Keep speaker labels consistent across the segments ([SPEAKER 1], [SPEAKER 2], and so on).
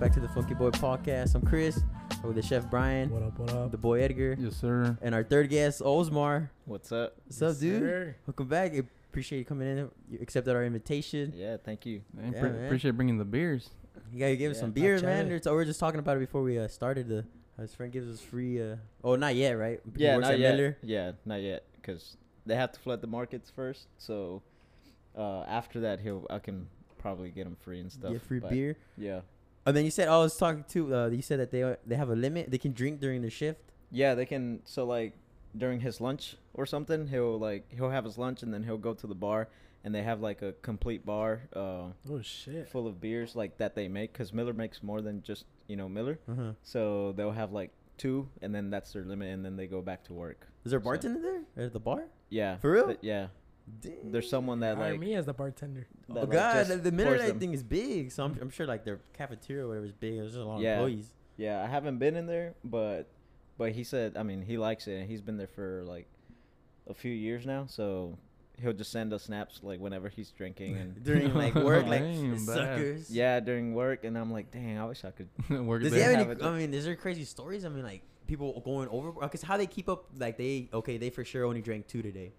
[SPEAKER 1] Boy Podcast. I'm Chris. I'm with the chef Brian,
[SPEAKER 2] What up, what up?
[SPEAKER 1] the boy Edgar,
[SPEAKER 3] Yes, sir.
[SPEAKER 1] and our third guest Osmar.
[SPEAKER 4] What's up?
[SPEAKER 1] What's up,
[SPEAKER 2] Yes,
[SPEAKER 1] dude?
[SPEAKER 2] sir.
[SPEAKER 1] Welcome back. Appreciate you coming in. You accepted our invitation.
[SPEAKER 4] Yeah, thank you.
[SPEAKER 3] Man,
[SPEAKER 1] Yeah,
[SPEAKER 3] pre-
[SPEAKER 1] man.
[SPEAKER 3] Appreciate bringing the beers.
[SPEAKER 1] You gotta give us
[SPEAKER 4] Yeah,
[SPEAKER 1] some
[SPEAKER 4] not
[SPEAKER 1] beers, man.
[SPEAKER 2] China.
[SPEAKER 1] It's- oh, we were just talking about it before we uh, started. The how his friend gives us free. Uh, oh, not yet, right? He
[SPEAKER 4] yeah,
[SPEAKER 1] works
[SPEAKER 4] not
[SPEAKER 1] at
[SPEAKER 4] yet.
[SPEAKER 1] Miller.
[SPEAKER 4] Yeah, not yet, because they have to flood the markets first. So uh, after that, he'll I can probably get him free and stuff.
[SPEAKER 1] Get free
[SPEAKER 4] but
[SPEAKER 1] beer.
[SPEAKER 4] Yeah,
[SPEAKER 1] And then you said I was talking to. Uh, you said that they are, they have a limit. They can drink during their shift.
[SPEAKER 4] yeah, they can. So like during his lunch or something, he'll like he'll have his lunch and then he'll go to the bar and they have like a complete bar uh,
[SPEAKER 2] Oh shit.
[SPEAKER 4] full of beers like that they make because Miller makes more than just you know Miller.
[SPEAKER 1] Uh-huh.
[SPEAKER 4] So they'll have like two and then that's their limit and then they go back to work.
[SPEAKER 1] Is there a
[SPEAKER 4] So-
[SPEAKER 1] bartender there at the bar?
[SPEAKER 4] Yeah,
[SPEAKER 1] For real?
[SPEAKER 4] th- yeah,
[SPEAKER 1] Dang.
[SPEAKER 4] there's someone that
[SPEAKER 2] Hire
[SPEAKER 4] like
[SPEAKER 2] me as the bartender.
[SPEAKER 4] that,
[SPEAKER 1] Oh
[SPEAKER 4] like,
[SPEAKER 1] god,
[SPEAKER 4] just
[SPEAKER 1] the, the
[SPEAKER 4] pours
[SPEAKER 1] Miller Lite
[SPEAKER 4] them.
[SPEAKER 1] thing is big. So I'm, I'm sure like their cafeteria or whatever is big. There's just a lot of
[SPEAKER 4] Yeah.
[SPEAKER 1] employees.
[SPEAKER 4] Yeah, I haven't been in there, but but he said, I mean, he likes it, and he's been there for like a few years now. So he'll just send us snaps like whenever he's drinking and
[SPEAKER 1] During like work, like
[SPEAKER 3] Damn, bad.
[SPEAKER 1] suckers.
[SPEAKER 4] yeah during work. And I'm like, dang, I wish I could.
[SPEAKER 3] Work
[SPEAKER 1] Does
[SPEAKER 3] there.
[SPEAKER 1] he have
[SPEAKER 4] have
[SPEAKER 1] any?
[SPEAKER 4] it.
[SPEAKER 1] I mean, is there crazy stories? I mean, like people going overboard. Because how they keep up? Like they okay, they for sure only drank two today.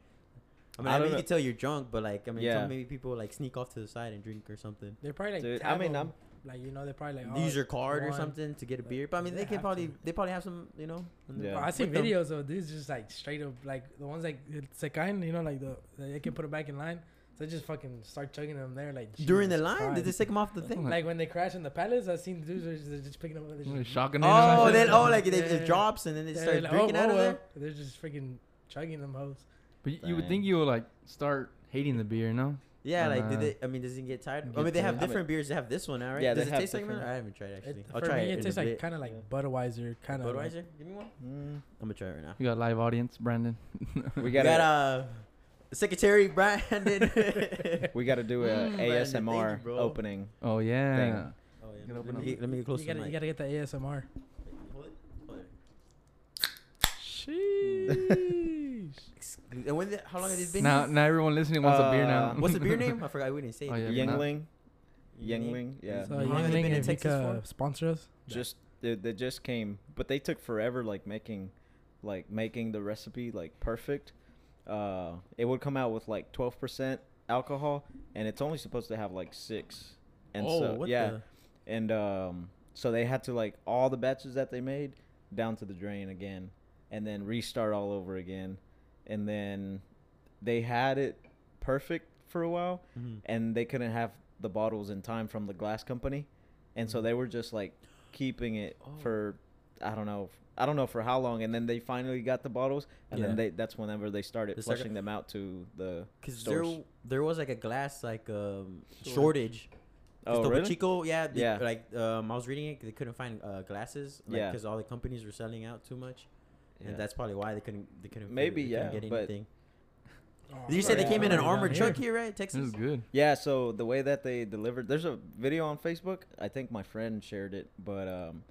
[SPEAKER 1] I mean,
[SPEAKER 4] I
[SPEAKER 1] I,
[SPEAKER 4] don't
[SPEAKER 1] mean, you
[SPEAKER 4] know.
[SPEAKER 1] can tell you're drunk, but like, I mean,
[SPEAKER 4] Yeah.
[SPEAKER 1] some maybe people like sneak off to the side and drink or something.
[SPEAKER 2] They're probably like
[SPEAKER 4] Dude, I
[SPEAKER 2] tab
[SPEAKER 4] mean,
[SPEAKER 2] 'em.
[SPEAKER 4] I'm-
[SPEAKER 2] like you know they're probably like
[SPEAKER 1] Use
[SPEAKER 2] oh,
[SPEAKER 1] your card or
[SPEAKER 2] one.
[SPEAKER 1] something to get a
[SPEAKER 2] But
[SPEAKER 1] beer. But I mean,
[SPEAKER 2] they
[SPEAKER 1] they can
[SPEAKER 2] have
[SPEAKER 1] probably
[SPEAKER 2] to.
[SPEAKER 1] they probably have some, you know. in the-
[SPEAKER 4] Yeah.
[SPEAKER 2] Bro, I see
[SPEAKER 1] with them.
[SPEAKER 2] videos of dudes just like straight up like the ones like it's a kind you know like the that they can put it back in line. So they just fucking start chugging them there like
[SPEAKER 1] during the
[SPEAKER 2] Jesus
[SPEAKER 1] line. Did they
[SPEAKER 2] Christ.
[SPEAKER 1] take them off the thing?
[SPEAKER 2] like when they crash in the palace? I seen dudes are just, they're just picking up. They're
[SPEAKER 3] Really
[SPEAKER 2] just,
[SPEAKER 3] Shocking.
[SPEAKER 1] Oh,
[SPEAKER 2] Yeah.
[SPEAKER 1] then oh, like they
[SPEAKER 2] Yeah.
[SPEAKER 1] it drops and then they
[SPEAKER 2] they're
[SPEAKER 1] start
[SPEAKER 2] like, oh,
[SPEAKER 1] drinking
[SPEAKER 2] oh,
[SPEAKER 1] out of
[SPEAKER 2] well.
[SPEAKER 1] there.
[SPEAKER 2] They're just freaking chugging them hoes.
[SPEAKER 3] But you, you would
[SPEAKER 4] Dang.
[SPEAKER 3] think you would like start hating the beer, no?
[SPEAKER 1] Yeah, like did
[SPEAKER 3] Uh,
[SPEAKER 1] they? I mean, does it get tired? I
[SPEAKER 3] get
[SPEAKER 1] mean, they have
[SPEAKER 3] tired.
[SPEAKER 1] different beers. They have this one, all right.
[SPEAKER 4] Yeah,
[SPEAKER 1] does
[SPEAKER 4] they
[SPEAKER 1] it
[SPEAKER 4] have
[SPEAKER 1] taste like Miller?
[SPEAKER 4] different-
[SPEAKER 1] I haven't tried actually.
[SPEAKER 2] It,
[SPEAKER 1] I'll
[SPEAKER 2] for
[SPEAKER 1] try
[SPEAKER 2] me,
[SPEAKER 1] it.
[SPEAKER 2] it
[SPEAKER 1] in a
[SPEAKER 2] tastes like
[SPEAKER 1] bit.
[SPEAKER 2] kind of like Budweiser, kind of.
[SPEAKER 1] Budweiser. Give me one.
[SPEAKER 4] Mm,
[SPEAKER 1] I'm gonna try it right now.
[SPEAKER 3] You got live audience, Brandon.
[SPEAKER 4] we
[SPEAKER 1] We
[SPEAKER 4] gotta
[SPEAKER 1] got uh, Secretary Brandon. oh
[SPEAKER 4] we gotta do a
[SPEAKER 3] Mm,
[SPEAKER 1] thank you,
[SPEAKER 4] ASMR
[SPEAKER 1] bro.
[SPEAKER 4] opening.
[SPEAKER 3] Oh yeah.
[SPEAKER 4] Dang.
[SPEAKER 1] yeah,
[SPEAKER 3] Gotta
[SPEAKER 1] let,
[SPEAKER 3] open
[SPEAKER 1] me
[SPEAKER 3] up.
[SPEAKER 1] get, let me get close
[SPEAKER 2] you
[SPEAKER 1] to
[SPEAKER 2] gotta,
[SPEAKER 1] the
[SPEAKER 2] you
[SPEAKER 1] mic.
[SPEAKER 2] gotta get the ASMR.
[SPEAKER 1] Hold it, hold it.
[SPEAKER 3] Sheesh.
[SPEAKER 1] Exclu- And when? The, how long has it been?
[SPEAKER 3] now, now everyone listening wants a beer now.
[SPEAKER 4] Uh,
[SPEAKER 1] What's the beer name? I forgot. We didn't say.
[SPEAKER 3] Oh,
[SPEAKER 1] it.
[SPEAKER 3] Yeah, we're not-
[SPEAKER 4] Yingling,
[SPEAKER 1] Your name?
[SPEAKER 4] Yingling, yeah.
[SPEAKER 2] So
[SPEAKER 3] How long
[SPEAKER 2] you
[SPEAKER 3] have
[SPEAKER 1] they been in
[SPEAKER 2] if you
[SPEAKER 1] Texas
[SPEAKER 2] could
[SPEAKER 1] for?
[SPEAKER 2] sponsor us?
[SPEAKER 4] just they, they just came but they took forever like making like making the recipe like perfect uh it would come out with like 12% alcohol and it's only supposed to have like six and
[SPEAKER 1] oh,
[SPEAKER 4] so
[SPEAKER 1] what
[SPEAKER 4] yeah
[SPEAKER 1] the-
[SPEAKER 4] and um so they had to like all the batches that they made down to the drain again and then restart all over again and then they had it perfect for a while
[SPEAKER 1] Mhm.
[SPEAKER 4] and they couldn't have the bottles in time from the glass company, and so they were just like keeping it
[SPEAKER 1] Hmm. Oh.
[SPEAKER 4] for I don't know I don't know for how long, and then they finally got the bottles, and
[SPEAKER 1] Yeah.
[SPEAKER 4] then they that's whenever they started
[SPEAKER 1] The second-
[SPEAKER 4] flushing them out to the
[SPEAKER 1] Cause there,
[SPEAKER 4] stores.
[SPEAKER 1] w- there was like a glass like um
[SPEAKER 2] Shortage.
[SPEAKER 1] shortage. 'Cause
[SPEAKER 4] oh
[SPEAKER 1] Topo
[SPEAKER 4] really
[SPEAKER 1] Chico, yeah, they-
[SPEAKER 4] Yeah.
[SPEAKER 1] Like um, I was reading it, they couldn't find uh, glasses, like,
[SPEAKER 4] Yeah.
[SPEAKER 1] because all the companies were selling out too much,
[SPEAKER 4] Yeah.
[SPEAKER 1] and that's probably why they couldn't they couldn't fit it,
[SPEAKER 4] Maybe,
[SPEAKER 1] they
[SPEAKER 4] yeah,
[SPEAKER 1] couldn't get
[SPEAKER 4] but-
[SPEAKER 1] anything.
[SPEAKER 2] Oh,
[SPEAKER 1] Did you say they
[SPEAKER 4] yeah.
[SPEAKER 1] came in an
[SPEAKER 4] Down
[SPEAKER 1] armored
[SPEAKER 2] here.
[SPEAKER 1] truck here, right,
[SPEAKER 3] This
[SPEAKER 1] Texas?
[SPEAKER 3] is good.
[SPEAKER 4] yeah so the way that they delivered there's a video on Facebook I think my friend shared it but um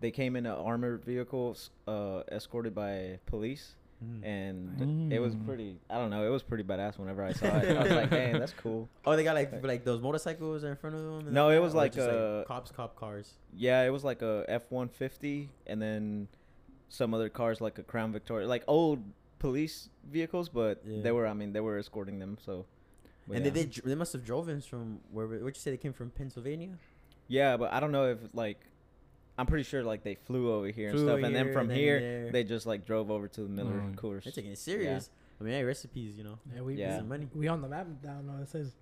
[SPEAKER 4] they came in an armored vehicle s- uh escorted by police
[SPEAKER 1] Hmm.
[SPEAKER 4] and it was
[SPEAKER 3] Mm.
[SPEAKER 4] pretty I don't know it was pretty badass whenever I saw it I was like man that's cool
[SPEAKER 1] Oh, they got like like those motorcycles in front of them. and
[SPEAKER 4] No,
[SPEAKER 1] like
[SPEAKER 4] it
[SPEAKER 1] that?
[SPEAKER 4] was
[SPEAKER 1] Or
[SPEAKER 4] like,
[SPEAKER 1] just,
[SPEAKER 4] uh,
[SPEAKER 1] cops, cop cars.
[SPEAKER 4] Yeah, it was like a F one fifty, and then some other cars like a Crown Victoria, like old police vehicles, but
[SPEAKER 1] Yeah.
[SPEAKER 4] they were I mean they were escorting them. So, but
[SPEAKER 1] and
[SPEAKER 4] yeah.
[SPEAKER 1] they, they dr- they must have drove in from where? What you say they came from Pennsylvania?
[SPEAKER 4] yeah, but I don't know if like I'm pretty sure like they flew over here
[SPEAKER 1] Flew
[SPEAKER 4] and stuff,
[SPEAKER 1] over
[SPEAKER 4] and then
[SPEAKER 1] here
[SPEAKER 4] from
[SPEAKER 1] and then
[SPEAKER 4] here
[SPEAKER 1] there.
[SPEAKER 4] they just like drove over to the Miller
[SPEAKER 3] Mm.
[SPEAKER 4] Coors.
[SPEAKER 1] They're taking it serious. I mean, hey, recipes, you know,
[SPEAKER 2] Yeah, we
[SPEAKER 1] yeah.
[SPEAKER 4] Yeah.
[SPEAKER 1] some money.
[SPEAKER 2] we on the map down now. It says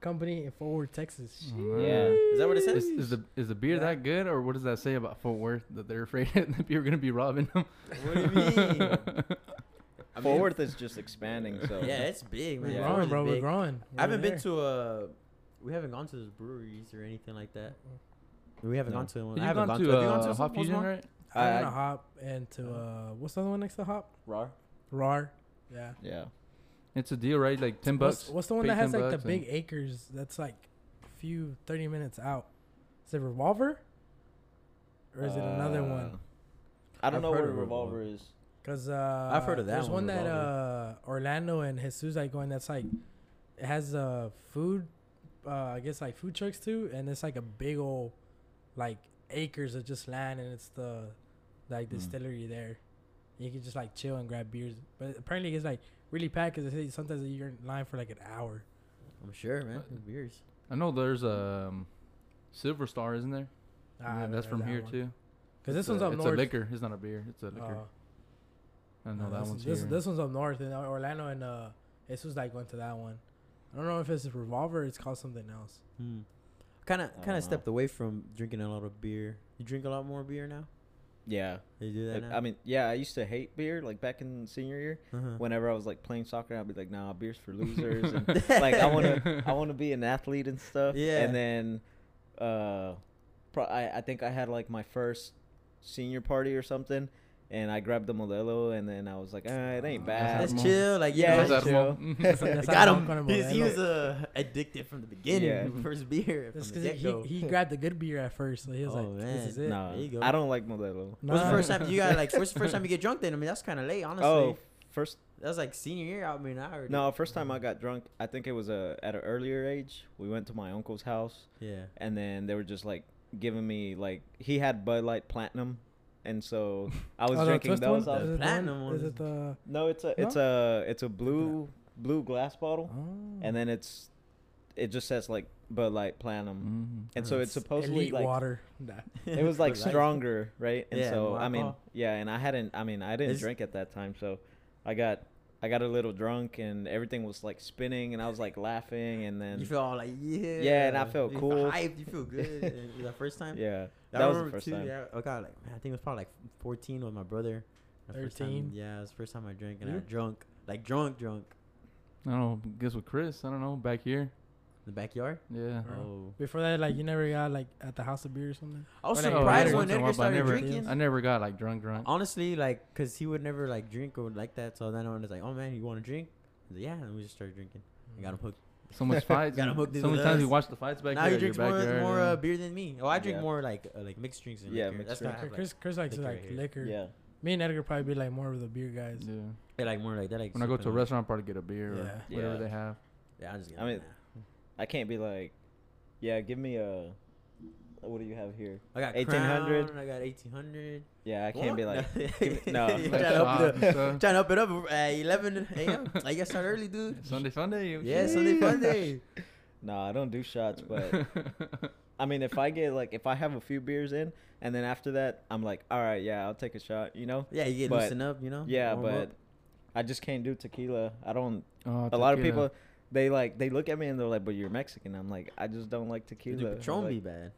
[SPEAKER 2] company in Fort Worth, Texas.
[SPEAKER 1] Mm-hmm.
[SPEAKER 2] Shit.
[SPEAKER 4] Yeah.
[SPEAKER 1] Is that what it
[SPEAKER 3] Is,
[SPEAKER 1] says?
[SPEAKER 3] is the is the beer
[SPEAKER 2] Yeah.
[SPEAKER 3] that good, or what does that say about Fort Worth that they're afraid that people are gonna be robbing them?
[SPEAKER 1] what do you mean? I mean,
[SPEAKER 4] Fort Worth is just expanding, so
[SPEAKER 1] Yeah, it's big,
[SPEAKER 2] We're
[SPEAKER 1] man.
[SPEAKER 4] Yeah.
[SPEAKER 1] Fort Worth
[SPEAKER 2] growing,
[SPEAKER 1] is
[SPEAKER 2] bro. We're
[SPEAKER 1] big.
[SPEAKER 2] growing.
[SPEAKER 1] I haven't
[SPEAKER 2] We're
[SPEAKER 1] been
[SPEAKER 2] there.
[SPEAKER 1] to uh we haven't gone to those breweries or anything like that. We haven't
[SPEAKER 4] No.
[SPEAKER 1] gone to them. I
[SPEAKER 3] You've
[SPEAKER 1] haven't
[SPEAKER 3] gone to,
[SPEAKER 1] have you
[SPEAKER 3] uh,
[SPEAKER 1] gone to
[SPEAKER 3] Hot
[SPEAKER 1] some-
[SPEAKER 3] Fusion,
[SPEAKER 1] Osmar?
[SPEAKER 3] right?
[SPEAKER 2] I've been
[SPEAKER 4] I-
[SPEAKER 2] to Hop and to
[SPEAKER 1] Uh-huh.
[SPEAKER 2] uh, what's the other one next to Hop?
[SPEAKER 4] raw.
[SPEAKER 2] RAR. Yeah.
[SPEAKER 4] Yeah,
[SPEAKER 3] It's a deal, right? Like ten
[SPEAKER 2] What's-
[SPEAKER 3] bucks.
[SPEAKER 2] What's, the one
[SPEAKER 3] Pay
[SPEAKER 2] that has
[SPEAKER 3] 10
[SPEAKER 2] like the
[SPEAKER 3] bucks
[SPEAKER 2] big
[SPEAKER 3] and-
[SPEAKER 2] acres? That's like few thirty minutes out. Is it Revolver? Or is it another one?
[SPEAKER 4] Uh, I don't
[SPEAKER 1] I've
[SPEAKER 4] know
[SPEAKER 1] heard
[SPEAKER 4] where
[SPEAKER 1] of Revolver.
[SPEAKER 4] Revolver is.
[SPEAKER 2] Cause uh,
[SPEAKER 1] I've heard of that
[SPEAKER 2] There's
[SPEAKER 1] one,
[SPEAKER 2] one, that uh,
[SPEAKER 1] Revolver.
[SPEAKER 2] Orlando and Jesus like going. That's like it has uh food, uh, I guess like food trucks too, and it's like a big old like acres of just land, and it's the like
[SPEAKER 1] Hmm.
[SPEAKER 4] Mm.
[SPEAKER 2] distillery there. You can just like chill and grab beers, but apparently it's like really packed because they say sometimes you're in line for like an hour.
[SPEAKER 1] I'm sure, man. Beers.
[SPEAKER 3] I know there's a um, Silver Star, isn't there?
[SPEAKER 2] Ah, I
[SPEAKER 3] yeah,
[SPEAKER 2] haven't
[SPEAKER 3] that's
[SPEAKER 2] heard
[SPEAKER 3] from
[SPEAKER 2] that
[SPEAKER 3] here
[SPEAKER 2] one.
[SPEAKER 3] too.
[SPEAKER 2] Cause this
[SPEAKER 3] It's
[SPEAKER 2] one's
[SPEAKER 3] a-
[SPEAKER 2] up
[SPEAKER 3] it's
[SPEAKER 2] north.
[SPEAKER 3] a liquor. It's not a beer. It's a liquor.
[SPEAKER 2] Oh.
[SPEAKER 3] I know
[SPEAKER 2] No,
[SPEAKER 3] that
[SPEAKER 2] this
[SPEAKER 3] one's
[SPEAKER 2] is- this,
[SPEAKER 3] here.
[SPEAKER 2] This one's up north in uh, Orlando, and uh, Jesus like went to that one. I don't know if it's a revolver. Or it's called something else.
[SPEAKER 1] Hmm. Kind of,
[SPEAKER 4] I
[SPEAKER 1] kind
[SPEAKER 4] dunno.
[SPEAKER 1] of stepped away from drinking a lot of beer. You drink a lot more beer now.
[SPEAKER 4] Yeah.
[SPEAKER 1] You do that
[SPEAKER 4] Like,
[SPEAKER 1] now.
[SPEAKER 4] I mean, yeah, I used to hate beer like back in senior year.
[SPEAKER 1] Uh-huh.
[SPEAKER 4] Whenever I was like playing soccer, I'd be like, "Nah, beer's for losers." and, like I want to, I want to be an athlete and stuff.
[SPEAKER 1] Yeah.
[SPEAKER 4] And then, uh, pro- I I think I had like my first senior party or something, and I grabbed the Modelo, and then I was like, ah, "It ain't
[SPEAKER 2] Ah,
[SPEAKER 4] bad."
[SPEAKER 1] That's
[SPEAKER 3] Admiral.
[SPEAKER 1] chill. Like
[SPEAKER 4] Yeah,
[SPEAKER 1] yeah,
[SPEAKER 3] That's
[SPEAKER 1] you know,
[SPEAKER 4] that's
[SPEAKER 1] chill.
[SPEAKER 3] Admiral.
[SPEAKER 2] That's like- that's
[SPEAKER 1] got
[SPEAKER 2] like
[SPEAKER 1] him.
[SPEAKER 2] one kind of
[SPEAKER 1] He's- he
[SPEAKER 2] Modelo.
[SPEAKER 1] was uh, addicted from the beginning.
[SPEAKER 4] Yeah.
[SPEAKER 1] the First beer
[SPEAKER 2] That's
[SPEAKER 1] from the get
[SPEAKER 2] because
[SPEAKER 1] go.
[SPEAKER 2] he, he grabbed the good beer at first, so he was
[SPEAKER 1] Oh,
[SPEAKER 2] like, "This is
[SPEAKER 1] man.
[SPEAKER 2] it."
[SPEAKER 4] Nah,
[SPEAKER 1] There you go.
[SPEAKER 4] I don't like Modelo.
[SPEAKER 1] What's the
[SPEAKER 2] Nah.
[SPEAKER 1] first time you got like? What's the first time you get drunk? Then I mean, that's kind of late, honestly.
[SPEAKER 4] Oh, first
[SPEAKER 1] That was like senior year. I mean, I already.
[SPEAKER 4] no, first time I
[SPEAKER 1] Uh-huh.
[SPEAKER 4] got drunk, I think it was uh, at an earlier age. We went to my uncle's house,
[SPEAKER 1] Yeah.
[SPEAKER 4] and then they were just like giving me like he had Bud Light Platinum, and so I was
[SPEAKER 2] Oh, the
[SPEAKER 4] drinking
[SPEAKER 2] twist one?
[SPEAKER 4] those. I was-
[SPEAKER 2] Is it the
[SPEAKER 1] Platinum
[SPEAKER 2] one-
[SPEAKER 1] one
[SPEAKER 2] Is
[SPEAKER 1] is-
[SPEAKER 2] it the?
[SPEAKER 4] no, it's a it's a it's a blue blue glass
[SPEAKER 3] Oh.
[SPEAKER 4] bottle. and
[SPEAKER 1] Oh.
[SPEAKER 4] then it's it just says like Bud Light Platinum,
[SPEAKER 1] um,
[SPEAKER 3] Mhm.
[SPEAKER 4] and so it's supposedly
[SPEAKER 2] elite
[SPEAKER 4] like
[SPEAKER 2] water. Nah.
[SPEAKER 4] it was like
[SPEAKER 1] Mm. Bud Light.
[SPEAKER 4] stronger, right? And
[SPEAKER 1] Yeah,
[SPEAKER 4] so
[SPEAKER 1] more
[SPEAKER 4] I mean,
[SPEAKER 1] alcohol.
[SPEAKER 4] yeah, and I hadn't, I mean, I didn't
[SPEAKER 1] It's-
[SPEAKER 4] drink at that time, so I got I got a little drunk and everything was like spinning, and I was like laughing, and then
[SPEAKER 1] You feel all like yeah.
[SPEAKER 4] Yeah, and I felt
[SPEAKER 1] you
[SPEAKER 4] cool.
[SPEAKER 1] Hyped. You feel good. It was the first time.
[SPEAKER 4] yeah,
[SPEAKER 1] I
[SPEAKER 4] that was the
[SPEAKER 1] remember
[SPEAKER 4] first
[SPEAKER 1] too,
[SPEAKER 4] time.
[SPEAKER 1] Yeah, I got like man, I think it was probably like 14 with my brother. The first time-
[SPEAKER 2] 13?
[SPEAKER 1] yeah, it was the first time I drank and I
[SPEAKER 2] Yeah.
[SPEAKER 1] drunk like drunk drunk
[SPEAKER 3] Mm-hmm. I don't know. Guess with Chris. I don't know. Back here.
[SPEAKER 1] in the backyard.
[SPEAKER 3] Yeah.
[SPEAKER 2] Or-
[SPEAKER 1] Oh,
[SPEAKER 2] Before that, like you never got like at the house of beer or something.
[SPEAKER 1] I was
[SPEAKER 2] Or, like,
[SPEAKER 1] surprised
[SPEAKER 2] once
[SPEAKER 1] when
[SPEAKER 3] in a
[SPEAKER 1] Edgar
[SPEAKER 3] while, but
[SPEAKER 1] started
[SPEAKER 3] never-
[SPEAKER 1] drinking.
[SPEAKER 3] I never got like drunk, drunk.
[SPEAKER 1] Honestly, like, cause he would never like drink or like that. So then I was like, oh man, you want to drink? I was like, yeah, and we just started drinking. I got him hooked.
[SPEAKER 3] So much fights.
[SPEAKER 1] Got
[SPEAKER 3] and
[SPEAKER 1] him hooked
[SPEAKER 3] so
[SPEAKER 1] into
[SPEAKER 3] many times we
[SPEAKER 1] us.
[SPEAKER 3] watched the fights back
[SPEAKER 1] now
[SPEAKER 3] here.
[SPEAKER 1] he
[SPEAKER 3] at your
[SPEAKER 1] drinks more,
[SPEAKER 3] backyard,
[SPEAKER 1] more
[SPEAKER 3] yeah.
[SPEAKER 1] uh, beer than me. Oh, I drink
[SPEAKER 4] Yeah.
[SPEAKER 1] more like uh, like mixed drinks and
[SPEAKER 4] Yeah,
[SPEAKER 1] liquor.
[SPEAKER 4] mixed
[SPEAKER 1] That's not
[SPEAKER 4] drinks.
[SPEAKER 1] like,
[SPEAKER 2] Chris, Chris likes
[SPEAKER 1] liquor
[SPEAKER 2] like
[SPEAKER 1] right here.
[SPEAKER 2] liquor.
[SPEAKER 4] Yeah,
[SPEAKER 2] Me and Edgar probably be like more of the beer guys.
[SPEAKER 3] Yeah.
[SPEAKER 1] they like more like that. Like
[SPEAKER 3] When I go
[SPEAKER 1] sipping
[SPEAKER 3] to a
[SPEAKER 1] on-
[SPEAKER 3] restaurant, I'll probably get a beer
[SPEAKER 2] Yeah.
[SPEAKER 3] or whatever
[SPEAKER 4] Yeah.
[SPEAKER 3] they have.
[SPEAKER 1] yeah, I just. get
[SPEAKER 4] I
[SPEAKER 1] like,
[SPEAKER 4] mean- I can't be like, yeah, give me a what do you have here?
[SPEAKER 1] nah. I got
[SPEAKER 4] 1800.
[SPEAKER 1] 1800. I got 1800
[SPEAKER 4] Yeah, I can't be
[SPEAKER 1] What?
[SPEAKER 4] like, give me, no,
[SPEAKER 1] You trying
[SPEAKER 3] Like
[SPEAKER 1] to open
[SPEAKER 3] shots
[SPEAKER 1] up,
[SPEAKER 3] and stuff.
[SPEAKER 1] trying to open up at 11 a.m. I guess start early, dude.
[SPEAKER 3] Sunday, Sunday. oh,
[SPEAKER 1] Yeah, Sunday, Monday.
[SPEAKER 4] no, I don't do shots, but. I mean, if I get like if I have a few beers in, and then after that, I'm like, all right, yeah, I'll take a shot. You know?
[SPEAKER 1] Yeah, you get
[SPEAKER 4] But-
[SPEAKER 1] loosened up, you know.
[SPEAKER 4] Yeah,
[SPEAKER 1] warm
[SPEAKER 4] but
[SPEAKER 1] up.
[SPEAKER 4] I just can't do tequila. I don't.
[SPEAKER 3] Oh,
[SPEAKER 4] A lot of
[SPEAKER 3] tequila.
[SPEAKER 4] people, they like they look at me and they're like, but you're Mexican. I'm like, I just don't like
[SPEAKER 1] Dude,
[SPEAKER 4] tequila.
[SPEAKER 1] Patron
[SPEAKER 4] Like,
[SPEAKER 1] be bad.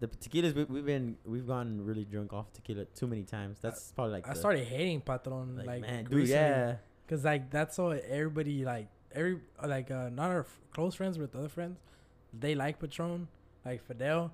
[SPEAKER 1] The tequilas we, we've been we've gotten really drunk off tequila too many times. That's probably like
[SPEAKER 2] I
[SPEAKER 1] the-
[SPEAKER 2] started hating Patron
[SPEAKER 1] like,
[SPEAKER 2] like,
[SPEAKER 1] man, dude,
[SPEAKER 2] recently.
[SPEAKER 1] yeah,
[SPEAKER 2] Cause like that's all everybody like every like uh not our f- close friends but the other friends, they like Patron, like Fidel,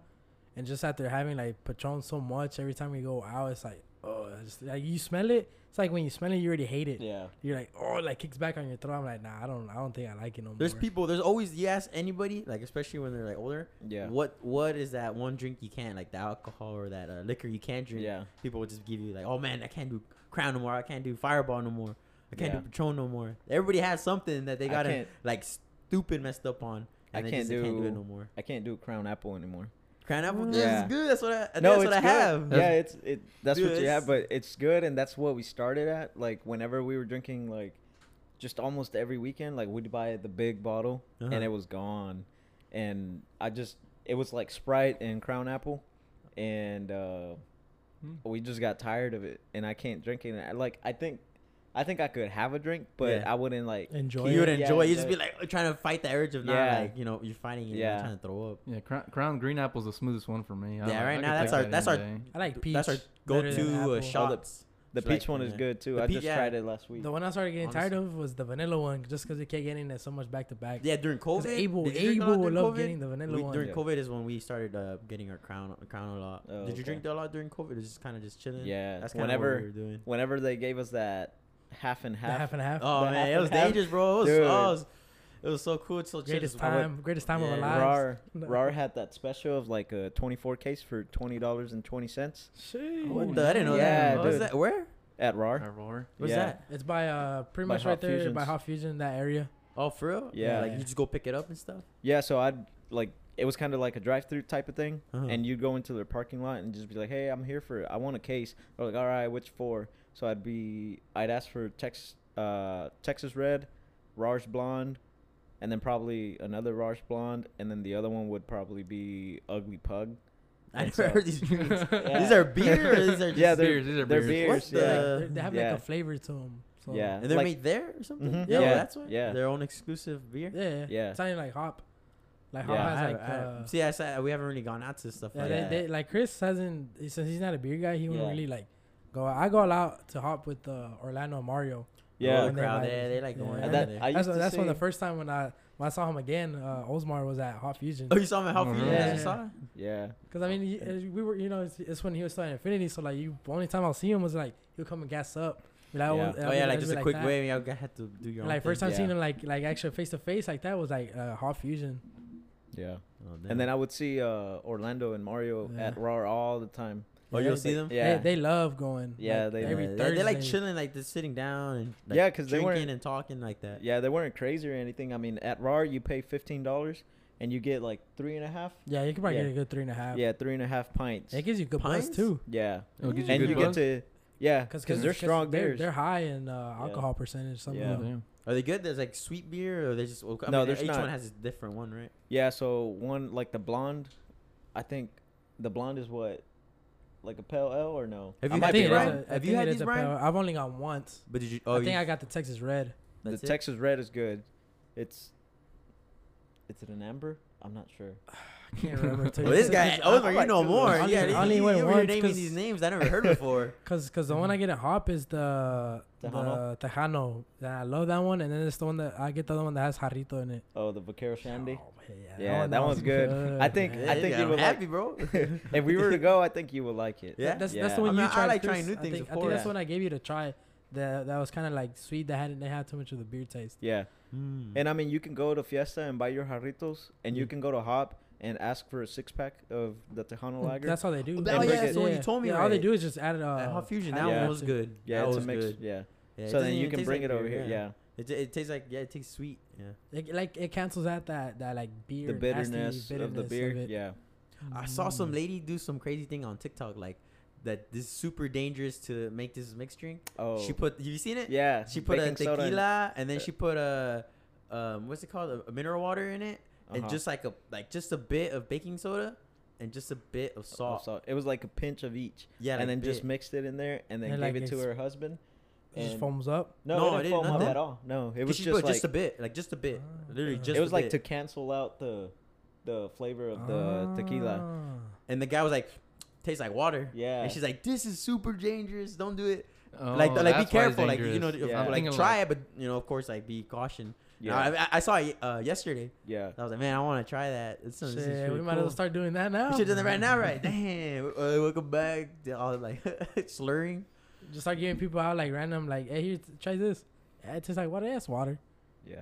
[SPEAKER 2] and just after having like Patron so much, every time we go out, it's like oh, it's just, like you smell it. It's like when you smell it, you already hate it.
[SPEAKER 4] Yeah.
[SPEAKER 2] You're like oh, it, like kicks back on your throat. I'm like nah, I don't, I don't think I like it no
[SPEAKER 1] There's
[SPEAKER 2] more.
[SPEAKER 1] people. There's always you ask anybody, like especially when they're like older.
[SPEAKER 4] Yeah.
[SPEAKER 1] What What is that one drink you can't like the alcohol or that uh, liquor you can't drink?
[SPEAKER 4] Yeah.
[SPEAKER 1] People will just give you like, oh man, I can't do Crown no more. I can't do Fireball no more. I can't
[SPEAKER 4] Yeah.
[SPEAKER 1] do Patron no more. Everybody has something that they
[SPEAKER 4] I
[SPEAKER 1] got to
[SPEAKER 4] can't-
[SPEAKER 1] like stupid messed up on.
[SPEAKER 4] I
[SPEAKER 1] they
[SPEAKER 4] can't
[SPEAKER 1] just can't do it
[SPEAKER 4] do-
[SPEAKER 1] no more.
[SPEAKER 4] I can't do Crown Apple anymore.
[SPEAKER 1] Crown apple juice
[SPEAKER 4] Yeah.
[SPEAKER 1] is good. That's what I. I think
[SPEAKER 4] no,
[SPEAKER 1] that's
[SPEAKER 4] it's
[SPEAKER 1] what I
[SPEAKER 4] good.
[SPEAKER 1] have.
[SPEAKER 4] Yeah, it's it. That's
[SPEAKER 1] Dude,
[SPEAKER 4] what you have,
[SPEAKER 1] it's-
[SPEAKER 4] but it's good, and that's what we started at. Like whenever we were drinking, like just almost every weekend, like we'd buy the big bottle,
[SPEAKER 1] Uh-huh.
[SPEAKER 4] and it was gone. And I just, it was like Sprite and Crown Apple, and uh,
[SPEAKER 3] Hmm.
[SPEAKER 4] we just got tired of it, and I can't drink it. I, like I think, I think I could have a drink, but
[SPEAKER 1] Yeah.
[SPEAKER 4] I wouldn't like.
[SPEAKER 2] enjoy.
[SPEAKER 1] You would
[SPEAKER 4] Yeah,
[SPEAKER 1] enjoy. You
[SPEAKER 4] it's
[SPEAKER 1] just be like trying to fight the urge of not
[SPEAKER 4] Yeah.
[SPEAKER 1] like you know you're fighting it.
[SPEAKER 4] Yeah.
[SPEAKER 1] You're trying to throw up.
[SPEAKER 3] Yeah, Crown, Crown Green Apple's the smoothest one for me. I
[SPEAKER 1] Yeah,
[SPEAKER 3] like-
[SPEAKER 1] right now,
[SPEAKER 3] I could
[SPEAKER 1] that's
[SPEAKER 3] take
[SPEAKER 1] our-
[SPEAKER 3] that
[SPEAKER 1] that's
[SPEAKER 3] any
[SPEAKER 1] our-
[SPEAKER 3] day.
[SPEAKER 2] I like peach.
[SPEAKER 1] That's our
[SPEAKER 2] better than
[SPEAKER 1] go-to
[SPEAKER 4] Oh,
[SPEAKER 1] uh,
[SPEAKER 2] apple.
[SPEAKER 1] shots.
[SPEAKER 4] The
[SPEAKER 1] It's
[SPEAKER 4] peach
[SPEAKER 1] like,
[SPEAKER 4] one is
[SPEAKER 1] yeah.
[SPEAKER 4] good too.
[SPEAKER 1] The
[SPEAKER 4] I
[SPEAKER 1] peach-
[SPEAKER 4] just
[SPEAKER 1] yeah.
[SPEAKER 4] tried it last week.
[SPEAKER 2] The one I started getting tired
[SPEAKER 1] Honestly.
[SPEAKER 2] of was the vanilla one, just because they kept getting it so much back to back.
[SPEAKER 1] Yeah, during
[SPEAKER 2] 'Cause
[SPEAKER 1] COVID,
[SPEAKER 2] Abel,
[SPEAKER 1] did you drink a
[SPEAKER 2] Abel
[SPEAKER 1] lot
[SPEAKER 2] would
[SPEAKER 1] during
[SPEAKER 2] love
[SPEAKER 1] COVID?
[SPEAKER 2] getting the vanilla
[SPEAKER 1] We-
[SPEAKER 2] one.
[SPEAKER 1] during
[SPEAKER 4] Yeah.
[SPEAKER 1] COVID is when we started uh, getting our crown crown a lot.
[SPEAKER 4] Oh,
[SPEAKER 1] did you
[SPEAKER 4] okay.
[SPEAKER 1] drink a lot during COVID? Or just kind of just chilling?
[SPEAKER 4] yeah,
[SPEAKER 1] that's kind of what
[SPEAKER 4] whenever,
[SPEAKER 1] we were doing.
[SPEAKER 4] whenever they gave us that half and
[SPEAKER 2] The
[SPEAKER 4] half.
[SPEAKER 2] half and half.
[SPEAKER 1] Oh
[SPEAKER 4] the
[SPEAKER 1] man,
[SPEAKER 4] half
[SPEAKER 1] it was
[SPEAKER 4] and half-
[SPEAKER 1] dangerous, bro. It was,
[SPEAKER 4] Dude.
[SPEAKER 1] oh, it was, it was so cool. It's so chill.
[SPEAKER 2] greatest
[SPEAKER 1] Just- I would-
[SPEAKER 2] time, greatest time of our
[SPEAKER 1] Yeah.
[SPEAKER 2] lives.
[SPEAKER 4] Rar,
[SPEAKER 2] No.
[SPEAKER 4] Rar had that special of like a 24 case for twenty dollars and twenty cents
[SPEAKER 2] Sheesh.
[SPEAKER 1] What the? I didn't know
[SPEAKER 4] Yeah,
[SPEAKER 1] that. What was
[SPEAKER 4] dude.
[SPEAKER 1] that? Where?
[SPEAKER 4] at Rar.
[SPEAKER 3] Roar.
[SPEAKER 1] What's
[SPEAKER 4] Yeah.
[SPEAKER 1] that?
[SPEAKER 2] It's by uh pretty
[SPEAKER 4] By
[SPEAKER 2] much
[SPEAKER 4] Hot
[SPEAKER 2] right there by
[SPEAKER 4] Fusions.
[SPEAKER 2] Hot Fusion that area.
[SPEAKER 1] Oh, for real?
[SPEAKER 4] Yeah.
[SPEAKER 1] Like you just go pick it up and stuff.
[SPEAKER 4] Yeah, so I'd like it was kind of like a drive-through type of thing,
[SPEAKER 1] Uh-huh.
[SPEAKER 4] and you'd go into their parking lot and just be like, "Hey, I'm here for I want a case." They're like, "All right, which four? So I'd be I'd ask for Tex uh, Texas Red, Raj Blonde, and then probably another Raj Blonde, and then the other one would probably be Ugly Pug.
[SPEAKER 1] I
[SPEAKER 4] And
[SPEAKER 1] never
[SPEAKER 4] so-
[SPEAKER 1] heard these drinks.
[SPEAKER 4] Yeah.
[SPEAKER 1] These are beer. Or these are just
[SPEAKER 4] yeah, they're,
[SPEAKER 3] beers. These are
[SPEAKER 4] they're
[SPEAKER 1] beers.
[SPEAKER 4] beers.
[SPEAKER 1] What
[SPEAKER 4] yeah.
[SPEAKER 1] the-
[SPEAKER 2] They- they have
[SPEAKER 4] yeah.
[SPEAKER 2] like a flavor to them. So,
[SPEAKER 4] Yeah.
[SPEAKER 1] and they're
[SPEAKER 4] like-
[SPEAKER 1] made there or something.
[SPEAKER 4] Mhm.
[SPEAKER 1] Yeah,
[SPEAKER 4] Yeah.
[SPEAKER 1] that's what.
[SPEAKER 4] Yeah.
[SPEAKER 1] their own exclusive beer.
[SPEAKER 2] Yeah.
[SPEAKER 4] Yeah.
[SPEAKER 2] It's not even like hop. Like hop
[SPEAKER 4] Yeah.
[SPEAKER 1] I
[SPEAKER 2] has like.
[SPEAKER 1] haven't- I haven't-
[SPEAKER 2] uh,
[SPEAKER 1] see, I said we haven't really gone out to stuff
[SPEAKER 2] yeah,
[SPEAKER 1] like
[SPEAKER 2] they,
[SPEAKER 1] that.
[SPEAKER 2] they, like Chris hasn't since he's not a beer guy. He wouldn't
[SPEAKER 4] Yeah.
[SPEAKER 2] really like go. out. I go all out to hop with uh, Orlando and Mario.
[SPEAKER 1] Yeah,
[SPEAKER 4] Yeah.
[SPEAKER 1] the
[SPEAKER 2] And they
[SPEAKER 1] crowd.
[SPEAKER 2] like-
[SPEAKER 1] yeah, they like going
[SPEAKER 2] yeah.
[SPEAKER 1] out
[SPEAKER 4] And that-
[SPEAKER 1] there.
[SPEAKER 4] I used
[SPEAKER 2] That's
[SPEAKER 4] to
[SPEAKER 2] that's when the
[SPEAKER 4] see-
[SPEAKER 2] first time when I when I saw him again, uh, Osmar was at Hot Fusion.
[SPEAKER 1] oh, you saw him at Hot Fusion?
[SPEAKER 4] Yeah.
[SPEAKER 1] You saw him?
[SPEAKER 4] yeah.
[SPEAKER 2] Cause I mean, he, uh, we were, you know, it's, it's when he was still at Infinity. So like, you only time I'll see him was like he'll come and gas up. Be Like,
[SPEAKER 4] Yeah.
[SPEAKER 2] I'll- I'll
[SPEAKER 1] Oh
[SPEAKER 2] be-
[SPEAKER 1] yeah,
[SPEAKER 2] I'll
[SPEAKER 1] like
[SPEAKER 2] be
[SPEAKER 1] just a quick
[SPEAKER 2] that.
[SPEAKER 1] wave. You had to do your
[SPEAKER 2] And,
[SPEAKER 1] own
[SPEAKER 2] like first
[SPEAKER 1] thing.
[SPEAKER 2] time seeing
[SPEAKER 4] Yeah.
[SPEAKER 2] him like like actual face to face like that was like uh, Hot Fusion.
[SPEAKER 4] Yeah.
[SPEAKER 1] Oh, damn.
[SPEAKER 4] And then I would see uh, Orlando and Mario
[SPEAKER 2] Yeah.
[SPEAKER 4] at Raw all the time.
[SPEAKER 1] oh, you'll see them.
[SPEAKER 4] Yeah.
[SPEAKER 2] they, they love going.
[SPEAKER 4] Yeah,
[SPEAKER 2] like,
[SPEAKER 4] they-
[SPEAKER 2] every
[SPEAKER 1] Yeah, they-
[SPEAKER 2] Thursday.
[SPEAKER 1] They're like chilling, like just sitting down and like,
[SPEAKER 4] Yeah, 'cause they
[SPEAKER 1] drinking
[SPEAKER 4] weren't-
[SPEAKER 1] and talking like that.
[SPEAKER 4] yeah, they weren't crazy or anything. I mean, at Raw you pay fifteen dollars and you get like three and a half.
[SPEAKER 2] Yeah, you could probably
[SPEAKER 4] Yeah.
[SPEAKER 2] get a good three and a half.
[SPEAKER 4] Yeah, three and a half pints.
[SPEAKER 2] it gives you good buzz
[SPEAKER 1] Pints?
[SPEAKER 2] too.
[SPEAKER 4] yeah,
[SPEAKER 3] It'll Oh, get you
[SPEAKER 4] and
[SPEAKER 3] good
[SPEAKER 4] you
[SPEAKER 3] buzz?
[SPEAKER 4] get to yeah, because
[SPEAKER 2] 'Cause-
[SPEAKER 4] they're strong
[SPEAKER 2] they're,
[SPEAKER 4] beers.
[SPEAKER 2] they're high in uh, alcohol percentage. Some
[SPEAKER 4] Yeah.
[SPEAKER 2] of them.
[SPEAKER 3] Damn.
[SPEAKER 1] Are they good? There's like sweet beer, or they just okay. I
[SPEAKER 4] No,
[SPEAKER 1] mean,
[SPEAKER 4] there's
[SPEAKER 1] each
[SPEAKER 4] not.
[SPEAKER 1] one has a different one, right?
[SPEAKER 4] yeah, so one like the blonde, I think the blonde is what, like a pale ale or no?
[SPEAKER 1] Have
[SPEAKER 4] I
[SPEAKER 1] you
[SPEAKER 4] might
[SPEAKER 1] had be
[SPEAKER 2] I think
[SPEAKER 4] be
[SPEAKER 2] it is.
[SPEAKER 1] Brian?
[SPEAKER 4] wrong.
[SPEAKER 2] a- I
[SPEAKER 1] Have
[SPEAKER 2] think
[SPEAKER 1] you had
[SPEAKER 2] it is
[SPEAKER 1] these,
[SPEAKER 2] a
[SPEAKER 1] Brian?
[SPEAKER 2] pale- I've only got once.
[SPEAKER 1] But did you? Oh,
[SPEAKER 2] I think
[SPEAKER 1] you,
[SPEAKER 2] I got the Texas Red.
[SPEAKER 4] The
[SPEAKER 1] that's it?
[SPEAKER 4] Texas Red is good. It's, is it an amber? I'm not sure.
[SPEAKER 2] I can't remember.
[SPEAKER 1] Well, this guy,
[SPEAKER 4] Texas- I- I
[SPEAKER 1] Omar, you
[SPEAKER 4] like
[SPEAKER 1] know
[SPEAKER 4] Texas.
[SPEAKER 1] more.
[SPEAKER 2] Only-
[SPEAKER 1] yeah,
[SPEAKER 2] only
[SPEAKER 1] you,
[SPEAKER 2] went
[SPEAKER 1] you were
[SPEAKER 2] once
[SPEAKER 1] naming
[SPEAKER 2] 'cause-
[SPEAKER 1] these names I never heard before.
[SPEAKER 2] Cause, cause the one I get at Hop is the
[SPEAKER 4] Mm-hmm. Tejano?
[SPEAKER 2] the Tejano. And I love that one. And then it's the one that I get the other one that has jarrito in it.
[SPEAKER 4] Oh, the Vaquero Shandy.
[SPEAKER 2] Oh, man,
[SPEAKER 4] Yeah, that one's good. I think-
[SPEAKER 2] man.
[SPEAKER 1] Yeah,
[SPEAKER 4] I think
[SPEAKER 1] I'm
[SPEAKER 4] you would
[SPEAKER 1] happy, bro.
[SPEAKER 4] if we were to go, I think you would like it.
[SPEAKER 1] Yeah.
[SPEAKER 2] That's that's
[SPEAKER 4] Yeah.
[SPEAKER 2] the one
[SPEAKER 1] I mean,
[SPEAKER 2] you
[SPEAKER 1] I
[SPEAKER 2] tried.
[SPEAKER 1] like
[SPEAKER 2] Chris.
[SPEAKER 1] trying new
[SPEAKER 2] I
[SPEAKER 1] things,
[SPEAKER 2] think,
[SPEAKER 1] of
[SPEAKER 2] I think that's
[SPEAKER 4] course.
[SPEAKER 2] the one I gave you to try. That that was kind of like sweet. That had they had too much of the beer taste.
[SPEAKER 4] Yeah. And I mean, you can go to Fiesta and buy your jarritos, and you
[SPEAKER 1] Mm.
[SPEAKER 4] can go to Hop and ask for a six pack of the Tejano Lager.
[SPEAKER 2] That's all they do.
[SPEAKER 1] Oh,
[SPEAKER 4] yeah, that's
[SPEAKER 1] the one you told me,
[SPEAKER 2] Yeah, all they
[SPEAKER 1] right?
[SPEAKER 2] do is just add uh,
[SPEAKER 1] At Hot Fusion, that
[SPEAKER 2] add
[SPEAKER 4] Oh, yeah.
[SPEAKER 1] one
[SPEAKER 2] that
[SPEAKER 1] was
[SPEAKER 2] to-
[SPEAKER 1] good.
[SPEAKER 4] yeah,
[SPEAKER 1] that
[SPEAKER 4] it's a
[SPEAKER 1] was
[SPEAKER 4] mix.
[SPEAKER 1] good.
[SPEAKER 4] Yeah.
[SPEAKER 1] Yeah, it
[SPEAKER 4] So
[SPEAKER 1] doesn't
[SPEAKER 4] then you
[SPEAKER 1] even
[SPEAKER 4] can
[SPEAKER 1] taste
[SPEAKER 4] bring
[SPEAKER 1] like
[SPEAKER 4] it over
[SPEAKER 1] beer,
[SPEAKER 4] here. Yeah.
[SPEAKER 1] It, it tastes like yeah, it tastes sweet. Yeah.
[SPEAKER 2] It, like it cancels out that that like beer
[SPEAKER 4] The
[SPEAKER 2] nasty
[SPEAKER 4] bitterness, of the
[SPEAKER 2] bitterness
[SPEAKER 4] beer.
[SPEAKER 2] it. Mm.
[SPEAKER 4] yeah.
[SPEAKER 1] I saw some
[SPEAKER 4] Mm.
[SPEAKER 1] lady do some crazy thing on TikTok, like that. This is super dangerous to make this mixed drink.
[SPEAKER 4] Oh.
[SPEAKER 1] She put. Have you seen it?
[SPEAKER 4] yeah.
[SPEAKER 1] She put a
[SPEAKER 4] baking soda and-
[SPEAKER 1] tequila and then
[SPEAKER 4] uh,
[SPEAKER 1] she put a um what's it called a, a mineral water in it and
[SPEAKER 4] uh-huh,
[SPEAKER 1] just like a like just a bit of baking soda and just a bit of
[SPEAKER 4] of
[SPEAKER 1] salt.
[SPEAKER 4] salt. It was like a pinch of each,
[SPEAKER 1] Yeah, like
[SPEAKER 4] and then
[SPEAKER 1] bit.
[SPEAKER 4] just mixed it in there, and then
[SPEAKER 2] And,
[SPEAKER 4] gave
[SPEAKER 2] like,
[SPEAKER 4] it to
[SPEAKER 2] it's-
[SPEAKER 4] her husband.
[SPEAKER 2] It just
[SPEAKER 4] and-
[SPEAKER 2] foams up.
[SPEAKER 4] No,
[SPEAKER 1] No,
[SPEAKER 4] it
[SPEAKER 1] it
[SPEAKER 4] didn't
[SPEAKER 1] didn't-
[SPEAKER 4] foam up
[SPEAKER 1] nothing.
[SPEAKER 4] at all. No, it was
[SPEAKER 1] she
[SPEAKER 4] just
[SPEAKER 1] put
[SPEAKER 4] like
[SPEAKER 1] just a bit, like just a bit,
[SPEAKER 2] Ah.
[SPEAKER 1] literally just.
[SPEAKER 4] it was
[SPEAKER 1] a
[SPEAKER 4] like
[SPEAKER 1] bit.
[SPEAKER 4] to cancel out the the flavor of the tequila.
[SPEAKER 2] Ah.
[SPEAKER 1] and the guy was like, "Tastes like water."
[SPEAKER 4] Yeah.
[SPEAKER 1] and she's like, "This is super dangerous. Don't do it.
[SPEAKER 3] Oh,
[SPEAKER 1] like, like be
[SPEAKER 3] that's why it's
[SPEAKER 1] careful. Like, you know,
[SPEAKER 3] dangerous.
[SPEAKER 4] Yeah.
[SPEAKER 1] I'm
[SPEAKER 3] Thinking
[SPEAKER 1] like
[SPEAKER 3] of
[SPEAKER 1] try it, but you know, of course, like be caution." Yeah,
[SPEAKER 4] Yeah,
[SPEAKER 1] I, I saw it uh, yesterday.
[SPEAKER 4] yeah.
[SPEAKER 1] I was like, "Man, I want to try that." This, sounds- this is
[SPEAKER 2] Shit, we
[SPEAKER 1] really
[SPEAKER 2] might as well
[SPEAKER 1] cool."
[SPEAKER 2] start doing that now.
[SPEAKER 1] We should do that right now, right? Damn. Uh, welcome back. They're All like slurring.
[SPEAKER 2] Just start giving people out like random, like, hey, here, t- try this. Yeah, it tastes like water. That's water.
[SPEAKER 4] Yeah,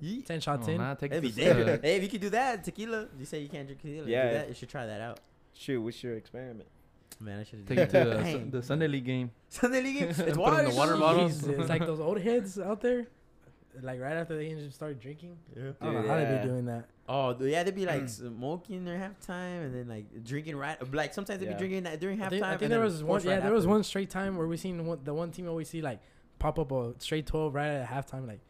[SPEAKER 1] Yeet.
[SPEAKER 2] Ten
[SPEAKER 3] Oh,
[SPEAKER 2] shots in.
[SPEAKER 3] nah, take
[SPEAKER 1] That'd be
[SPEAKER 3] this,
[SPEAKER 1] dead.
[SPEAKER 3] uh,
[SPEAKER 1] Hey, if you could do that, tequila. You say you can't drink tequila. Yeah,
[SPEAKER 4] Yeah.
[SPEAKER 1] do that. you should try that out.
[SPEAKER 4] Shoot, what's your experiment?
[SPEAKER 1] Man, I should have
[SPEAKER 3] take it to the,
[SPEAKER 1] Dang.
[SPEAKER 3] Sun- the Sunday league game.
[SPEAKER 1] Sunday league.
[SPEAKER 3] Put it
[SPEAKER 1] It's
[SPEAKER 3] in
[SPEAKER 1] water.
[SPEAKER 3] the water
[SPEAKER 1] dude.
[SPEAKER 3] bottle.
[SPEAKER 2] Jesus, it's like those old heads out there, like right after they just start drinking. I don't
[SPEAKER 4] Dude,
[SPEAKER 2] know how they
[SPEAKER 4] yeah.
[SPEAKER 2] be doing that.
[SPEAKER 1] Oh, dude, yeah, they'd be
[SPEAKER 4] Mm.
[SPEAKER 1] like smoking their halftime and then like drinking right. Like sometimes they'd
[SPEAKER 4] Yeah.
[SPEAKER 1] be drinking that during halftime.
[SPEAKER 2] I think, I think
[SPEAKER 1] and
[SPEAKER 2] there
[SPEAKER 1] then,
[SPEAKER 2] was
[SPEAKER 1] of
[SPEAKER 2] one.
[SPEAKER 1] course,
[SPEAKER 2] Yeah,
[SPEAKER 1] right
[SPEAKER 2] there was
[SPEAKER 1] after.
[SPEAKER 2] one straight time where we seen one, the one team always see like pop up a straight twelve right at halftime. Like,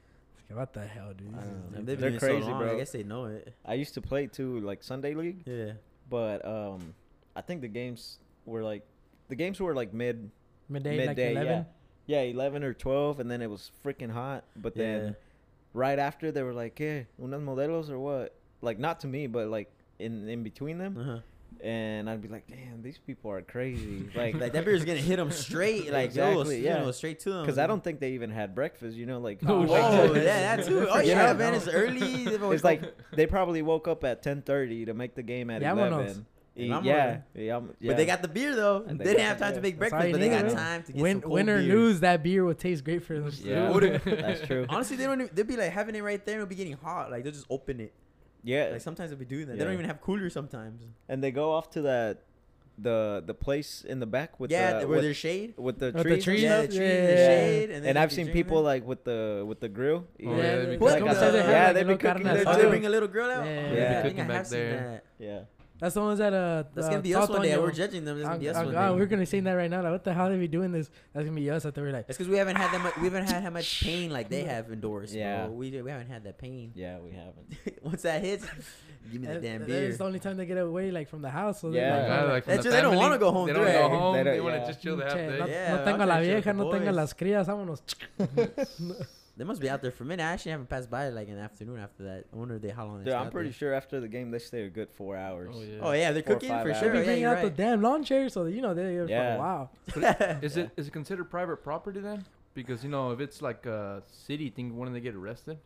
[SPEAKER 2] what the hell, dude?
[SPEAKER 4] I
[SPEAKER 2] This is
[SPEAKER 4] don't know.
[SPEAKER 1] They've been
[SPEAKER 2] like-
[SPEAKER 4] Mm. They're
[SPEAKER 1] doing it so
[SPEAKER 4] crazy,
[SPEAKER 1] long, I
[SPEAKER 4] bro.
[SPEAKER 1] guess they know it.
[SPEAKER 4] I used to play too, like Sunday league,
[SPEAKER 1] Yeah.
[SPEAKER 4] but um, I think the games were like the games were like mid
[SPEAKER 2] midday,
[SPEAKER 4] midday,
[SPEAKER 2] like eleven.
[SPEAKER 4] yeah, eleven or twelve, and then it was freaking hot. But then
[SPEAKER 1] Yeah.
[SPEAKER 4] right after they were like, "Yeah, unas modelos or what?" Like not to me, but like in in between them,
[SPEAKER 1] Uh-huh.
[SPEAKER 4] and I'd be like, "Damn, these people are crazy!" Like
[SPEAKER 1] Like that beer's gonna hit them straight. Like
[SPEAKER 4] Exactly,
[SPEAKER 1] yo, it's
[SPEAKER 4] yeah.
[SPEAKER 1] gonna go straight to them.
[SPEAKER 4] because I don't think they even had breakfast. You know, like
[SPEAKER 3] No
[SPEAKER 4] like,
[SPEAKER 1] Oh
[SPEAKER 3] Oh,
[SPEAKER 1] yeah, that too. Oh
[SPEAKER 4] You
[SPEAKER 1] yeah,
[SPEAKER 4] know?
[SPEAKER 1] man, it's early. They've always
[SPEAKER 4] it's like they probably woke up at ten thirty to make the game at
[SPEAKER 2] Vámonos.
[SPEAKER 4] eleven. E-
[SPEAKER 1] Vámonos.
[SPEAKER 4] Yeah, yeah, I'm- yeah.
[SPEAKER 1] But they got the beer though.
[SPEAKER 4] And
[SPEAKER 1] They,
[SPEAKER 4] they
[SPEAKER 1] didn't
[SPEAKER 4] got
[SPEAKER 1] have
[SPEAKER 4] the
[SPEAKER 1] time to
[SPEAKER 4] beer.
[SPEAKER 1] make
[SPEAKER 2] That's all
[SPEAKER 1] breakfast,
[SPEAKER 2] you
[SPEAKER 1] but they
[SPEAKER 2] need,
[SPEAKER 1] got
[SPEAKER 2] bro.
[SPEAKER 1] time to get
[SPEAKER 2] Win,
[SPEAKER 1] some cold
[SPEAKER 2] winner
[SPEAKER 1] beer.
[SPEAKER 2] lose, that beer would taste great for them.
[SPEAKER 4] Yeah.
[SPEAKER 1] Would've-
[SPEAKER 4] That's true.
[SPEAKER 1] Honestly, they don't. Even, they'll be like having it right there. and It'll be getting hot. Like they'll just open it.
[SPEAKER 4] yeah,
[SPEAKER 1] Like sometimes they'll be doing that. They
[SPEAKER 4] Yeah.
[SPEAKER 1] don't even have coolers sometimes.
[SPEAKER 4] and they go off to that the the place in the back with
[SPEAKER 1] yeah,
[SPEAKER 4] the,
[SPEAKER 1] where
[SPEAKER 4] with,
[SPEAKER 1] there's shade.
[SPEAKER 4] with the
[SPEAKER 2] With the
[SPEAKER 4] trees. and
[SPEAKER 2] trees
[SPEAKER 4] shit.
[SPEAKER 1] yeah,
[SPEAKER 2] up,
[SPEAKER 1] the trees,
[SPEAKER 2] yeah,
[SPEAKER 1] the
[SPEAKER 2] yeah.
[SPEAKER 1] shade, and,
[SPEAKER 4] And
[SPEAKER 1] then
[SPEAKER 4] I've
[SPEAKER 1] you
[SPEAKER 4] seen
[SPEAKER 1] dream
[SPEAKER 4] people
[SPEAKER 1] it.
[SPEAKER 4] like with the with the grill.
[SPEAKER 3] Oh, yeah,
[SPEAKER 2] they-
[SPEAKER 1] What?
[SPEAKER 2] like I said, they have,
[SPEAKER 1] Yeah,
[SPEAKER 2] like,
[SPEAKER 4] they
[SPEAKER 2] a
[SPEAKER 4] be
[SPEAKER 2] little
[SPEAKER 4] cooking
[SPEAKER 2] carne
[SPEAKER 4] their
[SPEAKER 1] oh,
[SPEAKER 2] asada.
[SPEAKER 1] they
[SPEAKER 4] too.
[SPEAKER 1] bring a little girl out.
[SPEAKER 2] Yeah.
[SPEAKER 1] Oh,
[SPEAKER 4] Yeah.
[SPEAKER 1] yeah, I think
[SPEAKER 3] Cooking
[SPEAKER 1] I
[SPEAKER 3] back
[SPEAKER 1] have seen
[SPEAKER 3] there.
[SPEAKER 1] that.
[SPEAKER 4] Yeah.
[SPEAKER 2] That's the ones that uh.
[SPEAKER 1] That's
[SPEAKER 2] uh,
[SPEAKER 1] gonna be us one day.
[SPEAKER 2] Totoño.
[SPEAKER 1] We're judging them. That's gonna
[SPEAKER 2] Oh,
[SPEAKER 1] be us
[SPEAKER 2] oh,
[SPEAKER 1] one
[SPEAKER 2] God,
[SPEAKER 1] day.
[SPEAKER 2] we're gonna sing that right now. Like, what the hell are we doing this? That's gonna be us after we're like,
[SPEAKER 1] It's because we haven't had that much. We haven't had how much pain like they have endorsed. Yeah,
[SPEAKER 4] Yeah.
[SPEAKER 1] bro. we we haven't had that pain.
[SPEAKER 4] Yeah, we haven't.
[SPEAKER 1] Once that hits, give me the
[SPEAKER 2] and-
[SPEAKER 1] damn
[SPEAKER 2] and then
[SPEAKER 1] beer.
[SPEAKER 2] It's the only time they get away, like from the house. So
[SPEAKER 4] Yeah.
[SPEAKER 2] they're like,
[SPEAKER 3] Yeah,
[SPEAKER 2] oh,
[SPEAKER 3] Ah, like from
[SPEAKER 1] That's
[SPEAKER 3] the
[SPEAKER 1] true, they don't wanna
[SPEAKER 3] family,
[SPEAKER 1] go home
[SPEAKER 3] They
[SPEAKER 1] through
[SPEAKER 3] don't
[SPEAKER 1] it.
[SPEAKER 3] go home.
[SPEAKER 4] They
[SPEAKER 3] They,
[SPEAKER 4] don't-
[SPEAKER 3] want
[SPEAKER 4] yeah.
[SPEAKER 3] to just chill the half
[SPEAKER 2] "Che, no,
[SPEAKER 3] day.
[SPEAKER 1] Yeah,
[SPEAKER 2] no
[SPEAKER 1] I'm
[SPEAKER 2] tengo la
[SPEAKER 1] trying to show
[SPEAKER 2] vieja,
[SPEAKER 1] the
[SPEAKER 2] no tengo
[SPEAKER 1] boys.
[SPEAKER 2] las crías, vámonos.
[SPEAKER 1] They must be out there for a minute. I actually haven't passed by like an afternoon after that. I wonder they how long. they
[SPEAKER 4] Dude,
[SPEAKER 1] stay
[SPEAKER 4] I'm
[SPEAKER 1] out
[SPEAKER 4] pretty
[SPEAKER 1] there.
[SPEAKER 4] sure after the game they stayed a good four hours.
[SPEAKER 3] Oh, yeah.
[SPEAKER 1] Oh yeah, they're
[SPEAKER 4] Four or
[SPEAKER 1] cooking
[SPEAKER 4] five
[SPEAKER 1] for
[SPEAKER 4] hours.
[SPEAKER 1] sure.
[SPEAKER 2] They
[SPEAKER 1] Yeah,
[SPEAKER 2] bring
[SPEAKER 1] you're
[SPEAKER 2] out the
[SPEAKER 1] right.
[SPEAKER 2] damn lawn chair, so you know they're here for
[SPEAKER 4] Yeah.
[SPEAKER 2] a while.
[SPEAKER 3] Is it is it considered private property then? Because you know if it's like a city thing, wouldn't they get arrested?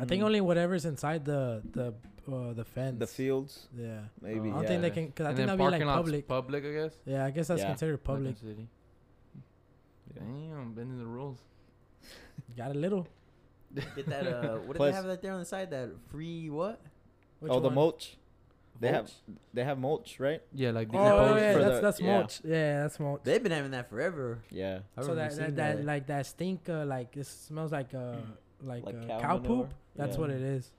[SPEAKER 2] I think
[SPEAKER 4] Mhm.
[SPEAKER 2] only whatever's inside the the uh, the fence.
[SPEAKER 4] the fields,
[SPEAKER 2] Yeah.
[SPEAKER 4] maybe.
[SPEAKER 2] I
[SPEAKER 3] Oh.
[SPEAKER 2] don't
[SPEAKER 4] yeah.
[SPEAKER 2] think they can. Cause I
[SPEAKER 3] and
[SPEAKER 2] think that'd
[SPEAKER 3] then
[SPEAKER 2] be like
[SPEAKER 3] parking lot's
[SPEAKER 2] public.
[SPEAKER 3] public, I guess.
[SPEAKER 2] yeah, I guess that's
[SPEAKER 4] Yeah.
[SPEAKER 2] considered
[SPEAKER 3] Like in
[SPEAKER 2] public.
[SPEAKER 3] City.
[SPEAKER 4] Yeah.
[SPEAKER 3] Damn, bending the rules.
[SPEAKER 2] Got a little.
[SPEAKER 1] Get that. Uh, what do they
[SPEAKER 4] Plus-
[SPEAKER 1] have that there on the side? That free what?
[SPEAKER 2] Which
[SPEAKER 4] Oh, the
[SPEAKER 2] one?
[SPEAKER 4] mulch. They have
[SPEAKER 1] Mulch?
[SPEAKER 4] they have mulch, right?
[SPEAKER 3] Yeah, like
[SPEAKER 2] Oh,
[SPEAKER 3] these
[SPEAKER 2] yeah,
[SPEAKER 3] posts
[SPEAKER 2] yeah,
[SPEAKER 3] for
[SPEAKER 2] that's
[SPEAKER 4] the-
[SPEAKER 2] that's
[SPEAKER 4] yeah.
[SPEAKER 2] mulch. Yeah, that's mulch.
[SPEAKER 1] They've been having that forever.
[SPEAKER 4] Yeah.
[SPEAKER 1] I
[SPEAKER 2] so
[SPEAKER 1] remember
[SPEAKER 2] that
[SPEAKER 1] seeing
[SPEAKER 2] that, that like that stink uh, like it smells like uh like,
[SPEAKER 4] Like
[SPEAKER 2] uh, cow,
[SPEAKER 4] cow
[SPEAKER 2] poop.
[SPEAKER 4] manure?
[SPEAKER 2] That's
[SPEAKER 4] Yeah.
[SPEAKER 2] what it is.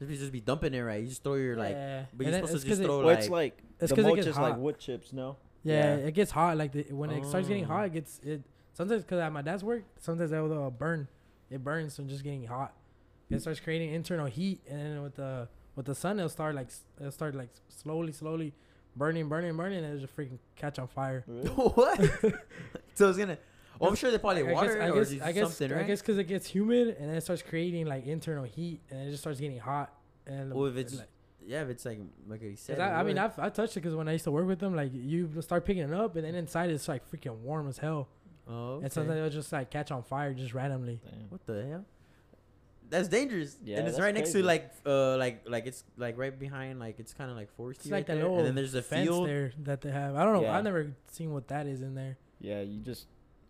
[SPEAKER 1] If you just be dumping it right, you just throw your like.
[SPEAKER 2] yeah.
[SPEAKER 1] But
[SPEAKER 2] And
[SPEAKER 1] you're
[SPEAKER 2] then
[SPEAKER 1] supposed
[SPEAKER 2] it's
[SPEAKER 1] to just
[SPEAKER 2] 'cause it-
[SPEAKER 1] throw
[SPEAKER 4] Well,
[SPEAKER 1] like.
[SPEAKER 4] it's like
[SPEAKER 2] It's
[SPEAKER 4] the
[SPEAKER 2] 'cause it
[SPEAKER 4] mulch
[SPEAKER 2] gets
[SPEAKER 4] is like
[SPEAKER 2] hot.
[SPEAKER 4] wood chips, no?
[SPEAKER 2] yeah,
[SPEAKER 4] yeah.
[SPEAKER 2] it gets hot. Like the, when it starts getting
[SPEAKER 1] Oh.
[SPEAKER 2] hot, it gets it. Sometimes because at my dad's work, sometimes it will uh, burn. It burns from just getting hot. It starts creating internal heat, and then with the with the sun, it'll start like s- it'll start like slowly, slowly burning, burning, burning, and it'll just freaking catch on fire.
[SPEAKER 4] Really?
[SPEAKER 1] what? so it's gonna. Well, I'm sure they probably
[SPEAKER 2] I
[SPEAKER 1] water
[SPEAKER 2] guess, I
[SPEAKER 1] it or
[SPEAKER 2] guess,
[SPEAKER 1] just
[SPEAKER 2] I guess,
[SPEAKER 1] something, right?
[SPEAKER 2] I guess, because it gets humid and then it starts creating like internal heat and it just starts getting hot. And
[SPEAKER 1] Well, if it's-
[SPEAKER 2] like,
[SPEAKER 1] yeah, if it's like like you said.
[SPEAKER 2] 'cause I, I mean,
[SPEAKER 1] wood.
[SPEAKER 2] I've, I touched it because when I used to work with them, like you start picking it up and then inside it's like freaking warm as hell,
[SPEAKER 1] Oh,
[SPEAKER 2] and
[SPEAKER 1] okay.
[SPEAKER 2] sometimes it'll just like catch on fire just randomly.
[SPEAKER 4] Damn.
[SPEAKER 1] What the hell? That's dangerous.
[SPEAKER 4] Yeah,
[SPEAKER 1] and it's
[SPEAKER 4] that's
[SPEAKER 1] right next to
[SPEAKER 4] crazy.
[SPEAKER 1] like uh like like it's like right behind like it's kind of like foresty.
[SPEAKER 2] It's like
[SPEAKER 1] right
[SPEAKER 2] that
[SPEAKER 1] there.
[SPEAKER 2] little
[SPEAKER 1] and then there's the
[SPEAKER 2] fence
[SPEAKER 1] field.
[SPEAKER 2] there that they have. I don't know.
[SPEAKER 4] Yeah.
[SPEAKER 2] I've never seen what that is in there.
[SPEAKER 4] Yeah, you just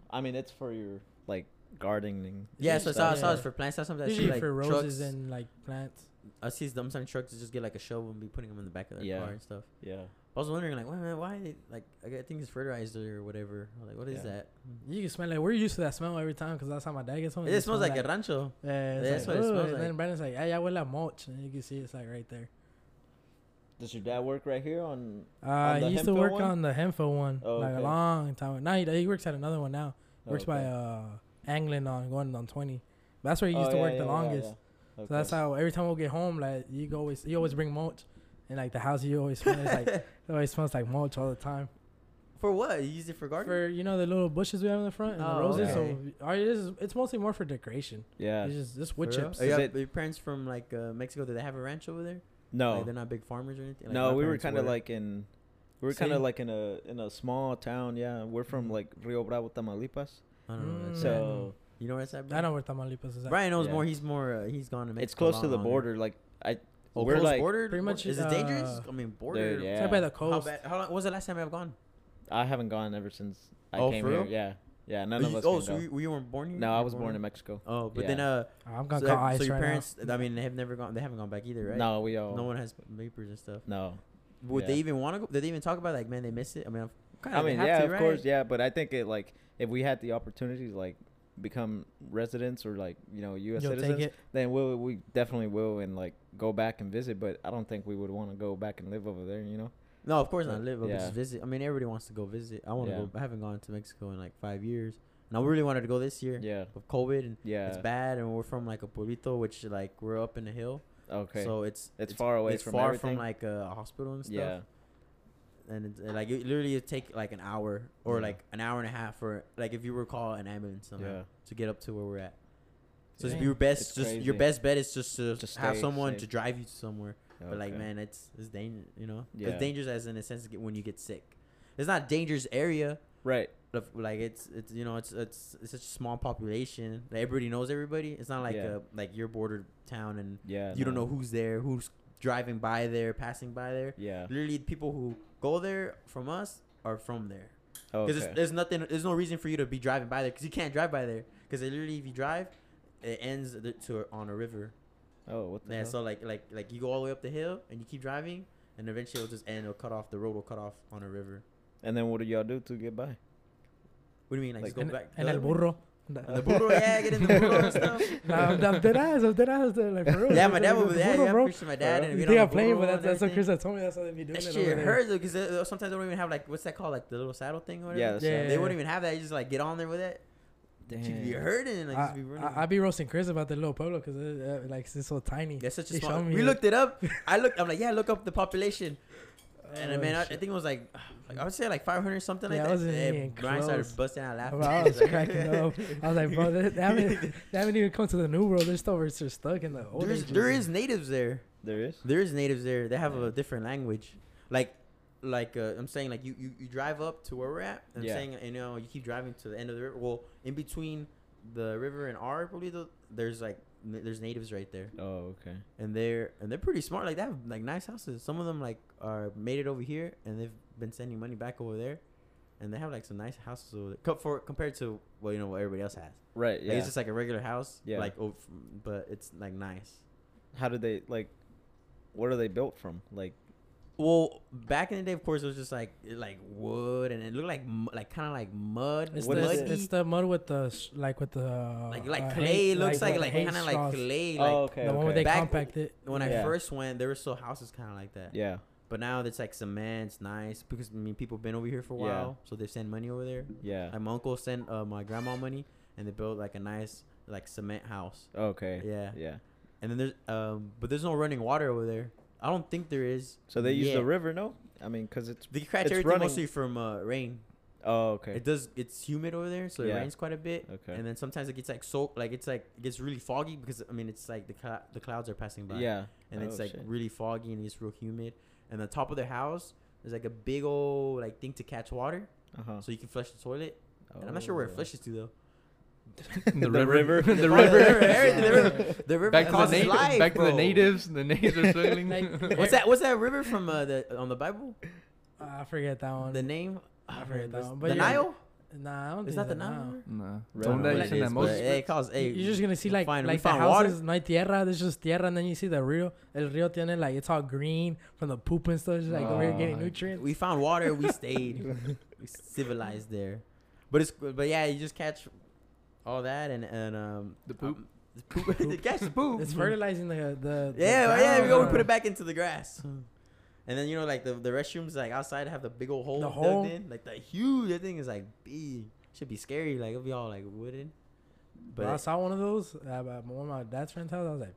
[SPEAKER 4] I mean it's for your like gardening.
[SPEAKER 1] Yeah,
[SPEAKER 4] and
[SPEAKER 1] so I saw, I
[SPEAKER 4] stuff.
[SPEAKER 1] saw
[SPEAKER 2] Yeah.
[SPEAKER 1] it's for plants. I sometimes I see
[SPEAKER 2] Usually
[SPEAKER 1] like
[SPEAKER 2] for
[SPEAKER 1] trucks.
[SPEAKER 2] roses
[SPEAKER 1] And...
[SPEAKER 2] and like plants.
[SPEAKER 1] I see them some trucks just get like a shovel and be putting them in the back of their
[SPEAKER 4] Yeah.
[SPEAKER 1] car and stuff.
[SPEAKER 4] Yeah.
[SPEAKER 1] I was wondering like, why, man, why they, like I g- I think it's fertilizer or whatever. I'm Like, what is
[SPEAKER 4] Yeah.
[SPEAKER 1] that?
[SPEAKER 2] You can smell it. We're used to that smell every time because that's how my dad gets home.
[SPEAKER 1] It, smells like a rancho.
[SPEAKER 2] Yeah,
[SPEAKER 1] Yeah, that's
[SPEAKER 2] it's like,
[SPEAKER 1] what it
[SPEAKER 2] "Ooh,"
[SPEAKER 1] smells
[SPEAKER 2] and
[SPEAKER 1] like.
[SPEAKER 2] then Brandon's like, "Hey, I will have mulch," and you can see it's like right there.
[SPEAKER 4] Does your dad work right here on
[SPEAKER 2] Uh,
[SPEAKER 4] the
[SPEAKER 2] he used to
[SPEAKER 4] Hemphill
[SPEAKER 2] work
[SPEAKER 4] one?
[SPEAKER 2] on the Hemphill one
[SPEAKER 4] Oh,
[SPEAKER 2] like a
[SPEAKER 4] okay.
[SPEAKER 2] long time. Now he, he works at another one now. works
[SPEAKER 1] Oh,
[SPEAKER 2] by
[SPEAKER 4] okay.
[SPEAKER 2] uh Anglin on going on twenty. That's where he
[SPEAKER 4] Oh,
[SPEAKER 2] used to
[SPEAKER 4] yeah,
[SPEAKER 2] work
[SPEAKER 4] yeah,
[SPEAKER 2] the
[SPEAKER 4] yeah,
[SPEAKER 2] longest.
[SPEAKER 4] yeah.
[SPEAKER 2] So that's
[SPEAKER 4] Okay.
[SPEAKER 2] how every time we'll get home, like you go always you always bring mulch, and like the house you always smell is like it always smells like mulch all the time.
[SPEAKER 1] For what? You use it for garden?
[SPEAKER 2] For you know the little bushes we have in the front and
[SPEAKER 1] Oh,
[SPEAKER 2] the roses,
[SPEAKER 1] okay.
[SPEAKER 2] so all it is it's mostly more for decoration.
[SPEAKER 4] Yeah.
[SPEAKER 2] It's just just wood
[SPEAKER 1] For real?
[SPEAKER 2] chips.
[SPEAKER 1] Are you-
[SPEAKER 4] Is it-
[SPEAKER 1] your parents from like uh, Mexico? Do they have a ranch over there? Like,
[SPEAKER 4] No.
[SPEAKER 1] they're not big farmers or anything. Like,
[SPEAKER 4] no,
[SPEAKER 1] my
[SPEAKER 4] we were
[SPEAKER 1] parents
[SPEAKER 4] kind of like in we were kind
[SPEAKER 2] City?
[SPEAKER 4] of like in a in a small town. Yeah, we're from
[SPEAKER 1] Mm-hmm.
[SPEAKER 4] like Rio Bravo, Tamaulipas.
[SPEAKER 1] I don't know. where that's at.
[SPEAKER 2] Mm.
[SPEAKER 4] So
[SPEAKER 1] you know where that's at? bro?
[SPEAKER 2] I know where Tamaulipas is at.
[SPEAKER 1] Brian knows
[SPEAKER 4] Yeah.
[SPEAKER 1] more. He's more. Uh, he's gone to Mexico.
[SPEAKER 4] it's close
[SPEAKER 1] a
[SPEAKER 4] to
[SPEAKER 1] lot
[SPEAKER 4] the
[SPEAKER 1] longer.
[SPEAKER 4] border. Like I,
[SPEAKER 1] Oh,
[SPEAKER 4] we're
[SPEAKER 1] close
[SPEAKER 4] like
[SPEAKER 1] border.
[SPEAKER 2] Pretty much,
[SPEAKER 1] Is it dangerous?
[SPEAKER 2] uh,
[SPEAKER 1] I mean, border.
[SPEAKER 4] dude,
[SPEAKER 1] yeah.
[SPEAKER 2] It's right by
[SPEAKER 4] yeah.
[SPEAKER 2] the
[SPEAKER 1] How
[SPEAKER 2] coast.
[SPEAKER 1] bad? How long? When was the last time I've gone?
[SPEAKER 4] I haven't gone ever since I
[SPEAKER 1] Oh,
[SPEAKER 4] came
[SPEAKER 1] for
[SPEAKER 4] here.
[SPEAKER 1] real?
[SPEAKER 4] Yeah, yeah. None
[SPEAKER 1] Oh,
[SPEAKER 4] of
[SPEAKER 1] you-
[SPEAKER 4] us.
[SPEAKER 1] Oh,
[SPEAKER 4] can
[SPEAKER 1] so
[SPEAKER 4] go.
[SPEAKER 1] you, you weren't born here?
[SPEAKER 4] no,
[SPEAKER 1] You
[SPEAKER 4] I
[SPEAKER 1] were
[SPEAKER 4] was born in Mexico.
[SPEAKER 1] Oh, but
[SPEAKER 4] Yeah.
[SPEAKER 1] then uh, so,
[SPEAKER 2] I'm gonna
[SPEAKER 1] that-
[SPEAKER 2] call ice
[SPEAKER 1] so your
[SPEAKER 2] right
[SPEAKER 1] parents. I mean, they have never gone. They haven't gone back either, right?
[SPEAKER 4] No, we all
[SPEAKER 1] No
[SPEAKER 4] no.
[SPEAKER 1] one has papers and stuff.
[SPEAKER 4] no.
[SPEAKER 1] Would they
[SPEAKER 4] Yeah.
[SPEAKER 1] even want to go? Did they even talk about like, man, they miss it? I mean, kind
[SPEAKER 4] I mean, yeah, of course, yeah. But I think it like if we had the opportunity to like become residents or like you know
[SPEAKER 2] now.
[SPEAKER 4] U.S.
[SPEAKER 2] You'll
[SPEAKER 4] citizens,
[SPEAKER 2] take it.
[SPEAKER 4] then we we definitely will and like go back and visit. But I don't think we would want to go back and live over there. You know?
[SPEAKER 1] No, of course not. Live, but
[SPEAKER 4] Yeah.
[SPEAKER 1] just visit. I mean, everybody wants to go visit. I want to
[SPEAKER 4] Yeah.
[SPEAKER 1] go. I haven't gone to Mexico in like five years, and I really wanted to go this year.
[SPEAKER 4] Yeah.
[SPEAKER 1] Of COVID and
[SPEAKER 4] Yeah.
[SPEAKER 1] it's bad, and we're from like a pueblito, which like we're up in the hill,
[SPEAKER 4] Okay.
[SPEAKER 1] so it's
[SPEAKER 4] It's far away
[SPEAKER 1] It's
[SPEAKER 4] from
[SPEAKER 1] far
[SPEAKER 4] everything.
[SPEAKER 1] from like a hospital and stuff.
[SPEAKER 4] yeah.
[SPEAKER 1] and it's, uh, like it literally would take like an hour or
[SPEAKER 4] Yeah.
[SPEAKER 1] like an hour and a half for like if you were call an ambulance somehow
[SPEAKER 4] Yeah.
[SPEAKER 1] to get up to where we're at. So it's
[SPEAKER 2] Dang.
[SPEAKER 1] your best,
[SPEAKER 4] It's
[SPEAKER 1] just your
[SPEAKER 4] crazy.
[SPEAKER 1] best bet is just to
[SPEAKER 4] Just
[SPEAKER 1] have
[SPEAKER 4] stay
[SPEAKER 1] someone
[SPEAKER 4] safe.
[SPEAKER 1] to drive you to somewhere. But like,
[SPEAKER 4] Okay.
[SPEAKER 1] man, it's it's dangerous, you know.
[SPEAKER 4] Yeah.
[SPEAKER 1] It's dangerous as in a sense get- when you get sick. It's not dangerous area,
[SPEAKER 4] right?
[SPEAKER 1] of, like it's it's you know it's it's, it's such a small population. Like, everybody knows everybody. It's not like
[SPEAKER 4] Yeah.
[SPEAKER 1] a like your border town and
[SPEAKER 4] Yeah.
[SPEAKER 1] you don't
[SPEAKER 4] no.
[SPEAKER 1] know who's there, who's driving by there, passing by there
[SPEAKER 4] Yeah.
[SPEAKER 1] literally the people who go there from us are from there
[SPEAKER 4] Oh,
[SPEAKER 1] because there's nothing there's no reason for you to be driving by there because you can't drive by there because literally if you drive it ends the- to on a river
[SPEAKER 4] oh, what the
[SPEAKER 1] yeah
[SPEAKER 4] hell?
[SPEAKER 1] so like like like you go all the way up the hill and you keep driving and and eventually it'll just end. It'll cut off. The road will cut off on a river.
[SPEAKER 4] And then what do y'all do to get by?
[SPEAKER 1] What do you mean? Like,
[SPEAKER 4] Like-
[SPEAKER 1] just go
[SPEAKER 2] and,
[SPEAKER 1] back.
[SPEAKER 2] and
[SPEAKER 1] the
[SPEAKER 2] el
[SPEAKER 1] other way?
[SPEAKER 2] burro.
[SPEAKER 1] And the burro, yeah, get in the burro and stuff.
[SPEAKER 2] Nah, I'm, I'm dead ass. I'm dead ass. dude, Like, for real.
[SPEAKER 1] Yeah,
[SPEAKER 2] dude,
[SPEAKER 1] my
[SPEAKER 2] like,
[SPEAKER 1] dad
[SPEAKER 2] the
[SPEAKER 1] would. Yeah,
[SPEAKER 2] burro,
[SPEAKER 1] yeah,
[SPEAKER 2] bro.
[SPEAKER 1] preach to my dad. And
[SPEAKER 2] You
[SPEAKER 1] we
[SPEAKER 2] think I'm playing, but that's, that's what Chris had told me. That's what they be doing.
[SPEAKER 1] That
[SPEAKER 2] it
[SPEAKER 1] shit
[SPEAKER 2] over there.
[SPEAKER 1] hurts because sometimes they don't even have like what's that called like the little saddle thing or whatever.
[SPEAKER 4] Yeah, the Yeah.
[SPEAKER 2] saddle.
[SPEAKER 1] they wouldn't even have that. You just like get on there with it. You be
[SPEAKER 4] Damn.
[SPEAKER 1] hurting. Like, just be
[SPEAKER 2] I,
[SPEAKER 1] running.
[SPEAKER 2] I, I be roasting Chris about the little pueblo because uh, like it's so tiny.
[SPEAKER 1] That's such a
[SPEAKER 2] They
[SPEAKER 1] small.
[SPEAKER 2] showed me
[SPEAKER 1] We
[SPEAKER 2] it.
[SPEAKER 1] looked it up. I looked. I'm like, yeah, look up the population. And I
[SPEAKER 2] Oh,
[SPEAKER 1] mean, I, I
[SPEAKER 2] shit.
[SPEAKER 1] think it was like, like I would say like 500 something
[SPEAKER 2] Yeah, I
[SPEAKER 1] like that.
[SPEAKER 2] wasn't
[SPEAKER 1] And
[SPEAKER 2] even
[SPEAKER 1] Brian
[SPEAKER 2] close.
[SPEAKER 1] started busting out laughing.
[SPEAKER 2] Bro, I was cracking up. I was like, bro, they, they haven't, they haven't even come to the new world. They're still we're still stuck in the old.
[SPEAKER 1] There's,
[SPEAKER 2] ages.
[SPEAKER 1] there is natives there.
[SPEAKER 4] There is.
[SPEAKER 1] There is natives there. They have a different language. Like, like uh, I'm saying, like you, you, you drive up to where we're at. I'm
[SPEAKER 4] Yeah.
[SPEAKER 1] saying, you know, you keep driving to the end of the river. Well, in between the river and our, probably the, there's like n- there's natives right there,
[SPEAKER 4] Oh, okay.
[SPEAKER 1] and they're and they're pretty smart. Like they have like nice houses. Some of them like are made it over here, and they've been sending money back over there, and they have like some nice houses over there. Co- For compared to well, you know what everybody else has.
[SPEAKER 4] Right.
[SPEAKER 1] Like,
[SPEAKER 4] Yeah.
[SPEAKER 1] it's just like a regular house.
[SPEAKER 4] Yeah.
[SPEAKER 1] Like, ov- but it's like nice.
[SPEAKER 4] How do they like? What are they built from? Like.
[SPEAKER 1] Well, back in the day, of course, it was just like like wood, and it looked like mu- like kind of like mud,
[SPEAKER 2] It's,
[SPEAKER 4] What
[SPEAKER 2] the,
[SPEAKER 4] is
[SPEAKER 1] muddy,
[SPEAKER 2] it's, it's the mud with the sh- like with the uh,
[SPEAKER 1] like like
[SPEAKER 2] uh,
[SPEAKER 1] clay.
[SPEAKER 2] hay-
[SPEAKER 1] It looks like
[SPEAKER 2] with
[SPEAKER 1] like
[SPEAKER 2] hay
[SPEAKER 1] kind of like
[SPEAKER 2] straws.
[SPEAKER 1] clay. Like
[SPEAKER 4] Oh, okay.
[SPEAKER 2] the one where
[SPEAKER 4] okay.
[SPEAKER 2] they
[SPEAKER 1] Back-
[SPEAKER 2] compact it.
[SPEAKER 1] when
[SPEAKER 4] Yeah.
[SPEAKER 1] I first went, there were still houses kind of like that.
[SPEAKER 4] Yeah.
[SPEAKER 1] But now it's like cement, it's nice because I mean people been over here for a
[SPEAKER 4] Yeah.
[SPEAKER 1] while, so they send money over there.
[SPEAKER 4] Yeah.
[SPEAKER 1] Like, my uncle sent uh, my grandma money, and they built like a nice like cement house.
[SPEAKER 4] okay.
[SPEAKER 1] Yeah,
[SPEAKER 4] Yeah.
[SPEAKER 1] and then there's um, but there's no running water over there. I don't think there is.
[SPEAKER 4] So they use the
[SPEAKER 1] yet.
[SPEAKER 4] river, no? I mean, cause it's.
[SPEAKER 1] They catch
[SPEAKER 4] it's
[SPEAKER 1] everything
[SPEAKER 4] running-
[SPEAKER 1] mostly from uh, rain.
[SPEAKER 4] Oh, okay.
[SPEAKER 1] It does. It's humid over there, so
[SPEAKER 4] Yeah.
[SPEAKER 1] it rains quite a bit.
[SPEAKER 4] Okay.
[SPEAKER 1] And then sometimes it gets like so, like it's like it gets really foggy because I mean it's like the cl- the clouds are passing by.
[SPEAKER 4] yeah.
[SPEAKER 1] And it's
[SPEAKER 4] Oh,
[SPEAKER 1] like
[SPEAKER 4] shit.
[SPEAKER 1] really foggy and it's real humid. And the top of their house there's like a big old like thing to catch water,
[SPEAKER 4] Uh-huh.
[SPEAKER 1] so you can flush the toilet. And I'm not sure where it
[SPEAKER 4] Oh.
[SPEAKER 1] flushes to though.
[SPEAKER 4] The
[SPEAKER 3] the river,
[SPEAKER 4] river.
[SPEAKER 3] the
[SPEAKER 1] Bro,
[SPEAKER 3] river.
[SPEAKER 1] everything, the river, the river
[SPEAKER 3] Back to the
[SPEAKER 1] causes
[SPEAKER 3] natives.
[SPEAKER 1] life,
[SPEAKER 3] Back to the
[SPEAKER 1] bro.
[SPEAKER 3] natives. The natives are sailing.
[SPEAKER 2] Like-
[SPEAKER 1] What's that? What's that river from uh, the on the Bible?
[SPEAKER 2] Uh, I forget that one.
[SPEAKER 1] The name.
[SPEAKER 2] I
[SPEAKER 1] Ah,
[SPEAKER 2] forget that
[SPEAKER 1] was-
[SPEAKER 2] one, but
[SPEAKER 1] The
[SPEAKER 2] yeah.
[SPEAKER 1] Nile.
[SPEAKER 2] nah, I don't
[SPEAKER 1] Is
[SPEAKER 2] think
[SPEAKER 1] that the
[SPEAKER 2] so, nah.
[SPEAKER 1] Nile? river?
[SPEAKER 3] Nah.
[SPEAKER 4] Right.
[SPEAKER 3] Don't that
[SPEAKER 4] know what
[SPEAKER 3] you
[SPEAKER 4] it
[SPEAKER 3] send that
[SPEAKER 4] is,
[SPEAKER 1] but
[SPEAKER 3] Moses?
[SPEAKER 1] it cause-
[SPEAKER 2] You-
[SPEAKER 1] hey,
[SPEAKER 2] You're just gonna see like
[SPEAKER 1] fine, we
[SPEAKER 2] like the
[SPEAKER 1] found water.
[SPEAKER 2] houses, no hay tierra. There's just tierra, and then you see the rio. El rio tiene like it's all green from the poop and stuff. It's like over here
[SPEAKER 3] Oh,
[SPEAKER 2] getting
[SPEAKER 3] like-
[SPEAKER 2] nutrients.
[SPEAKER 1] We found water. We stayed. we civilized there. But it's but yeah, you just catch all that and and um
[SPEAKER 3] The poop?
[SPEAKER 1] um, the poop. you catch the poop.
[SPEAKER 2] It's fertilizing the the. the
[SPEAKER 1] yeah, well, yeah. We go. We
[SPEAKER 2] ground.
[SPEAKER 1] put it back into the grass. And then you know, like the, the restrooms, like outside, have the big old hole
[SPEAKER 2] The
[SPEAKER 1] dug
[SPEAKER 2] hole?
[SPEAKER 1] in, like the huge. That thing is like big. Should be scary. Like it'll be all like wooden.
[SPEAKER 2] But I
[SPEAKER 1] But
[SPEAKER 2] saw one of those at my- one of my dad's friend's house. I was like,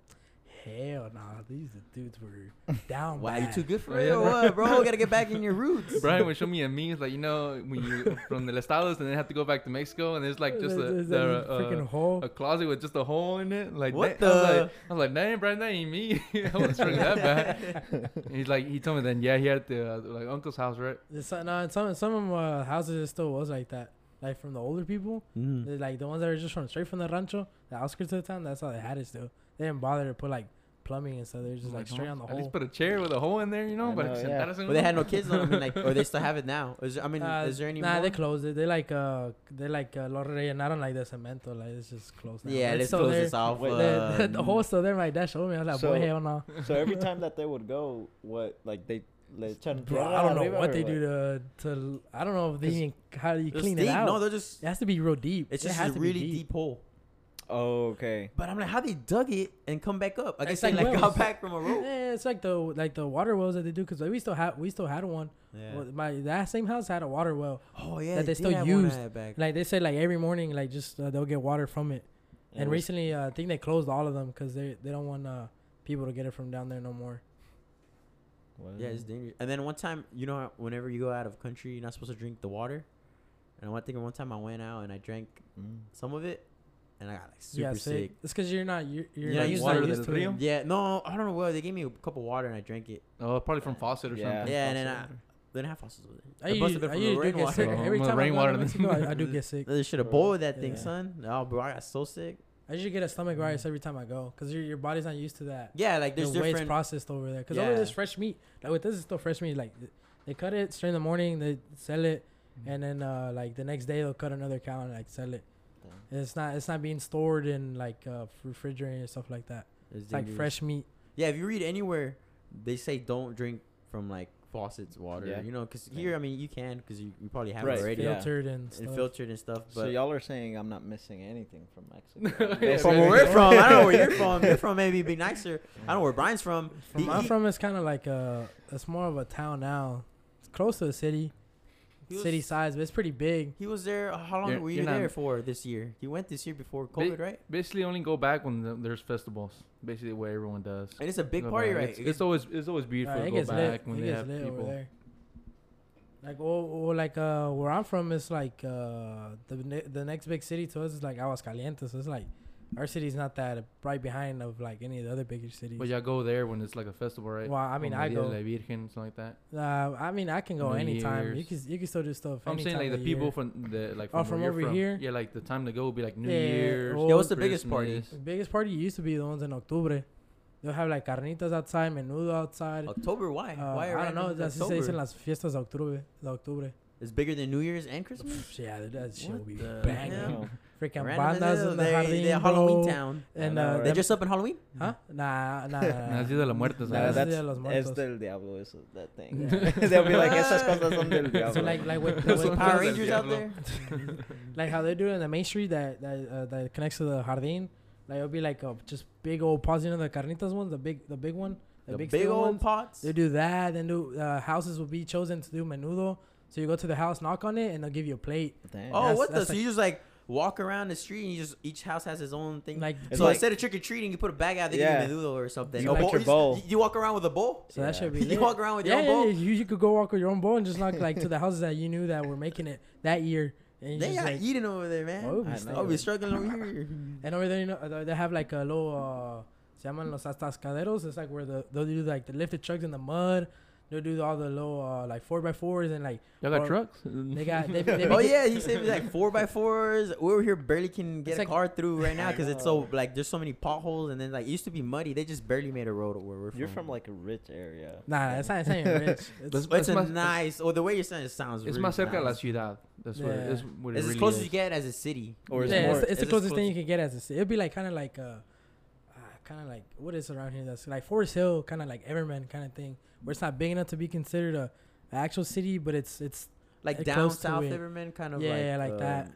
[SPEAKER 2] hell nah, these dudes were down.
[SPEAKER 1] wow, you
[SPEAKER 2] bad."
[SPEAKER 1] too good for
[SPEAKER 3] Oh,
[SPEAKER 1] it,
[SPEAKER 3] yeah,
[SPEAKER 1] or
[SPEAKER 3] bro.
[SPEAKER 1] what, bro? Gotta get back in your roots.
[SPEAKER 3] Brian would show me a meme. It's like you know when you from the Estados and then have to go back to Mexico and there's like just a,
[SPEAKER 2] There's
[SPEAKER 3] the,
[SPEAKER 2] a
[SPEAKER 3] uh,
[SPEAKER 2] freaking hole.
[SPEAKER 3] a closet with just a hole in it. Like
[SPEAKER 1] What
[SPEAKER 3] that- I was
[SPEAKER 1] the-
[SPEAKER 3] like, I was like, damn, Brian, that ain't me. I wasn't struggling that bad. And he's like, he told me then, yeah, he had the uh, like uncle's house, right?
[SPEAKER 2] There's Some, nah, some some of my houses it still was like that. Like from the older people,
[SPEAKER 1] Mm.
[SPEAKER 2] they're like the ones that were just from straight from the rancho, the outskirts of the town. That's how they had it still. They didn't bother to put like plumbing and stuff. They're just
[SPEAKER 3] I'm
[SPEAKER 2] like straight
[SPEAKER 3] "Oh,
[SPEAKER 2] on the
[SPEAKER 3] At least
[SPEAKER 2] hole.
[SPEAKER 3] put a chair with a hole in there, you know.
[SPEAKER 4] I
[SPEAKER 3] But
[SPEAKER 4] know, yeah.
[SPEAKER 1] But they had no kids on them, I mean, like, or they still have it now. Is there, I mean,
[SPEAKER 2] Uh,
[SPEAKER 1] is there any?
[SPEAKER 2] Nah,
[SPEAKER 1] more?
[SPEAKER 2] they closed it. They like uh, they like uh, lo rellenaron like the cemento. Like it's just closed. Now.
[SPEAKER 1] Yeah,
[SPEAKER 2] But
[SPEAKER 1] let's
[SPEAKER 2] it's still
[SPEAKER 1] close
[SPEAKER 2] there.
[SPEAKER 1] this off.
[SPEAKER 4] Wait,
[SPEAKER 2] The,
[SPEAKER 1] uh,
[SPEAKER 2] the, the hole still there. My dad showed me. I was like,
[SPEAKER 4] So-
[SPEAKER 2] boy, hell no.
[SPEAKER 4] so every time that they would go, what like they, they turn.
[SPEAKER 2] Bro, I don't know what they do to to. I don't know if they
[SPEAKER 4] It's-
[SPEAKER 2] even, how do you
[SPEAKER 1] it's
[SPEAKER 2] clean
[SPEAKER 1] deep.
[SPEAKER 2] it out.
[SPEAKER 1] No, they're just.
[SPEAKER 2] it has to be real deep.
[SPEAKER 1] It's
[SPEAKER 2] it
[SPEAKER 1] just
[SPEAKER 2] has
[SPEAKER 1] a
[SPEAKER 2] to
[SPEAKER 1] really
[SPEAKER 2] be
[SPEAKER 1] deep. hole.
[SPEAKER 4] Oh, okay.
[SPEAKER 1] But I'm like, how they dug it and come back up? I
[SPEAKER 2] It's
[SPEAKER 1] guess they
[SPEAKER 2] like
[SPEAKER 1] like
[SPEAKER 2] wells.
[SPEAKER 1] got back from a rope.
[SPEAKER 2] Yeah, it's like the like the water wells that they do because we still have we still had one.
[SPEAKER 1] Yeah.
[SPEAKER 2] Well, My that same house had a water well.
[SPEAKER 1] Oh yeah,
[SPEAKER 2] that they
[SPEAKER 1] did
[SPEAKER 2] still
[SPEAKER 1] have one
[SPEAKER 2] used.
[SPEAKER 1] at Back.
[SPEAKER 2] Like they said, like every morning, like just uh, they'll get water from it. And,
[SPEAKER 4] it was-
[SPEAKER 2] recently, uh, I think they closed all of them because they they don't want uh, people to get it from down there no more.
[SPEAKER 4] what?
[SPEAKER 1] Yeah, it's dangerous. And then one time, you know, how whenever you go out of country, you're not supposed to drink the water. And I think one time I went out and I drank
[SPEAKER 4] Mm.
[SPEAKER 1] some of it, and I got like super
[SPEAKER 2] yeah,
[SPEAKER 1] sick.
[SPEAKER 2] It's because you're not you're you're
[SPEAKER 1] Yeah,
[SPEAKER 2] not
[SPEAKER 1] you
[SPEAKER 2] used,
[SPEAKER 1] water
[SPEAKER 2] not used
[SPEAKER 3] del
[SPEAKER 2] to it.
[SPEAKER 3] rio?
[SPEAKER 1] Yeah, no, I don't know what they gave me a cup of water and I drank it.
[SPEAKER 3] Oh, probably from faucet or
[SPEAKER 4] Yeah.
[SPEAKER 3] something.
[SPEAKER 1] Yeah, and then uh, I they didn't have faucets with it.
[SPEAKER 2] I
[SPEAKER 1] It must have
[SPEAKER 2] usually,
[SPEAKER 1] been
[SPEAKER 2] I
[SPEAKER 1] from the
[SPEAKER 2] usually do get
[SPEAKER 1] rainwater.
[SPEAKER 2] sick.
[SPEAKER 3] Oh,
[SPEAKER 2] Every
[SPEAKER 3] my
[SPEAKER 2] time I go out to
[SPEAKER 3] rainwater.
[SPEAKER 2] Mexico, I, I do get sick.
[SPEAKER 1] They should have boiled that thing,
[SPEAKER 2] Yeah.
[SPEAKER 1] son. Oh, bro, I got so sick.
[SPEAKER 2] I usually get a stomach virus every time I go because your, your body's not used to that.
[SPEAKER 1] Yeah, like
[SPEAKER 2] There's
[SPEAKER 1] there's
[SPEAKER 2] the way it's
[SPEAKER 1] different.
[SPEAKER 2] processed over there because over there's
[SPEAKER 1] Yeah.
[SPEAKER 2] fresh meat. Like with this, is still fresh meat. Like th- they cut it straight in the morning, they sell it, and then uh, like the next day they'll cut another cow and like sell it. And it's not it's not being stored in like uh, refrigerator and stuff like that.
[SPEAKER 1] It's
[SPEAKER 2] It's like
[SPEAKER 1] dangerous.
[SPEAKER 2] fresh meat.
[SPEAKER 1] Yeah, if you read anywhere, they say don't drink from like faucets, water.
[SPEAKER 4] Yeah.
[SPEAKER 1] You know, because
[SPEAKER 4] Yeah.
[SPEAKER 1] here, I mean, you can because you, you probably have
[SPEAKER 4] Right.
[SPEAKER 1] it already
[SPEAKER 4] Yeah.
[SPEAKER 2] filtered and
[SPEAKER 1] and
[SPEAKER 2] stuff.
[SPEAKER 1] filtered and stuff. But
[SPEAKER 4] so y'all are saying I'm not missing anything from Mexico.
[SPEAKER 3] Yeah,
[SPEAKER 1] from where we're from, I don't know where you're from. You're from maybe be nicer. I don't know where Brian's from.
[SPEAKER 2] From
[SPEAKER 1] He-
[SPEAKER 2] I'm
[SPEAKER 1] he-
[SPEAKER 2] from, it's kind of like a. It's more of a town now. It's close to the city,
[SPEAKER 1] He was-
[SPEAKER 2] city size, but it's pretty big.
[SPEAKER 1] He was there. uh, How long
[SPEAKER 3] You're-
[SPEAKER 1] were you
[SPEAKER 3] you're not-
[SPEAKER 1] there for this year? You went this year before
[SPEAKER 3] Ba-
[SPEAKER 1] COVID, right?
[SPEAKER 3] Basically, only go back when the, there's festivals. Basically, what everyone does.
[SPEAKER 1] And it's a big
[SPEAKER 3] Go
[SPEAKER 1] party,
[SPEAKER 3] back.
[SPEAKER 1] right?
[SPEAKER 3] It's, it's always it's always beautiful
[SPEAKER 2] Nah,
[SPEAKER 3] to
[SPEAKER 2] it
[SPEAKER 3] go
[SPEAKER 2] gets lit.
[SPEAKER 3] back when
[SPEAKER 2] it
[SPEAKER 3] they
[SPEAKER 2] gets
[SPEAKER 3] have
[SPEAKER 2] lit over
[SPEAKER 3] people.
[SPEAKER 2] there. Like or, or like uh, where I'm from is like uh, the ne- the next big city to us is like Aguascalientes. So it's like our city's not that right behind of like any of the other bigger cities.
[SPEAKER 3] But y'all go there when it's like a festival, right?
[SPEAKER 2] Well, I
[SPEAKER 3] Or
[SPEAKER 2] mean, I
[SPEAKER 3] Maria de
[SPEAKER 2] go.
[SPEAKER 3] La Virgen, something like that.
[SPEAKER 2] Uh, I mean, I can go
[SPEAKER 3] New
[SPEAKER 2] anytime. You
[SPEAKER 3] Year's.
[SPEAKER 2] can you can still do stuff.
[SPEAKER 3] I'm saying like
[SPEAKER 2] anytime
[SPEAKER 3] the
[SPEAKER 2] of year.
[SPEAKER 3] people from the like
[SPEAKER 2] Oh,
[SPEAKER 3] from,
[SPEAKER 2] from
[SPEAKER 3] where
[SPEAKER 2] over
[SPEAKER 3] you're from.
[SPEAKER 2] here?
[SPEAKER 3] Yeah, like the time to go would be like New
[SPEAKER 2] Yeah,
[SPEAKER 3] Year's.
[SPEAKER 2] well-
[SPEAKER 1] Yeah, what's the biggest party?
[SPEAKER 2] The
[SPEAKER 3] Christmas.
[SPEAKER 2] biggest party used to be the ones in Octubre. They'll have like carnitas outside, menudo outside.
[SPEAKER 1] October. Why?
[SPEAKER 2] Uh,
[SPEAKER 1] why
[SPEAKER 2] I don't know.
[SPEAKER 1] random
[SPEAKER 2] That's just it's in
[SPEAKER 1] October?
[SPEAKER 2] las fiestas de octubre. De octubre.
[SPEAKER 1] It's bigger than New Year's and Christmas.
[SPEAKER 2] Pff, yeah, dude, that shit
[SPEAKER 1] What
[SPEAKER 2] will be
[SPEAKER 1] the
[SPEAKER 2] banging.
[SPEAKER 1] hell?
[SPEAKER 2] Freaking
[SPEAKER 1] Random as
[SPEAKER 2] bandas
[SPEAKER 1] hell.
[SPEAKER 2] in the
[SPEAKER 1] They-
[SPEAKER 2] jardín,
[SPEAKER 1] they're
[SPEAKER 2] bro.
[SPEAKER 1] Halloween town.
[SPEAKER 2] And
[SPEAKER 4] I know,
[SPEAKER 2] uh,
[SPEAKER 4] right?
[SPEAKER 1] They dress up in Halloween.
[SPEAKER 2] huh? ¿Ah? Nah, nah. nah, nah.
[SPEAKER 3] That's de la Muertos,
[SPEAKER 2] Nah,
[SPEAKER 4] Nah,
[SPEAKER 3] right?
[SPEAKER 2] that's
[SPEAKER 4] that's
[SPEAKER 2] Día de los
[SPEAKER 4] es
[SPEAKER 2] Muertos.
[SPEAKER 4] del diablo eso, that thing.
[SPEAKER 2] Yeah.
[SPEAKER 4] They'll be like, esas cosas son del diablo.
[SPEAKER 2] So like, like with,
[SPEAKER 3] That's
[SPEAKER 2] with
[SPEAKER 3] what
[SPEAKER 1] Power
[SPEAKER 3] Del
[SPEAKER 1] Rangers out
[SPEAKER 3] Diablo.
[SPEAKER 1] there.
[SPEAKER 2] like how they do it in the main street that that, uh, that connects to the jardín. Like it'll be like a just big old pause. You know the carnitas ones, the big the big one, the,
[SPEAKER 1] The big,
[SPEAKER 2] steel
[SPEAKER 1] old
[SPEAKER 2] ones.
[SPEAKER 1] pots.
[SPEAKER 2] They do that. Then do uh, houses will be chosen to do menudo. So you go to the house, knock on it, and they'll give you a plate.
[SPEAKER 4] Damn.
[SPEAKER 1] Oh,
[SPEAKER 2] That's-
[SPEAKER 1] what the?
[SPEAKER 2] that's
[SPEAKER 1] So
[SPEAKER 2] like-
[SPEAKER 1] you just like walk around the street and you just each house has its own thing.
[SPEAKER 2] Like
[SPEAKER 4] It's
[SPEAKER 1] so
[SPEAKER 4] like-
[SPEAKER 1] instead of trick or treating, you put a bag out, they
[SPEAKER 4] Yeah.
[SPEAKER 1] give you menudo or something.
[SPEAKER 4] You
[SPEAKER 1] A
[SPEAKER 2] like
[SPEAKER 1] bowl-
[SPEAKER 4] your
[SPEAKER 1] just-
[SPEAKER 4] bowl.
[SPEAKER 1] you walk around with a bowl.
[SPEAKER 2] so that
[SPEAKER 4] Yeah.
[SPEAKER 2] should be
[SPEAKER 1] You
[SPEAKER 2] lit.
[SPEAKER 1] walk around with your
[SPEAKER 2] yeah,
[SPEAKER 1] own
[SPEAKER 2] yeah,
[SPEAKER 1] bowl.
[SPEAKER 2] yeah. You, you could go walk with your own bowl and just knock like to the houses that you knew that were making it that year. And you
[SPEAKER 1] They
[SPEAKER 2] just,
[SPEAKER 1] not
[SPEAKER 2] like,
[SPEAKER 1] eating over there, man.
[SPEAKER 2] "Oh, we'll be
[SPEAKER 4] I know.
[SPEAKER 2] staying
[SPEAKER 1] I'll be
[SPEAKER 2] there."
[SPEAKER 1] struggling over here.
[SPEAKER 2] And over there, you know, uh, they have like a little, uh, se llaman los atascaderos. It's like where the they'll do like the lifted trucks in the mud. They'll do all the little uh, like four by fours and like
[SPEAKER 3] Y'all got
[SPEAKER 2] Or-
[SPEAKER 3] trucks?
[SPEAKER 2] they got they, they
[SPEAKER 1] oh
[SPEAKER 2] be-
[SPEAKER 1] yeah, he said like four by fours. We over here barely can get
[SPEAKER 2] It's
[SPEAKER 1] a
[SPEAKER 2] like-
[SPEAKER 1] car through right now
[SPEAKER 4] I
[SPEAKER 1] because it's
[SPEAKER 4] know.
[SPEAKER 1] so like there's so many potholes and then like it used to be muddy. They just barely made a road where we're from.
[SPEAKER 4] You're from like a rich area.
[SPEAKER 2] Nah, nah, it's not, it's not even rich. It's,
[SPEAKER 3] Let's-
[SPEAKER 1] But it's
[SPEAKER 3] It's
[SPEAKER 1] a
[SPEAKER 3] más-
[SPEAKER 1] nice. Well, the way you're saying it sounds.
[SPEAKER 3] It's
[SPEAKER 1] really
[SPEAKER 3] más cerca de la
[SPEAKER 1] nice.
[SPEAKER 3] ciudad. That's
[SPEAKER 2] Yeah.
[SPEAKER 3] what it, it's what it
[SPEAKER 1] It's
[SPEAKER 3] really
[SPEAKER 1] as close
[SPEAKER 3] is.
[SPEAKER 1] as you get as a city.
[SPEAKER 4] Or it's
[SPEAKER 2] yeah,
[SPEAKER 4] more-
[SPEAKER 2] it's, it's the
[SPEAKER 1] as
[SPEAKER 2] closest thing
[SPEAKER 1] close-
[SPEAKER 2] you can get as a city. It'd be like kind of like uh, uh kind of like what is around here that's like Forest Hill, kind of like Everman kind of thing, where it's not big enough to be considered a, a actual city, but it's it's
[SPEAKER 1] like
[SPEAKER 2] Like
[SPEAKER 1] down
[SPEAKER 2] close to
[SPEAKER 1] south
[SPEAKER 2] it.
[SPEAKER 1] Everman kind of
[SPEAKER 2] Yeah,
[SPEAKER 1] like uh,
[SPEAKER 2] yeah, like that.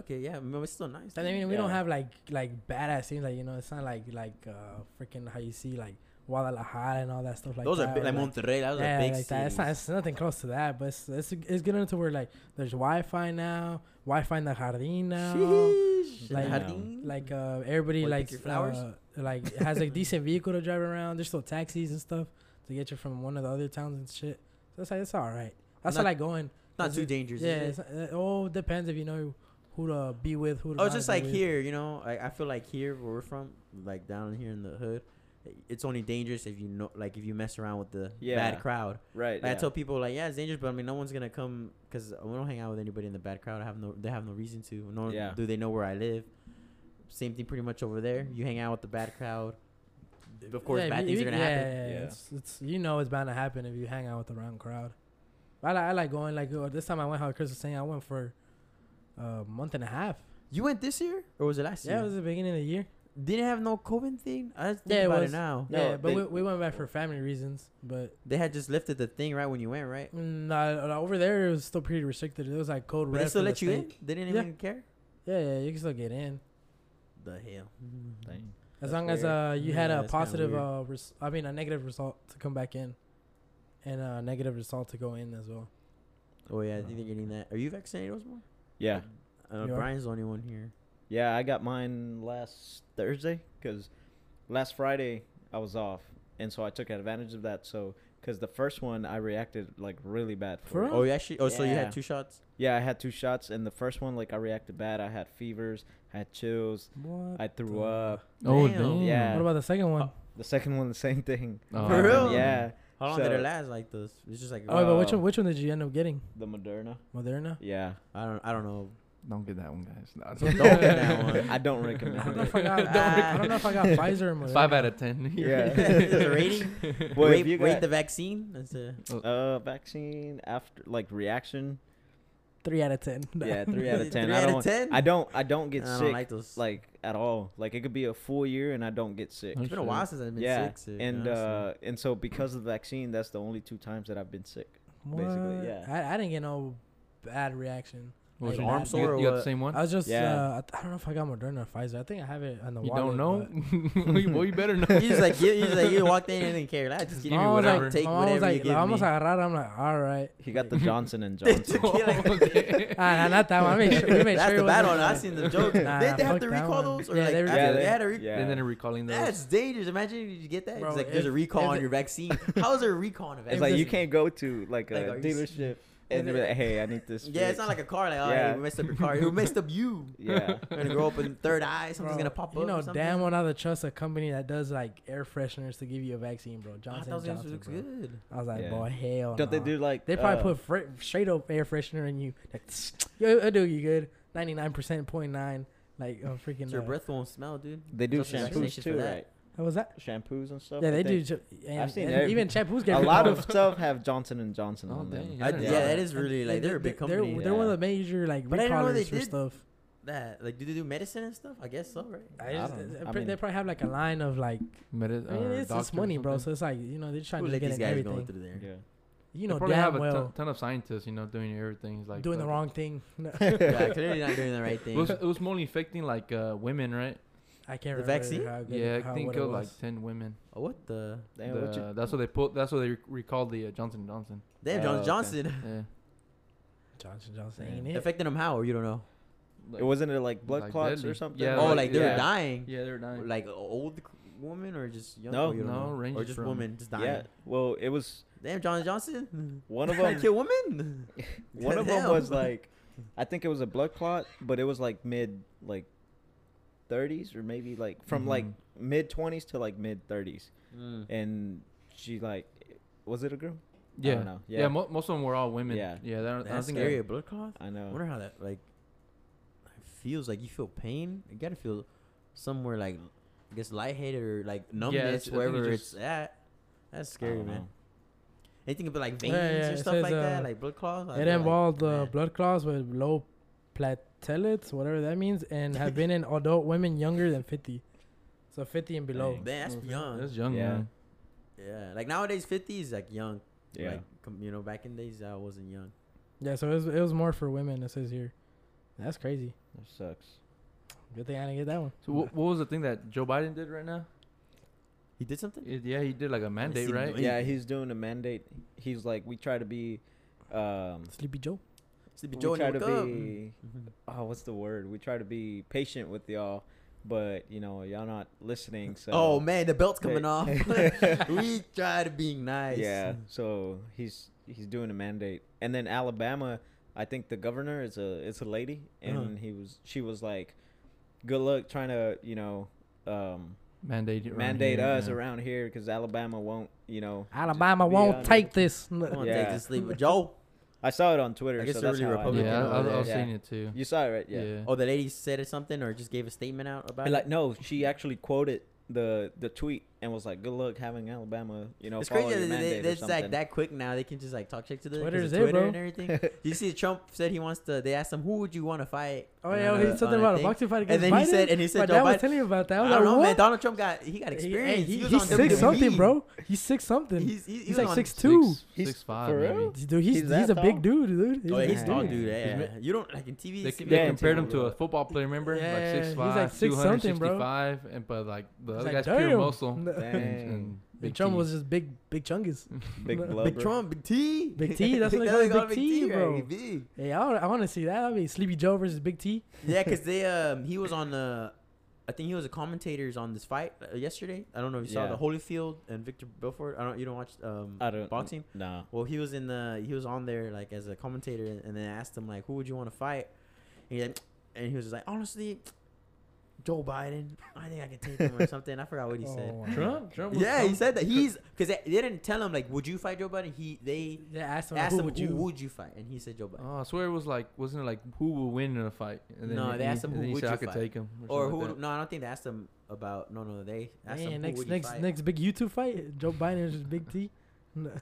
[SPEAKER 1] Okay, yeah, I mean, it's still nice.
[SPEAKER 2] I
[SPEAKER 1] dude.
[SPEAKER 2] mean, we don't
[SPEAKER 4] Yeah.
[SPEAKER 2] have like like badass things like you know. It's not like like uh freaking how you see like Guadalajara and all that stuff like
[SPEAKER 1] those
[SPEAKER 2] that.
[SPEAKER 1] are big,
[SPEAKER 2] or,
[SPEAKER 1] like Monterrey. That was
[SPEAKER 2] yeah,
[SPEAKER 1] a big
[SPEAKER 2] like that. It's, not, it's nothing close to that, but it's it's, it's good enough to where like there's Wi-Fi now, Wi-Fi in the jardín now.
[SPEAKER 1] Sheesh.
[SPEAKER 2] Like-
[SPEAKER 1] Jardín.
[SPEAKER 2] Like uh, everybody
[SPEAKER 1] Wanna pick
[SPEAKER 2] likes
[SPEAKER 1] your flowers?
[SPEAKER 2] uh, like has a decent vehicle to drive around. There's still taxis and stuff to get you from one of the other towns and shit. So it's like it's all right. That's
[SPEAKER 1] Not-
[SPEAKER 2] not, like going.
[SPEAKER 1] not
[SPEAKER 2] is
[SPEAKER 1] too
[SPEAKER 2] it-
[SPEAKER 1] dangerous. is
[SPEAKER 2] Yeah,
[SPEAKER 1] it?
[SPEAKER 2] it's, uh, all depends if you know who to be with, who to.
[SPEAKER 1] Oh,
[SPEAKER 2] not
[SPEAKER 1] it's just
[SPEAKER 2] be
[SPEAKER 1] like
[SPEAKER 2] with.
[SPEAKER 1] here, you know. I, I feel like here where we're from, like down here in the hood, it's only dangerous if you know, like if you mess around with the
[SPEAKER 4] Yeah.
[SPEAKER 1] bad crowd.
[SPEAKER 4] Right.
[SPEAKER 1] Like I
[SPEAKER 4] yeah.
[SPEAKER 1] tell people, like, yeah, it's dangerous, but I mean, no one's gonna come because I don't hang out with anybody in the bad crowd. I have no, they have no reason to. No,
[SPEAKER 4] Yeah.
[SPEAKER 1] do they know where I live? Same thing, pretty much over there. You hang out with the bad crowd. Of course,
[SPEAKER 2] Yeah, if
[SPEAKER 1] bad
[SPEAKER 2] you-
[SPEAKER 1] things
[SPEAKER 2] if
[SPEAKER 1] are
[SPEAKER 2] you-
[SPEAKER 1] gonna
[SPEAKER 2] yeah,
[SPEAKER 1] happen.
[SPEAKER 2] Yeah, yeah,
[SPEAKER 4] Yeah.
[SPEAKER 2] It's, it's you know it's bound to happen if you hang out with the wrong crowd. But I, li- I like going like uh, this time I went how Chris was saying I went for a month and a half.
[SPEAKER 1] You went this year or was it last
[SPEAKER 2] Yeah,
[SPEAKER 1] year?
[SPEAKER 2] it was the beginning of the year.
[SPEAKER 1] Didn't have no COVID thing. I was thinking
[SPEAKER 2] Yeah, it
[SPEAKER 1] about
[SPEAKER 2] was.
[SPEAKER 1] it now.
[SPEAKER 4] No,
[SPEAKER 2] yeah, but
[SPEAKER 4] they-
[SPEAKER 2] we, we went back for family reasons. But
[SPEAKER 1] They had just lifted the thing right when you went, right?
[SPEAKER 2] mm, nah, nah, over there it was still pretty restricted. It was like code
[SPEAKER 1] But
[SPEAKER 2] red.
[SPEAKER 1] they still
[SPEAKER 2] for the
[SPEAKER 1] let you in.
[SPEAKER 2] steak.
[SPEAKER 1] They didn't
[SPEAKER 2] Yeah.
[SPEAKER 1] even care.
[SPEAKER 2] Yeah, yeah, you can still get in
[SPEAKER 1] The
[SPEAKER 2] Mm.
[SPEAKER 1] hell.
[SPEAKER 4] Dang.
[SPEAKER 2] as
[SPEAKER 4] That's
[SPEAKER 2] long as
[SPEAKER 4] weird.
[SPEAKER 2] uh you had
[SPEAKER 1] Yeah,
[SPEAKER 2] a
[SPEAKER 1] that's kinda
[SPEAKER 2] positive
[SPEAKER 1] weird.
[SPEAKER 2] uh res- I mean a negative result to come back in, and a negative result to go in as well.
[SPEAKER 1] Oh yeah, I think they're getting that. Are you vaccinated, Osmar?
[SPEAKER 4] Yeah.
[SPEAKER 1] I know
[SPEAKER 2] Uh, You are?
[SPEAKER 1] Brian's the only one here.
[SPEAKER 4] Yeah, I got mine last Thursday because last Friday I was off, and so I took advantage of that. So because the first one I reacted like really bad for.
[SPEAKER 2] For
[SPEAKER 4] it.
[SPEAKER 2] real?
[SPEAKER 1] Oh, you actually. Oh, so you
[SPEAKER 4] Yeah.
[SPEAKER 1] had two shots.
[SPEAKER 4] Yeah, I had two shots, and the first one like I reacted bad. I had fevers, I had chills,
[SPEAKER 2] What?
[SPEAKER 4] I threw
[SPEAKER 2] the-
[SPEAKER 4] up.
[SPEAKER 3] Oh,
[SPEAKER 1] Damn.
[SPEAKER 3] damn.
[SPEAKER 4] Yeah.
[SPEAKER 2] What about the second
[SPEAKER 1] Uh,
[SPEAKER 2] one?
[SPEAKER 4] The second one, the same thing.
[SPEAKER 3] Oh.
[SPEAKER 1] For real?
[SPEAKER 4] Yeah,
[SPEAKER 1] How long did it
[SPEAKER 4] So-
[SPEAKER 1] last? Like this? It's just like
[SPEAKER 2] Oh, but which
[SPEAKER 4] Uh,
[SPEAKER 2] one? Which one did you end up getting?
[SPEAKER 4] the Moderna.
[SPEAKER 2] Moderna.
[SPEAKER 4] Yeah,
[SPEAKER 1] uh, I don't. I don't know.
[SPEAKER 3] Don't get that one, guys. No,
[SPEAKER 1] So don't get that one.
[SPEAKER 4] I don't
[SPEAKER 2] I don't
[SPEAKER 4] recommend
[SPEAKER 2] know
[SPEAKER 4] it.
[SPEAKER 2] if I got. I don't know if I got Pfizer or Moderna.
[SPEAKER 3] Five out of ten.
[SPEAKER 4] Yeah.
[SPEAKER 1] the rating.
[SPEAKER 4] Well, if
[SPEAKER 1] rate,
[SPEAKER 4] you
[SPEAKER 1] rate
[SPEAKER 4] got-
[SPEAKER 1] the vaccine. That's a,
[SPEAKER 4] Uh, vaccine after like reaction.
[SPEAKER 2] Three out of ten.
[SPEAKER 4] Yeah, three out of ten.
[SPEAKER 1] Three out
[SPEAKER 4] I don't.
[SPEAKER 1] of
[SPEAKER 4] want-
[SPEAKER 1] 10?
[SPEAKER 4] I don't. I don't get
[SPEAKER 1] I don't
[SPEAKER 4] sick.
[SPEAKER 1] like those.
[SPEAKER 4] like at all. Like it could be a full year and I don't get sick.
[SPEAKER 1] It's been a
[SPEAKER 3] Sure.
[SPEAKER 1] while since I've been
[SPEAKER 4] yeah,
[SPEAKER 1] sick. sick,
[SPEAKER 4] and
[SPEAKER 1] honestly.
[SPEAKER 4] uh, and so because of the vaccine, that's the only two times that I've been sick. Basically,
[SPEAKER 2] What?
[SPEAKER 4] yeah.
[SPEAKER 2] I, I didn't get no bad reaction.
[SPEAKER 3] What was
[SPEAKER 2] Like
[SPEAKER 3] your
[SPEAKER 2] arm
[SPEAKER 3] arm
[SPEAKER 2] sore
[SPEAKER 3] You,
[SPEAKER 1] or
[SPEAKER 3] got- you got the
[SPEAKER 1] what?
[SPEAKER 3] same one?
[SPEAKER 2] I was just,
[SPEAKER 4] Yeah.
[SPEAKER 2] uh, I, th- I don't know if I got Moderna or Pfizer. I think I have it on the
[SPEAKER 3] you
[SPEAKER 2] wallet,
[SPEAKER 3] don't know? well, you better know.
[SPEAKER 1] you just like you, you just like you walked in and didn't care. I just give
[SPEAKER 2] but-
[SPEAKER 3] Give me
[SPEAKER 2] My
[SPEAKER 1] you
[SPEAKER 2] mom was
[SPEAKER 1] whatever,
[SPEAKER 2] like,
[SPEAKER 1] take
[SPEAKER 2] my mom
[SPEAKER 1] whatever
[SPEAKER 2] was like,
[SPEAKER 1] you give
[SPEAKER 2] la vamos
[SPEAKER 1] me.
[SPEAKER 2] a agarrar. I'm like, all right.
[SPEAKER 4] He got the Johnson and Johnson.
[SPEAKER 3] okay.
[SPEAKER 2] Ah, nah, not that one. I made sure, we made
[SPEAKER 1] That's
[SPEAKER 2] sure it
[SPEAKER 1] the bad
[SPEAKER 2] wasn't
[SPEAKER 1] one. I
[SPEAKER 2] like-
[SPEAKER 1] seen the jokes.
[SPEAKER 2] Nah,
[SPEAKER 1] Did they have
[SPEAKER 2] fuck
[SPEAKER 1] to
[SPEAKER 2] that
[SPEAKER 1] recall
[SPEAKER 2] one.
[SPEAKER 1] those? Or
[SPEAKER 2] Yeah,
[SPEAKER 1] like
[SPEAKER 2] they
[SPEAKER 1] after
[SPEAKER 4] recalled
[SPEAKER 1] they
[SPEAKER 4] it.
[SPEAKER 1] had a recall.
[SPEAKER 4] Yeah.
[SPEAKER 3] And then they're recalling those.
[SPEAKER 1] That's dangerous. Imagine you get that.
[SPEAKER 2] Bro,
[SPEAKER 1] it's like there's a
[SPEAKER 2] if-
[SPEAKER 1] recall
[SPEAKER 2] if
[SPEAKER 1] on
[SPEAKER 2] it-
[SPEAKER 1] your vaccine. How is there a recall on a
[SPEAKER 4] It's
[SPEAKER 1] vaccine?
[SPEAKER 4] like you can't go to like
[SPEAKER 1] Like,
[SPEAKER 4] a
[SPEAKER 1] are you s-
[SPEAKER 4] dealership and they're like, "Hey, I need this."
[SPEAKER 1] yeah, it's
[SPEAKER 4] fixed."
[SPEAKER 1] not like a car. Like, oh,
[SPEAKER 4] Yeah.
[SPEAKER 1] hey, we messed up your car. Who messed up you?
[SPEAKER 4] yeah.
[SPEAKER 1] You're gonna grow up in third eye. Something's
[SPEAKER 2] Bro,
[SPEAKER 1] gonna pop up.
[SPEAKER 2] You know,
[SPEAKER 1] or something.
[SPEAKER 2] damn well not to trust a company that does like air fresheners to give you a vaccine, bro.
[SPEAKER 1] I
[SPEAKER 2] Johnson
[SPEAKER 1] thought
[SPEAKER 2] and
[SPEAKER 1] it was-
[SPEAKER 2] Johnson.
[SPEAKER 1] looks
[SPEAKER 2] bro.
[SPEAKER 1] good.
[SPEAKER 2] I was like,
[SPEAKER 4] Yeah.
[SPEAKER 2] boy, hell.
[SPEAKER 4] Don't they
[SPEAKER 2] nah."
[SPEAKER 4] do like
[SPEAKER 2] They probably
[SPEAKER 4] uh,
[SPEAKER 2] put fr- straight up air freshener in you. Like, yo, it'll do you good. Ninety nine percent point nine. Like, oh, freaking.
[SPEAKER 1] So your
[SPEAKER 2] uh,
[SPEAKER 1] breath won't smell, dude.
[SPEAKER 4] They do
[SPEAKER 1] Just the
[SPEAKER 4] shampoos
[SPEAKER 1] vaccination for
[SPEAKER 4] too,
[SPEAKER 1] that.
[SPEAKER 4] right?
[SPEAKER 2] What was that?
[SPEAKER 4] Shampoos and stuff.
[SPEAKER 2] Yeah,
[SPEAKER 4] I
[SPEAKER 2] they do.
[SPEAKER 4] think.
[SPEAKER 2] ju- And,
[SPEAKER 4] I've seen
[SPEAKER 2] and
[SPEAKER 4] every-
[SPEAKER 2] even Champoo's
[SPEAKER 4] A
[SPEAKER 2] getting
[SPEAKER 4] lot of stuff have Johnson and Johnson
[SPEAKER 3] Oh,
[SPEAKER 4] on them.
[SPEAKER 3] dang.
[SPEAKER 1] I,
[SPEAKER 3] I
[SPEAKER 1] yeah,
[SPEAKER 3] didn't know
[SPEAKER 1] that
[SPEAKER 3] that.
[SPEAKER 1] is really like they're a big
[SPEAKER 2] They're,
[SPEAKER 1] company.
[SPEAKER 2] they're one of
[SPEAKER 4] yeah.
[SPEAKER 2] the major like
[SPEAKER 1] But I didn't know they
[SPEAKER 2] recallers for
[SPEAKER 1] did.
[SPEAKER 2] stuff.
[SPEAKER 1] That like do they do medicine and stuff? I uh, guess so, right?
[SPEAKER 2] I
[SPEAKER 4] I
[SPEAKER 2] just,
[SPEAKER 4] don't know.
[SPEAKER 2] they pr-
[SPEAKER 4] I
[SPEAKER 2] they
[SPEAKER 4] mean-
[SPEAKER 2] probably have like a line of like.
[SPEAKER 3] Medi-
[SPEAKER 2] I mean,
[SPEAKER 3] or
[SPEAKER 2] it's,
[SPEAKER 3] doctor
[SPEAKER 2] it's
[SPEAKER 3] Uh, or
[SPEAKER 2] money, bro.
[SPEAKER 3] something.
[SPEAKER 2] So it's like you know they're trying
[SPEAKER 1] Who
[SPEAKER 2] to
[SPEAKER 1] let
[SPEAKER 2] get
[SPEAKER 1] these
[SPEAKER 2] in
[SPEAKER 1] guys
[SPEAKER 2] everything.
[SPEAKER 1] going through there?
[SPEAKER 4] Yeah.
[SPEAKER 2] You
[SPEAKER 3] They
[SPEAKER 2] know
[SPEAKER 3] probably
[SPEAKER 2] damn
[SPEAKER 3] have a
[SPEAKER 2] well
[SPEAKER 3] ton, ton of scientists, you know, doing everything. It's Like
[SPEAKER 2] doing the
[SPEAKER 3] fucking-
[SPEAKER 2] wrong thing. No,
[SPEAKER 1] yeah, clearly not doing the right
[SPEAKER 3] It
[SPEAKER 1] thing.
[SPEAKER 3] was, it was mostly infecting like uh, women, right?
[SPEAKER 2] I can't
[SPEAKER 1] The
[SPEAKER 2] remember
[SPEAKER 1] vaccine?
[SPEAKER 2] How good,
[SPEAKER 3] Yeah,
[SPEAKER 2] how,
[SPEAKER 3] I think
[SPEAKER 2] what
[SPEAKER 3] it
[SPEAKER 2] it
[SPEAKER 3] was
[SPEAKER 2] was.
[SPEAKER 3] like ten women.
[SPEAKER 1] Oh, what the?
[SPEAKER 4] Damn, what
[SPEAKER 3] The-
[SPEAKER 4] you,
[SPEAKER 3] that's what they put. That's what they re- recalled the uh, Johnson and Johnson.
[SPEAKER 1] Damn,
[SPEAKER 4] Oh, okay.
[SPEAKER 1] Johnson Johnson.
[SPEAKER 3] Yeah.
[SPEAKER 2] Johnson Johnson
[SPEAKER 4] Yeah.
[SPEAKER 2] ain't it?
[SPEAKER 1] Affecting them how? Or you don't know?
[SPEAKER 4] it wasn't it like blood
[SPEAKER 3] Like
[SPEAKER 4] clots
[SPEAKER 3] deadly.
[SPEAKER 4] or something?
[SPEAKER 3] Yeah,
[SPEAKER 1] oh,
[SPEAKER 3] like-
[SPEAKER 1] like they were
[SPEAKER 4] yeah.
[SPEAKER 1] dying.
[SPEAKER 3] Yeah, they're dying.
[SPEAKER 1] Like a old woman or just young?
[SPEAKER 4] No,
[SPEAKER 1] oh, you don't
[SPEAKER 3] no,
[SPEAKER 1] know.
[SPEAKER 3] ranges
[SPEAKER 1] or just
[SPEAKER 3] from-
[SPEAKER 1] woman just dying.
[SPEAKER 4] Yeah. Well, it was
[SPEAKER 1] Damn, Johnson Johnson.
[SPEAKER 4] one of
[SPEAKER 1] Like
[SPEAKER 4] them.
[SPEAKER 1] kill women.
[SPEAKER 4] one of them
[SPEAKER 1] Damn.
[SPEAKER 4] was like, I think it was a blood clot, but it was like mid like 30s or maybe like
[SPEAKER 1] Mm-hmm.
[SPEAKER 4] from like
[SPEAKER 3] Mhm.
[SPEAKER 4] mid 20s to like mid 30s,
[SPEAKER 1] Mm.
[SPEAKER 4] and she like, was it a girl?
[SPEAKER 3] yeah.
[SPEAKER 4] I don't know.
[SPEAKER 3] Yeah,
[SPEAKER 4] Yeah.
[SPEAKER 3] mo- most of them were all women.
[SPEAKER 4] Yeah.
[SPEAKER 3] yeah. That, I
[SPEAKER 1] That's
[SPEAKER 3] think
[SPEAKER 1] scary.
[SPEAKER 3] that-
[SPEAKER 1] A blood clot.
[SPEAKER 4] I
[SPEAKER 1] I
[SPEAKER 4] know.
[SPEAKER 1] wonder how that like feels. Like you feel pain. You gotta feel somewhere like I guess lightheaded or like
[SPEAKER 3] I
[SPEAKER 1] numbness
[SPEAKER 3] think it
[SPEAKER 1] wherever
[SPEAKER 3] just-
[SPEAKER 1] it's at. That's
[SPEAKER 4] I
[SPEAKER 1] scary,
[SPEAKER 4] don't
[SPEAKER 1] man.
[SPEAKER 4] know.
[SPEAKER 1] Anything about like
[SPEAKER 2] Yeah,
[SPEAKER 1] veins
[SPEAKER 2] yeah,
[SPEAKER 1] or
[SPEAKER 2] it
[SPEAKER 1] stuff
[SPEAKER 2] says,
[SPEAKER 1] like that,
[SPEAKER 2] uh,
[SPEAKER 1] like blood clots. I'd
[SPEAKER 2] It
[SPEAKER 1] be like,
[SPEAKER 2] involved uh,
[SPEAKER 1] man.
[SPEAKER 2] blood clots with low platelets, whatever that means, and have been in adult women younger than 50. So 50 and below.
[SPEAKER 4] Dang.
[SPEAKER 1] Man, that's young.
[SPEAKER 3] That's young.
[SPEAKER 4] Yeah.
[SPEAKER 3] Yeah.
[SPEAKER 1] yeah, like nowadays, fifty is like young.
[SPEAKER 4] Yeah.
[SPEAKER 1] Like, com- you know, back in days, I wasn't young.
[SPEAKER 2] Yeah, so it was, it was more for women, it says here. That's crazy.
[SPEAKER 4] That sucks.
[SPEAKER 2] Good thing I didn't get that one.
[SPEAKER 3] So wh- what was the thing that Joe Biden did right now?
[SPEAKER 1] He did something.
[SPEAKER 3] It- yeah, he did like a mandate,
[SPEAKER 1] seen
[SPEAKER 3] right?
[SPEAKER 1] Wait.
[SPEAKER 4] Yeah, he's doing a mandate. He's like, we try to be, um,
[SPEAKER 2] Sleepy Joe.
[SPEAKER 1] Sleepy
[SPEAKER 4] we
[SPEAKER 1] Joe,
[SPEAKER 4] try
[SPEAKER 1] and
[SPEAKER 4] to
[SPEAKER 1] you
[SPEAKER 4] be.
[SPEAKER 1] woke up. Mhm.
[SPEAKER 4] Oh, what's the word? We try to be patient with y'all, but you know, y'all not listening. So.
[SPEAKER 1] Oh man, the belt's coming
[SPEAKER 4] Hey.
[SPEAKER 1] off. we try to be nice.
[SPEAKER 4] Yeah. So he's he's doing a mandate, and then Alabama, I think the governor is a it's a lady, and
[SPEAKER 1] Uh-huh.
[SPEAKER 4] he was she was like, "Good luck trying to you know um,
[SPEAKER 3] Mandate. around
[SPEAKER 4] mandate
[SPEAKER 3] here,
[SPEAKER 4] us
[SPEAKER 3] yeah.
[SPEAKER 4] around here because Alabama won't you know."
[SPEAKER 2] Alabama
[SPEAKER 4] be
[SPEAKER 2] won't
[SPEAKER 4] honest.
[SPEAKER 2] take this.
[SPEAKER 1] Come on,
[SPEAKER 4] Yeah.
[SPEAKER 1] take this Sleepy Joe.
[SPEAKER 4] I saw it on Twitter.
[SPEAKER 1] I guess
[SPEAKER 4] so
[SPEAKER 1] they're
[SPEAKER 4] that's
[SPEAKER 1] really
[SPEAKER 4] how I know.
[SPEAKER 1] Republican
[SPEAKER 3] Oh, Yeah, I,
[SPEAKER 1] over
[SPEAKER 3] I, I
[SPEAKER 1] there.
[SPEAKER 3] was
[SPEAKER 4] Yeah.
[SPEAKER 3] seeing it too.
[SPEAKER 4] You saw it, right?
[SPEAKER 3] Yeah.
[SPEAKER 4] Yeah.
[SPEAKER 1] Oh, the lady said it something or just gave a statement out about
[SPEAKER 4] And
[SPEAKER 1] it.
[SPEAKER 4] like no, she actually quoted the the tweet and was like, "Good luck having Alabama, you know,
[SPEAKER 1] it's
[SPEAKER 4] follow
[SPEAKER 1] crazy
[SPEAKER 4] your
[SPEAKER 1] that they,
[SPEAKER 4] mandate
[SPEAKER 1] they,
[SPEAKER 4] or
[SPEAKER 1] it's like
[SPEAKER 4] something."
[SPEAKER 1] that quick now. They can just like talk shit to the
[SPEAKER 2] Twitter's
[SPEAKER 1] Twitter
[SPEAKER 2] it, bro.
[SPEAKER 1] and everything. you see, Trump said he wants to. They asked him, "Who would you want to fight?"
[SPEAKER 2] Oh,
[SPEAKER 1] on
[SPEAKER 2] yeah,
[SPEAKER 1] a-
[SPEAKER 2] he said something
[SPEAKER 1] on
[SPEAKER 2] about a
[SPEAKER 1] thing?"
[SPEAKER 2] boxing fight
[SPEAKER 1] And
[SPEAKER 2] against
[SPEAKER 1] then
[SPEAKER 2] Biden.
[SPEAKER 1] he said, and he
[SPEAKER 2] My
[SPEAKER 1] said,
[SPEAKER 2] dad
[SPEAKER 1] Joe
[SPEAKER 2] was
[SPEAKER 1] Biden.
[SPEAKER 2] telling me about that. I
[SPEAKER 1] I
[SPEAKER 2] was
[SPEAKER 1] don't
[SPEAKER 2] like,
[SPEAKER 1] know,
[SPEAKER 2] what?
[SPEAKER 1] man. Donald Trump got he got
[SPEAKER 2] He- hey,
[SPEAKER 1] experience.
[SPEAKER 2] He,
[SPEAKER 1] was
[SPEAKER 2] he's
[SPEAKER 1] on
[SPEAKER 2] six
[SPEAKER 1] WWE.
[SPEAKER 2] something, bro. He's six something.
[SPEAKER 1] He's, he's, he
[SPEAKER 2] He's
[SPEAKER 1] was
[SPEAKER 2] like
[SPEAKER 1] on-
[SPEAKER 2] six two.
[SPEAKER 3] Six,
[SPEAKER 4] He's-
[SPEAKER 3] six five,
[SPEAKER 4] for real?
[SPEAKER 3] maybe.
[SPEAKER 2] Dude, he's
[SPEAKER 4] He's
[SPEAKER 2] he's,
[SPEAKER 4] that
[SPEAKER 2] a
[SPEAKER 4] tall?
[SPEAKER 2] big dude, dude. He's
[SPEAKER 1] Oh, yeah,
[SPEAKER 2] a
[SPEAKER 1] he's
[SPEAKER 2] big
[SPEAKER 1] tall,
[SPEAKER 2] dude.
[SPEAKER 1] dude.
[SPEAKER 3] He's
[SPEAKER 1] Yeah,
[SPEAKER 3] mi-
[SPEAKER 1] you don't like in TV.
[SPEAKER 3] They,
[SPEAKER 1] it's-
[SPEAKER 3] they
[SPEAKER 4] Yeah,
[SPEAKER 3] compared him
[SPEAKER 4] it's-
[SPEAKER 3] to a football player, remember?
[SPEAKER 2] Yeah,
[SPEAKER 3] like
[SPEAKER 2] he's
[SPEAKER 3] 6'5",
[SPEAKER 2] like 6'something, bro.
[SPEAKER 3] 265, and but like the
[SPEAKER 2] He's
[SPEAKER 3] other
[SPEAKER 2] like,
[SPEAKER 3] guy's pure
[SPEAKER 2] "Damn."
[SPEAKER 3] muscle.
[SPEAKER 2] No.
[SPEAKER 3] and-
[SPEAKER 4] Dang.
[SPEAKER 3] and
[SPEAKER 2] Big
[SPEAKER 3] big
[SPEAKER 2] Trump
[SPEAKER 3] teeth.
[SPEAKER 2] was just big, big chungus.
[SPEAKER 1] Mm.
[SPEAKER 4] big
[SPEAKER 2] Big
[SPEAKER 4] blubber.
[SPEAKER 1] Big Trump, Big T,
[SPEAKER 2] Big T, that's what they
[SPEAKER 1] They
[SPEAKER 2] call him,
[SPEAKER 1] call
[SPEAKER 2] Big
[SPEAKER 1] him
[SPEAKER 2] T,
[SPEAKER 1] right?
[SPEAKER 2] bro.
[SPEAKER 1] He big.
[SPEAKER 2] Hey, I want, I want to see that. I mean, Sleepy Joe versus Big T.
[SPEAKER 1] Yeah, because they um he was on the, I think he was a commentators on this fight uh, yesterday. I don't know if you saw
[SPEAKER 4] Yeah.
[SPEAKER 1] the Holyfield and Victor Belfort. I don't you don't watch um
[SPEAKER 4] I don't
[SPEAKER 1] boxing.
[SPEAKER 4] Nah.
[SPEAKER 1] Well, he was in the he was on there like as a commentator, and, and then asked him like, who would you want to fight? And he, like, and he was just like, honestly, Joe Biden. I think I can take him or something. I forgot what he said.
[SPEAKER 2] Oh, wow.
[SPEAKER 3] Trump? Trump was
[SPEAKER 1] Yeah, he
[SPEAKER 3] Trump?
[SPEAKER 1] said that he's because they, they didn't tell him like, would you fight Joe Biden? He they
[SPEAKER 2] They asked him,
[SPEAKER 1] asked
[SPEAKER 2] who
[SPEAKER 1] him,
[SPEAKER 2] would
[SPEAKER 1] who
[SPEAKER 2] you?
[SPEAKER 1] would you fight? And he said Joe Biden.
[SPEAKER 3] Oh, I swear it was like, wasn't it like who will win in a fight? And
[SPEAKER 1] No,
[SPEAKER 3] he-
[SPEAKER 1] they asked him,
[SPEAKER 3] and
[SPEAKER 1] "Who
[SPEAKER 3] then he
[SPEAKER 1] would
[SPEAKER 3] said,
[SPEAKER 1] you
[SPEAKER 3] I could
[SPEAKER 1] fight?"
[SPEAKER 3] take him.
[SPEAKER 1] Or
[SPEAKER 3] something
[SPEAKER 1] who?
[SPEAKER 3] like that.
[SPEAKER 1] No, I don't think they asked them about. No, no, they asked
[SPEAKER 2] Man,
[SPEAKER 1] them who
[SPEAKER 2] next
[SPEAKER 1] would
[SPEAKER 2] next
[SPEAKER 1] you fight.
[SPEAKER 2] next big YouTube fight, Joe Biden versus Big T.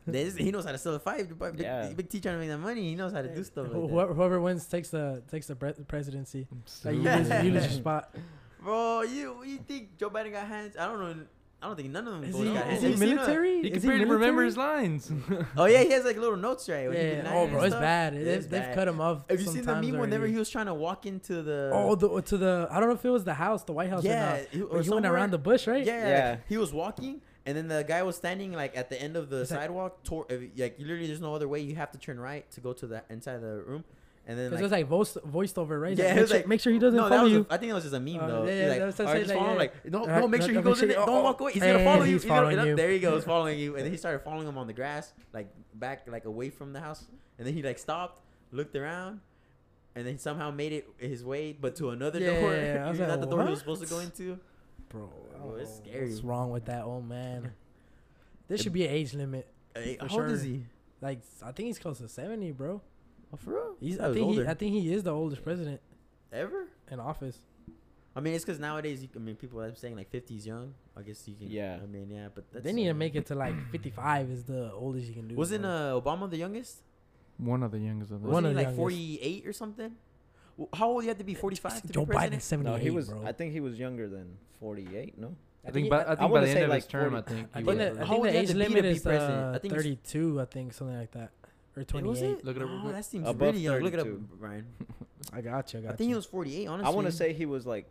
[SPEAKER 1] They just- he knows how to sell a fight. Big, big-
[SPEAKER 4] Yeah.
[SPEAKER 1] big T trying to make that money. He knows how to do stuff. Like that.
[SPEAKER 2] Whoever, whoever wins takes the takes the pre- presidency. Like, you
[SPEAKER 1] Yeah.
[SPEAKER 2] lose, you lose your spot.
[SPEAKER 1] Bro, you you think Joe Biden got hands? I don't know. I don't think none of them
[SPEAKER 2] Is
[SPEAKER 1] boys
[SPEAKER 2] he,
[SPEAKER 1] got
[SPEAKER 2] is
[SPEAKER 1] hands.
[SPEAKER 2] he
[SPEAKER 1] You seen him?
[SPEAKER 2] military?
[SPEAKER 3] He
[SPEAKER 2] Is
[SPEAKER 3] can barely remember
[SPEAKER 2] military?
[SPEAKER 3] his lines.
[SPEAKER 1] Oh yeah, he has like little notes right. when he
[SPEAKER 2] Yeah.
[SPEAKER 1] did
[SPEAKER 2] Oh,
[SPEAKER 1] nine
[SPEAKER 2] bro,
[SPEAKER 1] and
[SPEAKER 2] it's
[SPEAKER 1] stuff.
[SPEAKER 2] bad.
[SPEAKER 1] It
[SPEAKER 2] They-
[SPEAKER 1] is
[SPEAKER 2] They've
[SPEAKER 1] bad.
[SPEAKER 2] cut him off.
[SPEAKER 1] Have you seen the
[SPEAKER 2] sometimes
[SPEAKER 1] meme whenever
[SPEAKER 2] already.
[SPEAKER 1] he was trying to walk into the?
[SPEAKER 2] Oh, the, to the I don't know if it was the house, the White House.
[SPEAKER 1] yeah,
[SPEAKER 2] or not.
[SPEAKER 1] he-
[SPEAKER 2] But you went
[SPEAKER 1] somewhere-
[SPEAKER 2] around the bush, right?
[SPEAKER 1] Yeah,
[SPEAKER 4] Yeah.
[SPEAKER 1] he was walking, and then the guy was standing like at the end of the
[SPEAKER 2] It's like-
[SPEAKER 1] sidewalk. Tor- uh, like you literally, there's no other way. You have to turn right to go to the inside of the room, and then
[SPEAKER 2] Because
[SPEAKER 1] like,
[SPEAKER 2] it was like voice voiced over, right?
[SPEAKER 1] yeah, it
[SPEAKER 2] Like, make,
[SPEAKER 1] was
[SPEAKER 2] sure,
[SPEAKER 1] like
[SPEAKER 2] make sure he doesn't
[SPEAKER 1] no, that
[SPEAKER 2] follow
[SPEAKER 1] was a-
[SPEAKER 2] you.
[SPEAKER 1] I think that was just a meme
[SPEAKER 2] Oh,
[SPEAKER 1] though.
[SPEAKER 2] yeah,
[SPEAKER 1] He's
[SPEAKER 2] yeah,
[SPEAKER 1] like,
[SPEAKER 2] that's what I
[SPEAKER 1] "Alright,
[SPEAKER 2] said,
[SPEAKER 1] just
[SPEAKER 2] like,
[SPEAKER 1] follow him."
[SPEAKER 2] yeah,
[SPEAKER 1] Like, no,
[SPEAKER 2] yeah.
[SPEAKER 1] no, make sure he
[SPEAKER 2] Make
[SPEAKER 1] goes
[SPEAKER 2] sure
[SPEAKER 1] in there.
[SPEAKER 2] he-
[SPEAKER 1] Don't
[SPEAKER 2] oh,
[SPEAKER 1] walk away. He's
[SPEAKER 2] oh,
[SPEAKER 1] gonna follow
[SPEAKER 2] and
[SPEAKER 1] you.
[SPEAKER 2] he's
[SPEAKER 1] He's gonna-
[SPEAKER 2] following you.
[SPEAKER 1] There he goes, following you. And then he started following him on the grass, like back, like away from the house. And then he like stopped, looked around. And then somehow made it his way, but to another
[SPEAKER 2] Yeah,
[SPEAKER 1] door,
[SPEAKER 2] yeah, yeah. I was
[SPEAKER 1] not
[SPEAKER 2] like,
[SPEAKER 1] the door he was
[SPEAKER 2] "What?"
[SPEAKER 1] supposed to go into.
[SPEAKER 2] Bro,
[SPEAKER 1] Bro, it's scary.
[SPEAKER 2] Oh, What's wrong with that old man? There should be an age limit.
[SPEAKER 1] Hey,
[SPEAKER 2] For
[SPEAKER 1] how old is
[SPEAKER 2] sure.
[SPEAKER 1] he?
[SPEAKER 2] Like I think he's close to seventy, bro.
[SPEAKER 1] Oh, for real?
[SPEAKER 2] He's
[SPEAKER 1] That
[SPEAKER 2] I
[SPEAKER 1] was
[SPEAKER 2] think he,
[SPEAKER 1] older.
[SPEAKER 2] I think he is the oldest president
[SPEAKER 1] Ever?
[SPEAKER 2] in office.
[SPEAKER 1] I mean, it's because nowadays, you, I mean, people are saying like 50s young. I guess you can.
[SPEAKER 4] Yeah.
[SPEAKER 1] I mean, yeah, but that's.
[SPEAKER 2] they need to make it to like fifty-five is the oldest you can do.
[SPEAKER 1] Wasn't
[SPEAKER 2] bro.
[SPEAKER 1] uh, Obama the youngest?
[SPEAKER 3] One of the youngest of
[SPEAKER 1] Wasn't
[SPEAKER 3] us.
[SPEAKER 2] One
[SPEAKER 1] he
[SPEAKER 2] of the
[SPEAKER 1] like
[SPEAKER 2] youngest.
[SPEAKER 1] 48 or something? Well, how old you have to be? 45 to
[SPEAKER 2] Joe
[SPEAKER 1] be
[SPEAKER 2] Biden
[SPEAKER 1] president?
[SPEAKER 2] seventy-eight,
[SPEAKER 4] No, he was.
[SPEAKER 2] bro.
[SPEAKER 4] I think he was younger than 48. No.
[SPEAKER 3] I think, by, I think by
[SPEAKER 4] wanna
[SPEAKER 3] the end
[SPEAKER 4] say
[SPEAKER 3] of
[SPEAKER 4] like
[SPEAKER 3] his term,
[SPEAKER 4] 40.
[SPEAKER 3] I think.
[SPEAKER 2] I
[SPEAKER 3] he
[SPEAKER 2] think,
[SPEAKER 3] was-
[SPEAKER 1] that-
[SPEAKER 2] the,
[SPEAKER 1] How
[SPEAKER 2] I
[SPEAKER 1] old
[SPEAKER 2] think
[SPEAKER 1] you
[SPEAKER 2] the
[SPEAKER 1] have
[SPEAKER 2] age
[SPEAKER 1] to be to
[SPEAKER 2] limit
[SPEAKER 1] be
[SPEAKER 2] is
[SPEAKER 1] president?
[SPEAKER 2] uh,
[SPEAKER 1] I think it's-
[SPEAKER 2] 32, I think, something like that. Or
[SPEAKER 1] Wait, was
[SPEAKER 2] 28.
[SPEAKER 1] it?
[SPEAKER 3] Look it up real
[SPEAKER 1] Oh,
[SPEAKER 3] quick.
[SPEAKER 1] that seems
[SPEAKER 4] Above
[SPEAKER 1] really young. Look it up,
[SPEAKER 4] 32.
[SPEAKER 1] Brian.
[SPEAKER 2] I got you. I got
[SPEAKER 1] I think
[SPEAKER 2] you.
[SPEAKER 1] he was 48, honestly.
[SPEAKER 4] I want to say he was like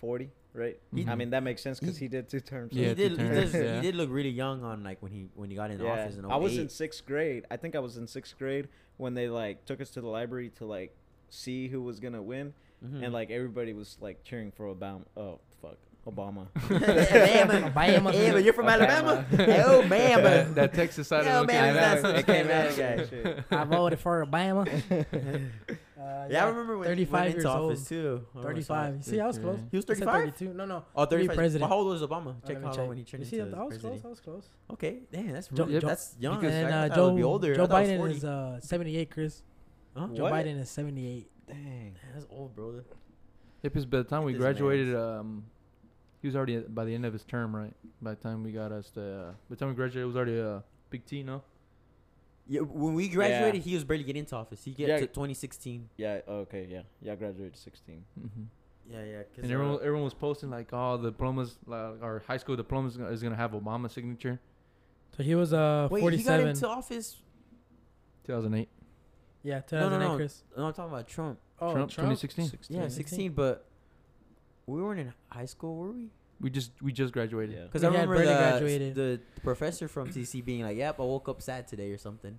[SPEAKER 4] 40, right?
[SPEAKER 3] He-
[SPEAKER 4] I mean that makes sense because
[SPEAKER 1] he-
[SPEAKER 4] he did two terms.
[SPEAKER 1] He
[SPEAKER 3] Yeah,
[SPEAKER 1] did. He,
[SPEAKER 3] two terms,
[SPEAKER 1] does,
[SPEAKER 3] yeah.
[SPEAKER 1] he did look really young on like when he when he got in office. In
[SPEAKER 4] I was
[SPEAKER 1] 08.
[SPEAKER 4] in sixth grade. I think I was in sixth grade when they like took us to the library to like see who was gonna win,
[SPEAKER 1] Mhm.
[SPEAKER 4] and like everybody was like cheering for Obama. Oh fuck, Obama.
[SPEAKER 1] Alabama,
[SPEAKER 2] Alabama.
[SPEAKER 1] Alabama, you're from
[SPEAKER 4] Alabama.
[SPEAKER 1] Alabama. Oh man,
[SPEAKER 3] that,
[SPEAKER 1] but
[SPEAKER 3] that Texas side
[SPEAKER 1] Yeah,
[SPEAKER 3] of the
[SPEAKER 1] man,
[SPEAKER 3] country.
[SPEAKER 1] that's-
[SPEAKER 4] it came out of that shit.
[SPEAKER 2] I voted for Obama. Uh,
[SPEAKER 1] yeah, I remember when 35 he went
[SPEAKER 2] 35 years
[SPEAKER 1] into office
[SPEAKER 2] old.
[SPEAKER 1] too. I remember saw
[SPEAKER 2] 35. You see, I was close.
[SPEAKER 3] Okay.
[SPEAKER 1] He was
[SPEAKER 2] I said
[SPEAKER 1] 35?
[SPEAKER 2] 32. No, no.
[SPEAKER 1] Oh,
[SPEAKER 2] Three
[SPEAKER 1] 35.
[SPEAKER 2] president.
[SPEAKER 1] Well, how old was Obama?
[SPEAKER 2] Uh,
[SPEAKER 1] Check
[SPEAKER 2] let me
[SPEAKER 1] how
[SPEAKER 2] check.
[SPEAKER 1] long when he turned
[SPEAKER 2] You
[SPEAKER 1] into
[SPEAKER 2] see, I was
[SPEAKER 1] president.
[SPEAKER 2] close. I was close.
[SPEAKER 1] Okay, damn, that's
[SPEAKER 2] Jo-
[SPEAKER 1] really,
[SPEAKER 3] Jo-
[SPEAKER 1] that's young.
[SPEAKER 3] because
[SPEAKER 1] I
[SPEAKER 2] and uh,
[SPEAKER 1] thought it
[SPEAKER 2] Joe,
[SPEAKER 1] would be older.
[SPEAKER 2] Joe
[SPEAKER 1] I thought it was
[SPEAKER 2] Biden
[SPEAKER 1] 40.
[SPEAKER 2] is uh, 78, Chris.
[SPEAKER 1] Huh?
[SPEAKER 2] Joe
[SPEAKER 4] What?
[SPEAKER 2] Biden is 78.
[SPEAKER 4] Dang.
[SPEAKER 1] Damn, That's old, bro.
[SPEAKER 3] Yeah, 'cause by the time
[SPEAKER 1] Get
[SPEAKER 3] we
[SPEAKER 1] this
[SPEAKER 3] graduated, um, he was already at, by the end of his term, right? By the time we got us to, uh, by the time we graduated, it was already uh, Big T, no?
[SPEAKER 1] Yeah, when we graduated, he was barely getting into office. He got
[SPEAKER 4] Yeah.
[SPEAKER 1] to 2016.
[SPEAKER 4] Yeah. Okay. Yeah. Yeah. I graduated 16.
[SPEAKER 3] Mm-hmm.
[SPEAKER 1] Yeah, yeah. uh,
[SPEAKER 3] And everyone, everyone was posting like, "Oh, the diplomas, like our high school diplomas is gonna have Obama's signature."
[SPEAKER 2] So he was uh,
[SPEAKER 1] wait, he got
[SPEAKER 2] 47.
[SPEAKER 1] into office.
[SPEAKER 3] 2008,
[SPEAKER 2] yeah,
[SPEAKER 1] No,
[SPEAKER 2] 2008,
[SPEAKER 1] no, no.
[SPEAKER 2] Chris.
[SPEAKER 1] No, I'm talking about Trump.
[SPEAKER 2] Oh,
[SPEAKER 3] Trump, 2016.
[SPEAKER 1] Yeah, 16, but we weren't in high school, were we?
[SPEAKER 3] We just we just graduated.
[SPEAKER 4] Yeah.
[SPEAKER 1] Because
[SPEAKER 2] We
[SPEAKER 1] I
[SPEAKER 2] had
[SPEAKER 1] remember
[SPEAKER 2] barely
[SPEAKER 1] the,
[SPEAKER 2] graduated.
[SPEAKER 1] the professor from CC being like, "Yep, I woke up sad today or something."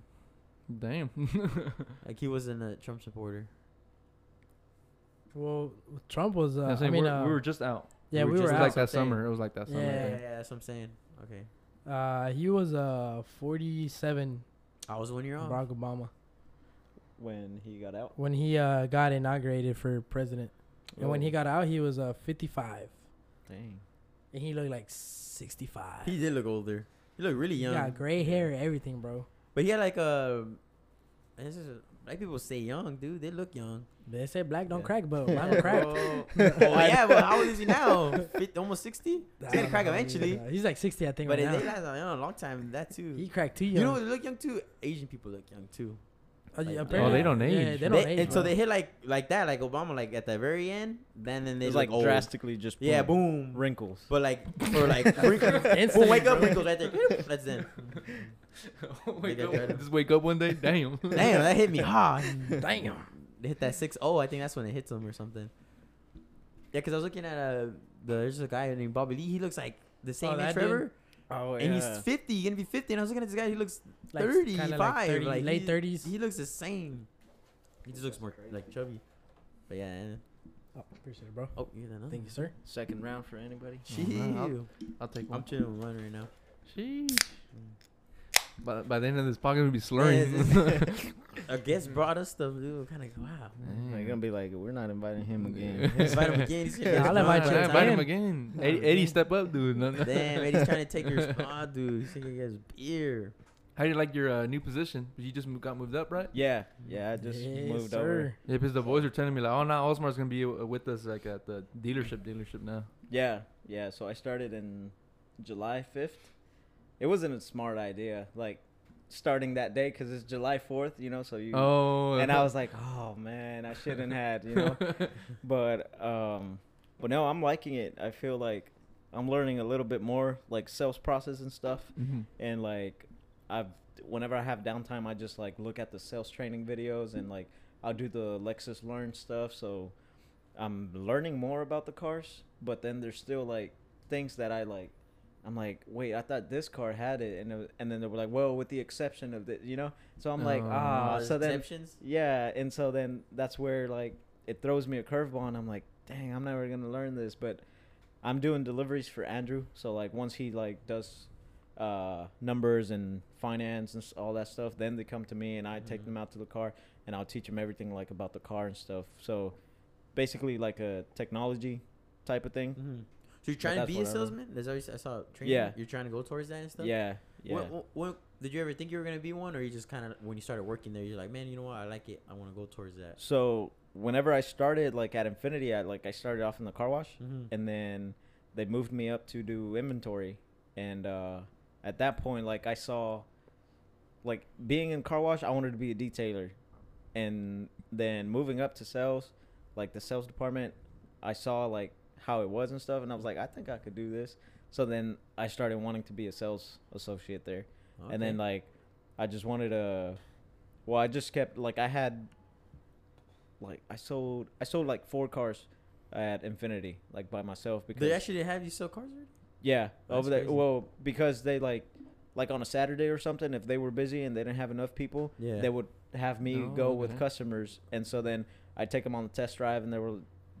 [SPEAKER 3] Damn.
[SPEAKER 1] Like he wasn't a Trump supporter.
[SPEAKER 2] Well, Trump was. Uh,
[SPEAKER 3] That's
[SPEAKER 2] I
[SPEAKER 3] saying,
[SPEAKER 2] mean,
[SPEAKER 3] we're-
[SPEAKER 2] uh,
[SPEAKER 3] we were just out.
[SPEAKER 2] yeah, we
[SPEAKER 3] just,
[SPEAKER 2] were
[SPEAKER 3] it was
[SPEAKER 2] out.
[SPEAKER 3] like that
[SPEAKER 2] so I'm saying.
[SPEAKER 3] summer. It was like that summer.
[SPEAKER 2] Yeah.
[SPEAKER 1] Yeah, yeah,
[SPEAKER 3] thing.
[SPEAKER 1] that's what I'm saying. Okay,
[SPEAKER 2] Uh, he was uh 47
[SPEAKER 1] I was one year old.
[SPEAKER 2] Barack Obama
[SPEAKER 4] When he got out.
[SPEAKER 2] when he uh got inaugurated for president, and when
[SPEAKER 4] Oh,
[SPEAKER 2] he got out, he was uh 55,
[SPEAKER 4] Dang.
[SPEAKER 2] and he looked like 65.
[SPEAKER 1] He did look older. He looked really
[SPEAKER 2] He
[SPEAKER 1] young.
[SPEAKER 2] got gray hair, everything, bro.
[SPEAKER 1] But he had like a. This is black people say young, dude. They look young.
[SPEAKER 2] They say black don't
[SPEAKER 4] Yeah.
[SPEAKER 2] crack, but black don't crack.
[SPEAKER 1] Oh, oh, yeah, but how old is he now? Fif- almost sixty. He's
[SPEAKER 2] I
[SPEAKER 1] gonna
[SPEAKER 2] don't
[SPEAKER 1] crack
[SPEAKER 2] know, dude.
[SPEAKER 1] eventually.
[SPEAKER 2] Uh, He's like 60, I think.
[SPEAKER 1] But
[SPEAKER 2] right
[SPEAKER 1] it they
[SPEAKER 2] now.
[SPEAKER 1] last a long time. That
[SPEAKER 2] he uh,
[SPEAKER 1] too.
[SPEAKER 2] cracked too young.
[SPEAKER 1] You know, what look young too. Asian people look young too.
[SPEAKER 2] Uh, yeah,
[SPEAKER 1] like- Oh,
[SPEAKER 2] apparently-
[SPEAKER 1] they
[SPEAKER 3] don't
[SPEAKER 2] Yeah,
[SPEAKER 3] age.
[SPEAKER 2] they don't
[SPEAKER 1] They,
[SPEAKER 2] age.
[SPEAKER 1] and so
[SPEAKER 2] bro.
[SPEAKER 1] they hit like like that, like Obama, like at the very end. Then then
[SPEAKER 4] It
[SPEAKER 1] they
[SPEAKER 4] was
[SPEAKER 1] look
[SPEAKER 4] like
[SPEAKER 1] old.
[SPEAKER 4] drastically just.
[SPEAKER 1] Yeah, boom.
[SPEAKER 4] Wrinkles.
[SPEAKER 1] But like for like wrinkles,
[SPEAKER 2] Instantly,
[SPEAKER 1] boom, wake up
[SPEAKER 2] bro.
[SPEAKER 1] wrinkles right there. That's them.
[SPEAKER 3] wake
[SPEAKER 1] They got
[SPEAKER 3] up,
[SPEAKER 1] better.
[SPEAKER 3] just wake up one day. Damn.
[SPEAKER 1] Damn, that hit me hard.
[SPEAKER 2] Damn.
[SPEAKER 1] They hit that six oh. I think that's when it hits them or something. Yeah, because I was looking at uh, the, there's a guy named Bobby Lee. He looks like the same
[SPEAKER 2] that
[SPEAKER 1] age
[SPEAKER 2] dude?
[SPEAKER 1] Trevor,
[SPEAKER 4] Oh
[SPEAKER 1] and he's 50. He's gonna be 50. And I was looking at this guy. He looks
[SPEAKER 2] Like,
[SPEAKER 1] thirty
[SPEAKER 2] kinda
[SPEAKER 1] five,
[SPEAKER 2] like 30,
[SPEAKER 1] like,
[SPEAKER 2] late
[SPEAKER 1] he-
[SPEAKER 2] 30s.
[SPEAKER 1] He looks the same. He just looks more like chubby. But yeah.
[SPEAKER 2] Oh, appreciate it, bro.
[SPEAKER 1] Oh, you don't know.
[SPEAKER 2] Thank you, sir.
[SPEAKER 4] Second round for anybody.
[SPEAKER 1] Jeez.
[SPEAKER 3] I'll take one.
[SPEAKER 1] I'm chilling with one right now.
[SPEAKER 3] Sheesh. By, by the end of this podcast, we'll be slurring.
[SPEAKER 1] Our guest brought us stuff, dude. Kind of wow.
[SPEAKER 4] They're gonna be like, we're not inviting him again.
[SPEAKER 1] Invite him again. He's gonna
[SPEAKER 2] Yeah,
[SPEAKER 1] get
[SPEAKER 2] I'll
[SPEAKER 1] his
[SPEAKER 2] invite
[SPEAKER 1] mind
[SPEAKER 2] you
[SPEAKER 1] right.
[SPEAKER 3] Invite him
[SPEAKER 2] again.
[SPEAKER 3] again.
[SPEAKER 1] No,
[SPEAKER 3] Eddie, Eddie,
[SPEAKER 1] again.
[SPEAKER 3] step up, dude. No, no.
[SPEAKER 1] Damn, Eddie's trying to take your spot, dude. He's taking his beer.
[SPEAKER 3] How do you like your uh, new position? You just mo- got moved up, right?
[SPEAKER 4] yeah, yeah. I just
[SPEAKER 2] Yes,
[SPEAKER 4] moved
[SPEAKER 2] sir.
[SPEAKER 4] over.
[SPEAKER 3] Yeah, because the boys are telling me like, oh, now Osmar's gonna be uh, with us like at the dealership, dealership now.
[SPEAKER 4] Yeah, yeah. So I started in July 5th. It wasn't a smart idea, like starting that day because it's July 4th, you know. So you
[SPEAKER 3] Oh,
[SPEAKER 4] and I was like, oh man, I shouldn't had, you know. but um, But no, I'm liking it. I feel like I'm learning a little bit more, like sales process and stuff.
[SPEAKER 3] Mm-hmm.
[SPEAKER 4] And like, I've whenever I have downtime, I just like look at the sales training videos and like I'll do the Lexus Learn stuff. So I'm learning more about the cars, but then there's still like things that I like. I'm like, wait, I thought this car had it, and it was- and then they were like, well, with the exception of the, you know. So I'm like,
[SPEAKER 3] Oh.
[SPEAKER 4] ah,
[SPEAKER 1] Uh,
[SPEAKER 4] so then
[SPEAKER 1] exceptions.
[SPEAKER 4] yeah, and so then that's where like it throws me a curveball, and I'm like, dang, I'm never gonna learn this. But I'm doing deliveries for Andrew, so like once he like does uh, numbers and finance and s- all that stuff, then they come to me, and I take
[SPEAKER 1] Mhm.
[SPEAKER 4] them out to the car, and I'll teach them everything like about the car and stuff. So basically, like a technology type of thing.
[SPEAKER 3] Mm-hmm.
[SPEAKER 1] Mhm. So you're trying to
[SPEAKER 4] that's
[SPEAKER 1] be a
[SPEAKER 4] whatever.
[SPEAKER 1] salesman? That's always I saw. Training.
[SPEAKER 4] Yeah.
[SPEAKER 1] You're trying to go towards that and stuff.
[SPEAKER 4] Yeah, yeah.
[SPEAKER 1] When, when, did you ever think you were gonna be one, or you just kind of when you started working there, you're like, man, you know what? I like it. I want to go towards that.
[SPEAKER 4] So whenever I started like at Infinity, I like I started off in the car wash.
[SPEAKER 1] Mm-hmm.
[SPEAKER 4] and then they moved me up to do inventory and uh at that point like i saw like being in car wash i wanted to be a detailer and then moving up to sales like the sales department i saw like how it was and stuff and i was like i think i could do this so then i started wanting to be a sales associate there and then like I just wanted to well I just kept like I had like I sold I sold like four cars at Infinity like by myself because
[SPEAKER 1] they actually have you sell cars already?
[SPEAKER 4] yeah
[SPEAKER 1] That's
[SPEAKER 4] over there
[SPEAKER 1] crazy.
[SPEAKER 4] well because they like like on a Saturday or something if they were busy and they didn't have enough people
[SPEAKER 1] Yeah.
[SPEAKER 4] they would have me
[SPEAKER 3] No,
[SPEAKER 4] go
[SPEAKER 3] okay.
[SPEAKER 4] with customers and so then I'd take them on the test drive and they were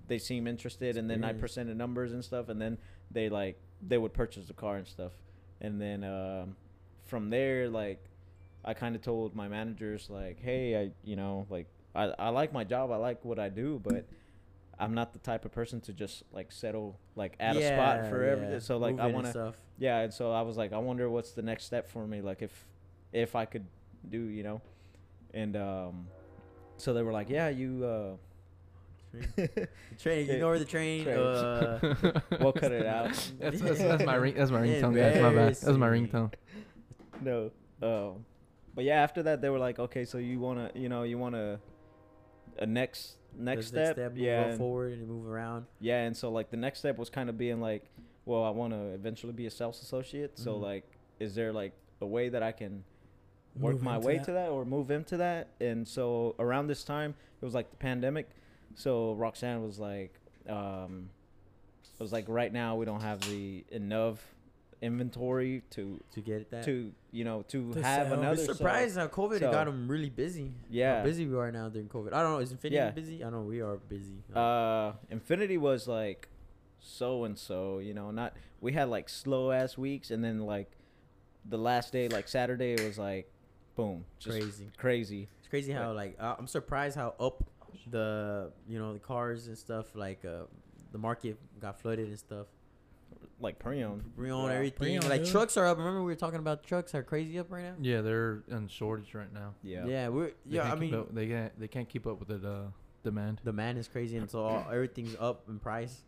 [SPEAKER 4] they seem interested and then I
[SPEAKER 1] Experience.
[SPEAKER 4] presented numbers and stuff and then they like they would purchase the car and stuff and then um, from there like I kind of told my managers like hey I you know like I, I like my job I like what I do but I'm not the type of person to just like settle like at a spot
[SPEAKER 1] Yeah,
[SPEAKER 4] for
[SPEAKER 1] yeah.
[SPEAKER 4] everything so like
[SPEAKER 1] Move
[SPEAKER 4] I
[SPEAKER 1] in and
[SPEAKER 4] want to
[SPEAKER 1] stuff.
[SPEAKER 4] yeah and so i was like i wonder what's the next step for me like if if i could do you know and um so they were like yeah you uh
[SPEAKER 1] The train, you know where the train.
[SPEAKER 4] Train.
[SPEAKER 1] Uh,
[SPEAKER 4] we'll cut it out
[SPEAKER 3] that's, that's, that's my ring. That's my ringtone, guys. My bad. That's my
[SPEAKER 1] Embarrassing.
[SPEAKER 3] ringtone.
[SPEAKER 4] no um but yeah after that they were like okay so you want to you know you want to a next next
[SPEAKER 1] does that
[SPEAKER 4] step,
[SPEAKER 1] move
[SPEAKER 4] yeah
[SPEAKER 1] all
[SPEAKER 4] and-
[SPEAKER 1] forward and move around.
[SPEAKER 4] yeah and so like the next step was kind of being like well i want to eventually be a sales associate so
[SPEAKER 2] Mm-hmm.
[SPEAKER 1] Mhm.
[SPEAKER 4] like is there like a way that i can work
[SPEAKER 2] Move
[SPEAKER 4] my
[SPEAKER 2] into
[SPEAKER 4] way
[SPEAKER 2] that.
[SPEAKER 4] to that or move into that and so around this time it was like the pandemic so roxanne was like um it was like right now we don't have the enough inventory to
[SPEAKER 1] to get that.
[SPEAKER 4] to you know to,
[SPEAKER 2] To
[SPEAKER 4] have
[SPEAKER 2] sell.
[SPEAKER 1] I'm
[SPEAKER 4] another so-
[SPEAKER 1] surprised how COVID
[SPEAKER 4] so-
[SPEAKER 1] got them really busy.
[SPEAKER 4] Yeah.
[SPEAKER 1] how busy we are now during COVID. I don't know. Is Infinity
[SPEAKER 4] Yeah.
[SPEAKER 1] busy? I know we are busy.
[SPEAKER 4] uh infinity was like so and so you know not we had like slow ass weeks and then like the last day like saturday it was like boom just crazy,
[SPEAKER 1] crazy. It's crazy how like uh, I'm surprised how up the you know the cars and stuff like uh, the market got flooded and stuff.
[SPEAKER 4] like Prion.
[SPEAKER 1] We own
[SPEAKER 4] Yeah.
[SPEAKER 1] everything.
[SPEAKER 2] Pre-owned,
[SPEAKER 1] like
[SPEAKER 2] dude.
[SPEAKER 1] trucks are up. Remember we were talking about trucks are crazy up right now.
[SPEAKER 3] Yeah, they're in shortage right now.
[SPEAKER 4] yeah
[SPEAKER 1] yeah. We're
[SPEAKER 3] They
[SPEAKER 1] yeah.
[SPEAKER 3] can't
[SPEAKER 1] I
[SPEAKER 3] keep
[SPEAKER 1] mean,
[SPEAKER 3] up- they can't they can't keep up with the uh, demand.
[SPEAKER 1] the man is crazy, and so all, everything's up in price.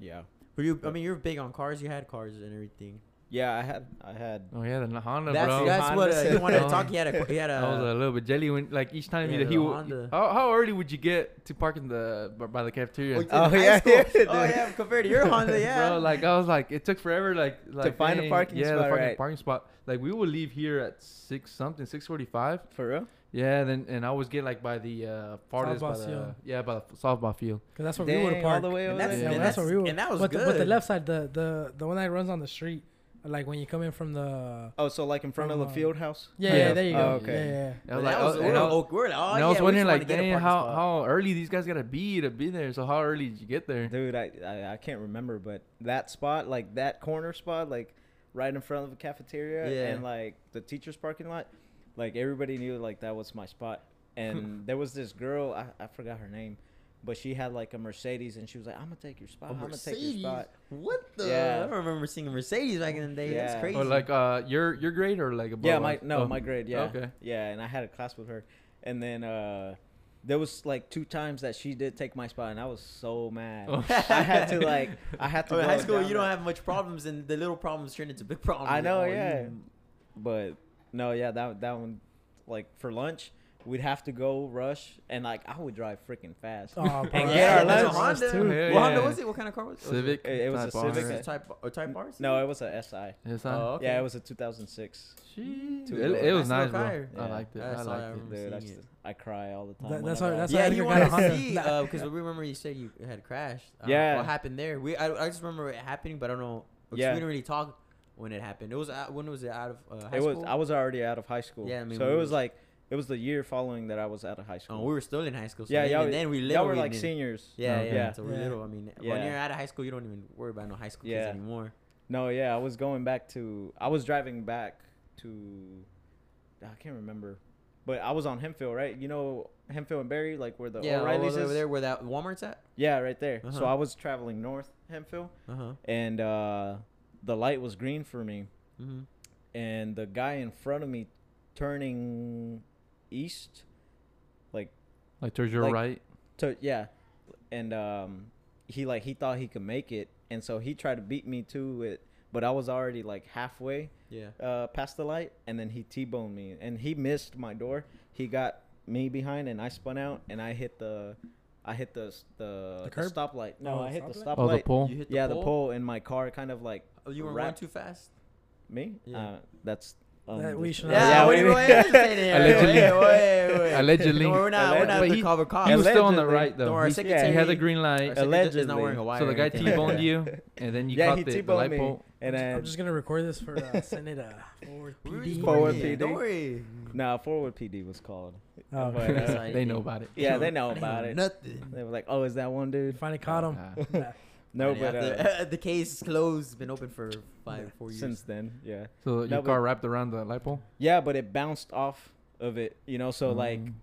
[SPEAKER 4] yeah
[SPEAKER 1] But you, I mean, you're big on cars. You had cars and everything.
[SPEAKER 4] yeah i had i had
[SPEAKER 3] Oh yeah, the Honda,
[SPEAKER 1] that's
[SPEAKER 3] bro.
[SPEAKER 1] that's what uh,
[SPEAKER 4] Honda
[SPEAKER 1] you wanted to
[SPEAKER 3] said-
[SPEAKER 1] talk. He had a he had a.
[SPEAKER 3] I was a little bit jelly when, like, each time
[SPEAKER 1] Yeah,
[SPEAKER 3] that
[SPEAKER 1] the
[SPEAKER 3] he would.
[SPEAKER 1] Honda.
[SPEAKER 3] How, how early would you get to park in the by- by the cafeteria?
[SPEAKER 1] Oh,
[SPEAKER 3] and-
[SPEAKER 1] you did in high
[SPEAKER 4] yeah, yeah,
[SPEAKER 1] school. oh
[SPEAKER 4] dude.
[SPEAKER 1] yeah, compared to your Honda, yeah.
[SPEAKER 3] Bro, like I was like, it took forever, like, like
[SPEAKER 4] find a
[SPEAKER 3] dang,
[SPEAKER 4] parking
[SPEAKER 3] yeah,
[SPEAKER 4] spot,
[SPEAKER 3] the fucking
[SPEAKER 4] right.
[SPEAKER 3] parking spot. Like we would leave here at six something, six forty-five.
[SPEAKER 4] for real
[SPEAKER 3] Yeah, then and I always get like by the uh, farthest by
[SPEAKER 2] Softball
[SPEAKER 3] the
[SPEAKER 2] field.
[SPEAKER 3] yeah by the f- softball field.
[SPEAKER 2] Cause that's where we would
[SPEAKER 4] Dang,
[SPEAKER 2] have
[SPEAKER 4] all
[SPEAKER 2] parked.
[SPEAKER 4] the way
[SPEAKER 1] And
[SPEAKER 4] over
[SPEAKER 1] that's-
[SPEAKER 4] there
[SPEAKER 2] yeah,
[SPEAKER 1] and
[SPEAKER 2] well, that's,
[SPEAKER 1] that's-
[SPEAKER 2] where we were.
[SPEAKER 1] and that was
[SPEAKER 2] but The, but the
[SPEAKER 1] good.
[SPEAKER 2] left side, the, the the one that runs on the street, like when you come in from the
[SPEAKER 4] oh so like in front of the
[SPEAKER 2] Um,
[SPEAKER 4] field house
[SPEAKER 2] yeah,
[SPEAKER 3] Yeah.
[SPEAKER 2] yeah, there you go.
[SPEAKER 4] Oh, okay.
[SPEAKER 2] Yeah, yeah.
[SPEAKER 3] And I was
[SPEAKER 1] But
[SPEAKER 3] like,
[SPEAKER 1] that was,
[SPEAKER 3] oh,
[SPEAKER 1] we
[SPEAKER 3] and
[SPEAKER 1] were
[SPEAKER 3] I was-
[SPEAKER 1] oh, we were like, oh,
[SPEAKER 3] and
[SPEAKER 1] yeah,
[SPEAKER 3] I was
[SPEAKER 1] we
[SPEAKER 3] wondering
[SPEAKER 1] just wanted to
[SPEAKER 3] like,
[SPEAKER 1] get a
[SPEAKER 3] dang,
[SPEAKER 1] parking
[SPEAKER 3] how
[SPEAKER 1] spot.
[SPEAKER 3] how early these guys gotta be to be there? So how early did you get
[SPEAKER 1] Mm-hmm.
[SPEAKER 3] there?
[SPEAKER 4] dude I, I i can't remember but that spot like that corner spot like right in front of the cafeteria
[SPEAKER 1] Yeah.
[SPEAKER 4] and like the teacher's parking lot like everybody knew like that was my spot and there was this girl I, I forgot her name but she had like a mercedes and she was like i'm gonna take your spot
[SPEAKER 1] A
[SPEAKER 4] i'm gonna take your
[SPEAKER 1] Mercedes?
[SPEAKER 4] spot
[SPEAKER 1] What the?
[SPEAKER 4] Yeah.
[SPEAKER 1] I remember seeing a Mercedes back in the day. That's
[SPEAKER 4] Yeah.
[SPEAKER 1] crazy.
[SPEAKER 3] Or like uh, your your grade or like above
[SPEAKER 4] yeah my
[SPEAKER 3] us?
[SPEAKER 4] no
[SPEAKER 3] Oh.
[SPEAKER 4] my grade yeah
[SPEAKER 3] Okay.
[SPEAKER 4] yeah and i had a class with her and then uh there was like two times that she did take my spot and i was so mad
[SPEAKER 3] Oh.
[SPEAKER 4] i had to like i had to
[SPEAKER 1] Oh, in
[SPEAKER 4] go
[SPEAKER 1] high school,
[SPEAKER 4] down
[SPEAKER 1] you don't
[SPEAKER 4] that-
[SPEAKER 1] have much problems, and the little problems turn into big problems.
[SPEAKER 4] I know,
[SPEAKER 1] Oh,
[SPEAKER 4] yeah.
[SPEAKER 1] you-
[SPEAKER 4] But no, yeah, that that one, like for lunch, We'd have to go rush, and like I would drive freaking fast.
[SPEAKER 2] Oh, bro,
[SPEAKER 4] And
[SPEAKER 2] that's-
[SPEAKER 4] get our
[SPEAKER 2] that's
[SPEAKER 1] that's
[SPEAKER 4] lunch.
[SPEAKER 1] a Honda.
[SPEAKER 3] too. Hell
[SPEAKER 1] What Honda
[SPEAKER 3] yeah.
[SPEAKER 1] was it? What kind of car was it?
[SPEAKER 3] Civic.
[SPEAKER 4] It- it was a
[SPEAKER 3] Type R.
[SPEAKER 1] Was it
[SPEAKER 4] Civic.
[SPEAKER 1] a type or type R?
[SPEAKER 4] No, it was a SI.
[SPEAKER 3] Yes, I.
[SPEAKER 1] Oh, okay.
[SPEAKER 4] Yeah, it was a 2006.
[SPEAKER 3] Jeez.
[SPEAKER 4] Two
[SPEAKER 3] It,
[SPEAKER 4] door.
[SPEAKER 3] it was
[SPEAKER 1] Nice
[SPEAKER 3] nice,
[SPEAKER 1] little
[SPEAKER 3] bro.
[SPEAKER 1] car.
[SPEAKER 3] I
[SPEAKER 4] Yeah.
[SPEAKER 3] liked it.
[SPEAKER 1] That's
[SPEAKER 3] I
[SPEAKER 1] all I
[SPEAKER 3] liked it.
[SPEAKER 1] remember.
[SPEAKER 4] Dude, I,
[SPEAKER 1] seeing
[SPEAKER 4] used to- I cry all the time.
[SPEAKER 2] That- that's
[SPEAKER 4] whenever
[SPEAKER 2] how-
[SPEAKER 4] I-
[SPEAKER 2] that's
[SPEAKER 1] yeah,
[SPEAKER 2] how
[SPEAKER 1] you
[SPEAKER 2] you
[SPEAKER 1] want
[SPEAKER 2] got a
[SPEAKER 1] to
[SPEAKER 2] Honda.
[SPEAKER 1] see because we remember you said you had crashed. I don't know
[SPEAKER 4] Yeah.
[SPEAKER 1] what happened there? We I, I just remember it happening, but I don't know. 'cause
[SPEAKER 4] Yeah.
[SPEAKER 1] we didn't really talk when it happened. It was out- when was it out of uh, high
[SPEAKER 4] it was
[SPEAKER 1] school?
[SPEAKER 4] I was already out of high school.
[SPEAKER 1] Yeah, I mean,
[SPEAKER 4] so
[SPEAKER 1] we
[SPEAKER 4] it
[SPEAKER 1] were-
[SPEAKER 4] was like it was the year following that I was out of high school.
[SPEAKER 1] oh, we were still in high school. So
[SPEAKER 4] yeah,
[SPEAKER 1] then,
[SPEAKER 4] y'all,
[SPEAKER 1] and then we
[SPEAKER 4] y'all were
[SPEAKER 1] literally
[SPEAKER 4] like
[SPEAKER 1] didn't-
[SPEAKER 4] seniors. Oh,
[SPEAKER 1] Yeah, yeah,
[SPEAKER 4] Yeah.
[SPEAKER 1] So we're
[SPEAKER 2] Yeah.
[SPEAKER 1] little. I mean, when
[SPEAKER 4] Yeah.
[SPEAKER 1] you're out of high school, you don't even worry about no high school
[SPEAKER 4] Yeah.
[SPEAKER 1] kids anymore.
[SPEAKER 4] No, yeah, I was going back to. I was driving back to. I can't remember, but I was on Hemphill, right? You know Hemphill and Barry, like where the
[SPEAKER 1] yeah,
[SPEAKER 4] O'Reillys
[SPEAKER 1] over
[SPEAKER 4] is.
[SPEAKER 1] there where that Walmart's at.
[SPEAKER 4] Yeah, right there. So
[SPEAKER 1] Uh-huh.
[SPEAKER 4] I was traveling north Hemphill,
[SPEAKER 1] Uh huh.
[SPEAKER 4] and uh, the light was green for me,
[SPEAKER 1] hmm
[SPEAKER 4] and the guy in front of me, turning east, like
[SPEAKER 3] Like towards your
[SPEAKER 4] Like-
[SPEAKER 3] right.
[SPEAKER 4] to yeah, and um, he like he thought he could make it, and so he tried to beat me to it, but I was already like halfway.
[SPEAKER 1] Yeah.
[SPEAKER 4] uh, past the light, and then he T-boned me, and he missed my door. He got me behind, and I spun out, and I hit the, I hit the s- the,
[SPEAKER 2] The
[SPEAKER 4] the,
[SPEAKER 2] curb?
[SPEAKER 4] stoplight. No,
[SPEAKER 2] Oh,
[SPEAKER 4] I hit
[SPEAKER 2] the
[SPEAKER 4] the
[SPEAKER 2] stoplight?
[SPEAKER 3] Oh, the
[SPEAKER 4] stoplight.
[SPEAKER 3] pole.
[SPEAKER 1] You hit the
[SPEAKER 4] yeah,
[SPEAKER 1] pole.
[SPEAKER 4] the pole, and my car kind of like
[SPEAKER 1] Oh, you weren't
[SPEAKER 4] wrapped-
[SPEAKER 1] going too fast.
[SPEAKER 4] me.
[SPEAKER 1] Yeah.
[SPEAKER 4] Uh, that's um,
[SPEAKER 2] That we
[SPEAKER 4] this-
[SPEAKER 2] should
[SPEAKER 1] Yeah,
[SPEAKER 2] Yeah,
[SPEAKER 1] we, we,
[SPEAKER 4] we-
[SPEAKER 1] we entertaining here.
[SPEAKER 3] Allegedly.
[SPEAKER 1] Wait, wait, wait.
[SPEAKER 3] Allegedly.
[SPEAKER 1] No, we're not, we're not
[SPEAKER 3] Allegedly.
[SPEAKER 1] the cover cop.
[SPEAKER 3] He was still on the
[SPEAKER 4] Allegedly.
[SPEAKER 3] right
[SPEAKER 1] Don't
[SPEAKER 3] though.
[SPEAKER 1] worry,
[SPEAKER 3] He,
[SPEAKER 1] our
[SPEAKER 4] He's-
[SPEAKER 1] secretary.
[SPEAKER 3] he had the green
[SPEAKER 1] our
[SPEAKER 3] light,
[SPEAKER 1] secretary is not
[SPEAKER 4] Allegedly.
[SPEAKER 1] wearing a wire.
[SPEAKER 3] so the
[SPEAKER 1] or
[SPEAKER 3] guy
[SPEAKER 1] anything.
[SPEAKER 3] T-boned you, and then you
[SPEAKER 4] Yeah,
[SPEAKER 3] caught
[SPEAKER 4] he
[SPEAKER 3] the, the
[SPEAKER 4] T-boned
[SPEAKER 3] light
[SPEAKER 4] me.
[SPEAKER 3] pole.
[SPEAKER 4] and
[SPEAKER 2] I'm
[SPEAKER 4] then
[SPEAKER 2] just gonna record this for uh, send it uh, forward
[SPEAKER 1] We were
[SPEAKER 2] PD.
[SPEAKER 1] just
[SPEAKER 4] Forward
[SPEAKER 1] working.
[SPEAKER 4] PD.
[SPEAKER 1] Don't worry.
[SPEAKER 4] nah, forward PD was called.
[SPEAKER 2] Oh,
[SPEAKER 4] But,
[SPEAKER 2] okay.
[SPEAKER 4] uh,
[SPEAKER 1] Sorry.
[SPEAKER 3] they know about it.
[SPEAKER 4] yeah, they
[SPEAKER 1] They
[SPEAKER 4] know
[SPEAKER 1] know
[SPEAKER 4] about it.
[SPEAKER 1] Nothing.
[SPEAKER 4] They were like, "Oh, is that one dude?"
[SPEAKER 2] Finally caught him. Mm.
[SPEAKER 3] Ah.
[SPEAKER 2] Yeah.
[SPEAKER 4] No,
[SPEAKER 1] And
[SPEAKER 4] but
[SPEAKER 1] after-
[SPEAKER 4] uh,
[SPEAKER 1] the case is closed. Been open for five, four years.
[SPEAKER 4] since then, yeah,
[SPEAKER 3] So
[SPEAKER 4] No,
[SPEAKER 3] your
[SPEAKER 4] but-
[SPEAKER 3] car wrapped around the light pole.
[SPEAKER 4] yeah, but it bounced off of it, you know. So like,
[SPEAKER 3] Mm.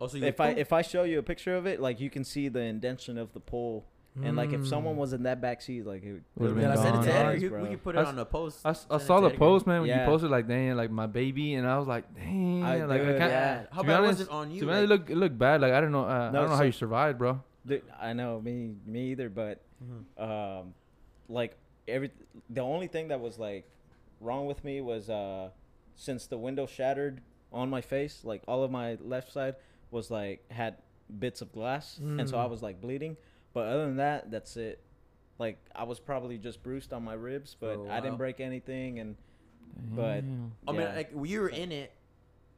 [SPEAKER 1] also,
[SPEAKER 4] if I if I show you a picture of it, like you can see the indention of the pole, and like if someone
[SPEAKER 2] Mm.
[SPEAKER 4] was in that back seat, like it
[SPEAKER 3] Would've
[SPEAKER 4] would've
[SPEAKER 3] been
[SPEAKER 1] I
[SPEAKER 3] gone.
[SPEAKER 1] sent it to
[SPEAKER 3] Gone.
[SPEAKER 1] Edgar.
[SPEAKER 4] Guys,
[SPEAKER 1] You-
[SPEAKER 4] bro.
[SPEAKER 1] We could put it
[SPEAKER 3] I s-
[SPEAKER 1] on a post.
[SPEAKER 3] I, s- I
[SPEAKER 1] Send it
[SPEAKER 3] saw
[SPEAKER 1] to
[SPEAKER 3] the
[SPEAKER 1] Edgar.
[SPEAKER 3] post, man, when
[SPEAKER 4] Yeah.
[SPEAKER 3] you posted like, dang, like my baby, and I was like, dang,
[SPEAKER 4] I-
[SPEAKER 3] like I
[SPEAKER 4] dude,
[SPEAKER 3] can't.
[SPEAKER 1] Yeah.
[SPEAKER 4] To
[SPEAKER 1] How
[SPEAKER 3] be
[SPEAKER 1] bad was it
[SPEAKER 3] honest-
[SPEAKER 1] on you?
[SPEAKER 3] To be honest, it
[SPEAKER 1] Like-
[SPEAKER 3] looked it looked bad. Like I don't know, uh,
[SPEAKER 4] No,
[SPEAKER 3] I don't know how
[SPEAKER 4] so-
[SPEAKER 3] you survived, bro.
[SPEAKER 4] Dude, I know me, me either, but
[SPEAKER 1] Mhm.
[SPEAKER 4] um, like every the only thing that was like wrong with me was uh, since the window shattered on my face, like all of my left side was like had bits of glass, and so I
[SPEAKER 2] Mm.
[SPEAKER 4] was like bleeding. But other than that, that's it. Like I was probably just bruised on my ribs, but
[SPEAKER 1] For a
[SPEAKER 4] I didn't
[SPEAKER 1] while.
[SPEAKER 4] break anything, and But-
[SPEAKER 3] Damn.
[SPEAKER 1] I mean,
[SPEAKER 4] yeah.
[SPEAKER 1] like you were in it.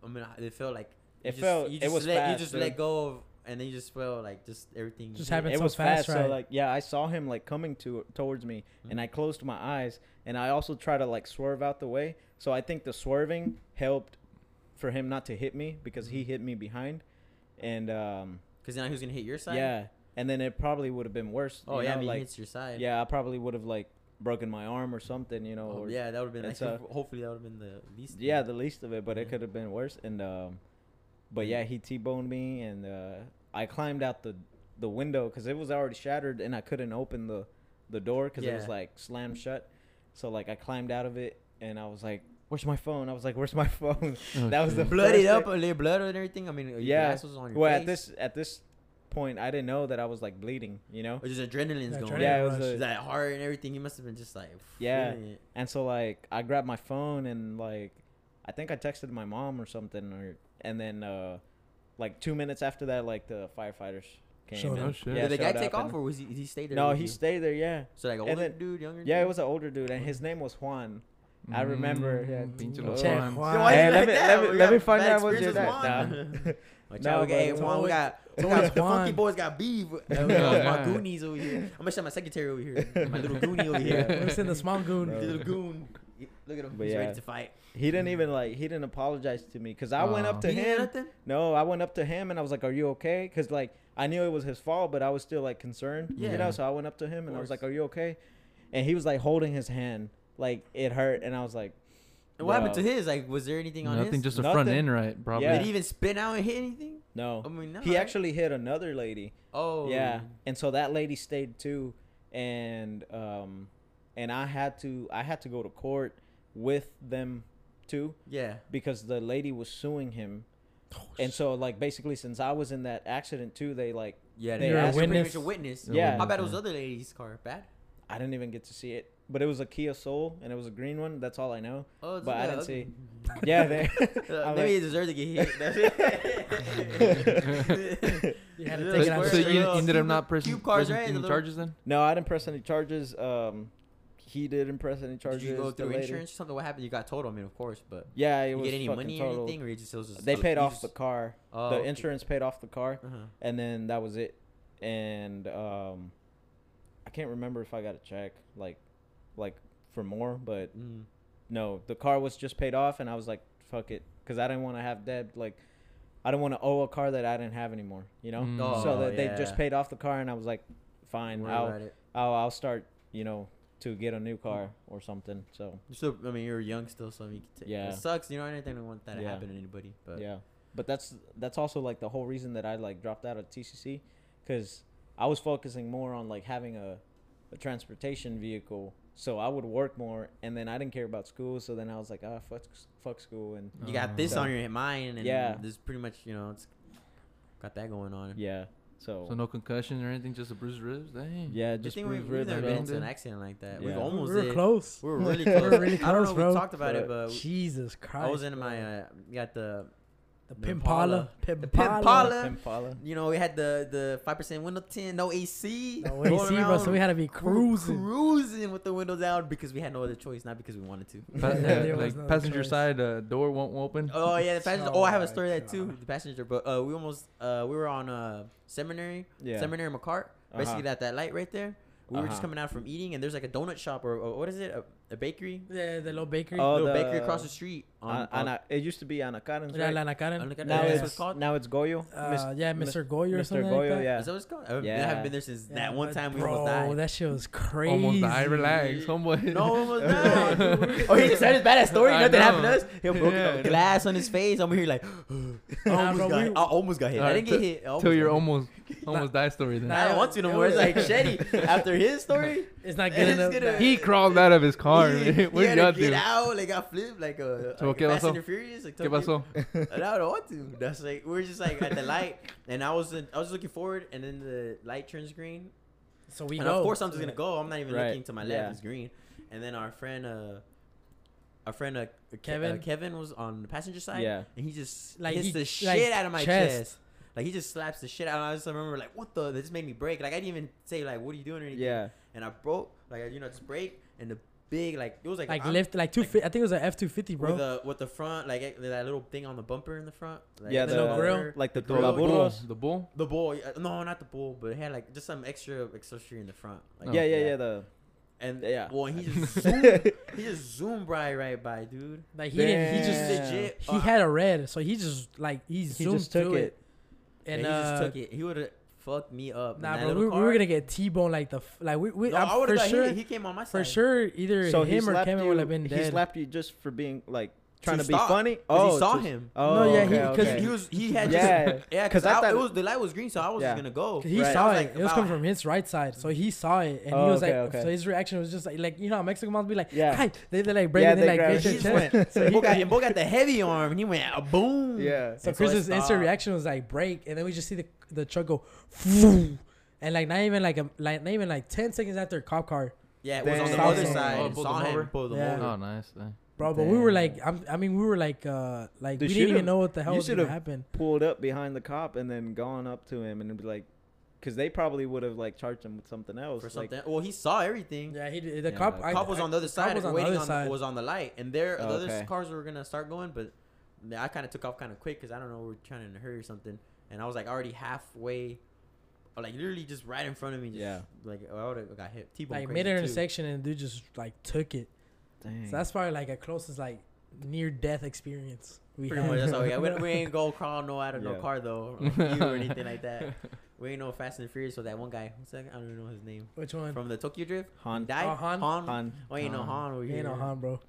[SPEAKER 1] I mean, it felt like you
[SPEAKER 4] It
[SPEAKER 1] just,
[SPEAKER 4] felt-
[SPEAKER 1] You
[SPEAKER 4] it
[SPEAKER 1] just
[SPEAKER 4] was
[SPEAKER 1] let,
[SPEAKER 4] fast,
[SPEAKER 1] You just
[SPEAKER 4] dude.
[SPEAKER 1] let go of, and then you just felt like just everything
[SPEAKER 2] Just
[SPEAKER 1] hit.
[SPEAKER 2] happened
[SPEAKER 4] it
[SPEAKER 2] so
[SPEAKER 4] was
[SPEAKER 2] fast,
[SPEAKER 4] fast,
[SPEAKER 2] right?
[SPEAKER 4] so like yeah i saw him like coming to towards me and i closed my eyes and i also tried to like swerve out the way so i think the swerving helped for him not to hit me because he
[SPEAKER 1] Mm-hmm.
[SPEAKER 4] hit me behind and um
[SPEAKER 1] Because now he was gonna hit your side.
[SPEAKER 4] yeah and then it probably would have been worse
[SPEAKER 1] Oh
[SPEAKER 4] you
[SPEAKER 1] yeah,
[SPEAKER 4] know,
[SPEAKER 1] I mean, he
[SPEAKER 4] like
[SPEAKER 1] hits your side.
[SPEAKER 4] yeah i probably would have like broken my arm or something you know
[SPEAKER 1] Oh,
[SPEAKER 4] or,
[SPEAKER 1] yeah, that would have been.
[SPEAKER 4] and
[SPEAKER 1] Like,
[SPEAKER 4] so-
[SPEAKER 1] hopefully, that would have been the least.
[SPEAKER 4] yeah the least of it but it
[SPEAKER 1] Yeah. Mm.
[SPEAKER 4] could have been worse and um but yeah he t-boned me and uh i climbed out the the window because it was already shattered and i couldn't open the the door because it was
[SPEAKER 1] Yeah.
[SPEAKER 4] like slammed shut so like i climbed out of it and i was like where's my phone i was like where's my phone
[SPEAKER 3] Oh,
[SPEAKER 4] that was the
[SPEAKER 3] shit.
[SPEAKER 1] blooded
[SPEAKER 4] first
[SPEAKER 1] up,
[SPEAKER 4] thing-
[SPEAKER 1] a little blood and everything. I mean, your
[SPEAKER 4] Yeah.
[SPEAKER 1] glass was on your
[SPEAKER 4] well
[SPEAKER 1] face.
[SPEAKER 4] at this at this point i didn't know that i was like bleeding you know
[SPEAKER 1] or just adrenaline's
[SPEAKER 2] Yeah,
[SPEAKER 1] going.
[SPEAKER 2] adrenaline
[SPEAKER 4] yeah it
[SPEAKER 1] Yeah,
[SPEAKER 4] was
[SPEAKER 2] rush.
[SPEAKER 4] a-
[SPEAKER 1] that heart and everything. He must have been just like.
[SPEAKER 4] Yeah.
[SPEAKER 1] feeling it.
[SPEAKER 4] And so like I grabbed my phone and like I think I texted my mom or something or and then uh like 2 minutes after that like the firefighters came.
[SPEAKER 2] Showed
[SPEAKER 4] and-
[SPEAKER 2] up. Oh,
[SPEAKER 3] shit.
[SPEAKER 4] yeah,
[SPEAKER 1] Did the guy
[SPEAKER 4] showed
[SPEAKER 1] take
[SPEAKER 4] up
[SPEAKER 1] off
[SPEAKER 4] and-
[SPEAKER 1] or was he? Did he stay there?
[SPEAKER 4] No,
[SPEAKER 1] with
[SPEAKER 4] he
[SPEAKER 1] you?
[SPEAKER 4] stayed there, yeah.
[SPEAKER 1] So like an
[SPEAKER 4] and
[SPEAKER 1] older
[SPEAKER 4] then-
[SPEAKER 1] dude, younger.
[SPEAKER 4] Yeah, it
[SPEAKER 1] dude?
[SPEAKER 4] was an older dude and his name was Juan. I remember, yeah.
[SPEAKER 2] Mm,
[SPEAKER 3] Pinche
[SPEAKER 1] oh,
[SPEAKER 4] Los
[SPEAKER 2] Che
[SPEAKER 3] Juan.
[SPEAKER 2] Juan.
[SPEAKER 1] Yo, why
[SPEAKER 4] Hey,
[SPEAKER 1] you
[SPEAKER 4] let
[SPEAKER 1] like
[SPEAKER 4] me-
[SPEAKER 1] that?
[SPEAKER 4] let me-
[SPEAKER 1] We
[SPEAKER 4] let
[SPEAKER 1] got
[SPEAKER 4] me find
[SPEAKER 1] bad
[SPEAKER 4] out what
[SPEAKER 1] experiences
[SPEAKER 4] did
[SPEAKER 1] with
[SPEAKER 4] that.
[SPEAKER 1] Juan. Watch
[SPEAKER 4] No,
[SPEAKER 1] out, we
[SPEAKER 4] bro,
[SPEAKER 1] got- hey,
[SPEAKER 4] it's
[SPEAKER 1] Juan, we
[SPEAKER 2] always-
[SPEAKER 1] got, we
[SPEAKER 2] always
[SPEAKER 1] got the funky
[SPEAKER 2] Juan.
[SPEAKER 1] boys got beef.
[SPEAKER 4] Yeah.
[SPEAKER 1] my Goonies over here. I'm gonna shout my secretary over here. My little Goonie over here.
[SPEAKER 2] Let me send the small goon.
[SPEAKER 4] Bro.
[SPEAKER 1] Little goon. Look at him.
[SPEAKER 4] But
[SPEAKER 1] He's
[SPEAKER 4] yeah.
[SPEAKER 1] ready to fight.
[SPEAKER 4] He didn't even like he didn't apologize to me cuz I went
[SPEAKER 3] Aw.
[SPEAKER 4] up to
[SPEAKER 1] He didn't do
[SPEAKER 4] him.
[SPEAKER 1] nothing?
[SPEAKER 4] No, I went up to him and I was like, "Are you okay?" Cuz like I knew it was his fault, but I was still like concerned,
[SPEAKER 1] Yeah.
[SPEAKER 4] you know? So I went up to him and I was
[SPEAKER 1] course.
[SPEAKER 4] like, "Are you okay?" And he was like holding his hand like it hurt and I was like
[SPEAKER 1] And what happened to
[SPEAKER 4] Bro.
[SPEAKER 1] his? Like, was there anything on
[SPEAKER 3] Nothing,
[SPEAKER 1] his?
[SPEAKER 3] just the front
[SPEAKER 4] Nothing.
[SPEAKER 3] end, right? Probably.
[SPEAKER 4] Yeah.
[SPEAKER 1] Did he even spin out and hit anything?
[SPEAKER 4] No.
[SPEAKER 1] I mean, no.
[SPEAKER 4] he
[SPEAKER 1] right?
[SPEAKER 4] actually hit another lady.
[SPEAKER 1] Oh.
[SPEAKER 4] Yeah. And so that lady stayed too and um and I had to I had to go to court with them too
[SPEAKER 1] Yeah.
[SPEAKER 4] because the lady was suing him.
[SPEAKER 2] Oh,
[SPEAKER 4] And so like basically since I was in that accident too, they like
[SPEAKER 1] Yeah.
[SPEAKER 4] They
[SPEAKER 1] They
[SPEAKER 4] were a
[SPEAKER 1] asked pretty
[SPEAKER 2] witness.
[SPEAKER 1] much a witness.
[SPEAKER 4] Yeah.
[SPEAKER 1] How bad was the other lady's car? Bad.
[SPEAKER 4] I didn't even get to see it. but it was a Kia Soul and it was a green one. That's all I know.
[SPEAKER 1] Oh,
[SPEAKER 4] But I didn't see. Yeah, they.
[SPEAKER 1] Uh,
[SPEAKER 4] I'm
[SPEAKER 1] maybe
[SPEAKER 4] like-
[SPEAKER 1] you deserve to get hit. That's it.
[SPEAKER 2] You had to
[SPEAKER 1] Yeah,
[SPEAKER 2] take it
[SPEAKER 1] that's
[SPEAKER 2] out.
[SPEAKER 1] where
[SPEAKER 3] so
[SPEAKER 2] the
[SPEAKER 1] it
[SPEAKER 3] you
[SPEAKER 1] goes.
[SPEAKER 2] trunk.
[SPEAKER 3] ended up not pressing,
[SPEAKER 1] Cube cars,
[SPEAKER 3] pressing
[SPEAKER 1] right? The
[SPEAKER 3] any
[SPEAKER 1] little-
[SPEAKER 3] charges then?
[SPEAKER 4] No, I didn't press any charges. Um, he didn't press any charges.
[SPEAKER 1] Did you go
[SPEAKER 4] the
[SPEAKER 1] through
[SPEAKER 4] lady-
[SPEAKER 1] insurance or something? What happened? You got totaled, I mean, of course, but
[SPEAKER 4] Yeah, it
[SPEAKER 1] you
[SPEAKER 4] was
[SPEAKER 1] get any
[SPEAKER 4] fucking
[SPEAKER 1] money or
[SPEAKER 4] total.
[SPEAKER 1] anything, or you just, it was just
[SPEAKER 4] They
[SPEAKER 1] a-
[SPEAKER 4] paid
[SPEAKER 1] you
[SPEAKER 4] off
[SPEAKER 1] just-
[SPEAKER 4] the car.
[SPEAKER 1] Oh,
[SPEAKER 4] the
[SPEAKER 1] okay.
[SPEAKER 4] insurance paid off the car,
[SPEAKER 1] Uh-huh.
[SPEAKER 4] and then that was it. And um, I can't remember if I got a check like, like for more, but
[SPEAKER 1] Mm.
[SPEAKER 4] no, the car was just paid off, and I was like, fuck it, because I didn't want to have debt. Like, I don't want to owe a car that I didn't have anymore. You know,
[SPEAKER 3] Mm.
[SPEAKER 1] Oh,
[SPEAKER 4] so that they
[SPEAKER 1] yeah.
[SPEAKER 4] just paid off the car, and I was like, fine,
[SPEAKER 1] Don't worry
[SPEAKER 4] I'll
[SPEAKER 1] about it.
[SPEAKER 4] I'll, I'll start, you know, to get a new car or something. So
[SPEAKER 1] You're still, I mean, you're young still, so I mean, you can take-
[SPEAKER 4] Yeah.
[SPEAKER 1] it sucks. You know, anything don't want that to
[SPEAKER 4] Yeah.
[SPEAKER 1] happen to anybody, but
[SPEAKER 4] yeah, but that's that's also like the whole reason that I like dropped out of TCC, because I was focusing more on like having a, a transportation vehicle. So I would work more, and then I didn't care about school. So then I was like, ah, fuck, s- fuck school, and
[SPEAKER 1] you got
[SPEAKER 3] Oh.
[SPEAKER 1] this
[SPEAKER 4] So-
[SPEAKER 1] on your mind, and
[SPEAKER 4] Yeah.
[SPEAKER 1] this pretty much, you know, it's got that going on.
[SPEAKER 4] yeah. So,
[SPEAKER 3] So no concussion or anything, just a bruised ribs. Dang.
[SPEAKER 4] yeah,
[SPEAKER 1] Good
[SPEAKER 4] just
[SPEAKER 1] thing we,
[SPEAKER 4] bruised
[SPEAKER 1] we've
[SPEAKER 4] ribs,
[SPEAKER 1] never
[SPEAKER 4] bro.
[SPEAKER 1] been into an accident like that. We've
[SPEAKER 4] Yeah.
[SPEAKER 1] almost
[SPEAKER 2] we were
[SPEAKER 1] did.
[SPEAKER 2] close.
[SPEAKER 1] We were really
[SPEAKER 4] We
[SPEAKER 1] close.
[SPEAKER 4] were
[SPEAKER 2] really
[SPEAKER 1] I don't know
[SPEAKER 2] close,
[SPEAKER 1] if we
[SPEAKER 2] bro.
[SPEAKER 1] talked about it, but
[SPEAKER 2] Jesus Christ.
[SPEAKER 1] I was in my
[SPEAKER 2] bro.
[SPEAKER 1] uh, got the
[SPEAKER 2] the
[SPEAKER 1] the
[SPEAKER 2] Pimpala.
[SPEAKER 1] the
[SPEAKER 2] Pimpala.
[SPEAKER 1] Pimpala.
[SPEAKER 4] Impala.
[SPEAKER 1] You know, we had the the five percent window tint, no AC.
[SPEAKER 2] No way,
[SPEAKER 1] going
[SPEAKER 2] see, bro.
[SPEAKER 1] around
[SPEAKER 2] So we had to be
[SPEAKER 1] cru-
[SPEAKER 2] cruising.
[SPEAKER 1] cruising with the windows down because we had no other choice, not because we wanted to.
[SPEAKER 3] Pa-
[SPEAKER 2] Yeah,
[SPEAKER 3] yeah,
[SPEAKER 2] there was
[SPEAKER 3] like
[SPEAKER 2] no
[SPEAKER 3] passenger
[SPEAKER 2] choice.
[SPEAKER 3] side uh, door won't open.
[SPEAKER 1] Oh yeah, the passenger.
[SPEAKER 2] Oh
[SPEAKER 1] Oh, I have a
[SPEAKER 2] my
[SPEAKER 1] story of that too.
[SPEAKER 2] God.
[SPEAKER 1] The passenger, but uh, we almost uh, we were on uh, seminary,
[SPEAKER 4] Yeah.
[SPEAKER 1] seminary McCart, basically
[SPEAKER 4] Uh-huh.
[SPEAKER 1] at that light right there. We were just
[SPEAKER 4] Uh-huh.
[SPEAKER 1] coming out from eating, and there's like a donut shop or, or what is it, a, a bakery,
[SPEAKER 2] Yeah, the little bakery.
[SPEAKER 4] Oh,
[SPEAKER 1] little bakery
[SPEAKER 4] the-
[SPEAKER 1] across the street.
[SPEAKER 4] Ana-
[SPEAKER 1] on-
[SPEAKER 4] Ana- it used to be Anacarans.
[SPEAKER 2] Yeah,
[SPEAKER 4] Right?
[SPEAKER 2] Lana Karen.
[SPEAKER 1] Lana Karen.
[SPEAKER 4] now
[SPEAKER 1] Yeah.
[SPEAKER 4] it's
[SPEAKER 1] called-
[SPEAKER 4] now it's Goyo. Mis-
[SPEAKER 2] Uh, yeah,
[SPEAKER 4] Mis-
[SPEAKER 2] Mr. Goyo or
[SPEAKER 4] Mr.
[SPEAKER 2] something
[SPEAKER 4] Goyo,
[SPEAKER 2] like that.
[SPEAKER 4] yeah.
[SPEAKER 1] Is that what it's called? I haven't- I
[SPEAKER 4] Yeah.
[SPEAKER 1] haven't been there since that
[SPEAKER 2] Yeah,
[SPEAKER 1] one
[SPEAKER 2] but
[SPEAKER 1] time we
[SPEAKER 2] bro,
[SPEAKER 1] almost died.
[SPEAKER 2] that shit was crazy.
[SPEAKER 3] Almost die. Relax, homeboy.
[SPEAKER 1] No, we almost
[SPEAKER 2] Yeah,
[SPEAKER 1] died.
[SPEAKER 2] dude, we were
[SPEAKER 1] oh, he
[SPEAKER 2] there.
[SPEAKER 1] just had his badass story.
[SPEAKER 3] I
[SPEAKER 1] Nothing happened to
[SPEAKER 3] know.
[SPEAKER 1] us. He broke
[SPEAKER 3] Yeah, I know.
[SPEAKER 1] glass on his face. I'm here like, I
[SPEAKER 2] Nah,
[SPEAKER 1] almost
[SPEAKER 2] bro,
[SPEAKER 1] got,
[SPEAKER 2] we-
[SPEAKER 1] hit. I almost got hit. I
[SPEAKER 3] Alright,
[SPEAKER 1] didn't get hit. I almost
[SPEAKER 3] Tell
[SPEAKER 1] got
[SPEAKER 3] your
[SPEAKER 1] hit.
[SPEAKER 3] almost almost die story then.
[SPEAKER 1] I don't want to no more. It's like Shetty after his story.
[SPEAKER 2] It's not
[SPEAKER 1] it's
[SPEAKER 2] good enough.
[SPEAKER 1] gonna-
[SPEAKER 2] that-
[SPEAKER 3] He crawled out of his car.
[SPEAKER 1] he,
[SPEAKER 3] man.
[SPEAKER 1] he
[SPEAKER 3] what
[SPEAKER 1] had
[SPEAKER 3] did
[SPEAKER 1] to
[SPEAKER 3] y'all
[SPEAKER 1] get
[SPEAKER 3] do?
[SPEAKER 1] out. Like got flipped like a,
[SPEAKER 3] So,
[SPEAKER 1] like
[SPEAKER 3] ¿qué
[SPEAKER 1] a Fast
[SPEAKER 3] pasó?
[SPEAKER 1] and the Furious. Like,
[SPEAKER 3] ¿Qué
[SPEAKER 1] told me-
[SPEAKER 3] pasó?
[SPEAKER 1] And I don't want to. That's like we we're just like at the light, and I was I was looking forward, and then the light turns green,
[SPEAKER 2] So we
[SPEAKER 1] and
[SPEAKER 2] go.
[SPEAKER 1] of course I'm just gonna go. I'm not even
[SPEAKER 4] Right.
[SPEAKER 1] looking to my left.
[SPEAKER 4] Yeah.
[SPEAKER 1] It's green, and then our friend, uh, our friend uh, Kevin,
[SPEAKER 2] Kevin?
[SPEAKER 1] uh, Kevin was on the passenger side,
[SPEAKER 4] Yeah.
[SPEAKER 1] and he just
[SPEAKER 2] Like,
[SPEAKER 1] like hits
[SPEAKER 2] he-
[SPEAKER 1] the
[SPEAKER 2] like,
[SPEAKER 1] shit out of my
[SPEAKER 2] chest.
[SPEAKER 1] chest. Like he just slaps the shit out. And I just remember like what the. This made me break. Like I didn't even say like what are you doing or anything.
[SPEAKER 4] yeah.
[SPEAKER 1] And I broke like you know just break and the big like it was like
[SPEAKER 2] Like
[SPEAKER 1] I'm-
[SPEAKER 2] lift, like two.
[SPEAKER 1] like-
[SPEAKER 2] fi- I think it was an F two fifty,
[SPEAKER 1] with
[SPEAKER 2] bro.
[SPEAKER 1] the with the front like eh, that little thing on the bumper in the front. Like,
[SPEAKER 4] Yeah,
[SPEAKER 2] the little grill.
[SPEAKER 4] Like the
[SPEAKER 1] grill.
[SPEAKER 3] The bull.
[SPEAKER 4] Tolaburros.
[SPEAKER 3] The bull.
[SPEAKER 1] The bull, yeah, no, not the bull, but it had like just some extra accessory in the front. Like,
[SPEAKER 3] Oh.
[SPEAKER 4] Yeah, yeah, yeah. The
[SPEAKER 1] And
[SPEAKER 4] Yeah.
[SPEAKER 1] well, and he just zoomed, he just zoomed right right by, dude.
[SPEAKER 2] Like he didn't. He just.
[SPEAKER 4] Damn.
[SPEAKER 1] legit.
[SPEAKER 2] He had a red, so he just like he
[SPEAKER 4] he
[SPEAKER 2] zoomed
[SPEAKER 4] just took
[SPEAKER 2] through
[SPEAKER 4] it.
[SPEAKER 2] it.
[SPEAKER 1] yeah,
[SPEAKER 2] And
[SPEAKER 1] he just
[SPEAKER 2] uh,
[SPEAKER 1] took it. He would have fucked me up.
[SPEAKER 2] Nah,
[SPEAKER 1] in that
[SPEAKER 2] bro,
[SPEAKER 1] little
[SPEAKER 2] we, we were
[SPEAKER 1] car.
[SPEAKER 2] gonna get T-bone like the f- like we, we
[SPEAKER 1] No,
[SPEAKER 2] I'm
[SPEAKER 1] I would
[SPEAKER 2] for
[SPEAKER 1] have got
[SPEAKER 2] sure
[SPEAKER 1] he, he came on my side
[SPEAKER 2] for sure either
[SPEAKER 4] So he
[SPEAKER 2] him or
[SPEAKER 4] slapped
[SPEAKER 2] Kevin
[SPEAKER 4] you.
[SPEAKER 2] would have been
[SPEAKER 4] He
[SPEAKER 2] dead.
[SPEAKER 4] slapped you just for being like trying to, be
[SPEAKER 1] stop.
[SPEAKER 4] funny.
[SPEAKER 1] 'Cause he saw
[SPEAKER 4] to-
[SPEAKER 1] him.
[SPEAKER 4] Oh,
[SPEAKER 2] No, yeah,
[SPEAKER 4] okay,
[SPEAKER 2] he- 'cause
[SPEAKER 4] okay.
[SPEAKER 1] He was he had
[SPEAKER 4] Yeah.
[SPEAKER 1] just, yeah, because
[SPEAKER 4] 'Cause I thought-
[SPEAKER 1] it was the light was green, so I was
[SPEAKER 4] Yeah.
[SPEAKER 1] just gonna go.
[SPEAKER 2] He
[SPEAKER 4] Right.
[SPEAKER 1] I
[SPEAKER 2] saw
[SPEAKER 1] was
[SPEAKER 2] it.
[SPEAKER 1] like,
[SPEAKER 2] it was
[SPEAKER 1] about-
[SPEAKER 2] coming from his right side, so he saw it, and
[SPEAKER 4] Oh,
[SPEAKER 2] he was
[SPEAKER 4] okay,
[SPEAKER 2] like,
[SPEAKER 4] okay.
[SPEAKER 2] so his reaction was just like, like you know, how Mexican moms be like,
[SPEAKER 4] Yeah.
[SPEAKER 2] "Ay," they they like break
[SPEAKER 4] Yeah,
[SPEAKER 2] and they,
[SPEAKER 4] they
[SPEAKER 2] like
[SPEAKER 4] grab
[SPEAKER 2] break
[SPEAKER 4] it.
[SPEAKER 2] your
[SPEAKER 1] He just
[SPEAKER 2] chest.
[SPEAKER 1] went.
[SPEAKER 2] So he-
[SPEAKER 1] Bo got, Bo got the heavy arm, and he went a boom.
[SPEAKER 4] Yeah.
[SPEAKER 2] So
[SPEAKER 1] And so it
[SPEAKER 2] Chris's instant
[SPEAKER 1] stopped.
[SPEAKER 2] reaction was like break, and then we just see the the truck go, and like not even like a like not even like ten seconds after a cop car,
[SPEAKER 1] Yeah, it was on the
[SPEAKER 4] Damn.
[SPEAKER 1] other
[SPEAKER 4] Oh,
[SPEAKER 1] side.
[SPEAKER 3] pulled
[SPEAKER 1] and
[SPEAKER 3] him
[SPEAKER 1] saw him,
[SPEAKER 3] over?
[SPEAKER 1] pulled him
[SPEAKER 2] Yeah.
[SPEAKER 1] over.
[SPEAKER 3] Oh, nice. Dang.
[SPEAKER 2] bro. But we were
[SPEAKER 4] Damn.
[SPEAKER 2] like, I'm, I mean, we were like, uh, like
[SPEAKER 4] They
[SPEAKER 2] we didn't even
[SPEAKER 4] should've-
[SPEAKER 2] know what the hell
[SPEAKER 4] you
[SPEAKER 2] was gonna
[SPEAKER 4] should've-
[SPEAKER 2] happen.
[SPEAKER 4] Pulled up behind the cop and then gone up to him and be like, because they probably would have like charged him with something else.
[SPEAKER 2] Oh,
[SPEAKER 1] for
[SPEAKER 4] like,
[SPEAKER 1] something. well, he saw everything.
[SPEAKER 2] Yeah, he did. The
[SPEAKER 4] Yeah,
[SPEAKER 2] cop,
[SPEAKER 4] the
[SPEAKER 1] cop was
[SPEAKER 2] I,
[SPEAKER 1] on the other side,
[SPEAKER 2] was on the
[SPEAKER 1] waiting
[SPEAKER 2] other
[SPEAKER 1] on
[SPEAKER 2] side. Oh,
[SPEAKER 1] the, was on the light, and there the other
[SPEAKER 4] Okay.
[SPEAKER 1] s- cars were gonna start going, but man, I kind of took off kind of quick because I don't know we are trying to hurry or something, and I was like already halfway, or like literally just right in front of me. Just,
[SPEAKER 4] Yeah.
[SPEAKER 1] like I would have got hit. T-bone
[SPEAKER 2] like
[SPEAKER 1] crazy
[SPEAKER 2] mid
[SPEAKER 1] too.
[SPEAKER 2] intersection and dude just like took it.
[SPEAKER 4] Dang.
[SPEAKER 3] Hmm.
[SPEAKER 2] So that's probably like a closest like near death experience we
[SPEAKER 1] Pretty
[SPEAKER 2] had.
[SPEAKER 1] much that's all we got. We, we ain't go crawl no out of no
[SPEAKER 4] Yeah.
[SPEAKER 1] car though, or, you or anything like that. We ain't no Fast and Furious with that one guy. What's that? I don't even know his name.
[SPEAKER 2] Which one?
[SPEAKER 1] From the Tokyo Drift,
[SPEAKER 4] Han.
[SPEAKER 1] Die
[SPEAKER 2] Oh, Han?
[SPEAKER 1] Han.
[SPEAKER 4] Han.
[SPEAKER 1] Oh, ain't no
[SPEAKER 3] Han.
[SPEAKER 1] Han over here.
[SPEAKER 2] Ain't no Han, bro.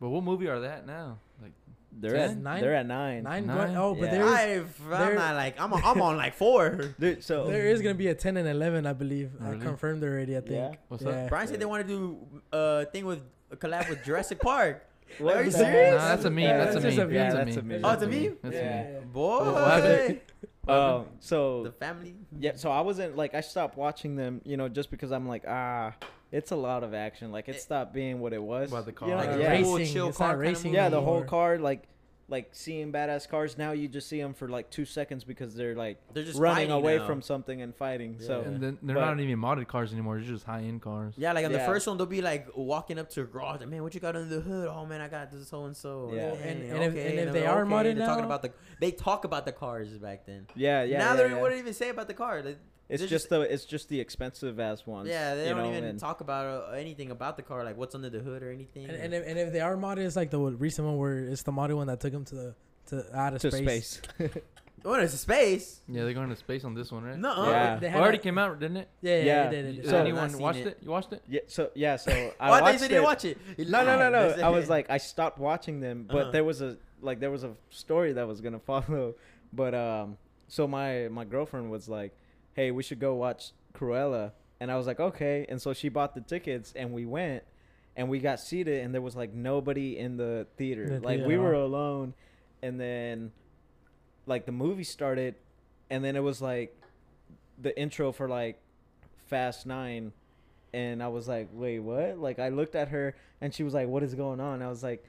[SPEAKER 3] But what movie are that now? Like
[SPEAKER 4] They're
[SPEAKER 2] Ten?
[SPEAKER 4] at
[SPEAKER 2] Nine?
[SPEAKER 4] nine. They're at nine.
[SPEAKER 2] Nine.
[SPEAKER 3] Nine?
[SPEAKER 2] Nine? Oh, but
[SPEAKER 4] Yeah.
[SPEAKER 2] there is,
[SPEAKER 1] I,
[SPEAKER 2] there-
[SPEAKER 1] I'm not like I'm. I'm on like four.
[SPEAKER 4] Dude, so
[SPEAKER 2] there is gonna be a ten and eleven, I believe. I
[SPEAKER 3] Really?
[SPEAKER 2] confirmed already. I think.
[SPEAKER 4] Yeah?
[SPEAKER 3] What's
[SPEAKER 2] yeah.
[SPEAKER 1] Brian said they want to do a thing with a collab with Jurassic Park.
[SPEAKER 4] What
[SPEAKER 1] Are you
[SPEAKER 4] the-
[SPEAKER 1] serious?
[SPEAKER 3] Nah, that's a meme,
[SPEAKER 4] Yeah,
[SPEAKER 3] that's a
[SPEAKER 2] That's just
[SPEAKER 3] meme.
[SPEAKER 2] a
[SPEAKER 4] Yeah,
[SPEAKER 2] meme.
[SPEAKER 4] that's a meme.
[SPEAKER 1] Oh, it's a meme?
[SPEAKER 3] That's
[SPEAKER 4] Yeah.
[SPEAKER 3] a meme.
[SPEAKER 1] Boy,
[SPEAKER 3] What happened?
[SPEAKER 4] Uh, so
[SPEAKER 1] the family.
[SPEAKER 4] yeah, so I wasn't like I stopped watching them, you know, just because I'm like, ah, it's a lot of action. Like it
[SPEAKER 1] It-
[SPEAKER 4] stopped being what it was.
[SPEAKER 3] By the
[SPEAKER 4] You know,
[SPEAKER 1] Eh. Like
[SPEAKER 2] Like
[SPEAKER 1] a
[SPEAKER 4] yeah,
[SPEAKER 1] race
[SPEAKER 2] racing,
[SPEAKER 1] cool chill
[SPEAKER 2] it's
[SPEAKER 1] car
[SPEAKER 2] not
[SPEAKER 1] kinda
[SPEAKER 2] racing.
[SPEAKER 1] movie.
[SPEAKER 4] yeah, the whole
[SPEAKER 2] anymore.
[SPEAKER 4] car, like, like seeing badass cars. Now you just see them for like two seconds because they're like
[SPEAKER 1] They're just
[SPEAKER 4] running
[SPEAKER 1] fighting
[SPEAKER 4] away
[SPEAKER 1] now.
[SPEAKER 4] from something and fighting.
[SPEAKER 1] Yeah.
[SPEAKER 4] So
[SPEAKER 3] And then they're
[SPEAKER 4] But-
[SPEAKER 3] not even modded cars anymore. They're just high end cars.
[SPEAKER 1] Yeah, like on the
[SPEAKER 4] Yeah.
[SPEAKER 1] first one, they'll be like walking up to a garage. Like, man, what you got under the hood? Oh man, I got this so and so.
[SPEAKER 4] Yeah.
[SPEAKER 1] Dang,
[SPEAKER 2] And- and if- and if
[SPEAKER 1] they're
[SPEAKER 2] they
[SPEAKER 1] like,
[SPEAKER 2] are modded
[SPEAKER 1] they're talking
[SPEAKER 2] now-
[SPEAKER 1] about the they talk about the cars back then.
[SPEAKER 4] yeah, yeah.
[SPEAKER 1] now
[SPEAKER 4] yeah,
[SPEAKER 1] they
[SPEAKER 4] yeah.
[SPEAKER 1] wouldn't even say about the car. They-
[SPEAKER 4] It's
[SPEAKER 1] they're
[SPEAKER 4] just, the it's just the expensive ass ones.
[SPEAKER 1] yeah, they
[SPEAKER 4] you
[SPEAKER 1] don't
[SPEAKER 4] know,
[SPEAKER 1] even
[SPEAKER 4] and-
[SPEAKER 1] talk about uh, anything about the car, like what's under the hood or anything.
[SPEAKER 2] And, and, if, and if they are modded, it's like the recent one where it's the modded one that took him to the to out of
[SPEAKER 4] to
[SPEAKER 2] space.
[SPEAKER 4] space.
[SPEAKER 1] oh, it's space.
[SPEAKER 3] Yeah, they're going to space on this one, right?
[SPEAKER 1] No,
[SPEAKER 4] Yeah.
[SPEAKER 2] They
[SPEAKER 3] It
[SPEAKER 2] had
[SPEAKER 3] already
[SPEAKER 2] a-
[SPEAKER 3] came out, didn't it?
[SPEAKER 2] Yeah, yeah,
[SPEAKER 4] Yeah.
[SPEAKER 2] They did, they
[SPEAKER 1] You
[SPEAKER 2] did.
[SPEAKER 3] Has
[SPEAKER 1] saw
[SPEAKER 4] So-
[SPEAKER 1] it. I've
[SPEAKER 3] anyone
[SPEAKER 1] not
[SPEAKER 3] watched
[SPEAKER 1] seen
[SPEAKER 3] it.
[SPEAKER 1] it.
[SPEAKER 3] You watched it?
[SPEAKER 4] yeah, so yeah, so I
[SPEAKER 1] Why
[SPEAKER 4] watched
[SPEAKER 1] they
[SPEAKER 4] it.
[SPEAKER 1] didn't watch it? He
[SPEAKER 4] No, no, no,
[SPEAKER 1] lied.
[SPEAKER 4] no. I was like, I stopped watching them, but
[SPEAKER 1] Uh-huh.
[SPEAKER 4] there was a like there was a story that was gonna follow, but um, so my my girlfriend was like, "Hey, we should go watch Cruella," and I was like, "Okay," and so she bought the tickets and we went, and we got seated, and there was like nobody in the theater,
[SPEAKER 2] The
[SPEAKER 4] like we
[SPEAKER 2] theater.
[SPEAKER 4] were alone, and then, like the movie started, and then it was like, the intro for like, Fast Nine. And I was like, wait, what? Like, I looked at her and she was like, "What is going on?" I was like,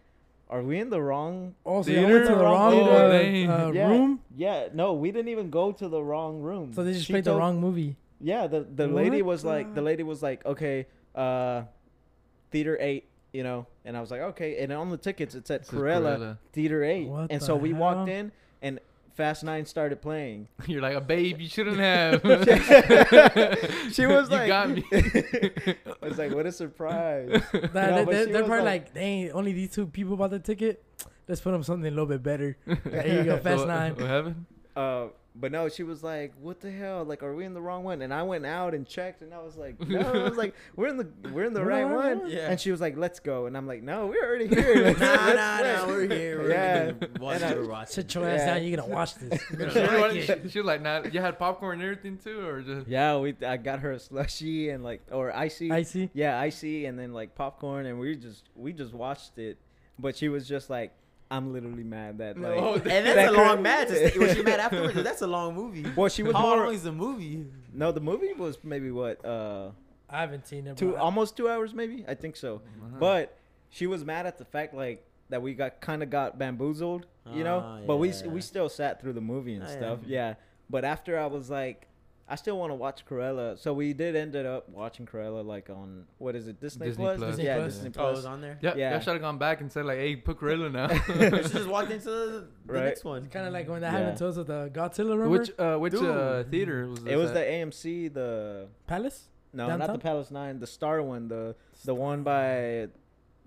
[SPEAKER 4] "Are we in the wrong?"
[SPEAKER 2] Also, Oh, they
[SPEAKER 3] Theater?
[SPEAKER 2] went to the wrong
[SPEAKER 4] Oh,
[SPEAKER 2] uh,
[SPEAKER 3] dang.
[SPEAKER 2] uh,
[SPEAKER 4] Yeah.
[SPEAKER 2] room,
[SPEAKER 4] Yeah, no, we didn't even go to the wrong room.
[SPEAKER 2] so they just
[SPEAKER 4] She
[SPEAKER 2] played the
[SPEAKER 4] told-
[SPEAKER 2] wrong movie.
[SPEAKER 4] Yeah, the the lady
[SPEAKER 2] What
[SPEAKER 4] was like, the
[SPEAKER 2] the-
[SPEAKER 4] lady was like, "Okay, uh, theater eight, you know," and I was like, "Okay," and on the tickets it said
[SPEAKER 3] This is
[SPEAKER 4] Corella Theater eight,
[SPEAKER 2] What
[SPEAKER 4] and
[SPEAKER 2] the
[SPEAKER 4] so we walked
[SPEAKER 2] hell?
[SPEAKER 4] in and Fast Nine started playing.
[SPEAKER 3] You're like a babe. You shouldn't have.
[SPEAKER 4] she was
[SPEAKER 3] you
[SPEAKER 4] like,
[SPEAKER 3] got me.
[SPEAKER 4] I was like, "What a surprise!"
[SPEAKER 2] That,
[SPEAKER 4] No,
[SPEAKER 2] that-
[SPEAKER 4] but
[SPEAKER 2] they're
[SPEAKER 4] she
[SPEAKER 2] they're
[SPEAKER 4] was
[SPEAKER 2] probably
[SPEAKER 4] like-
[SPEAKER 2] like, dang, only these two people bought the ticket. Let's put them something a little bit better. There you go,
[SPEAKER 3] So
[SPEAKER 2] Fast
[SPEAKER 3] what-
[SPEAKER 2] Nine.
[SPEAKER 3] What happened?
[SPEAKER 4] Uh, but no, she was like, "What the hell? Like, are we in the wrong one?" And I went out and checked, and I was like, "No," I was like, "We're in the we're in the
[SPEAKER 2] We're
[SPEAKER 4] right
[SPEAKER 2] in the right
[SPEAKER 4] one."
[SPEAKER 1] one? Yeah.
[SPEAKER 4] And she was like, "Let's go," and I'm like, "No, we're already here." Let's-
[SPEAKER 1] nah,
[SPEAKER 4] let's
[SPEAKER 1] nah, nah,
[SPEAKER 4] wait."
[SPEAKER 1] we're here. We're
[SPEAKER 4] Yeah.
[SPEAKER 1] gonna watch
[SPEAKER 4] And I-
[SPEAKER 1] it, we're watching.
[SPEAKER 2] Sit your ass
[SPEAKER 4] Yeah.
[SPEAKER 2] down. You're gonna watch this. You're
[SPEAKER 1] Yeah.
[SPEAKER 2] gonna
[SPEAKER 3] She
[SPEAKER 2] like
[SPEAKER 3] was-
[SPEAKER 2] it.
[SPEAKER 3] she- she was like, nah, you had popcorn and everything too, or just
[SPEAKER 4] Yeah, we I got her a slushy and like or icy.
[SPEAKER 2] I see.
[SPEAKER 4] Yeah, icy, and then like popcorn, and we just we just watched it. But she was just like, "I'm literally mad that like."
[SPEAKER 3] No.
[SPEAKER 1] And that's
[SPEAKER 4] That
[SPEAKER 1] a long
[SPEAKER 4] cur-
[SPEAKER 1] match. It's- Was she mad afterwards? That's a long movie.
[SPEAKER 4] Well, she was
[SPEAKER 1] How
[SPEAKER 4] more.
[SPEAKER 1] long is the movie?
[SPEAKER 4] No, the movie was maybe what uh
[SPEAKER 2] I haven't seen it.
[SPEAKER 4] two
[SPEAKER 2] but I-
[SPEAKER 4] almost two hours maybe I think so. But she was mad at the fact like that we got kind of got bamboozled, you know.
[SPEAKER 1] Ah,
[SPEAKER 4] But we
[SPEAKER 1] yeah.
[SPEAKER 4] we still sat through the movie and
[SPEAKER 1] Ah, yeah.
[SPEAKER 4] stuff. Yeah. But after I was like, I still want to watch Cruella. So we did end it up watching Cruella like on what is it Disney,
[SPEAKER 3] Disney
[SPEAKER 4] Plus?
[SPEAKER 3] Plus.
[SPEAKER 2] Disney
[SPEAKER 4] Yeah,
[SPEAKER 2] Plus.
[SPEAKER 4] Disney
[SPEAKER 1] Oh, it was
[SPEAKER 4] Plus.
[SPEAKER 1] on there.
[SPEAKER 3] yeah,
[SPEAKER 4] yeah.
[SPEAKER 3] yeah. I should have gone back and said like, hey, put Gorilla now.
[SPEAKER 1] she just walked into the, the
[SPEAKER 4] Right.
[SPEAKER 1] next one.
[SPEAKER 2] Kind of like when that
[SPEAKER 4] Yeah.
[SPEAKER 2] happened to us with the Godzilla, remember?
[SPEAKER 3] which uh, which uh,
[SPEAKER 1] Dude.
[SPEAKER 3] theater
[SPEAKER 1] Oh,
[SPEAKER 3] was this
[SPEAKER 4] It was
[SPEAKER 3] at?
[SPEAKER 4] the AMC the
[SPEAKER 2] Palace?
[SPEAKER 4] no not the
[SPEAKER 2] Downtown?
[SPEAKER 4] Palace Nine the Star one the the one by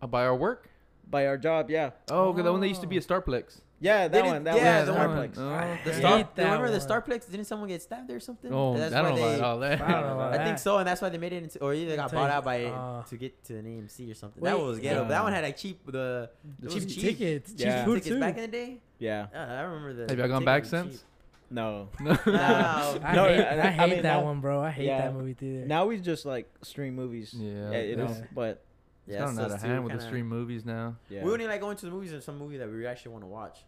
[SPEAKER 3] Uh, by our work.
[SPEAKER 4] by our job yeah
[SPEAKER 3] Oh, 'cause the one that used to be a Starplex.
[SPEAKER 4] yeah
[SPEAKER 1] They
[SPEAKER 4] that
[SPEAKER 1] did-
[SPEAKER 4] one that
[SPEAKER 1] yeah,
[SPEAKER 4] one
[SPEAKER 1] the
[SPEAKER 4] Starplex.
[SPEAKER 1] one-
[SPEAKER 3] Oh,
[SPEAKER 1] The
[SPEAKER 2] I
[SPEAKER 1] Star,
[SPEAKER 2] hate that
[SPEAKER 1] remember the
[SPEAKER 2] one.
[SPEAKER 1] Starplex? Didn't someone get stabbed or something?
[SPEAKER 3] oh,
[SPEAKER 1] that's
[SPEAKER 3] I
[SPEAKER 1] why
[SPEAKER 3] don't
[SPEAKER 1] they.
[SPEAKER 3] like all that.
[SPEAKER 2] I don't know about
[SPEAKER 1] I think
[SPEAKER 2] that.
[SPEAKER 1] so, and that's why they made it into, or either they got
[SPEAKER 2] Tell
[SPEAKER 1] bought
[SPEAKER 2] you-
[SPEAKER 1] out by
[SPEAKER 2] uh,
[SPEAKER 1] to get to an AMC or something. that
[SPEAKER 2] wait, um,
[SPEAKER 1] was ghetto. but that
[SPEAKER 3] uh,
[SPEAKER 1] one had like cheap the,
[SPEAKER 3] The
[SPEAKER 1] it was
[SPEAKER 2] Cheap
[SPEAKER 3] cheap-
[SPEAKER 2] tickets. Cheap
[SPEAKER 4] Yeah.
[SPEAKER 2] food,
[SPEAKER 1] tickets
[SPEAKER 2] too.
[SPEAKER 1] back in the day.
[SPEAKER 4] yeah
[SPEAKER 1] Uh, I remember the.
[SPEAKER 3] Have y'all gone
[SPEAKER 1] tickets
[SPEAKER 3] back
[SPEAKER 1] were
[SPEAKER 3] since?
[SPEAKER 1] cheap.
[SPEAKER 4] no
[SPEAKER 1] No.
[SPEAKER 2] I,
[SPEAKER 4] No,
[SPEAKER 2] hate,
[SPEAKER 4] I- I
[SPEAKER 2] I hate
[SPEAKER 4] mean,
[SPEAKER 2] that
[SPEAKER 4] now-
[SPEAKER 2] one, bro. I hate
[SPEAKER 4] yeah.
[SPEAKER 2] that movie theater.
[SPEAKER 4] now we just like stream movies
[SPEAKER 3] Yeah,
[SPEAKER 4] yeah you know
[SPEAKER 2] it's-
[SPEAKER 4] but
[SPEAKER 3] It's kind
[SPEAKER 1] so
[SPEAKER 3] of out of
[SPEAKER 1] it's too
[SPEAKER 3] hand with the
[SPEAKER 1] kinda-
[SPEAKER 3] stream movies now.
[SPEAKER 4] yeah
[SPEAKER 1] We only like going to the movies in some movie that we actually want to watch.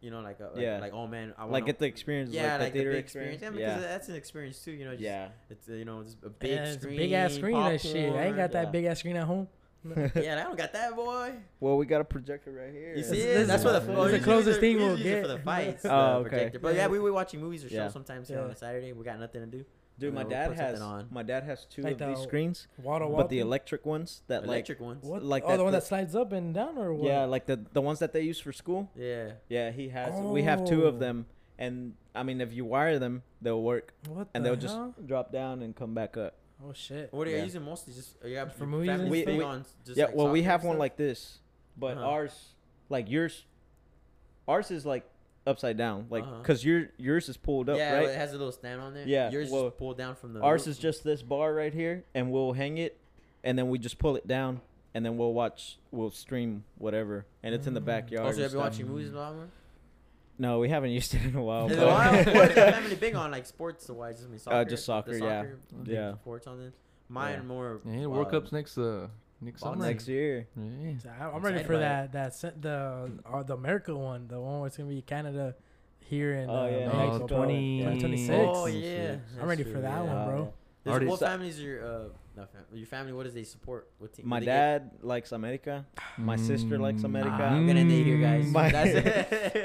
[SPEAKER 1] You know, like, uh, like
[SPEAKER 4] Yeah.
[SPEAKER 1] like oh man, I want
[SPEAKER 4] like get the experience,
[SPEAKER 1] yeah,
[SPEAKER 4] like the theater
[SPEAKER 1] big
[SPEAKER 4] experience.
[SPEAKER 1] Yeah, because that's an experience too. You know,
[SPEAKER 4] Yeah,
[SPEAKER 1] just,
[SPEAKER 4] yeah.
[SPEAKER 1] It's uh, you know just a big
[SPEAKER 2] Yeah, it's a
[SPEAKER 1] screen,
[SPEAKER 2] big ass screen, that shit. I ain't got
[SPEAKER 4] yeah.
[SPEAKER 2] that big ass screen at home.
[SPEAKER 1] popcorn. yeah, I don't got that boy.
[SPEAKER 4] Well, we got a projector right here.
[SPEAKER 1] You
[SPEAKER 2] It's-
[SPEAKER 1] see,
[SPEAKER 2] it's-
[SPEAKER 1] it? that's what the oh,
[SPEAKER 2] it's the
[SPEAKER 1] usually
[SPEAKER 2] closest
[SPEAKER 1] they're-
[SPEAKER 2] thing
[SPEAKER 1] we
[SPEAKER 2] we'll
[SPEAKER 1] usually use it for
[SPEAKER 2] get.
[SPEAKER 1] the fights.
[SPEAKER 4] Oh,
[SPEAKER 1] the
[SPEAKER 4] okay.
[SPEAKER 1] projector. But yeah,
[SPEAKER 2] Yeah.
[SPEAKER 1] we we watching movies or shows
[SPEAKER 4] Yeah.
[SPEAKER 1] sometimes here on
[SPEAKER 2] Yeah.
[SPEAKER 1] a Saturday. We got nothing to do.
[SPEAKER 4] Dude, my
[SPEAKER 1] We'll
[SPEAKER 4] dad
[SPEAKER 1] put something
[SPEAKER 4] has
[SPEAKER 1] on.
[SPEAKER 4] my dad has two
[SPEAKER 2] Like
[SPEAKER 4] of these
[SPEAKER 2] the
[SPEAKER 4] screens,
[SPEAKER 2] Water
[SPEAKER 4] but the
[SPEAKER 2] walking?
[SPEAKER 4] electric ones that
[SPEAKER 1] Electric ones.
[SPEAKER 2] What?
[SPEAKER 4] like
[SPEAKER 2] oh,
[SPEAKER 4] that-
[SPEAKER 2] the one
[SPEAKER 4] the-
[SPEAKER 2] that slides up and down or
[SPEAKER 4] like
[SPEAKER 2] what?
[SPEAKER 4] yeah, like the the ones that they use for school.
[SPEAKER 1] Yeah.
[SPEAKER 4] Yeah, he has. We have two of
[SPEAKER 2] Oh.
[SPEAKER 4] them, and I mean, if you wire them, they'll work,
[SPEAKER 2] What
[SPEAKER 4] and
[SPEAKER 2] the
[SPEAKER 4] they'll
[SPEAKER 2] hell?
[SPEAKER 4] just drop down and come back up.
[SPEAKER 2] Oh shit.
[SPEAKER 1] What are you
[SPEAKER 4] Yeah.
[SPEAKER 1] using mostly? Just uh, yeah,
[SPEAKER 2] For movies and
[SPEAKER 1] We,
[SPEAKER 4] stuff?
[SPEAKER 1] we, on just
[SPEAKER 4] yeah,
[SPEAKER 1] like
[SPEAKER 4] well, we
[SPEAKER 1] soccer
[SPEAKER 4] have
[SPEAKER 1] and
[SPEAKER 4] one
[SPEAKER 1] stuff?
[SPEAKER 4] like this, but
[SPEAKER 1] Uh-huh.
[SPEAKER 4] ours, like yours, ours is like upside down, like
[SPEAKER 1] Uh-huh.
[SPEAKER 4] because your yours is pulled up,
[SPEAKER 1] yeah,
[SPEAKER 4] right?
[SPEAKER 1] it has a little stand on there.
[SPEAKER 4] Yeah,
[SPEAKER 1] yours
[SPEAKER 4] well,
[SPEAKER 1] is pulled down from the.
[SPEAKER 4] Ours
[SPEAKER 1] roof.
[SPEAKER 4] is just this bar right here, and we'll hang it, and then we just pull it down, and then we'll watch, we'll stream whatever, and it's in the
[SPEAKER 2] Mm.
[SPEAKER 4] backyard.
[SPEAKER 1] Also, Oh,
[SPEAKER 4] and
[SPEAKER 1] have been
[SPEAKER 4] stuff.
[SPEAKER 1] watching movies a lot more?
[SPEAKER 4] No, we haven't used it in a while.
[SPEAKER 1] Is it
[SPEAKER 4] but-
[SPEAKER 1] wild? What is your family big on like sports wise? Just I mean, soccer.
[SPEAKER 4] Uh, just
[SPEAKER 1] the
[SPEAKER 4] soccer, yeah.
[SPEAKER 1] big
[SPEAKER 4] Yeah.
[SPEAKER 1] Sports on them. Mine
[SPEAKER 4] Yeah.
[SPEAKER 1] more.
[SPEAKER 3] Yeah, World
[SPEAKER 1] uh,
[SPEAKER 3] Cup's next uh next
[SPEAKER 1] Ball
[SPEAKER 3] summer.
[SPEAKER 4] next year.
[SPEAKER 3] Yeah.
[SPEAKER 2] So I- I'm
[SPEAKER 1] I'm
[SPEAKER 2] ready
[SPEAKER 1] excited
[SPEAKER 2] for
[SPEAKER 1] about
[SPEAKER 2] that. That sent the uh, the America one, the one where it's gonna be Canada, here in
[SPEAKER 4] Oh,
[SPEAKER 2] uh,
[SPEAKER 4] yeah,
[SPEAKER 2] Mexico,
[SPEAKER 4] Mexico.
[SPEAKER 2] bro.
[SPEAKER 3] 20
[SPEAKER 2] Yeah, 26.
[SPEAKER 1] Oh
[SPEAKER 3] Six.
[SPEAKER 1] yeah,
[SPEAKER 3] Six.
[SPEAKER 2] I'm ready for
[SPEAKER 1] Yeah.
[SPEAKER 2] that one,
[SPEAKER 4] Uh,
[SPEAKER 2] bro.
[SPEAKER 4] yeah.
[SPEAKER 1] Does-
[SPEAKER 3] Already-
[SPEAKER 1] what
[SPEAKER 4] so-
[SPEAKER 1] families your uh not fam- your family? What does they support? What team?
[SPEAKER 4] My
[SPEAKER 1] do they get?
[SPEAKER 4] dad likes America. My sister
[SPEAKER 3] Mm,
[SPEAKER 4] likes America.
[SPEAKER 1] Ah, I'm gonna date you guys.
[SPEAKER 4] My-
[SPEAKER 1] That's it.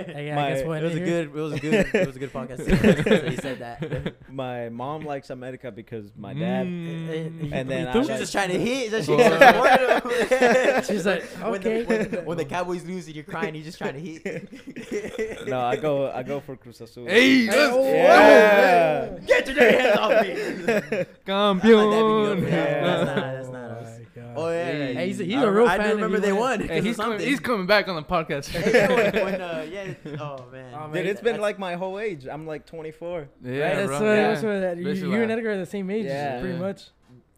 [SPEAKER 2] Hey, Uh, I
[SPEAKER 4] My-
[SPEAKER 2] guess
[SPEAKER 1] it
[SPEAKER 2] what?
[SPEAKER 1] was a
[SPEAKER 2] nigga?
[SPEAKER 1] good. It was a good. It was a good podcast. so he said that.
[SPEAKER 4] My mom likes America because my dad. eh,
[SPEAKER 2] Mm.
[SPEAKER 4] And then
[SPEAKER 1] She
[SPEAKER 4] I
[SPEAKER 1] was
[SPEAKER 4] like-
[SPEAKER 1] just trying to hit. That's
[SPEAKER 3] Oh.
[SPEAKER 1] what she was supporting him.
[SPEAKER 2] She's like,
[SPEAKER 1] when the,
[SPEAKER 2] okay.
[SPEAKER 1] when, when the Cowboys lose and you're crying, you're just trying to hit.
[SPEAKER 4] No, I go. I go for Cruz Azul.
[SPEAKER 2] Hey,
[SPEAKER 3] Hey, let's
[SPEAKER 2] oh,
[SPEAKER 4] Yeah.
[SPEAKER 2] oh,
[SPEAKER 1] Get your damn hands off me!
[SPEAKER 3] campeón.
[SPEAKER 1] Yeah.
[SPEAKER 4] That's
[SPEAKER 1] not- that's not us.
[SPEAKER 2] my God.
[SPEAKER 1] Oh yeah, yeah,
[SPEAKER 2] Hey, he's-
[SPEAKER 1] yeah.
[SPEAKER 2] he's
[SPEAKER 1] I
[SPEAKER 2] a
[SPEAKER 1] rem-
[SPEAKER 2] real
[SPEAKER 1] I do
[SPEAKER 2] fan if
[SPEAKER 1] remember
[SPEAKER 2] he
[SPEAKER 1] they won.
[SPEAKER 2] went.
[SPEAKER 3] Hey,
[SPEAKER 1] 'cause of
[SPEAKER 3] he's, coming,
[SPEAKER 1] something.
[SPEAKER 3] he's coming back on the podcast.
[SPEAKER 1] Hey, yeah, when, when, uh, yeah, oh man,
[SPEAKER 2] Oh, man.
[SPEAKER 4] Dude, it's been
[SPEAKER 1] That's-
[SPEAKER 4] like my whole age. I'm like 24.
[SPEAKER 3] Yeah,
[SPEAKER 2] that's
[SPEAKER 3] bro.
[SPEAKER 2] what, that's what that, you,
[SPEAKER 3] Basically,
[SPEAKER 2] you and
[SPEAKER 3] like-
[SPEAKER 2] Edgar are the same age,
[SPEAKER 4] Yeah.
[SPEAKER 2] pretty
[SPEAKER 3] Yeah.
[SPEAKER 2] much.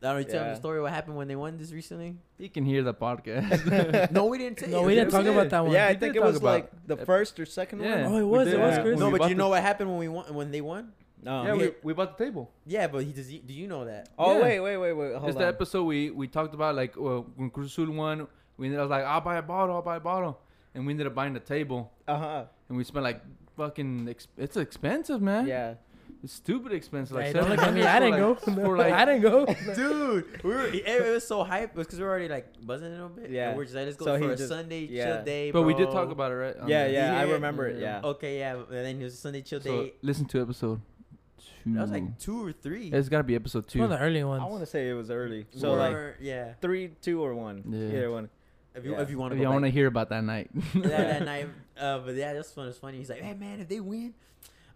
[SPEAKER 1] I already tell him
[SPEAKER 4] Yeah.
[SPEAKER 1] the story what happened when they won this recently.
[SPEAKER 3] He can hear the podcast.
[SPEAKER 1] No, we didn't. Tell
[SPEAKER 2] No,
[SPEAKER 1] you.
[SPEAKER 2] we didn't
[SPEAKER 1] Yes,
[SPEAKER 2] talk
[SPEAKER 1] did.
[SPEAKER 2] about that one.
[SPEAKER 4] yeah, I
[SPEAKER 3] did
[SPEAKER 4] think it
[SPEAKER 3] talk
[SPEAKER 4] was
[SPEAKER 3] about
[SPEAKER 4] like the
[SPEAKER 3] it.
[SPEAKER 4] first or second
[SPEAKER 3] yeah.
[SPEAKER 4] one.
[SPEAKER 2] Oh, it was,
[SPEAKER 3] We
[SPEAKER 2] it
[SPEAKER 3] did.
[SPEAKER 2] was
[SPEAKER 3] Yeah.
[SPEAKER 2] crazy.
[SPEAKER 1] No,
[SPEAKER 3] When we
[SPEAKER 1] but you
[SPEAKER 3] bought
[SPEAKER 1] know what Um, happened when we won when they won?
[SPEAKER 4] No.
[SPEAKER 3] Yeah,
[SPEAKER 1] we-
[SPEAKER 3] we, we bought the table.
[SPEAKER 1] Yeah, but he does. He, do you know that?
[SPEAKER 4] Um, oh
[SPEAKER 3] yeah.
[SPEAKER 4] wait, wait, wait, wait. Hold
[SPEAKER 3] it's
[SPEAKER 4] on.
[SPEAKER 3] the episode we, we talked about like uh, when Cruzul won. We ended up like I'll buy a bottle, I'll buy a bottle, and we ended up buying the table,
[SPEAKER 4] uh huh.
[SPEAKER 3] and we spent like fucking. Exp- it's expensive, man.
[SPEAKER 4] Yeah.
[SPEAKER 3] It's stupid expensive. Like
[SPEAKER 2] Hey,
[SPEAKER 3] seven
[SPEAKER 2] don't look at me.
[SPEAKER 3] hundred
[SPEAKER 2] I
[SPEAKER 3] for,
[SPEAKER 2] didn't go.
[SPEAKER 3] like, For like
[SPEAKER 2] I didn't go.
[SPEAKER 1] Dude, we were, it, it was so hype because we were already like buzzing a little bit.
[SPEAKER 4] Yeah.
[SPEAKER 1] and we're just like, let's go
[SPEAKER 4] So he
[SPEAKER 1] for a
[SPEAKER 4] just-
[SPEAKER 1] Sunday
[SPEAKER 4] yeah.
[SPEAKER 1] chill day.
[SPEAKER 3] but we did
[SPEAKER 1] bro.
[SPEAKER 3] talk about it, right? on
[SPEAKER 4] Yeah,
[SPEAKER 3] the-
[SPEAKER 4] yeah, I
[SPEAKER 1] Yeah.
[SPEAKER 4] remember it. Yeah.
[SPEAKER 1] Okay, yeah, and then it was a Sunday chill
[SPEAKER 3] So
[SPEAKER 1] day.
[SPEAKER 3] listen to episode two.
[SPEAKER 1] That was
[SPEAKER 2] mm.
[SPEAKER 1] like two or three.
[SPEAKER 3] it's gotta be episode two.
[SPEAKER 2] One of the early ones.
[SPEAKER 4] I want to say it was early.
[SPEAKER 1] We
[SPEAKER 4] So like
[SPEAKER 1] were- yeah,
[SPEAKER 4] three, two, or one.
[SPEAKER 3] Yeah.
[SPEAKER 4] Either one.
[SPEAKER 1] if you
[SPEAKER 4] yeah.
[SPEAKER 1] if you want
[SPEAKER 3] If
[SPEAKER 1] to,
[SPEAKER 3] y'all
[SPEAKER 1] go
[SPEAKER 3] want to
[SPEAKER 1] back.
[SPEAKER 3] hear about that night,
[SPEAKER 1] yeah, that night. Uh, but yeah, that's fun. It's funny. He's like, hey man, if they win,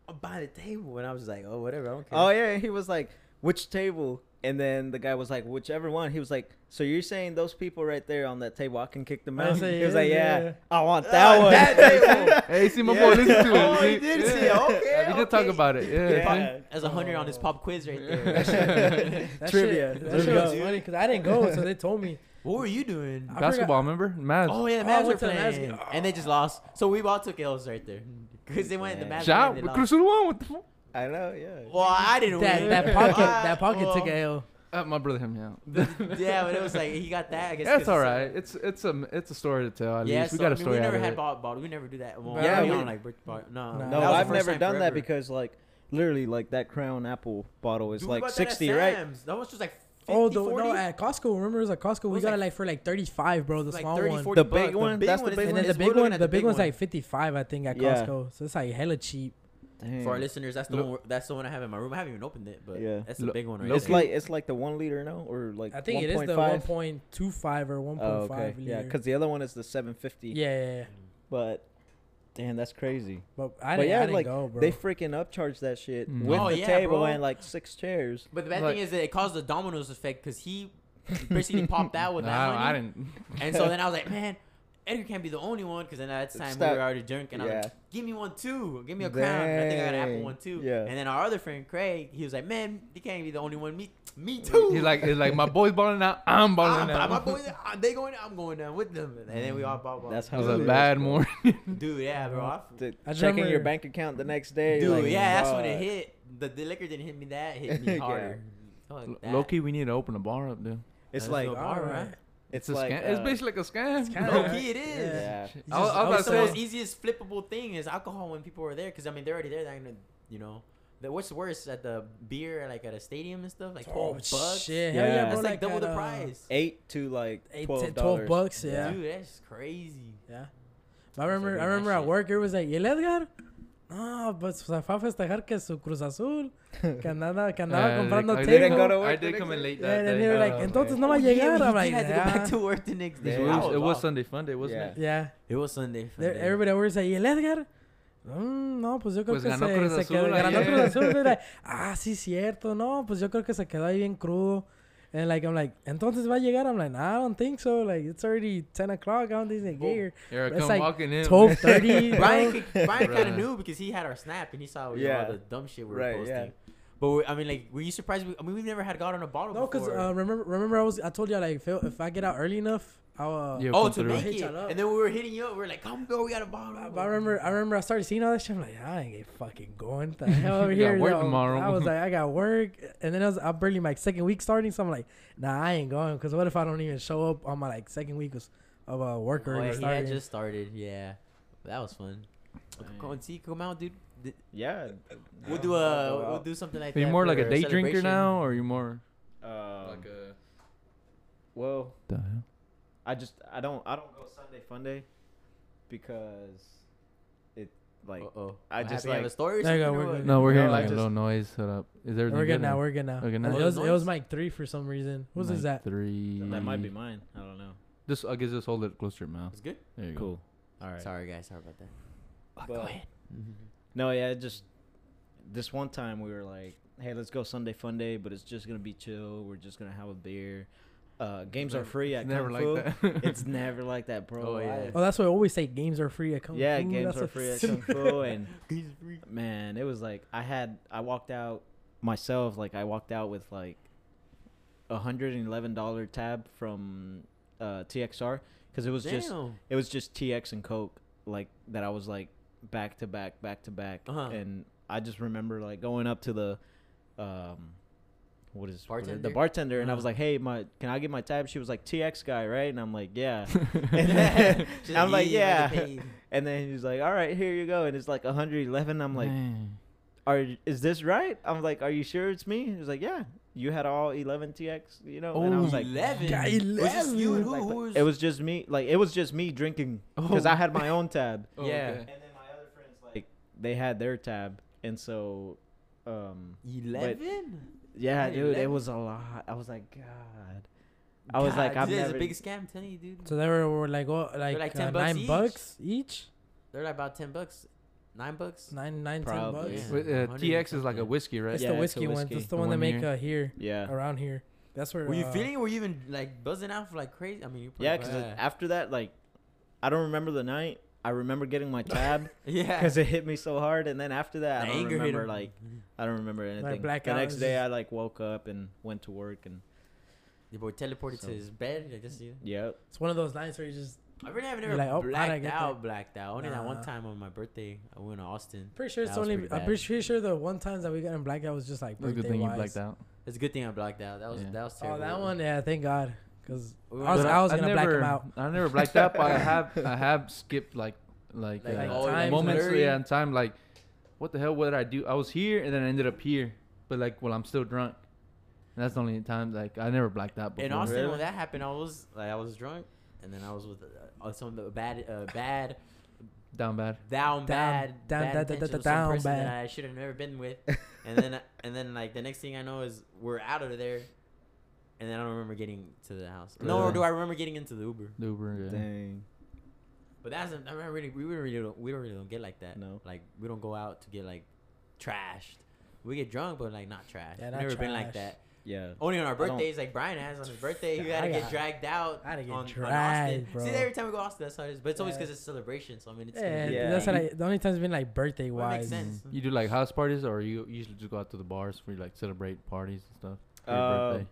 [SPEAKER 1] I'll buy the table, and I was like, oh whatever, I don't care.
[SPEAKER 4] Oh yeah, he was like, "Which table?" And then the guy was like, "Whichever one." He was like, "So you're saying those people right there on that table, I can kick them
[SPEAKER 2] I
[SPEAKER 4] out?"
[SPEAKER 2] say,
[SPEAKER 4] he was like,
[SPEAKER 2] yeah,
[SPEAKER 4] "Yeah,
[SPEAKER 2] yeah.
[SPEAKER 4] I want
[SPEAKER 1] Ah,
[SPEAKER 4] that one."
[SPEAKER 1] that table.
[SPEAKER 3] hey, see my
[SPEAKER 4] Yeah.
[SPEAKER 3] boy, listen to it.
[SPEAKER 1] Oh, he
[SPEAKER 3] See?
[SPEAKER 1] did
[SPEAKER 3] yeah.
[SPEAKER 1] see it. Okay,
[SPEAKER 3] we did talk
[SPEAKER 1] okay.
[SPEAKER 3] about it. Yeah, see?
[SPEAKER 4] yeah.
[SPEAKER 1] That's a hundred on his
[SPEAKER 2] Oh.
[SPEAKER 1] pop quiz right
[SPEAKER 3] Yeah.
[SPEAKER 1] there.
[SPEAKER 2] that
[SPEAKER 4] Trivia.
[SPEAKER 2] Shit,
[SPEAKER 4] There
[SPEAKER 2] that
[SPEAKER 4] we
[SPEAKER 2] shit was
[SPEAKER 1] go.
[SPEAKER 2] funny because I didn't go, so they told me.
[SPEAKER 1] what were you doing?
[SPEAKER 2] I forgot-
[SPEAKER 3] basketball. Remember, Mavs.
[SPEAKER 1] Oh yeah, the
[SPEAKER 2] Oh, I
[SPEAKER 1] Mavs were
[SPEAKER 2] went to the Mavs
[SPEAKER 1] playing,
[SPEAKER 2] game.
[SPEAKER 1] and they just lost. So we all took L's right there because they went. The
[SPEAKER 4] Yeah.
[SPEAKER 1] Mavs
[SPEAKER 3] Shout,
[SPEAKER 1] won, they
[SPEAKER 3] but
[SPEAKER 1] lost.
[SPEAKER 3] Cruzul won. What the fuck?
[SPEAKER 4] I know. Yeah.
[SPEAKER 1] Well, I didn't
[SPEAKER 2] That
[SPEAKER 1] win.
[SPEAKER 2] that pocket
[SPEAKER 1] I-
[SPEAKER 2] that pocket
[SPEAKER 1] well,
[SPEAKER 2] took a L.
[SPEAKER 3] Uh, my brother him now.
[SPEAKER 1] the- yeah, but it was like he got that. I guess
[SPEAKER 3] That's
[SPEAKER 1] 'cause
[SPEAKER 3] all
[SPEAKER 1] it's-
[SPEAKER 3] right. It's it's a it's a story to tell. At
[SPEAKER 1] yeah,
[SPEAKER 3] least we
[SPEAKER 1] so,
[SPEAKER 3] got
[SPEAKER 1] I
[SPEAKER 3] a
[SPEAKER 1] mean,
[SPEAKER 3] story
[SPEAKER 1] We
[SPEAKER 3] out
[SPEAKER 1] never
[SPEAKER 3] of
[SPEAKER 1] had
[SPEAKER 3] it.
[SPEAKER 1] ball, ball. We never do that. Well,
[SPEAKER 4] Yeah,
[SPEAKER 1] yeah, we
[SPEAKER 4] we-
[SPEAKER 1] don't like brick bar. No,
[SPEAKER 2] No,
[SPEAKER 1] that
[SPEAKER 4] No,
[SPEAKER 1] was the
[SPEAKER 4] I've
[SPEAKER 1] first
[SPEAKER 4] never
[SPEAKER 1] time
[SPEAKER 4] done that
[SPEAKER 1] forever.
[SPEAKER 4] because like literally like that Crown Apple bottle is
[SPEAKER 1] Dude, we
[SPEAKER 4] like
[SPEAKER 1] bought that at
[SPEAKER 4] 60, right?
[SPEAKER 1] Sam's. That was just like 50,
[SPEAKER 2] Oh, the, no,
[SPEAKER 1] 40?
[SPEAKER 2] at Costco. Remember, it was at Costco. We
[SPEAKER 1] was
[SPEAKER 2] got it
[SPEAKER 1] like-
[SPEAKER 2] like for like thirty-five, bro. The
[SPEAKER 1] It's like
[SPEAKER 2] small
[SPEAKER 1] 30,
[SPEAKER 2] one.
[SPEAKER 1] 40
[SPEAKER 4] The big
[SPEAKER 1] bucks.
[SPEAKER 4] one?
[SPEAKER 1] big
[SPEAKER 4] That's the
[SPEAKER 1] is-
[SPEAKER 4] big
[SPEAKER 2] and
[SPEAKER 4] one
[SPEAKER 2] then the
[SPEAKER 1] we're
[SPEAKER 2] big
[SPEAKER 1] looking
[SPEAKER 2] one,
[SPEAKER 1] at
[SPEAKER 2] the big one's
[SPEAKER 1] one.
[SPEAKER 2] like fifty-five, I think, at
[SPEAKER 4] Yeah.
[SPEAKER 2] Costco. So it's like hella cheap.
[SPEAKER 4] Damn.
[SPEAKER 1] For our listeners, that's the
[SPEAKER 3] Lo-
[SPEAKER 1] one. we're- That's the one I have in my room. I haven't even opened it, but
[SPEAKER 4] Yeah.
[SPEAKER 1] that's the
[SPEAKER 3] Lo-
[SPEAKER 1] big one right
[SPEAKER 3] Loki.
[SPEAKER 4] It's
[SPEAKER 1] there.
[SPEAKER 4] like it's like the one liter, no, or like
[SPEAKER 2] I think it is the
[SPEAKER 4] 1.5?
[SPEAKER 2] one point two five or one
[SPEAKER 4] Oh,
[SPEAKER 2] point
[SPEAKER 4] okay.
[SPEAKER 2] five
[SPEAKER 4] Yeah,
[SPEAKER 2] liter.
[SPEAKER 4] because the other one is the 750.
[SPEAKER 2] yeah, yeah, yeah.
[SPEAKER 4] But damn, that's crazy.
[SPEAKER 2] But I
[SPEAKER 4] but
[SPEAKER 2] didn't,
[SPEAKER 4] yeah,
[SPEAKER 2] I didn't
[SPEAKER 4] like
[SPEAKER 2] go, bro.
[SPEAKER 4] they freaking upcharge that shit
[SPEAKER 3] Mm.
[SPEAKER 4] with
[SPEAKER 1] Oh,
[SPEAKER 4] the
[SPEAKER 1] yeah,
[SPEAKER 4] table
[SPEAKER 1] bro.
[SPEAKER 4] and like six chairs.
[SPEAKER 1] But the bad
[SPEAKER 3] Like-
[SPEAKER 1] thing is that it caused the dominoes effect because he basically popped out with
[SPEAKER 3] No,
[SPEAKER 1] that
[SPEAKER 3] I,
[SPEAKER 1] money.
[SPEAKER 3] I didn't.
[SPEAKER 1] And so then I was like, man, Edgar can't be the only one because then at that time we
[SPEAKER 4] Stop.
[SPEAKER 1] were already drinking. I was
[SPEAKER 4] Yeah.
[SPEAKER 1] like, give me one too. Give me a crown. And I think I got an apple
[SPEAKER 4] Dang.
[SPEAKER 1] one too.
[SPEAKER 4] Yeah.
[SPEAKER 1] And then our other friend Craig, he was like, man, you can't be the only one. Me, me too.
[SPEAKER 3] He's like he's like my boy's balling out. I'm
[SPEAKER 1] I'm,
[SPEAKER 3] balling out.
[SPEAKER 1] my boys, uh, they going, I'm going down with them. And then we all bought one.
[SPEAKER 4] That's
[SPEAKER 3] it
[SPEAKER 4] how
[SPEAKER 3] was
[SPEAKER 4] it
[SPEAKER 3] a
[SPEAKER 4] is,
[SPEAKER 3] bad
[SPEAKER 4] bro.
[SPEAKER 3] morning.
[SPEAKER 1] Dude, yeah, bro. I,
[SPEAKER 4] Dude,
[SPEAKER 2] I
[SPEAKER 4] checking your
[SPEAKER 2] remember-
[SPEAKER 4] bank account the next day.
[SPEAKER 1] dude,
[SPEAKER 4] like,
[SPEAKER 1] yeah, that's when it
[SPEAKER 4] fuck.
[SPEAKER 1] hit. The, the liquor didn't hit me that. it Hit me
[SPEAKER 4] Yeah.
[SPEAKER 1] harder. Fuck that.
[SPEAKER 3] Loki, we need to open a bar up, dude.
[SPEAKER 4] It's
[SPEAKER 1] That's
[SPEAKER 4] like
[SPEAKER 1] no-
[SPEAKER 2] All
[SPEAKER 1] alright.
[SPEAKER 2] right.
[SPEAKER 4] it's
[SPEAKER 3] a
[SPEAKER 4] like
[SPEAKER 3] scam. it's
[SPEAKER 4] uh,
[SPEAKER 3] basically like a scam.
[SPEAKER 2] kinda
[SPEAKER 1] Low key, it is.
[SPEAKER 4] yeah.
[SPEAKER 2] You just-
[SPEAKER 3] I was, I was
[SPEAKER 1] it's the
[SPEAKER 3] about to
[SPEAKER 1] most
[SPEAKER 3] say.
[SPEAKER 1] easiest flippable thing is alcohol when people are there because I mean they're already there. They're not gonna, you know, the, what's worse at the beer like at a stadium and stuff like twelve
[SPEAKER 2] Oh
[SPEAKER 1] bucks.
[SPEAKER 2] shit!
[SPEAKER 4] Yeah.
[SPEAKER 2] Hell yeah,
[SPEAKER 4] That's
[SPEAKER 2] bro.
[SPEAKER 1] That's like, double
[SPEAKER 2] at,
[SPEAKER 1] the
[SPEAKER 2] uh,
[SPEAKER 1] price.
[SPEAKER 4] eight to like
[SPEAKER 2] Eight,
[SPEAKER 4] twelve,
[SPEAKER 2] ten- 12 bucks, yeah.
[SPEAKER 1] Dude, that's crazy.
[SPEAKER 2] Yeah. But I remember,
[SPEAKER 1] doing
[SPEAKER 2] I
[SPEAKER 1] that
[SPEAKER 2] remember at
[SPEAKER 1] shit.
[SPEAKER 2] work, it was like, ¿Y el Edgar? No, pues se fue a festejar que su Cruz Azul, que andaba, que andaba
[SPEAKER 3] Uh,
[SPEAKER 2] comprando
[SPEAKER 3] I
[SPEAKER 2] table.
[SPEAKER 3] did
[SPEAKER 4] didn't go to
[SPEAKER 3] I
[SPEAKER 4] work the
[SPEAKER 3] did come in
[SPEAKER 4] next day.
[SPEAKER 3] late
[SPEAKER 2] yeah,
[SPEAKER 3] that
[SPEAKER 2] and then
[SPEAKER 3] day.
[SPEAKER 2] they were like,
[SPEAKER 4] Oh, okay.
[SPEAKER 2] entonces no va a
[SPEAKER 1] yeah,
[SPEAKER 2] llegar.
[SPEAKER 1] we
[SPEAKER 2] I'm
[SPEAKER 1] did
[SPEAKER 2] like,
[SPEAKER 1] have to go back
[SPEAKER 2] yeah.
[SPEAKER 1] to work the next
[SPEAKER 3] It
[SPEAKER 1] day.
[SPEAKER 4] Yeah.
[SPEAKER 1] I
[SPEAKER 3] was, it was
[SPEAKER 1] off.
[SPEAKER 3] Sunday fun day, wasn't
[SPEAKER 4] Yeah.
[SPEAKER 3] it?
[SPEAKER 2] yeah.
[SPEAKER 1] It was Sunday. fun
[SPEAKER 2] There-
[SPEAKER 1] day.
[SPEAKER 2] Everybody always like, ¿y el Edgar? Mm, no, pues yo creo
[SPEAKER 3] Pues
[SPEAKER 2] que
[SPEAKER 3] ganó
[SPEAKER 2] se,
[SPEAKER 3] Cruz
[SPEAKER 2] se quedó.
[SPEAKER 3] Azul ¿eh?
[SPEAKER 2] Ganó
[SPEAKER 3] ayer.
[SPEAKER 2] Cruz Azul. Era, ah, sí, cierto. No, pues yo creo que se quedó ahí bien crudo. And like, I'm like, entonces va a llegar. I'm like, nah, I don't think so. Like, it's already 10 o'clock. I don't think they get here.
[SPEAKER 3] Here I
[SPEAKER 2] It's
[SPEAKER 3] come
[SPEAKER 2] like
[SPEAKER 3] walking in.
[SPEAKER 2] 12.30.
[SPEAKER 1] Brian, could- Brian kind
[SPEAKER 3] Oh, Right.
[SPEAKER 1] of knew because he had our snap and he saw you know,
[SPEAKER 4] Yeah.
[SPEAKER 1] all the dumb shit we were
[SPEAKER 4] Right,
[SPEAKER 1] posting.
[SPEAKER 4] yeah.
[SPEAKER 1] But we, I mean, like, were you surprised? We, I mean, we've never had got on a bottle.
[SPEAKER 2] No, because
[SPEAKER 1] because
[SPEAKER 2] uh, remember, remember I was I told you like if, if I get out early enough, I'll. Uh,
[SPEAKER 3] Yeah.
[SPEAKER 1] Oh, to
[SPEAKER 3] come through.
[SPEAKER 1] make
[SPEAKER 2] Hit
[SPEAKER 1] it.
[SPEAKER 2] y'all up.
[SPEAKER 1] And then we were hitting you up. We were like, come, girl, we got a bottle.
[SPEAKER 2] I, I remember I remember I started seeing all that shit. I'm like, I ain't fucking going. The hell over
[SPEAKER 3] You got
[SPEAKER 2] here.
[SPEAKER 3] work
[SPEAKER 2] yo.
[SPEAKER 3] tomorrow.
[SPEAKER 2] I was like, I got work, and then I was I'm barely my second week starting, so I'm like, nah, I ain't going. Cause what if I don't even show up on my like second week of, of uh, work
[SPEAKER 1] Oh,
[SPEAKER 2] already
[SPEAKER 1] yeah, he
[SPEAKER 2] starting?
[SPEAKER 1] had just started. Yeah. That was fun. Come,
[SPEAKER 3] Dang.
[SPEAKER 1] come and see, come out, dude. Th-
[SPEAKER 4] Yeah.
[SPEAKER 1] We'll
[SPEAKER 4] yeah,
[SPEAKER 1] do
[SPEAKER 4] I'll
[SPEAKER 1] a
[SPEAKER 4] go
[SPEAKER 1] we'll
[SPEAKER 4] out.
[SPEAKER 1] do something like
[SPEAKER 3] Are
[SPEAKER 1] that.
[SPEAKER 3] you more like
[SPEAKER 1] for
[SPEAKER 3] a day drinker
[SPEAKER 1] celebration.
[SPEAKER 3] now, or are you more?
[SPEAKER 4] Um,
[SPEAKER 3] a.
[SPEAKER 4] well,
[SPEAKER 3] The hell?
[SPEAKER 4] I just I don't I don't go Sunday fun day because it like
[SPEAKER 1] Uh-oh.
[SPEAKER 4] I
[SPEAKER 1] What happened?
[SPEAKER 4] just
[SPEAKER 1] You have
[SPEAKER 4] like-
[SPEAKER 1] a story. or
[SPEAKER 2] There you go,
[SPEAKER 1] something or
[SPEAKER 2] we're
[SPEAKER 1] what?
[SPEAKER 2] good.
[SPEAKER 3] No, we're
[SPEAKER 4] No,
[SPEAKER 3] hearing
[SPEAKER 4] I
[SPEAKER 3] like a
[SPEAKER 4] just-
[SPEAKER 3] little noise. Set up. Is everything
[SPEAKER 2] We're good now.
[SPEAKER 3] or-
[SPEAKER 2] We're good now.
[SPEAKER 3] Okay,
[SPEAKER 2] It
[SPEAKER 3] now-
[SPEAKER 2] was it was
[SPEAKER 1] Noise?
[SPEAKER 2] Mike three for some reason. Who's
[SPEAKER 3] Mic
[SPEAKER 2] is that?
[SPEAKER 3] Three.
[SPEAKER 4] that might be mine. I don't know.
[SPEAKER 3] Just I guess just hold it close to your mouth.
[SPEAKER 1] It's good.
[SPEAKER 3] There you
[SPEAKER 4] Cool. All
[SPEAKER 1] Sorry guys, sorry about that.
[SPEAKER 4] But- No, yeah, it just this one time we were like, "Hey, let's go Sunday Fun Day," but it's just gonna be chill. We're just gonna have a beer. Uh, games are
[SPEAKER 3] never-
[SPEAKER 4] free
[SPEAKER 3] it's
[SPEAKER 4] at
[SPEAKER 3] never
[SPEAKER 4] Kung
[SPEAKER 3] like
[SPEAKER 4] Fu.
[SPEAKER 3] that.
[SPEAKER 4] it's never like that, bro.
[SPEAKER 1] Oh, yeah.
[SPEAKER 4] I-
[SPEAKER 2] Oh, that's why I always say games are free at Kung
[SPEAKER 4] yeah,
[SPEAKER 2] Fu.
[SPEAKER 4] games
[SPEAKER 2] That's
[SPEAKER 4] are
[SPEAKER 2] a
[SPEAKER 4] free at
[SPEAKER 2] sim-
[SPEAKER 4] Kung Fu, and
[SPEAKER 1] go.
[SPEAKER 4] man, it was like I had I walked out myself. Like I walked out with like a hundred and eleven dollar tab from uh, TXR because it was just it was just TX and Coke, like that I was like back to back, back to back,
[SPEAKER 1] Uh-huh.
[SPEAKER 4] and I just remember like going up to the, um, what is what is-
[SPEAKER 1] Bartender?
[SPEAKER 4] the bartender, and I was
[SPEAKER 1] Uh-huh.
[SPEAKER 4] like, hey, my can I get my tab? She was like TX guy, right? And I'm like, yeah. and then,
[SPEAKER 1] She's
[SPEAKER 4] I'm like,
[SPEAKER 1] I
[SPEAKER 4] yeah.
[SPEAKER 1] get paid.
[SPEAKER 4] And then he's like, all right, here you go, and it's like 111. I'm like,
[SPEAKER 3] Man.
[SPEAKER 4] are is this right? I'm like, are you sure it's me? He was like, yeah. You had all 11 TX, you know, and I
[SPEAKER 3] Oh,
[SPEAKER 4] was like,
[SPEAKER 1] eleven.
[SPEAKER 2] Yeah,
[SPEAKER 4] Oh,
[SPEAKER 1] Was this you and who?
[SPEAKER 4] like,
[SPEAKER 1] who
[SPEAKER 4] like,
[SPEAKER 1] was?
[SPEAKER 4] it was just me. Like it was just me drinking because
[SPEAKER 3] Oh.
[SPEAKER 4] I had my own tab.
[SPEAKER 3] Oh,
[SPEAKER 1] yeah.
[SPEAKER 3] okay.
[SPEAKER 4] And then my other friends like they had their tab, and so, um,
[SPEAKER 1] eleven.
[SPEAKER 4] yeah,
[SPEAKER 1] Hey,
[SPEAKER 4] dude,
[SPEAKER 1] let-
[SPEAKER 4] it was a lot. I was like, God, I was like,
[SPEAKER 1] God,
[SPEAKER 4] I've
[SPEAKER 1] this is
[SPEAKER 4] never.
[SPEAKER 1] a big scam. I'm telling you, dude.
[SPEAKER 2] So they were, were like, oh, like,
[SPEAKER 1] like
[SPEAKER 2] uh,
[SPEAKER 1] 10 bucks
[SPEAKER 2] nine
[SPEAKER 1] each.
[SPEAKER 2] bucks each,
[SPEAKER 1] They're like about ten bucks, nine bucks.
[SPEAKER 2] nine, nine, ten
[SPEAKER 4] Probably.
[SPEAKER 2] bucks.
[SPEAKER 1] Yeah.
[SPEAKER 3] Wait, uh,
[SPEAKER 1] 100
[SPEAKER 3] TX is like a
[SPEAKER 1] something.
[SPEAKER 3] whiskey, right?
[SPEAKER 2] It's
[SPEAKER 4] Yeah,
[SPEAKER 2] the
[SPEAKER 4] it's a
[SPEAKER 2] whiskey one.
[SPEAKER 4] whiskey.
[SPEAKER 2] That's the
[SPEAKER 3] The
[SPEAKER 2] one they
[SPEAKER 3] one
[SPEAKER 2] make
[SPEAKER 3] here.
[SPEAKER 2] uh, here
[SPEAKER 4] yeah,
[SPEAKER 2] around here. That's where.
[SPEAKER 1] Were you
[SPEAKER 2] uh,
[SPEAKER 1] feeling? it? Were you even like buzzing out for like crazy? I mean, you
[SPEAKER 4] yeah.
[SPEAKER 1] probably-
[SPEAKER 4] Because after that, like, I don't remember the night. I remember getting my tab
[SPEAKER 1] yeah,
[SPEAKER 4] because it hit me so hard, and then after
[SPEAKER 1] The
[SPEAKER 4] that, I don't
[SPEAKER 1] anger hit
[SPEAKER 4] remember
[SPEAKER 1] him. Mm-hmm.
[SPEAKER 4] like I don't remember anything. the
[SPEAKER 2] blackout
[SPEAKER 4] next
[SPEAKER 2] is
[SPEAKER 4] day,
[SPEAKER 2] just-
[SPEAKER 4] I like woke up and went to work, and
[SPEAKER 1] your boy teleported
[SPEAKER 4] So-
[SPEAKER 1] to his bed. I guess you.
[SPEAKER 4] yeah,
[SPEAKER 2] It's one of those nights where you just
[SPEAKER 1] I really haven't
[SPEAKER 2] You're
[SPEAKER 1] ever
[SPEAKER 2] like, "Oh, how'd I
[SPEAKER 1] blacked
[SPEAKER 2] get
[SPEAKER 1] out,
[SPEAKER 2] there?"
[SPEAKER 1] blacked out. Only that one
[SPEAKER 2] Nah.
[SPEAKER 1] time on my birthday, I went to Austin.
[SPEAKER 2] pretty sure it's
[SPEAKER 1] That was
[SPEAKER 2] only.
[SPEAKER 1] pretty
[SPEAKER 2] I'm
[SPEAKER 1] bad.
[SPEAKER 2] pretty, pretty sure the one times that we got in blackout was just like
[SPEAKER 3] That's a
[SPEAKER 2] birthday
[SPEAKER 3] good thing you
[SPEAKER 2] wise.
[SPEAKER 3] blacked out.
[SPEAKER 1] It's a good thing I blacked out. That was
[SPEAKER 3] Yeah.
[SPEAKER 1] that was
[SPEAKER 2] Oh,
[SPEAKER 1] terrible.
[SPEAKER 2] that one, yeah, thank God, because I
[SPEAKER 1] We were
[SPEAKER 2] was,
[SPEAKER 1] But
[SPEAKER 2] I,
[SPEAKER 1] I-
[SPEAKER 2] was gonna black
[SPEAKER 3] never,
[SPEAKER 2] him out.
[SPEAKER 3] I never blacked out, but I have I have skipped like like,
[SPEAKER 1] Like,
[SPEAKER 3] uh,
[SPEAKER 2] all the
[SPEAKER 3] moments
[SPEAKER 1] blurry.
[SPEAKER 3] yeah, in time like what the hell what did I do? I was here and then I ended up here, but like well I'm still drunk. And that's the only time like I never blacked out before.
[SPEAKER 1] In Austin,
[SPEAKER 4] Really?
[SPEAKER 1] when that happened, I was like, I was drunk, and then I was with uh, some of the bad, uh, bad,
[SPEAKER 3] Down bad.
[SPEAKER 1] down,
[SPEAKER 2] Down-
[SPEAKER 1] bad,
[SPEAKER 2] down-
[SPEAKER 1] bad
[SPEAKER 2] da- da-
[SPEAKER 1] intentions
[SPEAKER 2] da-
[SPEAKER 1] with some
[SPEAKER 2] down
[SPEAKER 1] person that
[SPEAKER 2] bad.
[SPEAKER 1] I should have never been with, and then, and then like the next thing I know is we're out of there, and then I don't remember getting to the house. Nor
[SPEAKER 3] Really?
[SPEAKER 1] do I remember getting into the Uber.
[SPEAKER 3] The Uber, yeah.
[SPEAKER 4] dang,
[SPEAKER 1] But that's I mean, I really we really don't we don't really don't get like that.
[SPEAKER 4] No.
[SPEAKER 1] like we don't go out to get like trashed. We get drunk, but like not trashed.
[SPEAKER 2] Yeah,
[SPEAKER 1] We've
[SPEAKER 2] not
[SPEAKER 1] Never been like
[SPEAKER 2] trashed.
[SPEAKER 1] that.
[SPEAKER 4] yeah.
[SPEAKER 1] Only on our
[SPEAKER 4] don't-
[SPEAKER 1] birthdays, like Brian has on his birthday, he
[SPEAKER 2] Yeah,
[SPEAKER 1] had to
[SPEAKER 2] I
[SPEAKER 1] get
[SPEAKER 2] got-
[SPEAKER 1] dragged out.
[SPEAKER 2] I had to get
[SPEAKER 1] on, on Austin.
[SPEAKER 2] dragged, bro.
[SPEAKER 1] See, every time we go to Austin, that's how it is. But it's always
[SPEAKER 2] Yeah.
[SPEAKER 1] because it's celebration. So I mean, it's
[SPEAKER 2] Yeah,
[SPEAKER 4] Yeah.
[SPEAKER 2] that's what I. The only time's been like birthday
[SPEAKER 1] Well, it
[SPEAKER 2] wise.
[SPEAKER 1] makes sense.
[SPEAKER 3] You do like house parties or you usually just go out to the bars where you like celebrate parties and stuff. for your
[SPEAKER 4] Uh,
[SPEAKER 3] birthday?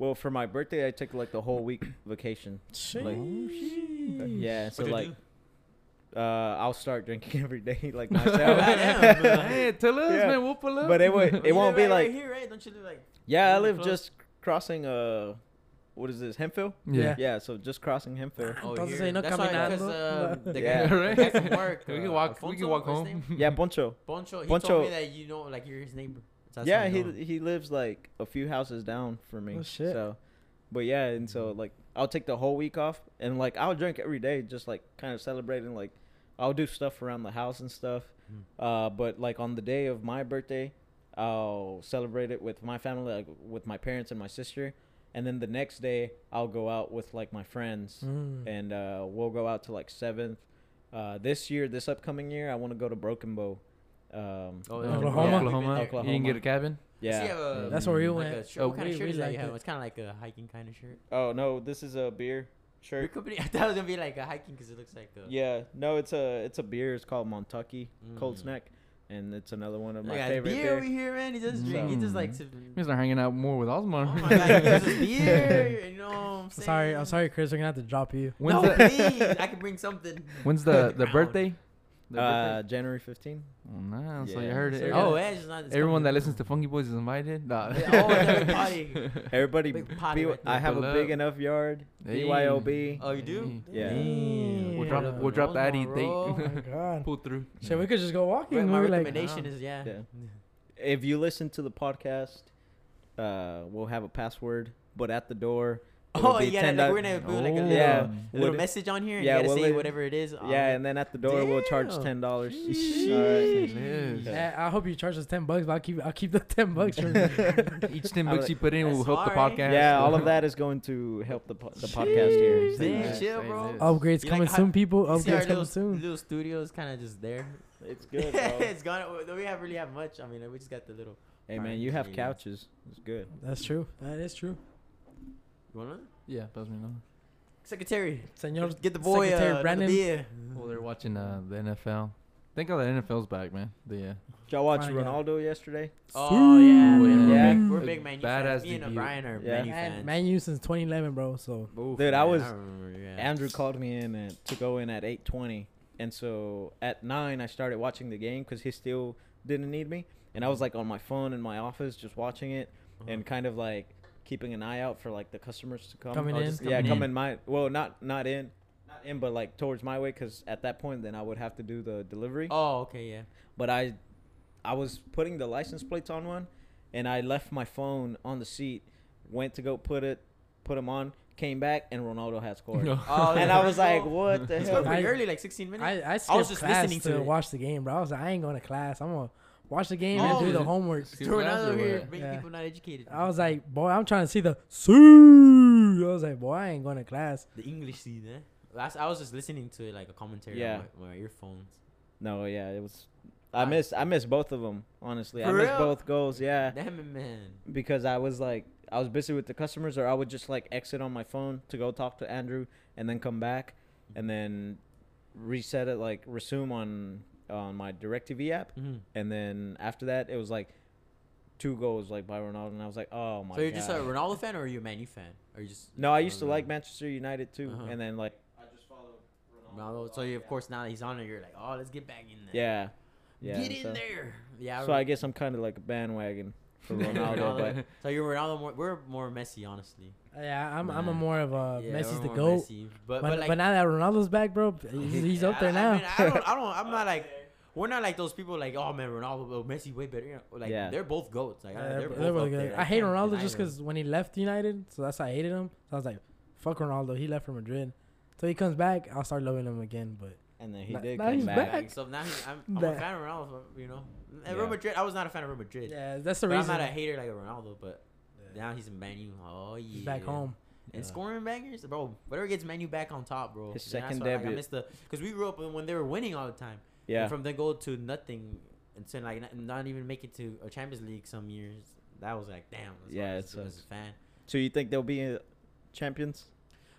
[SPEAKER 4] Well, for my birthday, I took like the whole week vacation. Like-
[SPEAKER 1] oh,
[SPEAKER 2] Sheesh.
[SPEAKER 4] Yeah, so
[SPEAKER 1] What'd you
[SPEAKER 4] like, uh, I'll start drinking every day like
[SPEAKER 3] Oh,
[SPEAKER 1] Goddamn,
[SPEAKER 4] myself.
[SPEAKER 1] bro.
[SPEAKER 3] hey, tell us,
[SPEAKER 4] Yeah.
[SPEAKER 3] man. We'll pull up.
[SPEAKER 4] But it would-
[SPEAKER 1] But
[SPEAKER 4] it
[SPEAKER 1] you live
[SPEAKER 4] won't be
[SPEAKER 1] right- right
[SPEAKER 4] like-
[SPEAKER 1] here, right? Don't you live like?
[SPEAKER 4] yeah, I
[SPEAKER 1] really
[SPEAKER 4] live
[SPEAKER 1] close?
[SPEAKER 4] just crossing uh, what is this Hemphill?
[SPEAKER 3] yeah.
[SPEAKER 4] Yeah, so just crossing Hemphill.
[SPEAKER 1] Oh,
[SPEAKER 2] Ah, Entonces,
[SPEAKER 1] here.
[SPEAKER 2] ahí no
[SPEAKER 1] That's why, because,
[SPEAKER 2] caminando.
[SPEAKER 1] um, the guy,
[SPEAKER 4] Yeah.
[SPEAKER 1] the guy from
[SPEAKER 3] Right?
[SPEAKER 1] work,
[SPEAKER 3] we
[SPEAKER 1] uh,
[SPEAKER 3] can walk. we
[SPEAKER 1] Alfonso,
[SPEAKER 3] can walk
[SPEAKER 1] what's his name?
[SPEAKER 3] home.
[SPEAKER 4] Yeah, Poncho.
[SPEAKER 1] Poncho. He told
[SPEAKER 4] Poncho-
[SPEAKER 1] me that you know, like you're his neighbor. So that's how
[SPEAKER 4] yeah,
[SPEAKER 1] I
[SPEAKER 4] he
[SPEAKER 1] know him.
[SPEAKER 4] he lives like a few houses down from me.
[SPEAKER 2] Oh, shit.
[SPEAKER 4] So, but yeah, and so
[SPEAKER 1] Mm-hmm.
[SPEAKER 4] like I'll take the whole week off, and like I'll drink every day, just like kind of celebrating. Like I'll do stuff around the house and stuff.
[SPEAKER 1] Mm.
[SPEAKER 4] Uh, but like on the day of my birthday, I'll celebrate it with my family, like with my parents and my sister, and then the next day I'll go out with like my friends,
[SPEAKER 2] Mm.
[SPEAKER 4] and uh, we'll go out to like seventh. Uh, this year, this upcoming year, I want to go to Broken Bow. Um,
[SPEAKER 1] Oh,
[SPEAKER 3] Um,
[SPEAKER 2] Oklahoma.
[SPEAKER 3] Oklahoma. You can
[SPEAKER 4] Oklahoma.
[SPEAKER 3] get a cabin.
[SPEAKER 1] Does
[SPEAKER 4] yeah.
[SPEAKER 1] he have a-
[SPEAKER 3] Yeah,
[SPEAKER 2] That's where we
[SPEAKER 1] like
[SPEAKER 2] went.
[SPEAKER 1] a shirt? What
[SPEAKER 3] Oh,
[SPEAKER 1] kind of
[SPEAKER 2] we-
[SPEAKER 1] shirt
[SPEAKER 2] we
[SPEAKER 1] is that you
[SPEAKER 2] like
[SPEAKER 1] have?
[SPEAKER 2] it.
[SPEAKER 1] It's kind of like a hiking kind of shirt.
[SPEAKER 4] Oh no, this is a beer
[SPEAKER 1] Your
[SPEAKER 4] shirt.
[SPEAKER 1] company, I thought it was gonna be like a hiking because it looks like a
[SPEAKER 4] Yeah, no, it's a it's a beer. It's called Montucky Cold
[SPEAKER 1] Mm.
[SPEAKER 4] Snack, and it's another one of
[SPEAKER 1] Look
[SPEAKER 4] my
[SPEAKER 1] at
[SPEAKER 4] favorite
[SPEAKER 1] beer, over
[SPEAKER 4] beer.
[SPEAKER 1] here, man. He does drink. He just like
[SPEAKER 3] Mm.
[SPEAKER 1] to.
[SPEAKER 3] We start hanging out more with
[SPEAKER 1] Oh
[SPEAKER 3] Osmond.
[SPEAKER 1] my god, this is beer. You know what I'm
[SPEAKER 2] I'm
[SPEAKER 1] saying?
[SPEAKER 2] sorry, I'm sorry, Chris. We're gonna have to drop you.
[SPEAKER 3] When's
[SPEAKER 1] no,
[SPEAKER 3] the
[SPEAKER 1] please. I can bring something.
[SPEAKER 3] when's the, the
[SPEAKER 1] Brown.
[SPEAKER 3] birthday? Their
[SPEAKER 4] Uh,
[SPEAKER 3] birthday?
[SPEAKER 4] January 15th.
[SPEAKER 3] Oh, nah, so you
[SPEAKER 4] Yeah.
[SPEAKER 3] heard it.
[SPEAKER 4] So
[SPEAKER 3] Every-
[SPEAKER 1] Oh, yeah, it's not. It's
[SPEAKER 3] everyone that
[SPEAKER 1] coming.
[SPEAKER 3] listens to Funky Boys is invited. Nah.
[SPEAKER 1] Yeah, oh, it's every party.
[SPEAKER 4] Everybody,
[SPEAKER 1] Big potty
[SPEAKER 4] be-
[SPEAKER 1] right there.
[SPEAKER 4] I have
[SPEAKER 3] Pull
[SPEAKER 4] a big
[SPEAKER 3] up.
[SPEAKER 4] enough yard.
[SPEAKER 3] Hey.
[SPEAKER 4] BYOB.
[SPEAKER 1] Oh, you do?
[SPEAKER 4] Yeah.
[SPEAKER 1] Damn.
[SPEAKER 3] We'll drop-
[SPEAKER 2] Yeah.
[SPEAKER 3] we'll drop that
[SPEAKER 1] Rolls
[SPEAKER 3] date.
[SPEAKER 2] Oh
[SPEAKER 1] Monroe.
[SPEAKER 2] my god.
[SPEAKER 3] Pull through.
[SPEAKER 2] Shit, we could just go walking.
[SPEAKER 1] Right,
[SPEAKER 2] and
[SPEAKER 1] my
[SPEAKER 2] we were like,
[SPEAKER 1] recommendation is yeah.
[SPEAKER 4] Yeah. If you listen to the podcast, uh, we'll have a password, but at the door. it'll
[SPEAKER 1] Oh
[SPEAKER 4] be
[SPEAKER 1] yeah,
[SPEAKER 4] $10
[SPEAKER 1] like we're gonna put like a little,
[SPEAKER 4] Yeah.
[SPEAKER 1] a little
[SPEAKER 4] Would it-
[SPEAKER 1] message on here. And
[SPEAKER 4] yeah,
[SPEAKER 1] you gotta
[SPEAKER 4] we'll
[SPEAKER 1] say
[SPEAKER 4] let-
[SPEAKER 1] whatever it is. on
[SPEAKER 4] Yeah,
[SPEAKER 1] it.
[SPEAKER 4] and then at the door we'll charge
[SPEAKER 1] Damn.
[SPEAKER 4] ten dollars.
[SPEAKER 1] Sheesh.
[SPEAKER 3] Yes.
[SPEAKER 2] yeah, I hope you charge us ten bucks. But I'll keep, I'll keep the ten bucks. for you."
[SPEAKER 3] Each 10
[SPEAKER 4] I
[SPEAKER 3] bucks
[SPEAKER 4] like-
[SPEAKER 3] you put in will
[SPEAKER 1] That's
[SPEAKER 3] help the
[SPEAKER 1] alright.
[SPEAKER 3] podcast.
[SPEAKER 4] Yeah, all of that is going to help the po- the podcast here.
[SPEAKER 1] Sheesh. Damn,
[SPEAKER 4] Yeah.
[SPEAKER 1] shit. chill, bro.
[SPEAKER 2] Upgrades
[SPEAKER 1] You like
[SPEAKER 2] coming
[SPEAKER 1] how-
[SPEAKER 2] soon, people.
[SPEAKER 1] You see our
[SPEAKER 2] Upgrades coming
[SPEAKER 1] little,
[SPEAKER 2] soon.
[SPEAKER 1] little studio is kind of just there.
[SPEAKER 4] It's good, bro.
[SPEAKER 1] it's gone. We don't have really have much. I mean, we just got the little.
[SPEAKER 4] hey man, you have
[SPEAKER 1] Jeez.
[SPEAKER 4] couches. It's good.
[SPEAKER 2] That's true. That is true.
[SPEAKER 1] You want one?
[SPEAKER 3] Yeah, pass me another.
[SPEAKER 1] Secretary,
[SPEAKER 2] Senor
[SPEAKER 1] get the boy
[SPEAKER 2] Secretary
[SPEAKER 1] uh, Brandon.
[SPEAKER 2] Brandon.
[SPEAKER 1] Beer.
[SPEAKER 3] Well, they're watching uh, the NFL. Thank God the NFL's back, man. The uh,
[SPEAKER 4] Did y'all watch
[SPEAKER 2] Finally got
[SPEAKER 4] Ronaldo yesterday?
[SPEAKER 1] Oh yeah,
[SPEAKER 3] Ooh,
[SPEAKER 1] we're,
[SPEAKER 4] yeah.
[SPEAKER 1] Big, we're
[SPEAKER 3] Yeah.
[SPEAKER 1] big Man U
[SPEAKER 3] Badass
[SPEAKER 1] fans. Me and
[SPEAKER 3] debut.
[SPEAKER 1] O'Brien are
[SPEAKER 4] Yeah.
[SPEAKER 1] Man U
[SPEAKER 2] Man,
[SPEAKER 1] fans.
[SPEAKER 2] Man U since 2011, bro. So
[SPEAKER 1] Oof,
[SPEAKER 4] Dude, I
[SPEAKER 1] man,
[SPEAKER 4] was-
[SPEAKER 1] remember, yeah.
[SPEAKER 4] Andrew called me in at, to go in at eight twenty, and so at nine I started watching the game because he still didn't need me, and I was like on my phone in my office just watching it
[SPEAKER 1] Uh-huh.
[SPEAKER 4] and kind of like keeping an eye out for like the customers to come.
[SPEAKER 2] Coming
[SPEAKER 4] Oh,
[SPEAKER 2] in?
[SPEAKER 4] just- yeah,
[SPEAKER 3] Coming
[SPEAKER 4] coming
[SPEAKER 3] in.
[SPEAKER 4] my well, not not in, not in, but like towards my way because at that point then I would have to do the delivery.
[SPEAKER 1] Oh okay, yeah.
[SPEAKER 4] but I I was putting the license plates on one and I left my phone on the seat, went to go put it put them on, came back and Ronaldo had scored.
[SPEAKER 1] Oh,
[SPEAKER 4] And
[SPEAKER 1] yeah.
[SPEAKER 4] I was like, what the
[SPEAKER 1] It's going
[SPEAKER 4] hell?
[SPEAKER 1] pretty
[SPEAKER 2] I-
[SPEAKER 1] early, like 16 minutes.
[SPEAKER 2] I, I skipped
[SPEAKER 1] just
[SPEAKER 2] class
[SPEAKER 1] listening to
[SPEAKER 2] to
[SPEAKER 1] it.
[SPEAKER 2] watch the game, bro. I was like, I ain't going to class. I'm gonna watch the game
[SPEAKER 1] Oh,
[SPEAKER 2] and do
[SPEAKER 1] yeah.
[SPEAKER 2] the homework.
[SPEAKER 3] Skip
[SPEAKER 1] Throwing
[SPEAKER 3] class
[SPEAKER 1] out
[SPEAKER 3] or
[SPEAKER 1] over here,
[SPEAKER 3] what?
[SPEAKER 1] make
[SPEAKER 2] Yeah.
[SPEAKER 1] people not educated.
[SPEAKER 2] I was like, boy, I'm trying to see the see. I was like, boy, I ain't going to class.
[SPEAKER 1] the English scene, eh? Last, I was just listening to it like a commentary
[SPEAKER 4] Yeah.
[SPEAKER 1] on my, my earphones.
[SPEAKER 4] No, yeah, it was. I
[SPEAKER 1] I-
[SPEAKER 4] missed I missed both of them honestly. I
[SPEAKER 1] For
[SPEAKER 4] missed
[SPEAKER 1] real?
[SPEAKER 4] both goals. Yeah,
[SPEAKER 1] Damn it, man.
[SPEAKER 4] because I was like I was busy with the customers, or I would just like exit on my phone to go talk to Andrew and then come back and then reset it like resume on on my Directv app.
[SPEAKER 1] Mhm.
[SPEAKER 4] And then after that, it was like two goals like by Ronaldo, and I was like, oh my.
[SPEAKER 1] So you're
[SPEAKER 4] God.
[SPEAKER 1] just a Ronaldo fan, or are you a Man U fan? Or you just
[SPEAKER 4] No, I used to
[SPEAKER 1] Ronaldo?
[SPEAKER 4] like Manchester United too,
[SPEAKER 1] Uh-huh.
[SPEAKER 4] and then like.
[SPEAKER 1] Ronaldo. So you, of course, now that he's on it, you're like, oh, let's get back in there.
[SPEAKER 4] Yeah. Yeah.
[SPEAKER 1] get in
[SPEAKER 4] so,
[SPEAKER 1] there. Yeah.
[SPEAKER 4] So I guess I'm kind of like a bandwagon for Ronaldo, but
[SPEAKER 1] so you're Ronaldo. More, we're more Messi, honestly.
[SPEAKER 2] Yeah, I'm I'm a
[SPEAKER 1] Nah.
[SPEAKER 2] more of a
[SPEAKER 1] yeah,
[SPEAKER 2] Uh, Messi's
[SPEAKER 1] we're
[SPEAKER 2] the
[SPEAKER 1] more
[SPEAKER 2] goat.
[SPEAKER 1] Messi. But,
[SPEAKER 2] But,
[SPEAKER 1] but,
[SPEAKER 2] but,
[SPEAKER 1] like,
[SPEAKER 2] now that Ronaldo's back, bro, he's, he's up there
[SPEAKER 1] I-
[SPEAKER 2] now.
[SPEAKER 1] I, mean, I don't. I don't. I'm not like. We're not like those people like, oh man, Ronaldo, oh, Messi, way better. You know, like
[SPEAKER 4] Yeah.
[SPEAKER 1] they're both goats. Like
[SPEAKER 2] Yeah,
[SPEAKER 1] they're,
[SPEAKER 2] bro,
[SPEAKER 1] both
[SPEAKER 2] they're really
[SPEAKER 1] up
[SPEAKER 2] good.
[SPEAKER 1] there.
[SPEAKER 2] I hate
[SPEAKER 1] can't
[SPEAKER 2] Ronaldo
[SPEAKER 1] deny
[SPEAKER 2] just
[SPEAKER 1] them.
[SPEAKER 2] because when he left United, so that's why I hated him. So I was like, fuck Ronaldo. He left for Madrid. So he comes back, I'll start loving him again. But
[SPEAKER 4] and then he
[SPEAKER 2] Nah,
[SPEAKER 4] did
[SPEAKER 2] nah,
[SPEAKER 4] come
[SPEAKER 2] he's
[SPEAKER 4] back.
[SPEAKER 2] back.
[SPEAKER 1] Like, so now he, I'm, I'm a
[SPEAKER 2] Back.
[SPEAKER 1] fan of Ronaldo. You know, and
[SPEAKER 4] Yeah.
[SPEAKER 1] Real Madrid. I was not a fan of Real Madrid.
[SPEAKER 2] yeah, that's the
[SPEAKER 1] But I'm
[SPEAKER 2] reason.
[SPEAKER 1] not a hater like Ronaldo, but now he's in Manu. Oh yeah,
[SPEAKER 2] he's back home.
[SPEAKER 1] and
[SPEAKER 4] Yeah.
[SPEAKER 1] scoring bangers, bro. Whatever gets Manu back on top, bro.
[SPEAKER 4] His
[SPEAKER 1] And that's
[SPEAKER 4] second
[SPEAKER 1] why, Like, I
[SPEAKER 4] debut.
[SPEAKER 1] missed the because we grew up when they were winning all the time. And
[SPEAKER 4] Yeah.
[SPEAKER 1] from the goal to nothing, and to like not, not even make it to a Champions League some years. That was like damn. that's
[SPEAKER 4] Yeah,
[SPEAKER 1] why I
[SPEAKER 4] it
[SPEAKER 1] was- was
[SPEAKER 4] sucks.
[SPEAKER 1] a fan.
[SPEAKER 4] So you think they'll be uh, champions?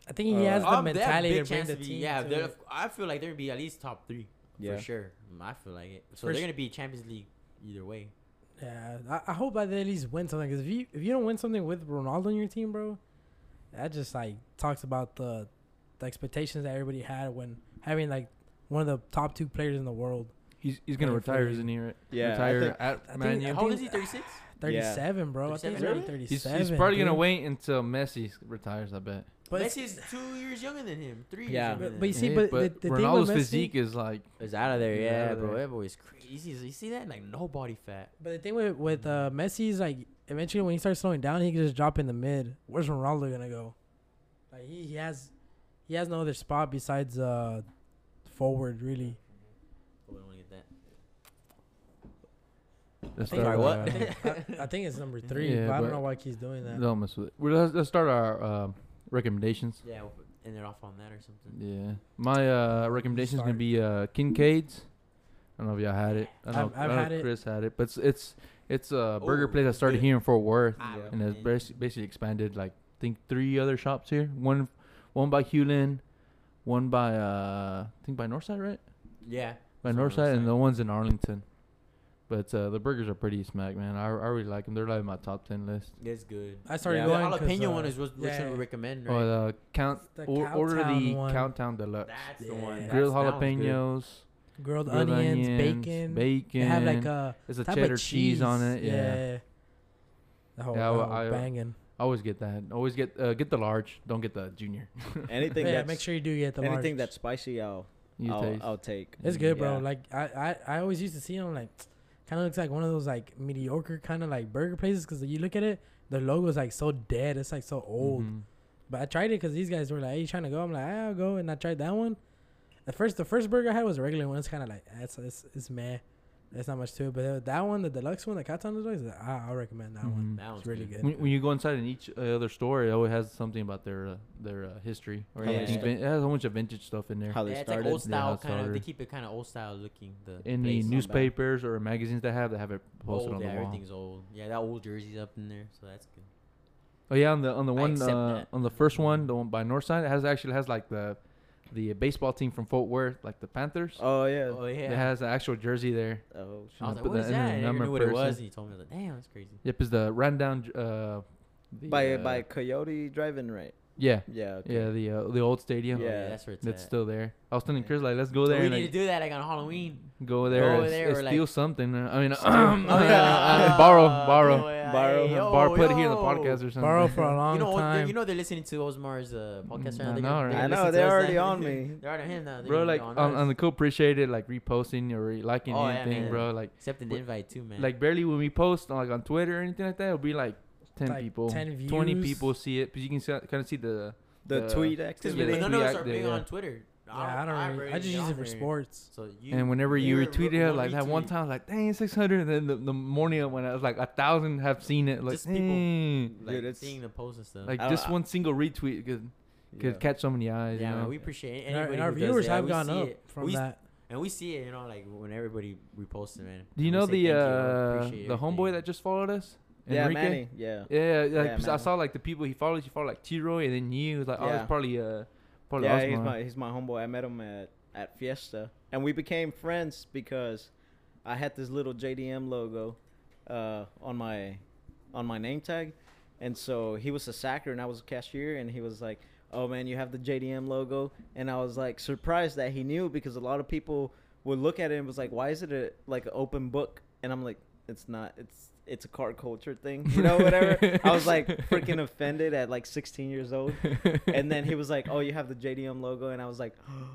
[SPEAKER 2] I think he
[SPEAKER 4] Uh,
[SPEAKER 2] has the
[SPEAKER 1] Um, they have
[SPEAKER 2] mentality
[SPEAKER 1] big
[SPEAKER 2] to bring
[SPEAKER 1] chance
[SPEAKER 2] the
[SPEAKER 1] be-
[SPEAKER 2] team.
[SPEAKER 1] Yeah,
[SPEAKER 2] to-
[SPEAKER 1] they're- I feel like they're gonna be at least top three
[SPEAKER 4] Yeah.
[SPEAKER 1] for sure. Mm, I feel like it. So
[SPEAKER 2] For
[SPEAKER 1] they're
[SPEAKER 2] s-
[SPEAKER 1] gonna be Champions League either way.
[SPEAKER 2] yeah. I, I hope that they at least win something. Because if you if you don't win something with Ronaldo on your team, bro, that just like talks about the the expectations that everybody had when having like one of the top two players in the world.
[SPEAKER 3] he's he's gonna
[SPEAKER 2] Yeah,
[SPEAKER 3] retire,
[SPEAKER 2] for-
[SPEAKER 3] isn't he? Right?
[SPEAKER 4] Yeah, I
[SPEAKER 3] retire
[SPEAKER 4] think-
[SPEAKER 3] at
[SPEAKER 2] I
[SPEAKER 3] Man
[SPEAKER 2] think-
[SPEAKER 3] U.
[SPEAKER 1] How old is he? Thirty six.
[SPEAKER 4] Yeah.
[SPEAKER 2] 37, bro. I think he's already
[SPEAKER 1] 37?
[SPEAKER 3] He's,
[SPEAKER 2] 37.
[SPEAKER 3] he's probably gonna
[SPEAKER 2] dude.
[SPEAKER 3] wait until Messi retires. I bet.
[SPEAKER 2] But
[SPEAKER 1] Messi is two years younger than him. Three. Years
[SPEAKER 4] Yeah.
[SPEAKER 1] younger
[SPEAKER 2] But-
[SPEAKER 1] than
[SPEAKER 2] but
[SPEAKER 1] him.
[SPEAKER 2] you see,
[SPEAKER 3] Hey,
[SPEAKER 2] but the- the thing with
[SPEAKER 3] Ronaldo's
[SPEAKER 2] Messi-
[SPEAKER 3] physique is like
[SPEAKER 1] It's out of there,
[SPEAKER 3] He's
[SPEAKER 1] yeah,
[SPEAKER 3] outta
[SPEAKER 1] bro.
[SPEAKER 3] there.
[SPEAKER 1] That boy's crazy. You see that? Like no body fat.
[SPEAKER 2] But the thing with with uh, Messi is like eventually when he starts slowing down, he can just drop in the mid. Where's Ronaldo gonna go? Like he, he has he has no other spot besides uh forward really.
[SPEAKER 1] Oh, I don't wanna get that.
[SPEAKER 3] let's
[SPEAKER 1] Sorry,
[SPEAKER 3] start,
[SPEAKER 1] what?
[SPEAKER 2] I, think, I- I think it's number three,
[SPEAKER 3] Yeah,
[SPEAKER 2] but I don't
[SPEAKER 3] but-
[SPEAKER 2] know why he's doing that.
[SPEAKER 3] Don't mess with it. Well, let's, let's start our uh, recommendations.
[SPEAKER 1] Yeah, we'll put- end it off on that or something.
[SPEAKER 3] Yeah, my uh, recommendation is gonna
[SPEAKER 2] Start.
[SPEAKER 3] be uh, Kincaid's. I don't know if y'all had it. I don't
[SPEAKER 2] I've-
[SPEAKER 3] know, if- I
[SPEAKER 2] I've
[SPEAKER 3] don't know
[SPEAKER 2] had
[SPEAKER 3] if
[SPEAKER 2] it.
[SPEAKER 3] Chris had it, but it's it's, it's a burger
[SPEAKER 1] Oh, Ah,
[SPEAKER 3] place I started
[SPEAKER 1] good.
[SPEAKER 3] here in Fort Worth,
[SPEAKER 1] I
[SPEAKER 4] Yeah.
[SPEAKER 3] and it's
[SPEAKER 1] recommend-
[SPEAKER 3] basi- basically expanded like I think three other shops here. One one by Hewlin, one by uh, I think by Northside, right?
[SPEAKER 1] yeah.
[SPEAKER 3] By
[SPEAKER 1] it's on
[SPEAKER 3] Northside, and
[SPEAKER 1] Northside.
[SPEAKER 3] the one's in Arlington. But uh, the burgers are pretty smack, man. I, I really like them. They're like my top ten list.
[SPEAKER 1] That's good.
[SPEAKER 2] I started
[SPEAKER 4] Yeah.
[SPEAKER 1] The
[SPEAKER 2] going 'cause,
[SPEAKER 1] jalapeno
[SPEAKER 2] uh,
[SPEAKER 1] one is what which
[SPEAKER 2] yeah.
[SPEAKER 1] one we recommend,
[SPEAKER 3] Or
[SPEAKER 1] right?
[SPEAKER 3] Oh, the count
[SPEAKER 2] The
[SPEAKER 3] or, order the
[SPEAKER 2] Cowtown one.
[SPEAKER 3] Countdown Deluxe.
[SPEAKER 1] That's
[SPEAKER 2] Yeah.
[SPEAKER 1] the one.
[SPEAKER 3] Grilled
[SPEAKER 1] That's- that one's good.
[SPEAKER 3] jalapenos,
[SPEAKER 2] grilled,
[SPEAKER 3] grilled
[SPEAKER 2] onions, bacon.
[SPEAKER 3] bacon.
[SPEAKER 2] They have like a
[SPEAKER 3] it's a
[SPEAKER 2] type
[SPEAKER 3] cheddar
[SPEAKER 2] of
[SPEAKER 3] cheese. on it. Yeah.
[SPEAKER 2] That whole,
[SPEAKER 3] Yeah, I-
[SPEAKER 2] that whole
[SPEAKER 3] I- uh,
[SPEAKER 2] banging.
[SPEAKER 3] I always get that. Always get uh, get the large. Don't get the junior.
[SPEAKER 4] Anything
[SPEAKER 2] Yeah,
[SPEAKER 4] that's
[SPEAKER 2] make sure you do get the
[SPEAKER 4] anything
[SPEAKER 2] large.
[SPEAKER 4] that's spicy, I'll
[SPEAKER 3] You
[SPEAKER 1] Oh,
[SPEAKER 4] I'll,
[SPEAKER 3] taste.
[SPEAKER 4] I'll take.
[SPEAKER 2] It's good, bro.
[SPEAKER 4] Yeah.
[SPEAKER 2] Like I, I, I always used to see them like, kind of looks like one of those like mediocre kind of like burger places because you look at it, the logo is like so dead. It's like so old.
[SPEAKER 3] Mhm.
[SPEAKER 2] But I tried it because these guys were like, "Hey, you trying to go?" I'm like, "Ah, "I'll go." And I tried that one. The first, the first burger I had was a regular one. It's kind of like ah, it's, it's it's meh. There's not much to it. But that one, the deluxe one, the Catan deluxe, I, I'll recommend that one.
[SPEAKER 3] Mhm.
[SPEAKER 1] That
[SPEAKER 2] It's
[SPEAKER 1] one's
[SPEAKER 2] really
[SPEAKER 1] good.
[SPEAKER 2] good.
[SPEAKER 3] When, when you go inside in each uh, other store, it always has something about their uh, their uh, history or
[SPEAKER 4] How they
[SPEAKER 3] anything.
[SPEAKER 4] started.
[SPEAKER 3] Vin- It has a bunch of vintage stuff in there.
[SPEAKER 4] How they
[SPEAKER 1] Yeah, it's like
[SPEAKER 4] started.
[SPEAKER 1] old
[SPEAKER 3] Yeah, how
[SPEAKER 1] style
[SPEAKER 3] it
[SPEAKER 1] kind of. They
[SPEAKER 3] started.
[SPEAKER 1] keep it kind of old style looking. The
[SPEAKER 3] Any
[SPEAKER 1] place on back.
[SPEAKER 3] newspapers or magazines they have, they have it posted
[SPEAKER 1] Old,
[SPEAKER 3] on
[SPEAKER 1] yeah,
[SPEAKER 3] the wall.
[SPEAKER 1] everything's old. Yeah, that old jersey's up in there, so that's good.
[SPEAKER 3] Oh yeah, on the on the
[SPEAKER 1] I
[SPEAKER 3] one
[SPEAKER 1] accept
[SPEAKER 3] uh,
[SPEAKER 1] that.
[SPEAKER 3] on the first one, the one by Northside, it has actually has like the the baseball team from Fort Worth, like the Panthers.
[SPEAKER 4] Oh yeah.
[SPEAKER 1] Oh
[SPEAKER 3] It
[SPEAKER 1] yeah.
[SPEAKER 3] has an actual jersey there.
[SPEAKER 4] Oh
[SPEAKER 1] I was
[SPEAKER 3] Yeah,
[SPEAKER 4] shit.
[SPEAKER 1] like,
[SPEAKER 3] put
[SPEAKER 1] what
[SPEAKER 3] that
[SPEAKER 1] is
[SPEAKER 3] in
[SPEAKER 1] that?
[SPEAKER 3] the
[SPEAKER 1] And I never
[SPEAKER 3] number
[SPEAKER 1] knew what it
[SPEAKER 3] person.
[SPEAKER 1] was, and he told me, I was like, damn, that's crazy.
[SPEAKER 3] Yep, is the rundown. j- Uh, the,
[SPEAKER 4] by
[SPEAKER 3] uh,
[SPEAKER 4] by Coyote Driving, right?
[SPEAKER 3] yeah,
[SPEAKER 4] Yeah. okay.
[SPEAKER 3] yeah, the uh, the old stadium.
[SPEAKER 1] Oh,
[SPEAKER 4] Yeah.
[SPEAKER 1] that's where it's
[SPEAKER 3] that's
[SPEAKER 1] at.
[SPEAKER 3] still there. I was telling Chris like, let's go there
[SPEAKER 1] we
[SPEAKER 3] and
[SPEAKER 1] need
[SPEAKER 3] like,
[SPEAKER 1] to do that like on Halloween.
[SPEAKER 3] go there,
[SPEAKER 1] over
[SPEAKER 3] and, s-
[SPEAKER 1] there
[SPEAKER 3] and
[SPEAKER 1] or, like-
[SPEAKER 3] steal something. uh, I mean,
[SPEAKER 1] Oh, yeah.
[SPEAKER 3] borrow,
[SPEAKER 1] Uh,
[SPEAKER 3] borrow,
[SPEAKER 1] no way.
[SPEAKER 4] Borrow.
[SPEAKER 1] Hey, yo,
[SPEAKER 3] borrow, put it here in the
[SPEAKER 1] yo.
[SPEAKER 3] podcast or something.
[SPEAKER 2] Borrow for a long
[SPEAKER 1] You know,
[SPEAKER 2] time.
[SPEAKER 1] they're- you know they're listening to Osmar's uh, podcast right
[SPEAKER 3] I
[SPEAKER 1] now. They're gonna-
[SPEAKER 3] know, right?
[SPEAKER 1] they're
[SPEAKER 4] I
[SPEAKER 1] gonna
[SPEAKER 4] know
[SPEAKER 1] listen to
[SPEAKER 4] they're
[SPEAKER 1] us
[SPEAKER 4] already
[SPEAKER 1] then.
[SPEAKER 4] on me.
[SPEAKER 1] they're on him now. They're
[SPEAKER 3] bro.
[SPEAKER 1] gonna
[SPEAKER 3] Like
[SPEAKER 1] be
[SPEAKER 3] on,
[SPEAKER 1] on,
[SPEAKER 3] on
[SPEAKER 1] us.
[SPEAKER 3] the cool, appreciate it. Like reposting or re- liking
[SPEAKER 1] Oh, yeah,
[SPEAKER 3] anything,
[SPEAKER 1] man.
[SPEAKER 3] bro. Like
[SPEAKER 1] accepting the invite too, man.
[SPEAKER 3] like barely when we post like on Twitter or anything like that, it'll be like ten
[SPEAKER 2] Like,
[SPEAKER 3] people,
[SPEAKER 2] 10
[SPEAKER 3] twenty
[SPEAKER 2] views.
[SPEAKER 3] people see it. But you can kind of see the
[SPEAKER 4] The
[SPEAKER 3] the-
[SPEAKER 4] tweet
[SPEAKER 1] because
[SPEAKER 3] Yeah,
[SPEAKER 4] activity.
[SPEAKER 3] we-
[SPEAKER 1] none of us
[SPEAKER 3] react
[SPEAKER 1] are
[SPEAKER 3] there,
[SPEAKER 1] big
[SPEAKER 3] yeah.
[SPEAKER 1] on Twitter.
[SPEAKER 2] yeah, I don't.
[SPEAKER 1] I
[SPEAKER 2] really, I
[SPEAKER 1] barely
[SPEAKER 2] just
[SPEAKER 1] get
[SPEAKER 2] use it
[SPEAKER 1] on
[SPEAKER 2] for
[SPEAKER 1] there.
[SPEAKER 2] sports.
[SPEAKER 1] So you
[SPEAKER 3] and whenever you
[SPEAKER 1] you're-
[SPEAKER 3] retweet
[SPEAKER 1] one
[SPEAKER 3] it, like that one
[SPEAKER 1] retweet.
[SPEAKER 3] time, like dang six hundred, and then the, the morning when I was like a thousand have seen it, like
[SPEAKER 1] Just people.
[SPEAKER 3] dang.
[SPEAKER 1] like
[SPEAKER 4] Dude, it's-
[SPEAKER 1] seeing the post and stuff.
[SPEAKER 3] like
[SPEAKER 4] I-
[SPEAKER 3] just
[SPEAKER 4] I-
[SPEAKER 3] one single retweet could could
[SPEAKER 4] Yeah.
[SPEAKER 3] catch so many eyes.
[SPEAKER 1] yeah,
[SPEAKER 3] you know?
[SPEAKER 1] man, we appreciate
[SPEAKER 2] And our,
[SPEAKER 1] anybody
[SPEAKER 2] and our
[SPEAKER 1] who does
[SPEAKER 2] viewers
[SPEAKER 1] that.
[SPEAKER 2] have
[SPEAKER 1] We
[SPEAKER 2] gone
[SPEAKER 1] see
[SPEAKER 2] up
[SPEAKER 1] it.
[SPEAKER 2] from
[SPEAKER 1] we, s-
[SPEAKER 2] that.
[SPEAKER 1] and we see it, you know, like when everybody reposts it, man.
[SPEAKER 3] Do you
[SPEAKER 1] And we
[SPEAKER 3] know
[SPEAKER 1] say thank
[SPEAKER 3] the
[SPEAKER 1] you, we
[SPEAKER 3] uh,
[SPEAKER 1] appreciate
[SPEAKER 3] the homeboy
[SPEAKER 1] everything.
[SPEAKER 3] that just followed us?
[SPEAKER 4] Yeah,
[SPEAKER 3] Enrique?
[SPEAKER 4] Manny. Yeah.
[SPEAKER 3] Yeah, yeah, like
[SPEAKER 4] Yeah,
[SPEAKER 3] 'cause I
[SPEAKER 4] Manny.
[SPEAKER 3] saw like the people he followed. He followed like T Roy, and then you. It was like, oh,
[SPEAKER 4] Yeah.
[SPEAKER 3] it's probably uh, probably
[SPEAKER 4] yeah,
[SPEAKER 3] Osmar.
[SPEAKER 4] he's my he's my homeboy. I met him at at Fiesta, and we became friends because I had this little JDM logo uh, on my on my name tag, and so he was a sacker and I was a cashier, and he was like, "Oh man, you have the JDM logo," and I was like surprised that he knew because a lot of people would look at it and was like, "Why is it a like an open book?" And I'm like, "It's not. It's." It's a car culture thing, you know, whatever. I was like freaking offended at like 16 years old and then he was like, "Oh, you have the JDM logo," and I was like,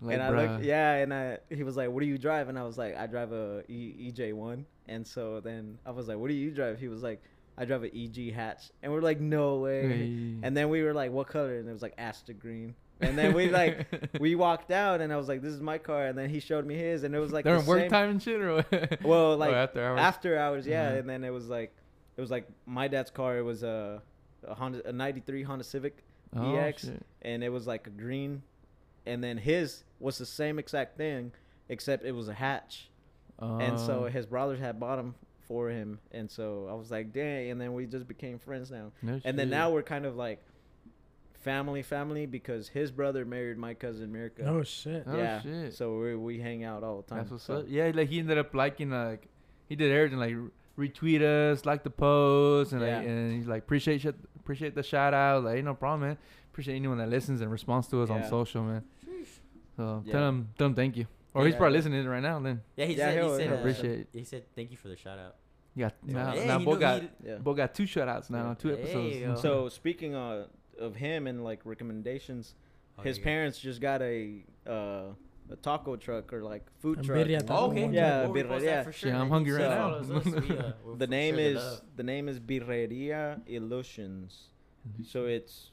[SPEAKER 3] Like,
[SPEAKER 4] and I
[SPEAKER 3] bruh.
[SPEAKER 4] looked, yeah, and I he was like, "What do you drive?" And I was like, "I drive a e- EJ1," and so then I was like, "What do you drive?" He was like, "I drive a EG hatch," and we're like, "No way!"
[SPEAKER 3] Hey.
[SPEAKER 4] And then we were like, "What color?" And it was like Asta green, and then we like we walked out, and I was like, "This is my car," and then he showed me his, and it was like
[SPEAKER 3] during
[SPEAKER 4] the
[SPEAKER 3] work
[SPEAKER 4] same-
[SPEAKER 3] time and shit, or what?
[SPEAKER 4] Well,
[SPEAKER 3] Or
[SPEAKER 4] like
[SPEAKER 3] after hours.
[SPEAKER 4] after hours, yeah.
[SPEAKER 3] Uh-huh.
[SPEAKER 4] And then it was like, it was like my dad's car. It was a, a Honda, a '93 Honda Civic
[SPEAKER 3] Oh,
[SPEAKER 4] EX,
[SPEAKER 3] shit.
[SPEAKER 4] and it was like a green. And then his was the same exact thing, except it was a hatch. and so
[SPEAKER 2] Oh.
[SPEAKER 3] Uh,
[SPEAKER 4] his brothers had bought 'em for him, and so I was like, dang. And then we just became friends now.
[SPEAKER 3] no
[SPEAKER 4] And then
[SPEAKER 3] shit.
[SPEAKER 4] now we're kind of like family, family because his brother married my cousin Mirka.
[SPEAKER 2] No shit.
[SPEAKER 3] Oh,
[SPEAKER 4] yeah.
[SPEAKER 3] shit.
[SPEAKER 4] So we we hang out all the time.
[SPEAKER 3] That's what's
[SPEAKER 4] so-
[SPEAKER 3] up. Yeah, like he ended up liking like he did everything like re- retweet us, like the post, and like
[SPEAKER 4] Yeah.
[SPEAKER 3] and he's like appreciate shit, appreciate the shout out. Like ain't no problem, man. Appreciate anyone that listens and responds to us on
[SPEAKER 4] Yeah.
[SPEAKER 3] social, man. So
[SPEAKER 4] Yeah.
[SPEAKER 3] tell him tell him thank you. Or he's
[SPEAKER 4] Yeah.
[SPEAKER 3] probably listening right now. Then
[SPEAKER 1] Yeah, he
[SPEAKER 4] Yeah,
[SPEAKER 1] said,
[SPEAKER 4] he'll-
[SPEAKER 1] he said
[SPEAKER 4] he'll
[SPEAKER 1] uh,
[SPEAKER 3] appreciate it.
[SPEAKER 1] He said thank you for the shout out.
[SPEAKER 3] yeah, now,
[SPEAKER 1] Yeah,
[SPEAKER 3] now
[SPEAKER 1] he
[SPEAKER 3] Bo
[SPEAKER 1] knew-
[SPEAKER 3] got
[SPEAKER 1] he-
[SPEAKER 4] Yeah.
[SPEAKER 3] Bo got two shoutouts now,
[SPEAKER 1] Yeah.
[SPEAKER 3] two
[SPEAKER 1] There you go.
[SPEAKER 3] episodes.
[SPEAKER 4] So speaking of, of him and like recommendations,
[SPEAKER 1] Oh,
[SPEAKER 4] his
[SPEAKER 1] you got-
[SPEAKER 4] parents just got a uh, a taco truck or like
[SPEAKER 2] A
[SPEAKER 4] food truck.
[SPEAKER 2] birria taco
[SPEAKER 1] Oh, okay.
[SPEAKER 2] one
[SPEAKER 4] Yeah,
[SPEAKER 1] We'll
[SPEAKER 4] birria.
[SPEAKER 1] repost that for sure.
[SPEAKER 3] Yeah, I'm
[SPEAKER 1] Like,
[SPEAKER 3] hungry
[SPEAKER 1] he
[SPEAKER 4] right
[SPEAKER 1] follows
[SPEAKER 3] now.
[SPEAKER 1] us, we, uh, we'll
[SPEAKER 4] The
[SPEAKER 1] for
[SPEAKER 4] name
[SPEAKER 1] sure the
[SPEAKER 4] is
[SPEAKER 1] love.
[SPEAKER 4] the name is Birreria Illusions.
[SPEAKER 3] Mm. Mm-hmm.
[SPEAKER 4] So it's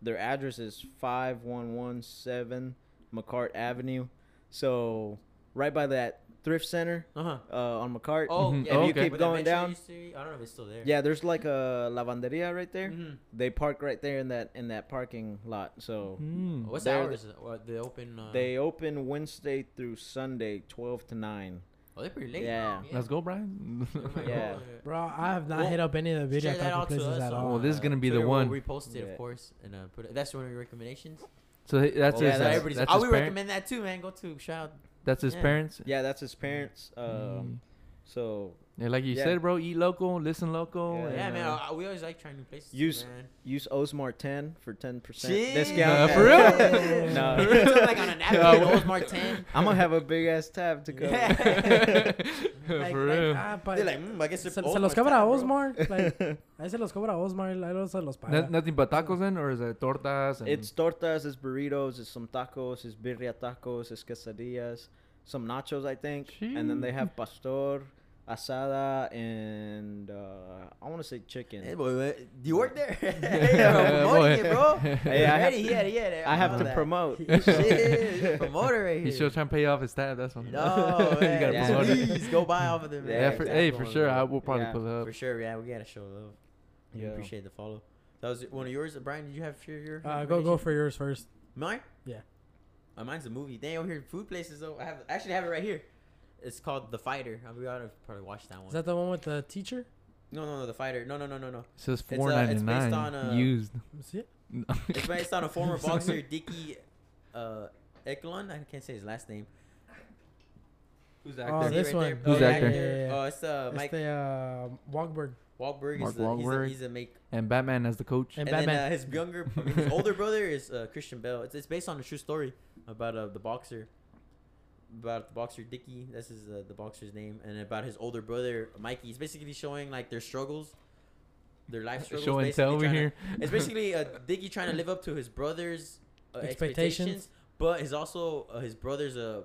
[SPEAKER 4] their address is five one one seven McCart Avenue. So right by that thrift center
[SPEAKER 1] Uh-huh.
[SPEAKER 4] uh, on McCart.
[SPEAKER 1] Oh,
[SPEAKER 3] Mhm.
[SPEAKER 1] yeah.
[SPEAKER 3] Oh,
[SPEAKER 1] we-
[SPEAKER 3] okay.
[SPEAKER 1] where
[SPEAKER 3] Keep
[SPEAKER 1] that
[SPEAKER 4] going
[SPEAKER 1] Venture
[SPEAKER 4] down.
[SPEAKER 1] used to be, I don't know if it's still there.
[SPEAKER 4] Yeah, there's like a lavanderia right there.
[SPEAKER 1] Mhm.
[SPEAKER 4] They park right there in that in that parking lot. So
[SPEAKER 3] Mm.
[SPEAKER 1] What's the
[SPEAKER 4] They're-
[SPEAKER 1] hours? Or the open? Uh,
[SPEAKER 4] They open Wednesday through Sunday, twelve to nine.
[SPEAKER 1] Oh, they're pretty late.
[SPEAKER 4] Yeah.
[SPEAKER 3] Let's go, Brian.
[SPEAKER 1] Oh my
[SPEAKER 4] Yeah.
[SPEAKER 1] God.
[SPEAKER 2] Bro, I have not
[SPEAKER 1] Well,
[SPEAKER 2] hit up any of the video
[SPEAKER 1] share that
[SPEAKER 2] taco
[SPEAKER 1] out to
[SPEAKER 2] places
[SPEAKER 1] us
[SPEAKER 2] at
[SPEAKER 1] on,
[SPEAKER 2] all.
[SPEAKER 3] Well, this is
[SPEAKER 1] uh,
[SPEAKER 3] gonna be the
[SPEAKER 1] Twitter.
[SPEAKER 3] one.
[SPEAKER 1] We'll repost it,
[SPEAKER 4] Yeah.
[SPEAKER 1] of course, and uh, put it, that's one of your recommendations.
[SPEAKER 3] so he- that's
[SPEAKER 4] Well,
[SPEAKER 3] his.
[SPEAKER 1] so
[SPEAKER 4] that's-
[SPEAKER 3] That's,
[SPEAKER 1] everybody's.
[SPEAKER 3] that's
[SPEAKER 1] oh,
[SPEAKER 3] his
[SPEAKER 1] we
[SPEAKER 3] parent-
[SPEAKER 1] recommend that too, man. Go to shout.
[SPEAKER 3] That's his
[SPEAKER 1] yeah.
[SPEAKER 3] parents. Mm-hmm.
[SPEAKER 4] Yeah, that's his parents. Um, so
[SPEAKER 3] Yeah, like you
[SPEAKER 4] Yeah.
[SPEAKER 3] said, bro, eat local, listen local.
[SPEAKER 4] Yeah.
[SPEAKER 3] and,
[SPEAKER 1] Yeah, man.
[SPEAKER 3] uh,
[SPEAKER 1] I, I- we always like trying new places.
[SPEAKER 4] Use-
[SPEAKER 1] man.
[SPEAKER 4] Use Osmar 10 for 10%
[SPEAKER 1] Shit.
[SPEAKER 4] discount.
[SPEAKER 3] Nah, for real?
[SPEAKER 4] no.
[SPEAKER 1] For real? like on a napkin, Oldsmar ten.
[SPEAKER 4] I'm going to have a big ass tab to go.
[SPEAKER 1] Yeah. Like-
[SPEAKER 3] for
[SPEAKER 1] like,
[SPEAKER 3] real.
[SPEAKER 2] Ah, but
[SPEAKER 1] They're like, mm, I guess
[SPEAKER 2] se,
[SPEAKER 1] it's
[SPEAKER 2] se
[SPEAKER 1] Oldsmar
[SPEAKER 2] los cobra a
[SPEAKER 1] time, bro.
[SPEAKER 2] Osmar. Like, ahí se los cobra a Osmar. Ahí los- se los paga.
[SPEAKER 3] No- nothing but tacos then, or is it tortas? And
[SPEAKER 4] It's tortas, it's burritos, it's some tacos, it's birria tacos, it's quesadillas, some nachos, I think. And then they have pastor, asada, and uh, I want to say chicken.
[SPEAKER 1] Hey, Eh, boy, what- do you work there? yeah,
[SPEAKER 3] Yeah,
[SPEAKER 1] promoting
[SPEAKER 3] boy.
[SPEAKER 1] it, bro.
[SPEAKER 4] Hey, I have-
[SPEAKER 1] Already, yeah, yeah,
[SPEAKER 4] I have
[SPEAKER 1] all
[SPEAKER 4] to
[SPEAKER 1] that.
[SPEAKER 4] promote.
[SPEAKER 1] Shit, he's a promoter right here.
[SPEAKER 3] he's still trying to pay off his tab. That's why.
[SPEAKER 1] No,
[SPEAKER 3] you gotta
[SPEAKER 1] man.
[SPEAKER 3] promote it.
[SPEAKER 1] please go buy off of them.
[SPEAKER 4] Yeah,
[SPEAKER 3] Yeah,
[SPEAKER 1] man.
[SPEAKER 3] for,
[SPEAKER 4] exactly.
[SPEAKER 3] hey, for sure. I will probably
[SPEAKER 4] Yeah.
[SPEAKER 3] pull up.
[SPEAKER 1] For sure, yeah, we gotta show love. We
[SPEAKER 4] Yeah.
[SPEAKER 1] appreciate the follow. That was one of yours, Brian. Did you have your your?
[SPEAKER 2] Uh, go go
[SPEAKER 1] recommendation?
[SPEAKER 2] for yours first.
[SPEAKER 1] mine.
[SPEAKER 2] Yeah.
[SPEAKER 1] Uh, mine's a movie. Dang, over here, food places though. I have I actually have it right here. It's called The Fighter. I'll be to probably watch that one.
[SPEAKER 2] Is that the one with the teacher?
[SPEAKER 1] no, no, no, The Fighter. No, no, no, no, no.
[SPEAKER 3] It says
[SPEAKER 1] uh, based
[SPEAKER 3] four ninety
[SPEAKER 1] on, uh,
[SPEAKER 3] nine used.
[SPEAKER 2] Let me see it.
[SPEAKER 1] It's based on a former boxer, Dicky uh, Eklund. I can't say his last name.
[SPEAKER 3] Who's
[SPEAKER 2] Oh,
[SPEAKER 1] Is he
[SPEAKER 2] this one.
[SPEAKER 1] there?
[SPEAKER 3] Who's
[SPEAKER 1] yeah,
[SPEAKER 3] the actor?
[SPEAKER 1] yeah, yeah, yeah.
[SPEAKER 2] Yeah.
[SPEAKER 1] Oh, it's uh,
[SPEAKER 2] It's
[SPEAKER 1] Mike
[SPEAKER 2] the uh, Wahlberg.
[SPEAKER 1] Wahlberg. is
[SPEAKER 3] Mark
[SPEAKER 1] the, He's a,
[SPEAKER 3] Wahlberg.
[SPEAKER 1] he's a make.
[SPEAKER 3] And Batman as the coach.
[SPEAKER 2] And
[SPEAKER 1] And,
[SPEAKER 2] Batman.
[SPEAKER 1] then uh, his younger, I mean, his older brother is uh, Christian Bell. It's, it's based on a true story about uh, the boxer, about the boxer Dicky. This is uh, the boxer's name, and about his older brother Mikey. It's basically showing like their struggles, their life struggles.
[SPEAKER 3] Show and
[SPEAKER 1] basically
[SPEAKER 3] tell over
[SPEAKER 1] trying to-
[SPEAKER 3] here.
[SPEAKER 1] it's basically uh, Dicky trying to live up to his brother's uh, expectations.
[SPEAKER 2] Expectations.
[SPEAKER 1] but he's also uh, his brother's a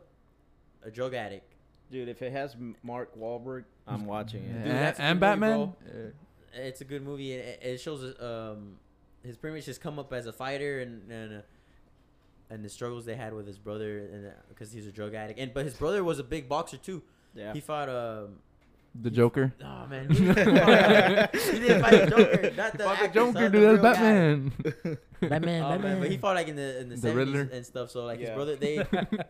[SPEAKER 1] a drug addict.
[SPEAKER 4] Dude, if it has M- Mark Wahlberg, I'm watching
[SPEAKER 3] And-
[SPEAKER 4] it.
[SPEAKER 1] Dude, that's a
[SPEAKER 3] and
[SPEAKER 1] good movie,
[SPEAKER 3] Batman. Uh,
[SPEAKER 1] It's a good movie. and It, it shows um his pretty much his come up as a fighter and and, uh, and the struggles they had with his brother and because he's a drug addict and but his brother was a big boxer too.
[SPEAKER 4] Yeah.
[SPEAKER 1] He fought um
[SPEAKER 3] The Joker.
[SPEAKER 1] oh man who did he fight? uh, He didn't fight the Joker. Not the,
[SPEAKER 3] Fuck the
[SPEAKER 1] actor,
[SPEAKER 3] Joker,
[SPEAKER 1] son,
[SPEAKER 3] dude.
[SPEAKER 1] the
[SPEAKER 3] That's
[SPEAKER 1] real guy.
[SPEAKER 3] Batman.
[SPEAKER 2] Batman.
[SPEAKER 1] Oh, man,
[SPEAKER 2] Batman.
[SPEAKER 1] but he fought like in the in the,
[SPEAKER 3] The
[SPEAKER 1] 70s
[SPEAKER 3] Riddler.
[SPEAKER 1] and stuff. So like his
[SPEAKER 4] Yeah.
[SPEAKER 1] brother, they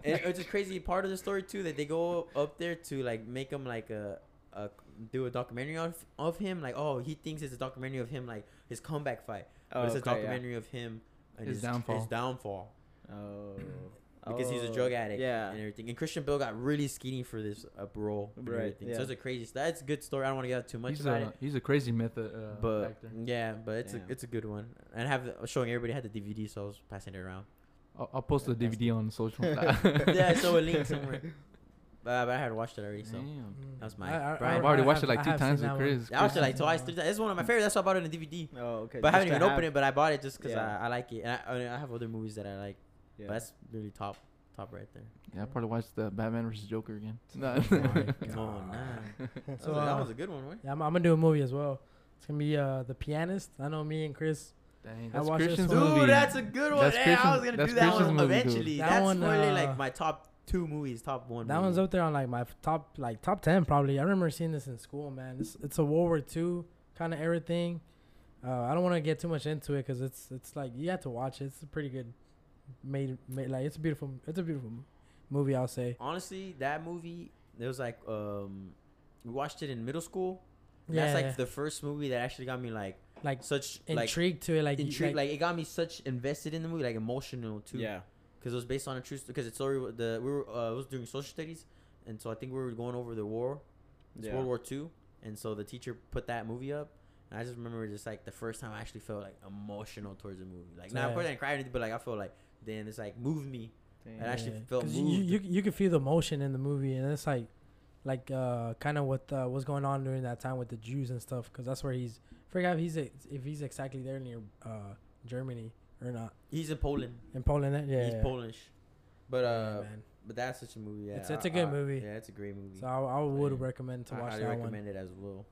[SPEAKER 1] and it's a crazy part of the story too that they go up there to like make him like a, a do a documentary of, of him. Like oh, he thinks it's a documentary of him like his comeback fight, but it's a
[SPEAKER 4] Oh, Okay, yeah.
[SPEAKER 1] documentary of him and
[SPEAKER 3] His
[SPEAKER 1] his,
[SPEAKER 3] downfall.
[SPEAKER 1] His downfall
[SPEAKER 4] Oh.
[SPEAKER 1] because he's a
[SPEAKER 4] Oh,
[SPEAKER 1] drug addict
[SPEAKER 4] Yeah.
[SPEAKER 1] and everything. And Christian Bale got really skinny for this uh, role and
[SPEAKER 4] Right,
[SPEAKER 1] everything.
[SPEAKER 4] yeah.
[SPEAKER 1] So it's a crazy. That's a good story. I don't want to get out too much
[SPEAKER 3] he's,
[SPEAKER 1] about
[SPEAKER 3] a,
[SPEAKER 1] it.
[SPEAKER 3] he's a crazy myth. Uh, uh,
[SPEAKER 1] But
[SPEAKER 3] actor.
[SPEAKER 1] yeah, but it's a,
[SPEAKER 4] Damn.
[SPEAKER 1] it's a good one. And I have the- showing everybody had the DVD, so I was passing it around.
[SPEAKER 3] I'll, I'll post the DVD on social.
[SPEAKER 1] yeah, so a link somewhere. But, but I had watched it already, so
[SPEAKER 3] Damn.
[SPEAKER 2] Mm.
[SPEAKER 1] That was mine.
[SPEAKER 2] I- I-
[SPEAKER 1] Brian.
[SPEAKER 2] I-
[SPEAKER 1] I've
[SPEAKER 3] already
[SPEAKER 2] I
[SPEAKER 3] watched it
[SPEAKER 2] have-
[SPEAKER 3] like
[SPEAKER 2] I
[SPEAKER 3] two
[SPEAKER 2] have seen
[SPEAKER 3] times
[SPEAKER 2] that
[SPEAKER 3] with
[SPEAKER 2] one.
[SPEAKER 3] Chris.
[SPEAKER 1] I watched it
[SPEAKER 3] Chris-
[SPEAKER 1] like twice, three times. It's one of my favorites. That's why I bought it on DVD.
[SPEAKER 4] Oh, okay.
[SPEAKER 1] But I
[SPEAKER 4] just
[SPEAKER 1] haven't
[SPEAKER 4] to
[SPEAKER 1] even
[SPEAKER 4] have-
[SPEAKER 1] opened it. But I bought it just because
[SPEAKER 4] Yeah.
[SPEAKER 1] I, I like it, and I, and I have other movies that I like.
[SPEAKER 4] Yeah.
[SPEAKER 1] But that's really top, top right there.
[SPEAKER 3] Yeah, I probably watched the Batman versus Joker again.
[SPEAKER 1] Oh,
[SPEAKER 2] God.
[SPEAKER 1] nah. That, was
[SPEAKER 2] So,
[SPEAKER 1] a, that
[SPEAKER 2] uh,
[SPEAKER 1] was a good one, wasn't
[SPEAKER 2] Yeah, I'm, I'm gonna do a movie as well. It's gonna be uh, the pianist. I know me and Chris.
[SPEAKER 3] Dang,
[SPEAKER 2] I
[SPEAKER 3] that's
[SPEAKER 2] watched this
[SPEAKER 3] Christian's
[SPEAKER 2] one.
[SPEAKER 1] it?
[SPEAKER 3] movie.
[SPEAKER 1] Dude, that's a good one.
[SPEAKER 3] That's
[SPEAKER 1] Hey, I was
[SPEAKER 3] Christian's-
[SPEAKER 1] gonna
[SPEAKER 3] that's
[SPEAKER 1] do that
[SPEAKER 3] Christian's
[SPEAKER 1] one
[SPEAKER 3] movie, dude.
[SPEAKER 1] eventually.
[SPEAKER 2] That
[SPEAKER 1] that's
[SPEAKER 2] one,
[SPEAKER 1] really
[SPEAKER 2] uh,
[SPEAKER 1] like my top two movies, top one.
[SPEAKER 2] That one's
[SPEAKER 1] movie.
[SPEAKER 2] up there on like my f- top like top ten probably. I remember seeing this in school, man. It's it's a World War II kind of era thing. Uh, I don't want to get too much into it because it's it's like you have to watch it. It's a pretty good made, made like it's a beautiful it's a beautiful m- movie. I'll say.
[SPEAKER 1] Honestly, that movie. It was like um, we watched it in middle school. and
[SPEAKER 2] Yeah,
[SPEAKER 1] that's like
[SPEAKER 2] yeah.
[SPEAKER 1] the first movie that actually got me like
[SPEAKER 2] Like
[SPEAKER 1] such like
[SPEAKER 2] intrigue to it, like you-
[SPEAKER 1] intrigued. Like, it got me such invested in the movie, like emotional too.
[SPEAKER 4] Yeah.
[SPEAKER 1] Because it was based on a true. Because it's story. wa- The we were uh, it was doing social studies, and so I think we were going over the war. It's
[SPEAKER 4] Yeah.
[SPEAKER 1] World War Two, and so the teacher put that movie up. And I just remember just like the first time I actually felt like emotional towards the movie. Like now, of
[SPEAKER 2] Yeah.
[SPEAKER 1] course, I didn't cry or anything, but like I felt like damn, it's like moved me.
[SPEAKER 4] Damn.
[SPEAKER 1] And I actually
[SPEAKER 2] Yeah,
[SPEAKER 1] felt
[SPEAKER 2] 'cause you,
[SPEAKER 1] moved.
[SPEAKER 2] you you could feel the emotion in the movie, and it's like, like uh, kind of what uh, what's going on during that time with the Jews and stuff, because that's where he's I forgot if he's ex- if he's exactly there near uh, Germany or not
[SPEAKER 1] He's in Poland.
[SPEAKER 2] in Poland. eh? Yeah,
[SPEAKER 1] He's
[SPEAKER 2] yeah.
[SPEAKER 1] Polish. But
[SPEAKER 2] Yeah,
[SPEAKER 1] uh,
[SPEAKER 2] man.
[SPEAKER 1] but that's such a movie. Yeah,
[SPEAKER 2] It's- it's
[SPEAKER 1] a
[SPEAKER 2] a good movie.
[SPEAKER 1] Yeah, it's a great movie.
[SPEAKER 2] so I, I would
[SPEAKER 1] yeah.
[SPEAKER 2] recommend to
[SPEAKER 1] I
[SPEAKER 2] watch
[SPEAKER 1] highly
[SPEAKER 2] that one.
[SPEAKER 1] recommend it as well.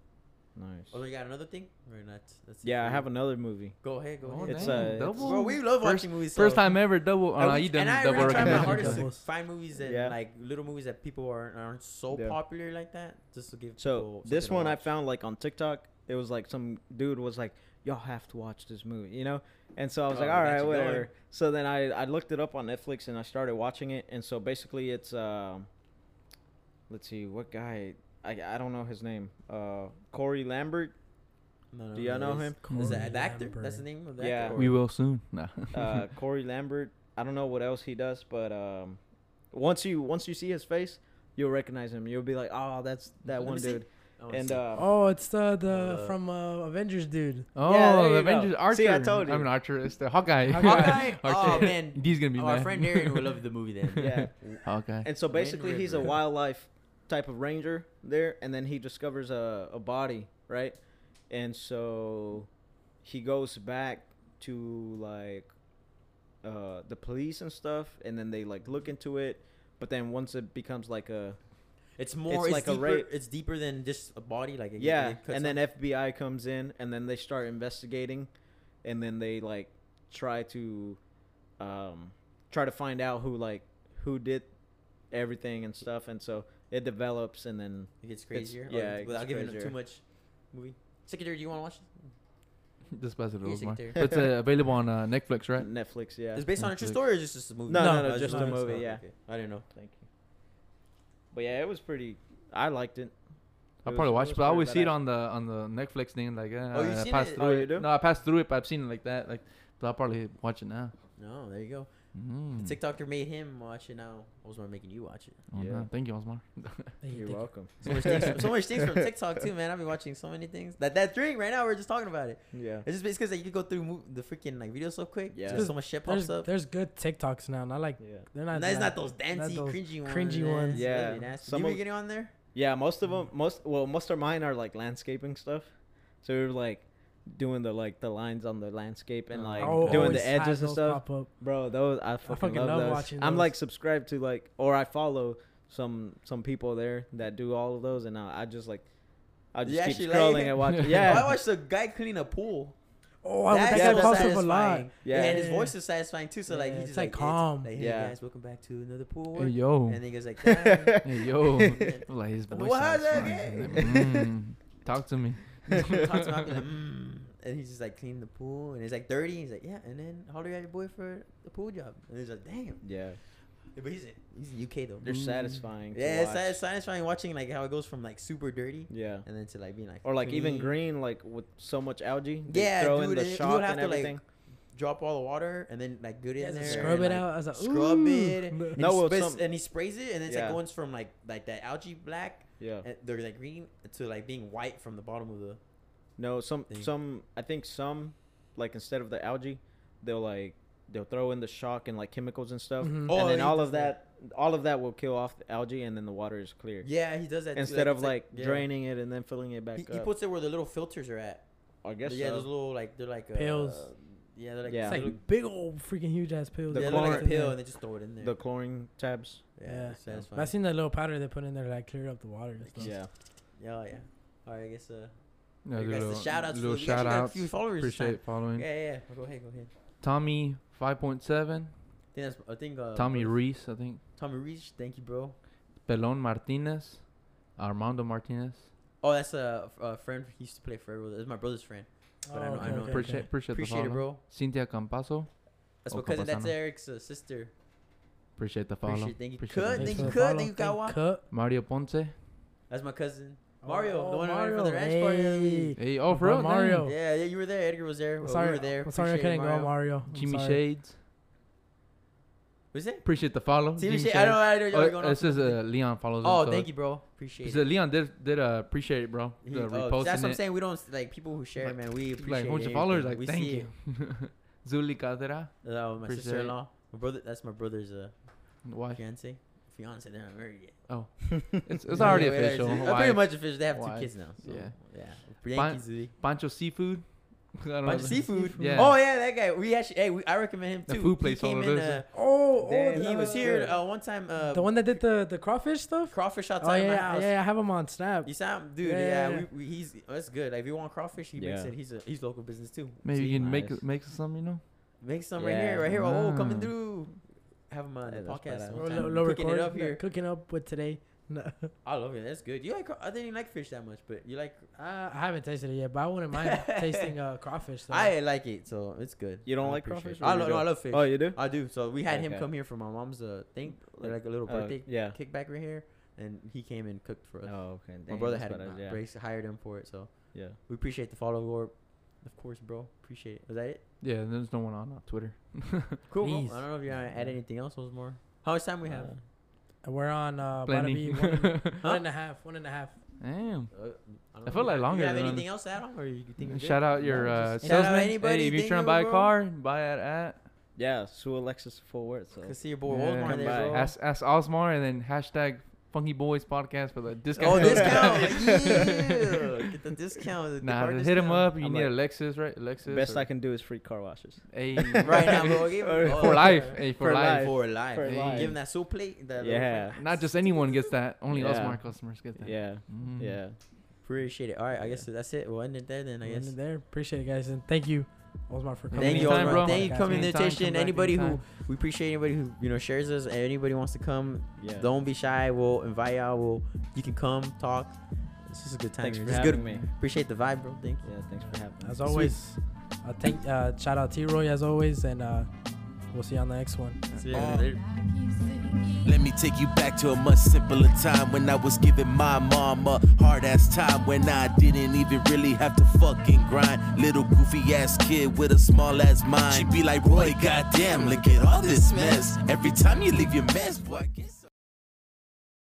[SPEAKER 1] Oh,
[SPEAKER 4] Nice.
[SPEAKER 1] you got another thing or not? That's it
[SPEAKER 4] Yeah, I
[SPEAKER 1] for you.
[SPEAKER 4] have another movie.
[SPEAKER 1] Go ahead, go
[SPEAKER 3] Oh,
[SPEAKER 1] ahead.
[SPEAKER 4] It's,
[SPEAKER 3] dang,
[SPEAKER 4] uh, it's-
[SPEAKER 3] double.
[SPEAKER 1] Bro, we love
[SPEAKER 3] first,
[SPEAKER 1] watching movies. So.
[SPEAKER 3] first time ever double. Oh,
[SPEAKER 1] And,
[SPEAKER 3] no,
[SPEAKER 1] we-
[SPEAKER 3] you done
[SPEAKER 1] and I E
[SPEAKER 3] double
[SPEAKER 1] really try my
[SPEAKER 3] recommendation.
[SPEAKER 1] hardest to
[SPEAKER 2] Doubles.
[SPEAKER 1] find movies and
[SPEAKER 4] Yeah.
[SPEAKER 1] like little movies that people aren't, aren't so
[SPEAKER 4] Yeah.
[SPEAKER 1] popular like that. Just to give.
[SPEAKER 4] So
[SPEAKER 1] people
[SPEAKER 4] this
[SPEAKER 1] something
[SPEAKER 4] one
[SPEAKER 1] to
[SPEAKER 4] I
[SPEAKER 1] watch.
[SPEAKER 4] found like on TikTok. It was like some dude was like, "Y'all have to watch this movie," you know. And so I was
[SPEAKER 1] Oh,
[SPEAKER 4] like,
[SPEAKER 1] they
[SPEAKER 4] "All
[SPEAKER 1] got
[SPEAKER 4] right,
[SPEAKER 1] you going."
[SPEAKER 4] whatever." So then I I looked it up on Netflix and I started watching it. And so basically, it's um, let's see, what guy I I don't know his name. Uh, Corey Lambert.
[SPEAKER 1] No, no,
[SPEAKER 4] Do y'all
[SPEAKER 1] no,
[SPEAKER 4] know
[SPEAKER 1] it
[SPEAKER 4] him?
[SPEAKER 1] Is, is that
[SPEAKER 2] Corey
[SPEAKER 1] the actor?
[SPEAKER 2] Lambert.
[SPEAKER 1] That's the name of the
[SPEAKER 4] Yeah.
[SPEAKER 1] actor. or-
[SPEAKER 3] We will soon. Nah.
[SPEAKER 4] Uh, Corey Lambert. I don't know what else he does, but um, once you once you see his face, you'll recognize him. You'll be like, "Oh, that's that
[SPEAKER 1] Let
[SPEAKER 4] one
[SPEAKER 1] me see.
[SPEAKER 4] dude."
[SPEAKER 1] I wanna
[SPEAKER 4] and
[SPEAKER 1] see.
[SPEAKER 4] uh,
[SPEAKER 2] Oh, it's the the
[SPEAKER 1] Uh,
[SPEAKER 2] from uh, Avengers dude.
[SPEAKER 3] Oh,
[SPEAKER 4] there you
[SPEAKER 3] the
[SPEAKER 4] go.
[SPEAKER 3] Avengers
[SPEAKER 4] See, I
[SPEAKER 3] Archer.
[SPEAKER 4] told
[SPEAKER 3] I'm
[SPEAKER 4] you.
[SPEAKER 3] an Archer. It's the Hawkeye.
[SPEAKER 1] Hawkeye? Oh,
[SPEAKER 3] Archer.
[SPEAKER 1] man.
[SPEAKER 3] He's gonna be
[SPEAKER 1] oh,
[SPEAKER 3] mad.
[SPEAKER 1] our friend Aaron would love the movie then.
[SPEAKER 4] yeah.
[SPEAKER 3] Hawkeye.
[SPEAKER 4] And so
[SPEAKER 1] Ranger
[SPEAKER 4] basically, he's a
[SPEAKER 1] Ranger.
[SPEAKER 4] wildlife type of ranger there, and then he discovers a, a body, right? And so he goes back to like uh, the police and stuff, and then they like look into it. But then once it becomes like a
[SPEAKER 1] It's more. It's,
[SPEAKER 4] like a
[SPEAKER 1] deeper,
[SPEAKER 4] rape.
[SPEAKER 1] It's deeper than just a body. Like it-
[SPEAKER 4] yeah,
[SPEAKER 1] it cuts
[SPEAKER 4] and then
[SPEAKER 1] off.
[SPEAKER 4] FBI comes in, and then they start investigating, and then they like try to um, try to find out who like who did everything and stuff, and so it develops, and then
[SPEAKER 1] it gets crazier.
[SPEAKER 4] yeah,
[SPEAKER 1] Yeah,
[SPEAKER 4] it
[SPEAKER 1] without
[SPEAKER 4] gets
[SPEAKER 1] giving it
[SPEAKER 4] crazier.
[SPEAKER 1] too much. Movie. Secretary, do you want to watch? it?
[SPEAKER 3] Despacito
[SPEAKER 1] Yeah,
[SPEAKER 3] was mine.
[SPEAKER 1] Secretary.
[SPEAKER 3] But it's uh, available on uh, Netflix, right?
[SPEAKER 4] Netflix, yeah.
[SPEAKER 1] It's based on a true
[SPEAKER 3] Netflix.
[SPEAKER 1] story, or is this a movie?
[SPEAKER 4] No,
[SPEAKER 2] no, no,
[SPEAKER 1] it's
[SPEAKER 2] just a
[SPEAKER 1] it's
[SPEAKER 4] movie,
[SPEAKER 1] not-
[SPEAKER 4] yeah.
[SPEAKER 1] okay. I didn't know.
[SPEAKER 4] Thank you. But yeah, it was pretty. I liked it.
[SPEAKER 3] I
[SPEAKER 4] was-
[SPEAKER 3] probably watch,
[SPEAKER 4] was
[SPEAKER 3] it, but I
[SPEAKER 4] pretty
[SPEAKER 3] always see it
[SPEAKER 4] badass.
[SPEAKER 3] on the on the Netflix thing. Like, eh,
[SPEAKER 1] Oh, you've
[SPEAKER 3] I,
[SPEAKER 1] seen
[SPEAKER 3] passed
[SPEAKER 1] it?
[SPEAKER 3] through
[SPEAKER 4] Oh,
[SPEAKER 3] it.
[SPEAKER 4] you do?
[SPEAKER 3] No, I passed through it, but I've seen it like that. Like, but I'll probably watch it now.
[SPEAKER 1] No, there you go.
[SPEAKER 2] Hmm.
[SPEAKER 3] Mm.
[SPEAKER 1] The TikToker made him watch it. Now Osmar making you watch it.
[SPEAKER 3] Oh,
[SPEAKER 4] Yeah.
[SPEAKER 3] no. Thank you, Osmar.
[SPEAKER 4] You're welcome.
[SPEAKER 1] So much things, so much things from TikTok too, man. I've been watching so many things. That that drink right now, we're just talking about it.
[SPEAKER 4] Yeah.
[SPEAKER 1] It's just it's because like, you could go through mo- the freaking like videos so quick.
[SPEAKER 4] Yeah.
[SPEAKER 1] Yeah, just so much shit pops
[SPEAKER 2] There's,
[SPEAKER 1] up.
[SPEAKER 2] there's good TikToks now, not like
[SPEAKER 4] Yeah.
[SPEAKER 2] they're not.
[SPEAKER 1] And that's not
[SPEAKER 2] like-
[SPEAKER 1] those dancey,
[SPEAKER 2] those
[SPEAKER 1] cringy ones.
[SPEAKER 2] cringy ones.
[SPEAKER 4] Yeah.
[SPEAKER 1] Some
[SPEAKER 4] Some
[SPEAKER 1] you were
[SPEAKER 4] of-
[SPEAKER 1] getting on there.
[SPEAKER 4] Yeah, most of
[SPEAKER 3] Mm.
[SPEAKER 4] them, most well, most of mine are like landscaping stuff. So we were like doing the like the lines on the landscape and
[SPEAKER 1] Oh.
[SPEAKER 3] Uh-huh.
[SPEAKER 4] like
[SPEAKER 2] I al-
[SPEAKER 4] doing
[SPEAKER 2] always
[SPEAKER 4] the
[SPEAKER 2] have
[SPEAKER 4] edges and
[SPEAKER 2] those
[SPEAKER 4] stuff.
[SPEAKER 2] Pop up.
[SPEAKER 4] Bro, those I fucking,
[SPEAKER 2] fucking
[SPEAKER 4] love,
[SPEAKER 2] love
[SPEAKER 4] those.
[SPEAKER 2] watching
[SPEAKER 4] I'm
[SPEAKER 2] those.
[SPEAKER 4] like subscribed to like or I follow some some people there that do all of those, and I, I just like I
[SPEAKER 1] You
[SPEAKER 4] just
[SPEAKER 1] actually
[SPEAKER 4] keep
[SPEAKER 1] like
[SPEAKER 4] scrolling
[SPEAKER 1] it?
[SPEAKER 4] and watching.
[SPEAKER 1] Oh,
[SPEAKER 4] Yeah,
[SPEAKER 1] I watched a guy clean a pool.
[SPEAKER 2] Oh, I, that
[SPEAKER 4] That's
[SPEAKER 2] guy
[SPEAKER 4] so
[SPEAKER 2] pops up a lot.
[SPEAKER 1] satisfying.
[SPEAKER 4] Yeah.
[SPEAKER 1] and his
[SPEAKER 2] Yeah.
[SPEAKER 1] voice is satisfying too. So like,
[SPEAKER 2] Yeah,
[SPEAKER 1] he's
[SPEAKER 2] it's,
[SPEAKER 1] just
[SPEAKER 2] like, calm.
[SPEAKER 1] It's, like, hey
[SPEAKER 4] Yeah.
[SPEAKER 1] guys, welcome back to another pool.
[SPEAKER 3] Hey,
[SPEAKER 1] Work.
[SPEAKER 3] yo.
[SPEAKER 1] And then he goes like, "Damn."
[SPEAKER 3] Hey, yo.
[SPEAKER 1] Man.
[SPEAKER 3] like, his voice.
[SPEAKER 1] What
[SPEAKER 3] sounds
[SPEAKER 1] the
[SPEAKER 3] fine.
[SPEAKER 1] gay?
[SPEAKER 3] Mm. Talk to me.
[SPEAKER 1] talks to him, I'll be like, mm. and he's just like cleaning the pool, and it's like dirty. He's like, yeah, and then how do you at your boy for the pool job? And he's like, damn.
[SPEAKER 4] yeah,
[SPEAKER 1] But he's in, he's in UK though.
[SPEAKER 4] they're
[SPEAKER 3] Mm.
[SPEAKER 4] satisfying. to
[SPEAKER 1] Yeah, it's,
[SPEAKER 4] watch.
[SPEAKER 1] sa- it's satisfying watching like how it goes from like super dirty
[SPEAKER 4] Yeah,
[SPEAKER 1] and then to like being like
[SPEAKER 4] or like even
[SPEAKER 1] clean,
[SPEAKER 4] green, like with so much algae. They
[SPEAKER 1] Yeah,
[SPEAKER 4] throw
[SPEAKER 1] dude,
[SPEAKER 4] in
[SPEAKER 1] and
[SPEAKER 4] the
[SPEAKER 1] you
[SPEAKER 4] shock
[SPEAKER 1] would have
[SPEAKER 4] and
[SPEAKER 1] to, like,
[SPEAKER 4] everything.
[SPEAKER 1] Drop all the water and then like good
[SPEAKER 2] Yeah,
[SPEAKER 1] in there.
[SPEAKER 2] just
[SPEAKER 1] and,
[SPEAKER 2] scrub it
[SPEAKER 1] like,
[SPEAKER 2] out. I was like,
[SPEAKER 1] Scrub it.
[SPEAKER 2] "Ooh."
[SPEAKER 1] And,
[SPEAKER 4] No,
[SPEAKER 1] he
[SPEAKER 4] well,
[SPEAKER 1] spits-
[SPEAKER 4] some-
[SPEAKER 1] and he sprays it, and it's
[SPEAKER 4] Yeah.
[SPEAKER 1] like going from like like that algae black,
[SPEAKER 4] Yeah,
[SPEAKER 1] and they're like green to like being white from the bottom of the.
[SPEAKER 4] no, some
[SPEAKER 1] thing.
[SPEAKER 4] some I think some like instead of the algae, they'll like they'll throw in the shock and like chemicals and stuff,
[SPEAKER 2] Mhm.
[SPEAKER 1] Oh,
[SPEAKER 4] and then
[SPEAKER 1] he
[SPEAKER 4] all
[SPEAKER 1] does
[SPEAKER 4] of that, all of that will kill off the algae, and then the water is clear.
[SPEAKER 1] Yeah, he does that too,
[SPEAKER 4] instead of
[SPEAKER 1] it's,
[SPEAKER 4] like,
[SPEAKER 1] yeah.
[SPEAKER 4] draining it and then filling it back
[SPEAKER 1] He, he
[SPEAKER 4] up.
[SPEAKER 1] puts it where the little filters are at.
[SPEAKER 4] I guess
[SPEAKER 1] yeah,
[SPEAKER 4] so.
[SPEAKER 1] those little like they're like uh,
[SPEAKER 2] Pills.
[SPEAKER 1] Yeah, they're like
[SPEAKER 4] Yeah.
[SPEAKER 2] It's
[SPEAKER 1] they
[SPEAKER 2] like
[SPEAKER 1] look-
[SPEAKER 2] big old freaking huge ass pills.
[SPEAKER 4] the
[SPEAKER 1] yeah,
[SPEAKER 2] they
[SPEAKER 1] they're
[SPEAKER 2] put
[SPEAKER 1] like a
[SPEAKER 2] in there.
[SPEAKER 1] pill, and they just throw it in there.
[SPEAKER 4] the chlorine tabs.
[SPEAKER 1] yeah,
[SPEAKER 2] Yeah.
[SPEAKER 1] it's satisfying.
[SPEAKER 2] But I seen that little powder they put in there to like clear up the water and stuff.
[SPEAKER 4] Yeah,
[SPEAKER 1] Yeah, oh, yeah. All right, I guess uh,
[SPEAKER 3] Yeah,
[SPEAKER 1] I guess
[SPEAKER 3] little,
[SPEAKER 1] the shout outs.
[SPEAKER 3] Little
[SPEAKER 1] we actually got
[SPEAKER 3] shout
[SPEAKER 1] a
[SPEAKER 3] outs.
[SPEAKER 1] few followers. this time.
[SPEAKER 3] Appreciate following.
[SPEAKER 1] Yeah, yeah, yeah. Go ahead, go ahead.
[SPEAKER 3] Tommy 5.7.
[SPEAKER 1] I think that's I think uh,
[SPEAKER 3] Tommy
[SPEAKER 1] bro-
[SPEAKER 3] Reese, I think.
[SPEAKER 1] Tommy Reach. Thank you, bro.
[SPEAKER 3] Pelon Martinez. Armando Martinez.
[SPEAKER 1] Oh, that's a, a friend he used to play forever. That's my brother's friend.
[SPEAKER 2] Oh,
[SPEAKER 1] But I know- I know. Okay,
[SPEAKER 3] appreciate, appreciate, the
[SPEAKER 1] Appreciate
[SPEAKER 3] follow.
[SPEAKER 1] it, bro.
[SPEAKER 3] Cynthia Campaso.
[SPEAKER 1] That's
[SPEAKER 3] Oh,
[SPEAKER 1] my cousin. That's
[SPEAKER 3] Campasano.
[SPEAKER 1] Eric's uh, sister.
[SPEAKER 3] Appreciate the follow.
[SPEAKER 1] Appreciate it. Thank you.
[SPEAKER 3] Appreciate
[SPEAKER 1] Cut.
[SPEAKER 3] it.
[SPEAKER 1] Thank
[SPEAKER 2] Thanks
[SPEAKER 1] you.
[SPEAKER 2] for the
[SPEAKER 1] Cut.
[SPEAKER 2] follow.
[SPEAKER 1] Thank you. Kawa.
[SPEAKER 2] Cut.
[SPEAKER 3] Mario Ponce.
[SPEAKER 1] That's my cousin. Mario,
[SPEAKER 2] Oh,
[SPEAKER 1] the one who ran for the ranch
[SPEAKER 2] Mario.
[SPEAKER 1] party. the other week.
[SPEAKER 3] Hey, oh,
[SPEAKER 2] My
[SPEAKER 3] for
[SPEAKER 2] boy
[SPEAKER 3] real?
[SPEAKER 2] Mario.
[SPEAKER 3] Dang.
[SPEAKER 1] Yeah, yeah, you were there. Edgar was there.
[SPEAKER 2] I'm
[SPEAKER 1] Well,
[SPEAKER 2] sorry,
[SPEAKER 1] we were Oh, there.
[SPEAKER 2] I'm sorry I
[SPEAKER 1] Appreciate it,
[SPEAKER 2] couldn't go, Mario. I'm
[SPEAKER 3] Jimmy
[SPEAKER 2] sorry.
[SPEAKER 3] Shades.
[SPEAKER 1] What's it?
[SPEAKER 3] Appreciate the follow.
[SPEAKER 1] Jimmy Shade. I don't know. I don't know.
[SPEAKER 3] Oh,
[SPEAKER 1] y'all going
[SPEAKER 3] this
[SPEAKER 1] off.
[SPEAKER 3] is uh, Leon follows.
[SPEAKER 1] Oh,
[SPEAKER 3] him, so
[SPEAKER 1] thank you, bro. Appreciate
[SPEAKER 3] So
[SPEAKER 1] it.
[SPEAKER 3] Leon did did uh, appreciate it, bro.
[SPEAKER 1] He-
[SPEAKER 3] uh,
[SPEAKER 1] oh, that's what
[SPEAKER 3] reposting
[SPEAKER 1] I'm
[SPEAKER 3] it.
[SPEAKER 1] saying. We don't like people who share,
[SPEAKER 3] Like,
[SPEAKER 1] man. We appreciate
[SPEAKER 3] Like, a bunch of
[SPEAKER 1] everything.
[SPEAKER 3] followers. Like,
[SPEAKER 1] we
[SPEAKER 3] thank
[SPEAKER 1] see
[SPEAKER 3] you. Zuli Cadera,
[SPEAKER 1] It. Oh, my
[SPEAKER 3] Appreciate it.
[SPEAKER 1] sister-in-law, my brother. That's my brother's uh,
[SPEAKER 3] wife.
[SPEAKER 1] fiance. Fiance, they're not married yet.
[SPEAKER 3] Oh, it's, it's
[SPEAKER 1] Yeah,
[SPEAKER 3] already
[SPEAKER 1] wait, wait,
[SPEAKER 3] official.
[SPEAKER 1] it's- uh,
[SPEAKER 3] Wife.
[SPEAKER 1] Pretty much official. They have two
[SPEAKER 3] Wife.
[SPEAKER 1] kids now. So,
[SPEAKER 3] Yeah.
[SPEAKER 1] yeah.
[SPEAKER 3] Pan-
[SPEAKER 1] Thank you, Zuli.
[SPEAKER 3] Pancho Seafood. I don't
[SPEAKER 1] Bunch of
[SPEAKER 3] know.
[SPEAKER 1] seafood.
[SPEAKER 3] Yeah.
[SPEAKER 1] Oh yeah, that guy. We actually, hey, we, I recommend him
[SPEAKER 3] The
[SPEAKER 1] too.
[SPEAKER 3] food
[SPEAKER 1] He
[SPEAKER 3] place
[SPEAKER 1] came
[SPEAKER 3] all
[SPEAKER 1] in,
[SPEAKER 3] those.
[SPEAKER 1] uh,
[SPEAKER 2] Oh,
[SPEAKER 4] Damn,
[SPEAKER 1] he
[SPEAKER 2] oh the-
[SPEAKER 1] was here uh, one time. Uh,
[SPEAKER 2] the one that did the the crawfish stuff.
[SPEAKER 1] crawfish outside
[SPEAKER 2] Oh
[SPEAKER 1] of my
[SPEAKER 2] yeah,
[SPEAKER 1] house.
[SPEAKER 2] yeah. I have him on Snap.
[SPEAKER 1] You sound, dude.
[SPEAKER 2] Yeah,
[SPEAKER 1] Yeah,
[SPEAKER 2] yeah, yeah.
[SPEAKER 1] We, we, he's that's good. Like, if you want crawfish, he makes
[SPEAKER 4] Yeah.
[SPEAKER 1] it. He's a he's local business too.
[SPEAKER 3] Maybe you can
[SPEAKER 4] Nice.
[SPEAKER 3] make make some, you know.
[SPEAKER 1] Make some right
[SPEAKER 4] Yeah.
[SPEAKER 1] here, right here. Oh, coming
[SPEAKER 3] Mm.
[SPEAKER 1] through. Have him on
[SPEAKER 4] Hey,
[SPEAKER 1] the
[SPEAKER 4] that's
[SPEAKER 1] podcast.
[SPEAKER 4] badass.
[SPEAKER 1] one
[SPEAKER 2] We're
[SPEAKER 1] time.
[SPEAKER 2] lo- lo-
[SPEAKER 1] Cooking it
[SPEAKER 2] recording-
[SPEAKER 1] up here.
[SPEAKER 2] Cooking up with today. No, uh,
[SPEAKER 1] I love it. That's good. You like? craw- I didn't like fish that much, but you like.
[SPEAKER 2] Uh, I haven't tasted it yet, but I wouldn't mind tasting uh, crawfish. Though.
[SPEAKER 1] I like it, so it's good.
[SPEAKER 4] You don't
[SPEAKER 1] I
[SPEAKER 4] like
[SPEAKER 1] appreciate
[SPEAKER 4] crawfish
[SPEAKER 1] it.
[SPEAKER 4] or
[SPEAKER 1] I
[SPEAKER 4] you
[SPEAKER 1] love. No,
[SPEAKER 4] do?
[SPEAKER 1] I love fish.
[SPEAKER 4] Oh, you do?
[SPEAKER 1] I do. So we had him
[SPEAKER 4] Okay.
[SPEAKER 1] come here for my mom's uh, thing,
[SPEAKER 4] Like-
[SPEAKER 1] like a little
[SPEAKER 4] Oh,
[SPEAKER 1] birthday
[SPEAKER 4] yeah.
[SPEAKER 1] kickback right here, and he came and cooked for us.
[SPEAKER 4] Oh, okay.
[SPEAKER 1] my
[SPEAKER 4] dang,
[SPEAKER 1] brother
[SPEAKER 4] that's
[SPEAKER 1] had
[SPEAKER 4] what I-
[SPEAKER 1] him,
[SPEAKER 4] yeah.
[SPEAKER 1] brace, hired him for it, so
[SPEAKER 4] Yeah.
[SPEAKER 1] we appreciate the follow, Gorb. Of course, bro. Appreciate it. Was that it?
[SPEAKER 3] Yeah, there's no one on, on Twitter.
[SPEAKER 1] Cool.
[SPEAKER 2] Please.
[SPEAKER 1] I don't know if you want to add anything else. What's more? How much time we have?
[SPEAKER 2] We're on uh, about to
[SPEAKER 3] Plenty.
[SPEAKER 2] be one,
[SPEAKER 1] Huh?
[SPEAKER 2] one and a half. One and a half.
[SPEAKER 3] Damn.
[SPEAKER 1] Uh, I, don't
[SPEAKER 3] It felt
[SPEAKER 1] know.
[SPEAKER 3] like longer
[SPEAKER 1] You have
[SPEAKER 3] than-
[SPEAKER 1] anything else to add on, or you think you're good?
[SPEAKER 3] Shout out your
[SPEAKER 2] No,
[SPEAKER 3] uh,
[SPEAKER 2] just-
[SPEAKER 1] Shout out
[SPEAKER 3] salesman.
[SPEAKER 1] anybody,
[SPEAKER 3] hey, if you're
[SPEAKER 1] thank
[SPEAKER 3] trying
[SPEAKER 1] you,
[SPEAKER 3] to buy a
[SPEAKER 1] bro.
[SPEAKER 3] car, buy it at.
[SPEAKER 4] Yeah, Sue Alexis Fort Worth. So.
[SPEAKER 1] Can see your boy
[SPEAKER 3] Yeah.
[SPEAKER 1] Osmar
[SPEAKER 4] Come by.
[SPEAKER 1] there, bro.
[SPEAKER 3] Ask, ask Osmar and then hashtag Funky Boys Podcast for the discount.
[SPEAKER 1] Oh,
[SPEAKER 3] code.
[SPEAKER 1] discount! yeah, get the discount. the
[SPEAKER 3] Nah,
[SPEAKER 1] car
[SPEAKER 3] just hit him
[SPEAKER 1] discount.
[SPEAKER 3] up. You
[SPEAKER 4] I'm
[SPEAKER 3] need
[SPEAKER 4] like-
[SPEAKER 3] a Lexus, right? Lexus.
[SPEAKER 4] Best
[SPEAKER 3] or-
[SPEAKER 4] I can do is free car washes.
[SPEAKER 3] Hey.
[SPEAKER 1] right now, bro. Give him,
[SPEAKER 3] for
[SPEAKER 1] oh,
[SPEAKER 3] life.
[SPEAKER 1] yeah.
[SPEAKER 3] Hey, for,
[SPEAKER 4] For
[SPEAKER 3] life.
[SPEAKER 1] For life.
[SPEAKER 4] For
[SPEAKER 1] Give
[SPEAKER 4] life.
[SPEAKER 1] him that soul plate. That little
[SPEAKER 4] Yeah.
[SPEAKER 1] fucking-
[SPEAKER 3] Not just anyone gets that. Only
[SPEAKER 4] Yeah.
[SPEAKER 3] Osmar customers get that.
[SPEAKER 4] Yeah,
[SPEAKER 3] Mm.
[SPEAKER 4] yeah.
[SPEAKER 1] Appreciate it. All right, I guess that's it. We'll end it there then. I
[SPEAKER 2] We'll
[SPEAKER 1] guess.
[SPEAKER 2] end it there. Appreciate it, guys, and thank you, Osmar, for coming.
[SPEAKER 1] Thank you,
[SPEAKER 2] on
[SPEAKER 3] Anytime,
[SPEAKER 2] the
[SPEAKER 1] Osmar.
[SPEAKER 3] bro.
[SPEAKER 1] Thank you
[SPEAKER 2] podcast,
[SPEAKER 1] for coming to
[SPEAKER 2] man.
[SPEAKER 1] the
[SPEAKER 3] Anytime,
[SPEAKER 1] station.
[SPEAKER 3] come back
[SPEAKER 1] Anybody who
[SPEAKER 3] anytime.
[SPEAKER 1] we appreciate anybody who you know shares us. Anybody who wants to come,
[SPEAKER 4] Yeah.
[SPEAKER 1] don't be shy. We'll invite y'all. We'll you can come talk. It's just a good time.
[SPEAKER 4] Thanks
[SPEAKER 1] here.
[SPEAKER 4] for
[SPEAKER 1] It's
[SPEAKER 4] having
[SPEAKER 1] good.
[SPEAKER 4] me.
[SPEAKER 1] Appreciate the vibe, bro. Thank you.
[SPEAKER 4] Yeah, thanks for having me.
[SPEAKER 2] As always, uh, thank uh, shout out T Roy as always, and uh, we'll see you on the next one.
[SPEAKER 1] See you later.
[SPEAKER 5] Uh, Let me take you back to a much simpler time when I was giving my mom a hard ass time when I didn't even really have to fucking grind. Little goofy ass kid with a small ass mind. She'd be like, Roy, goddamn, look at all this mess. Every time you leave your mess, boy, I guess.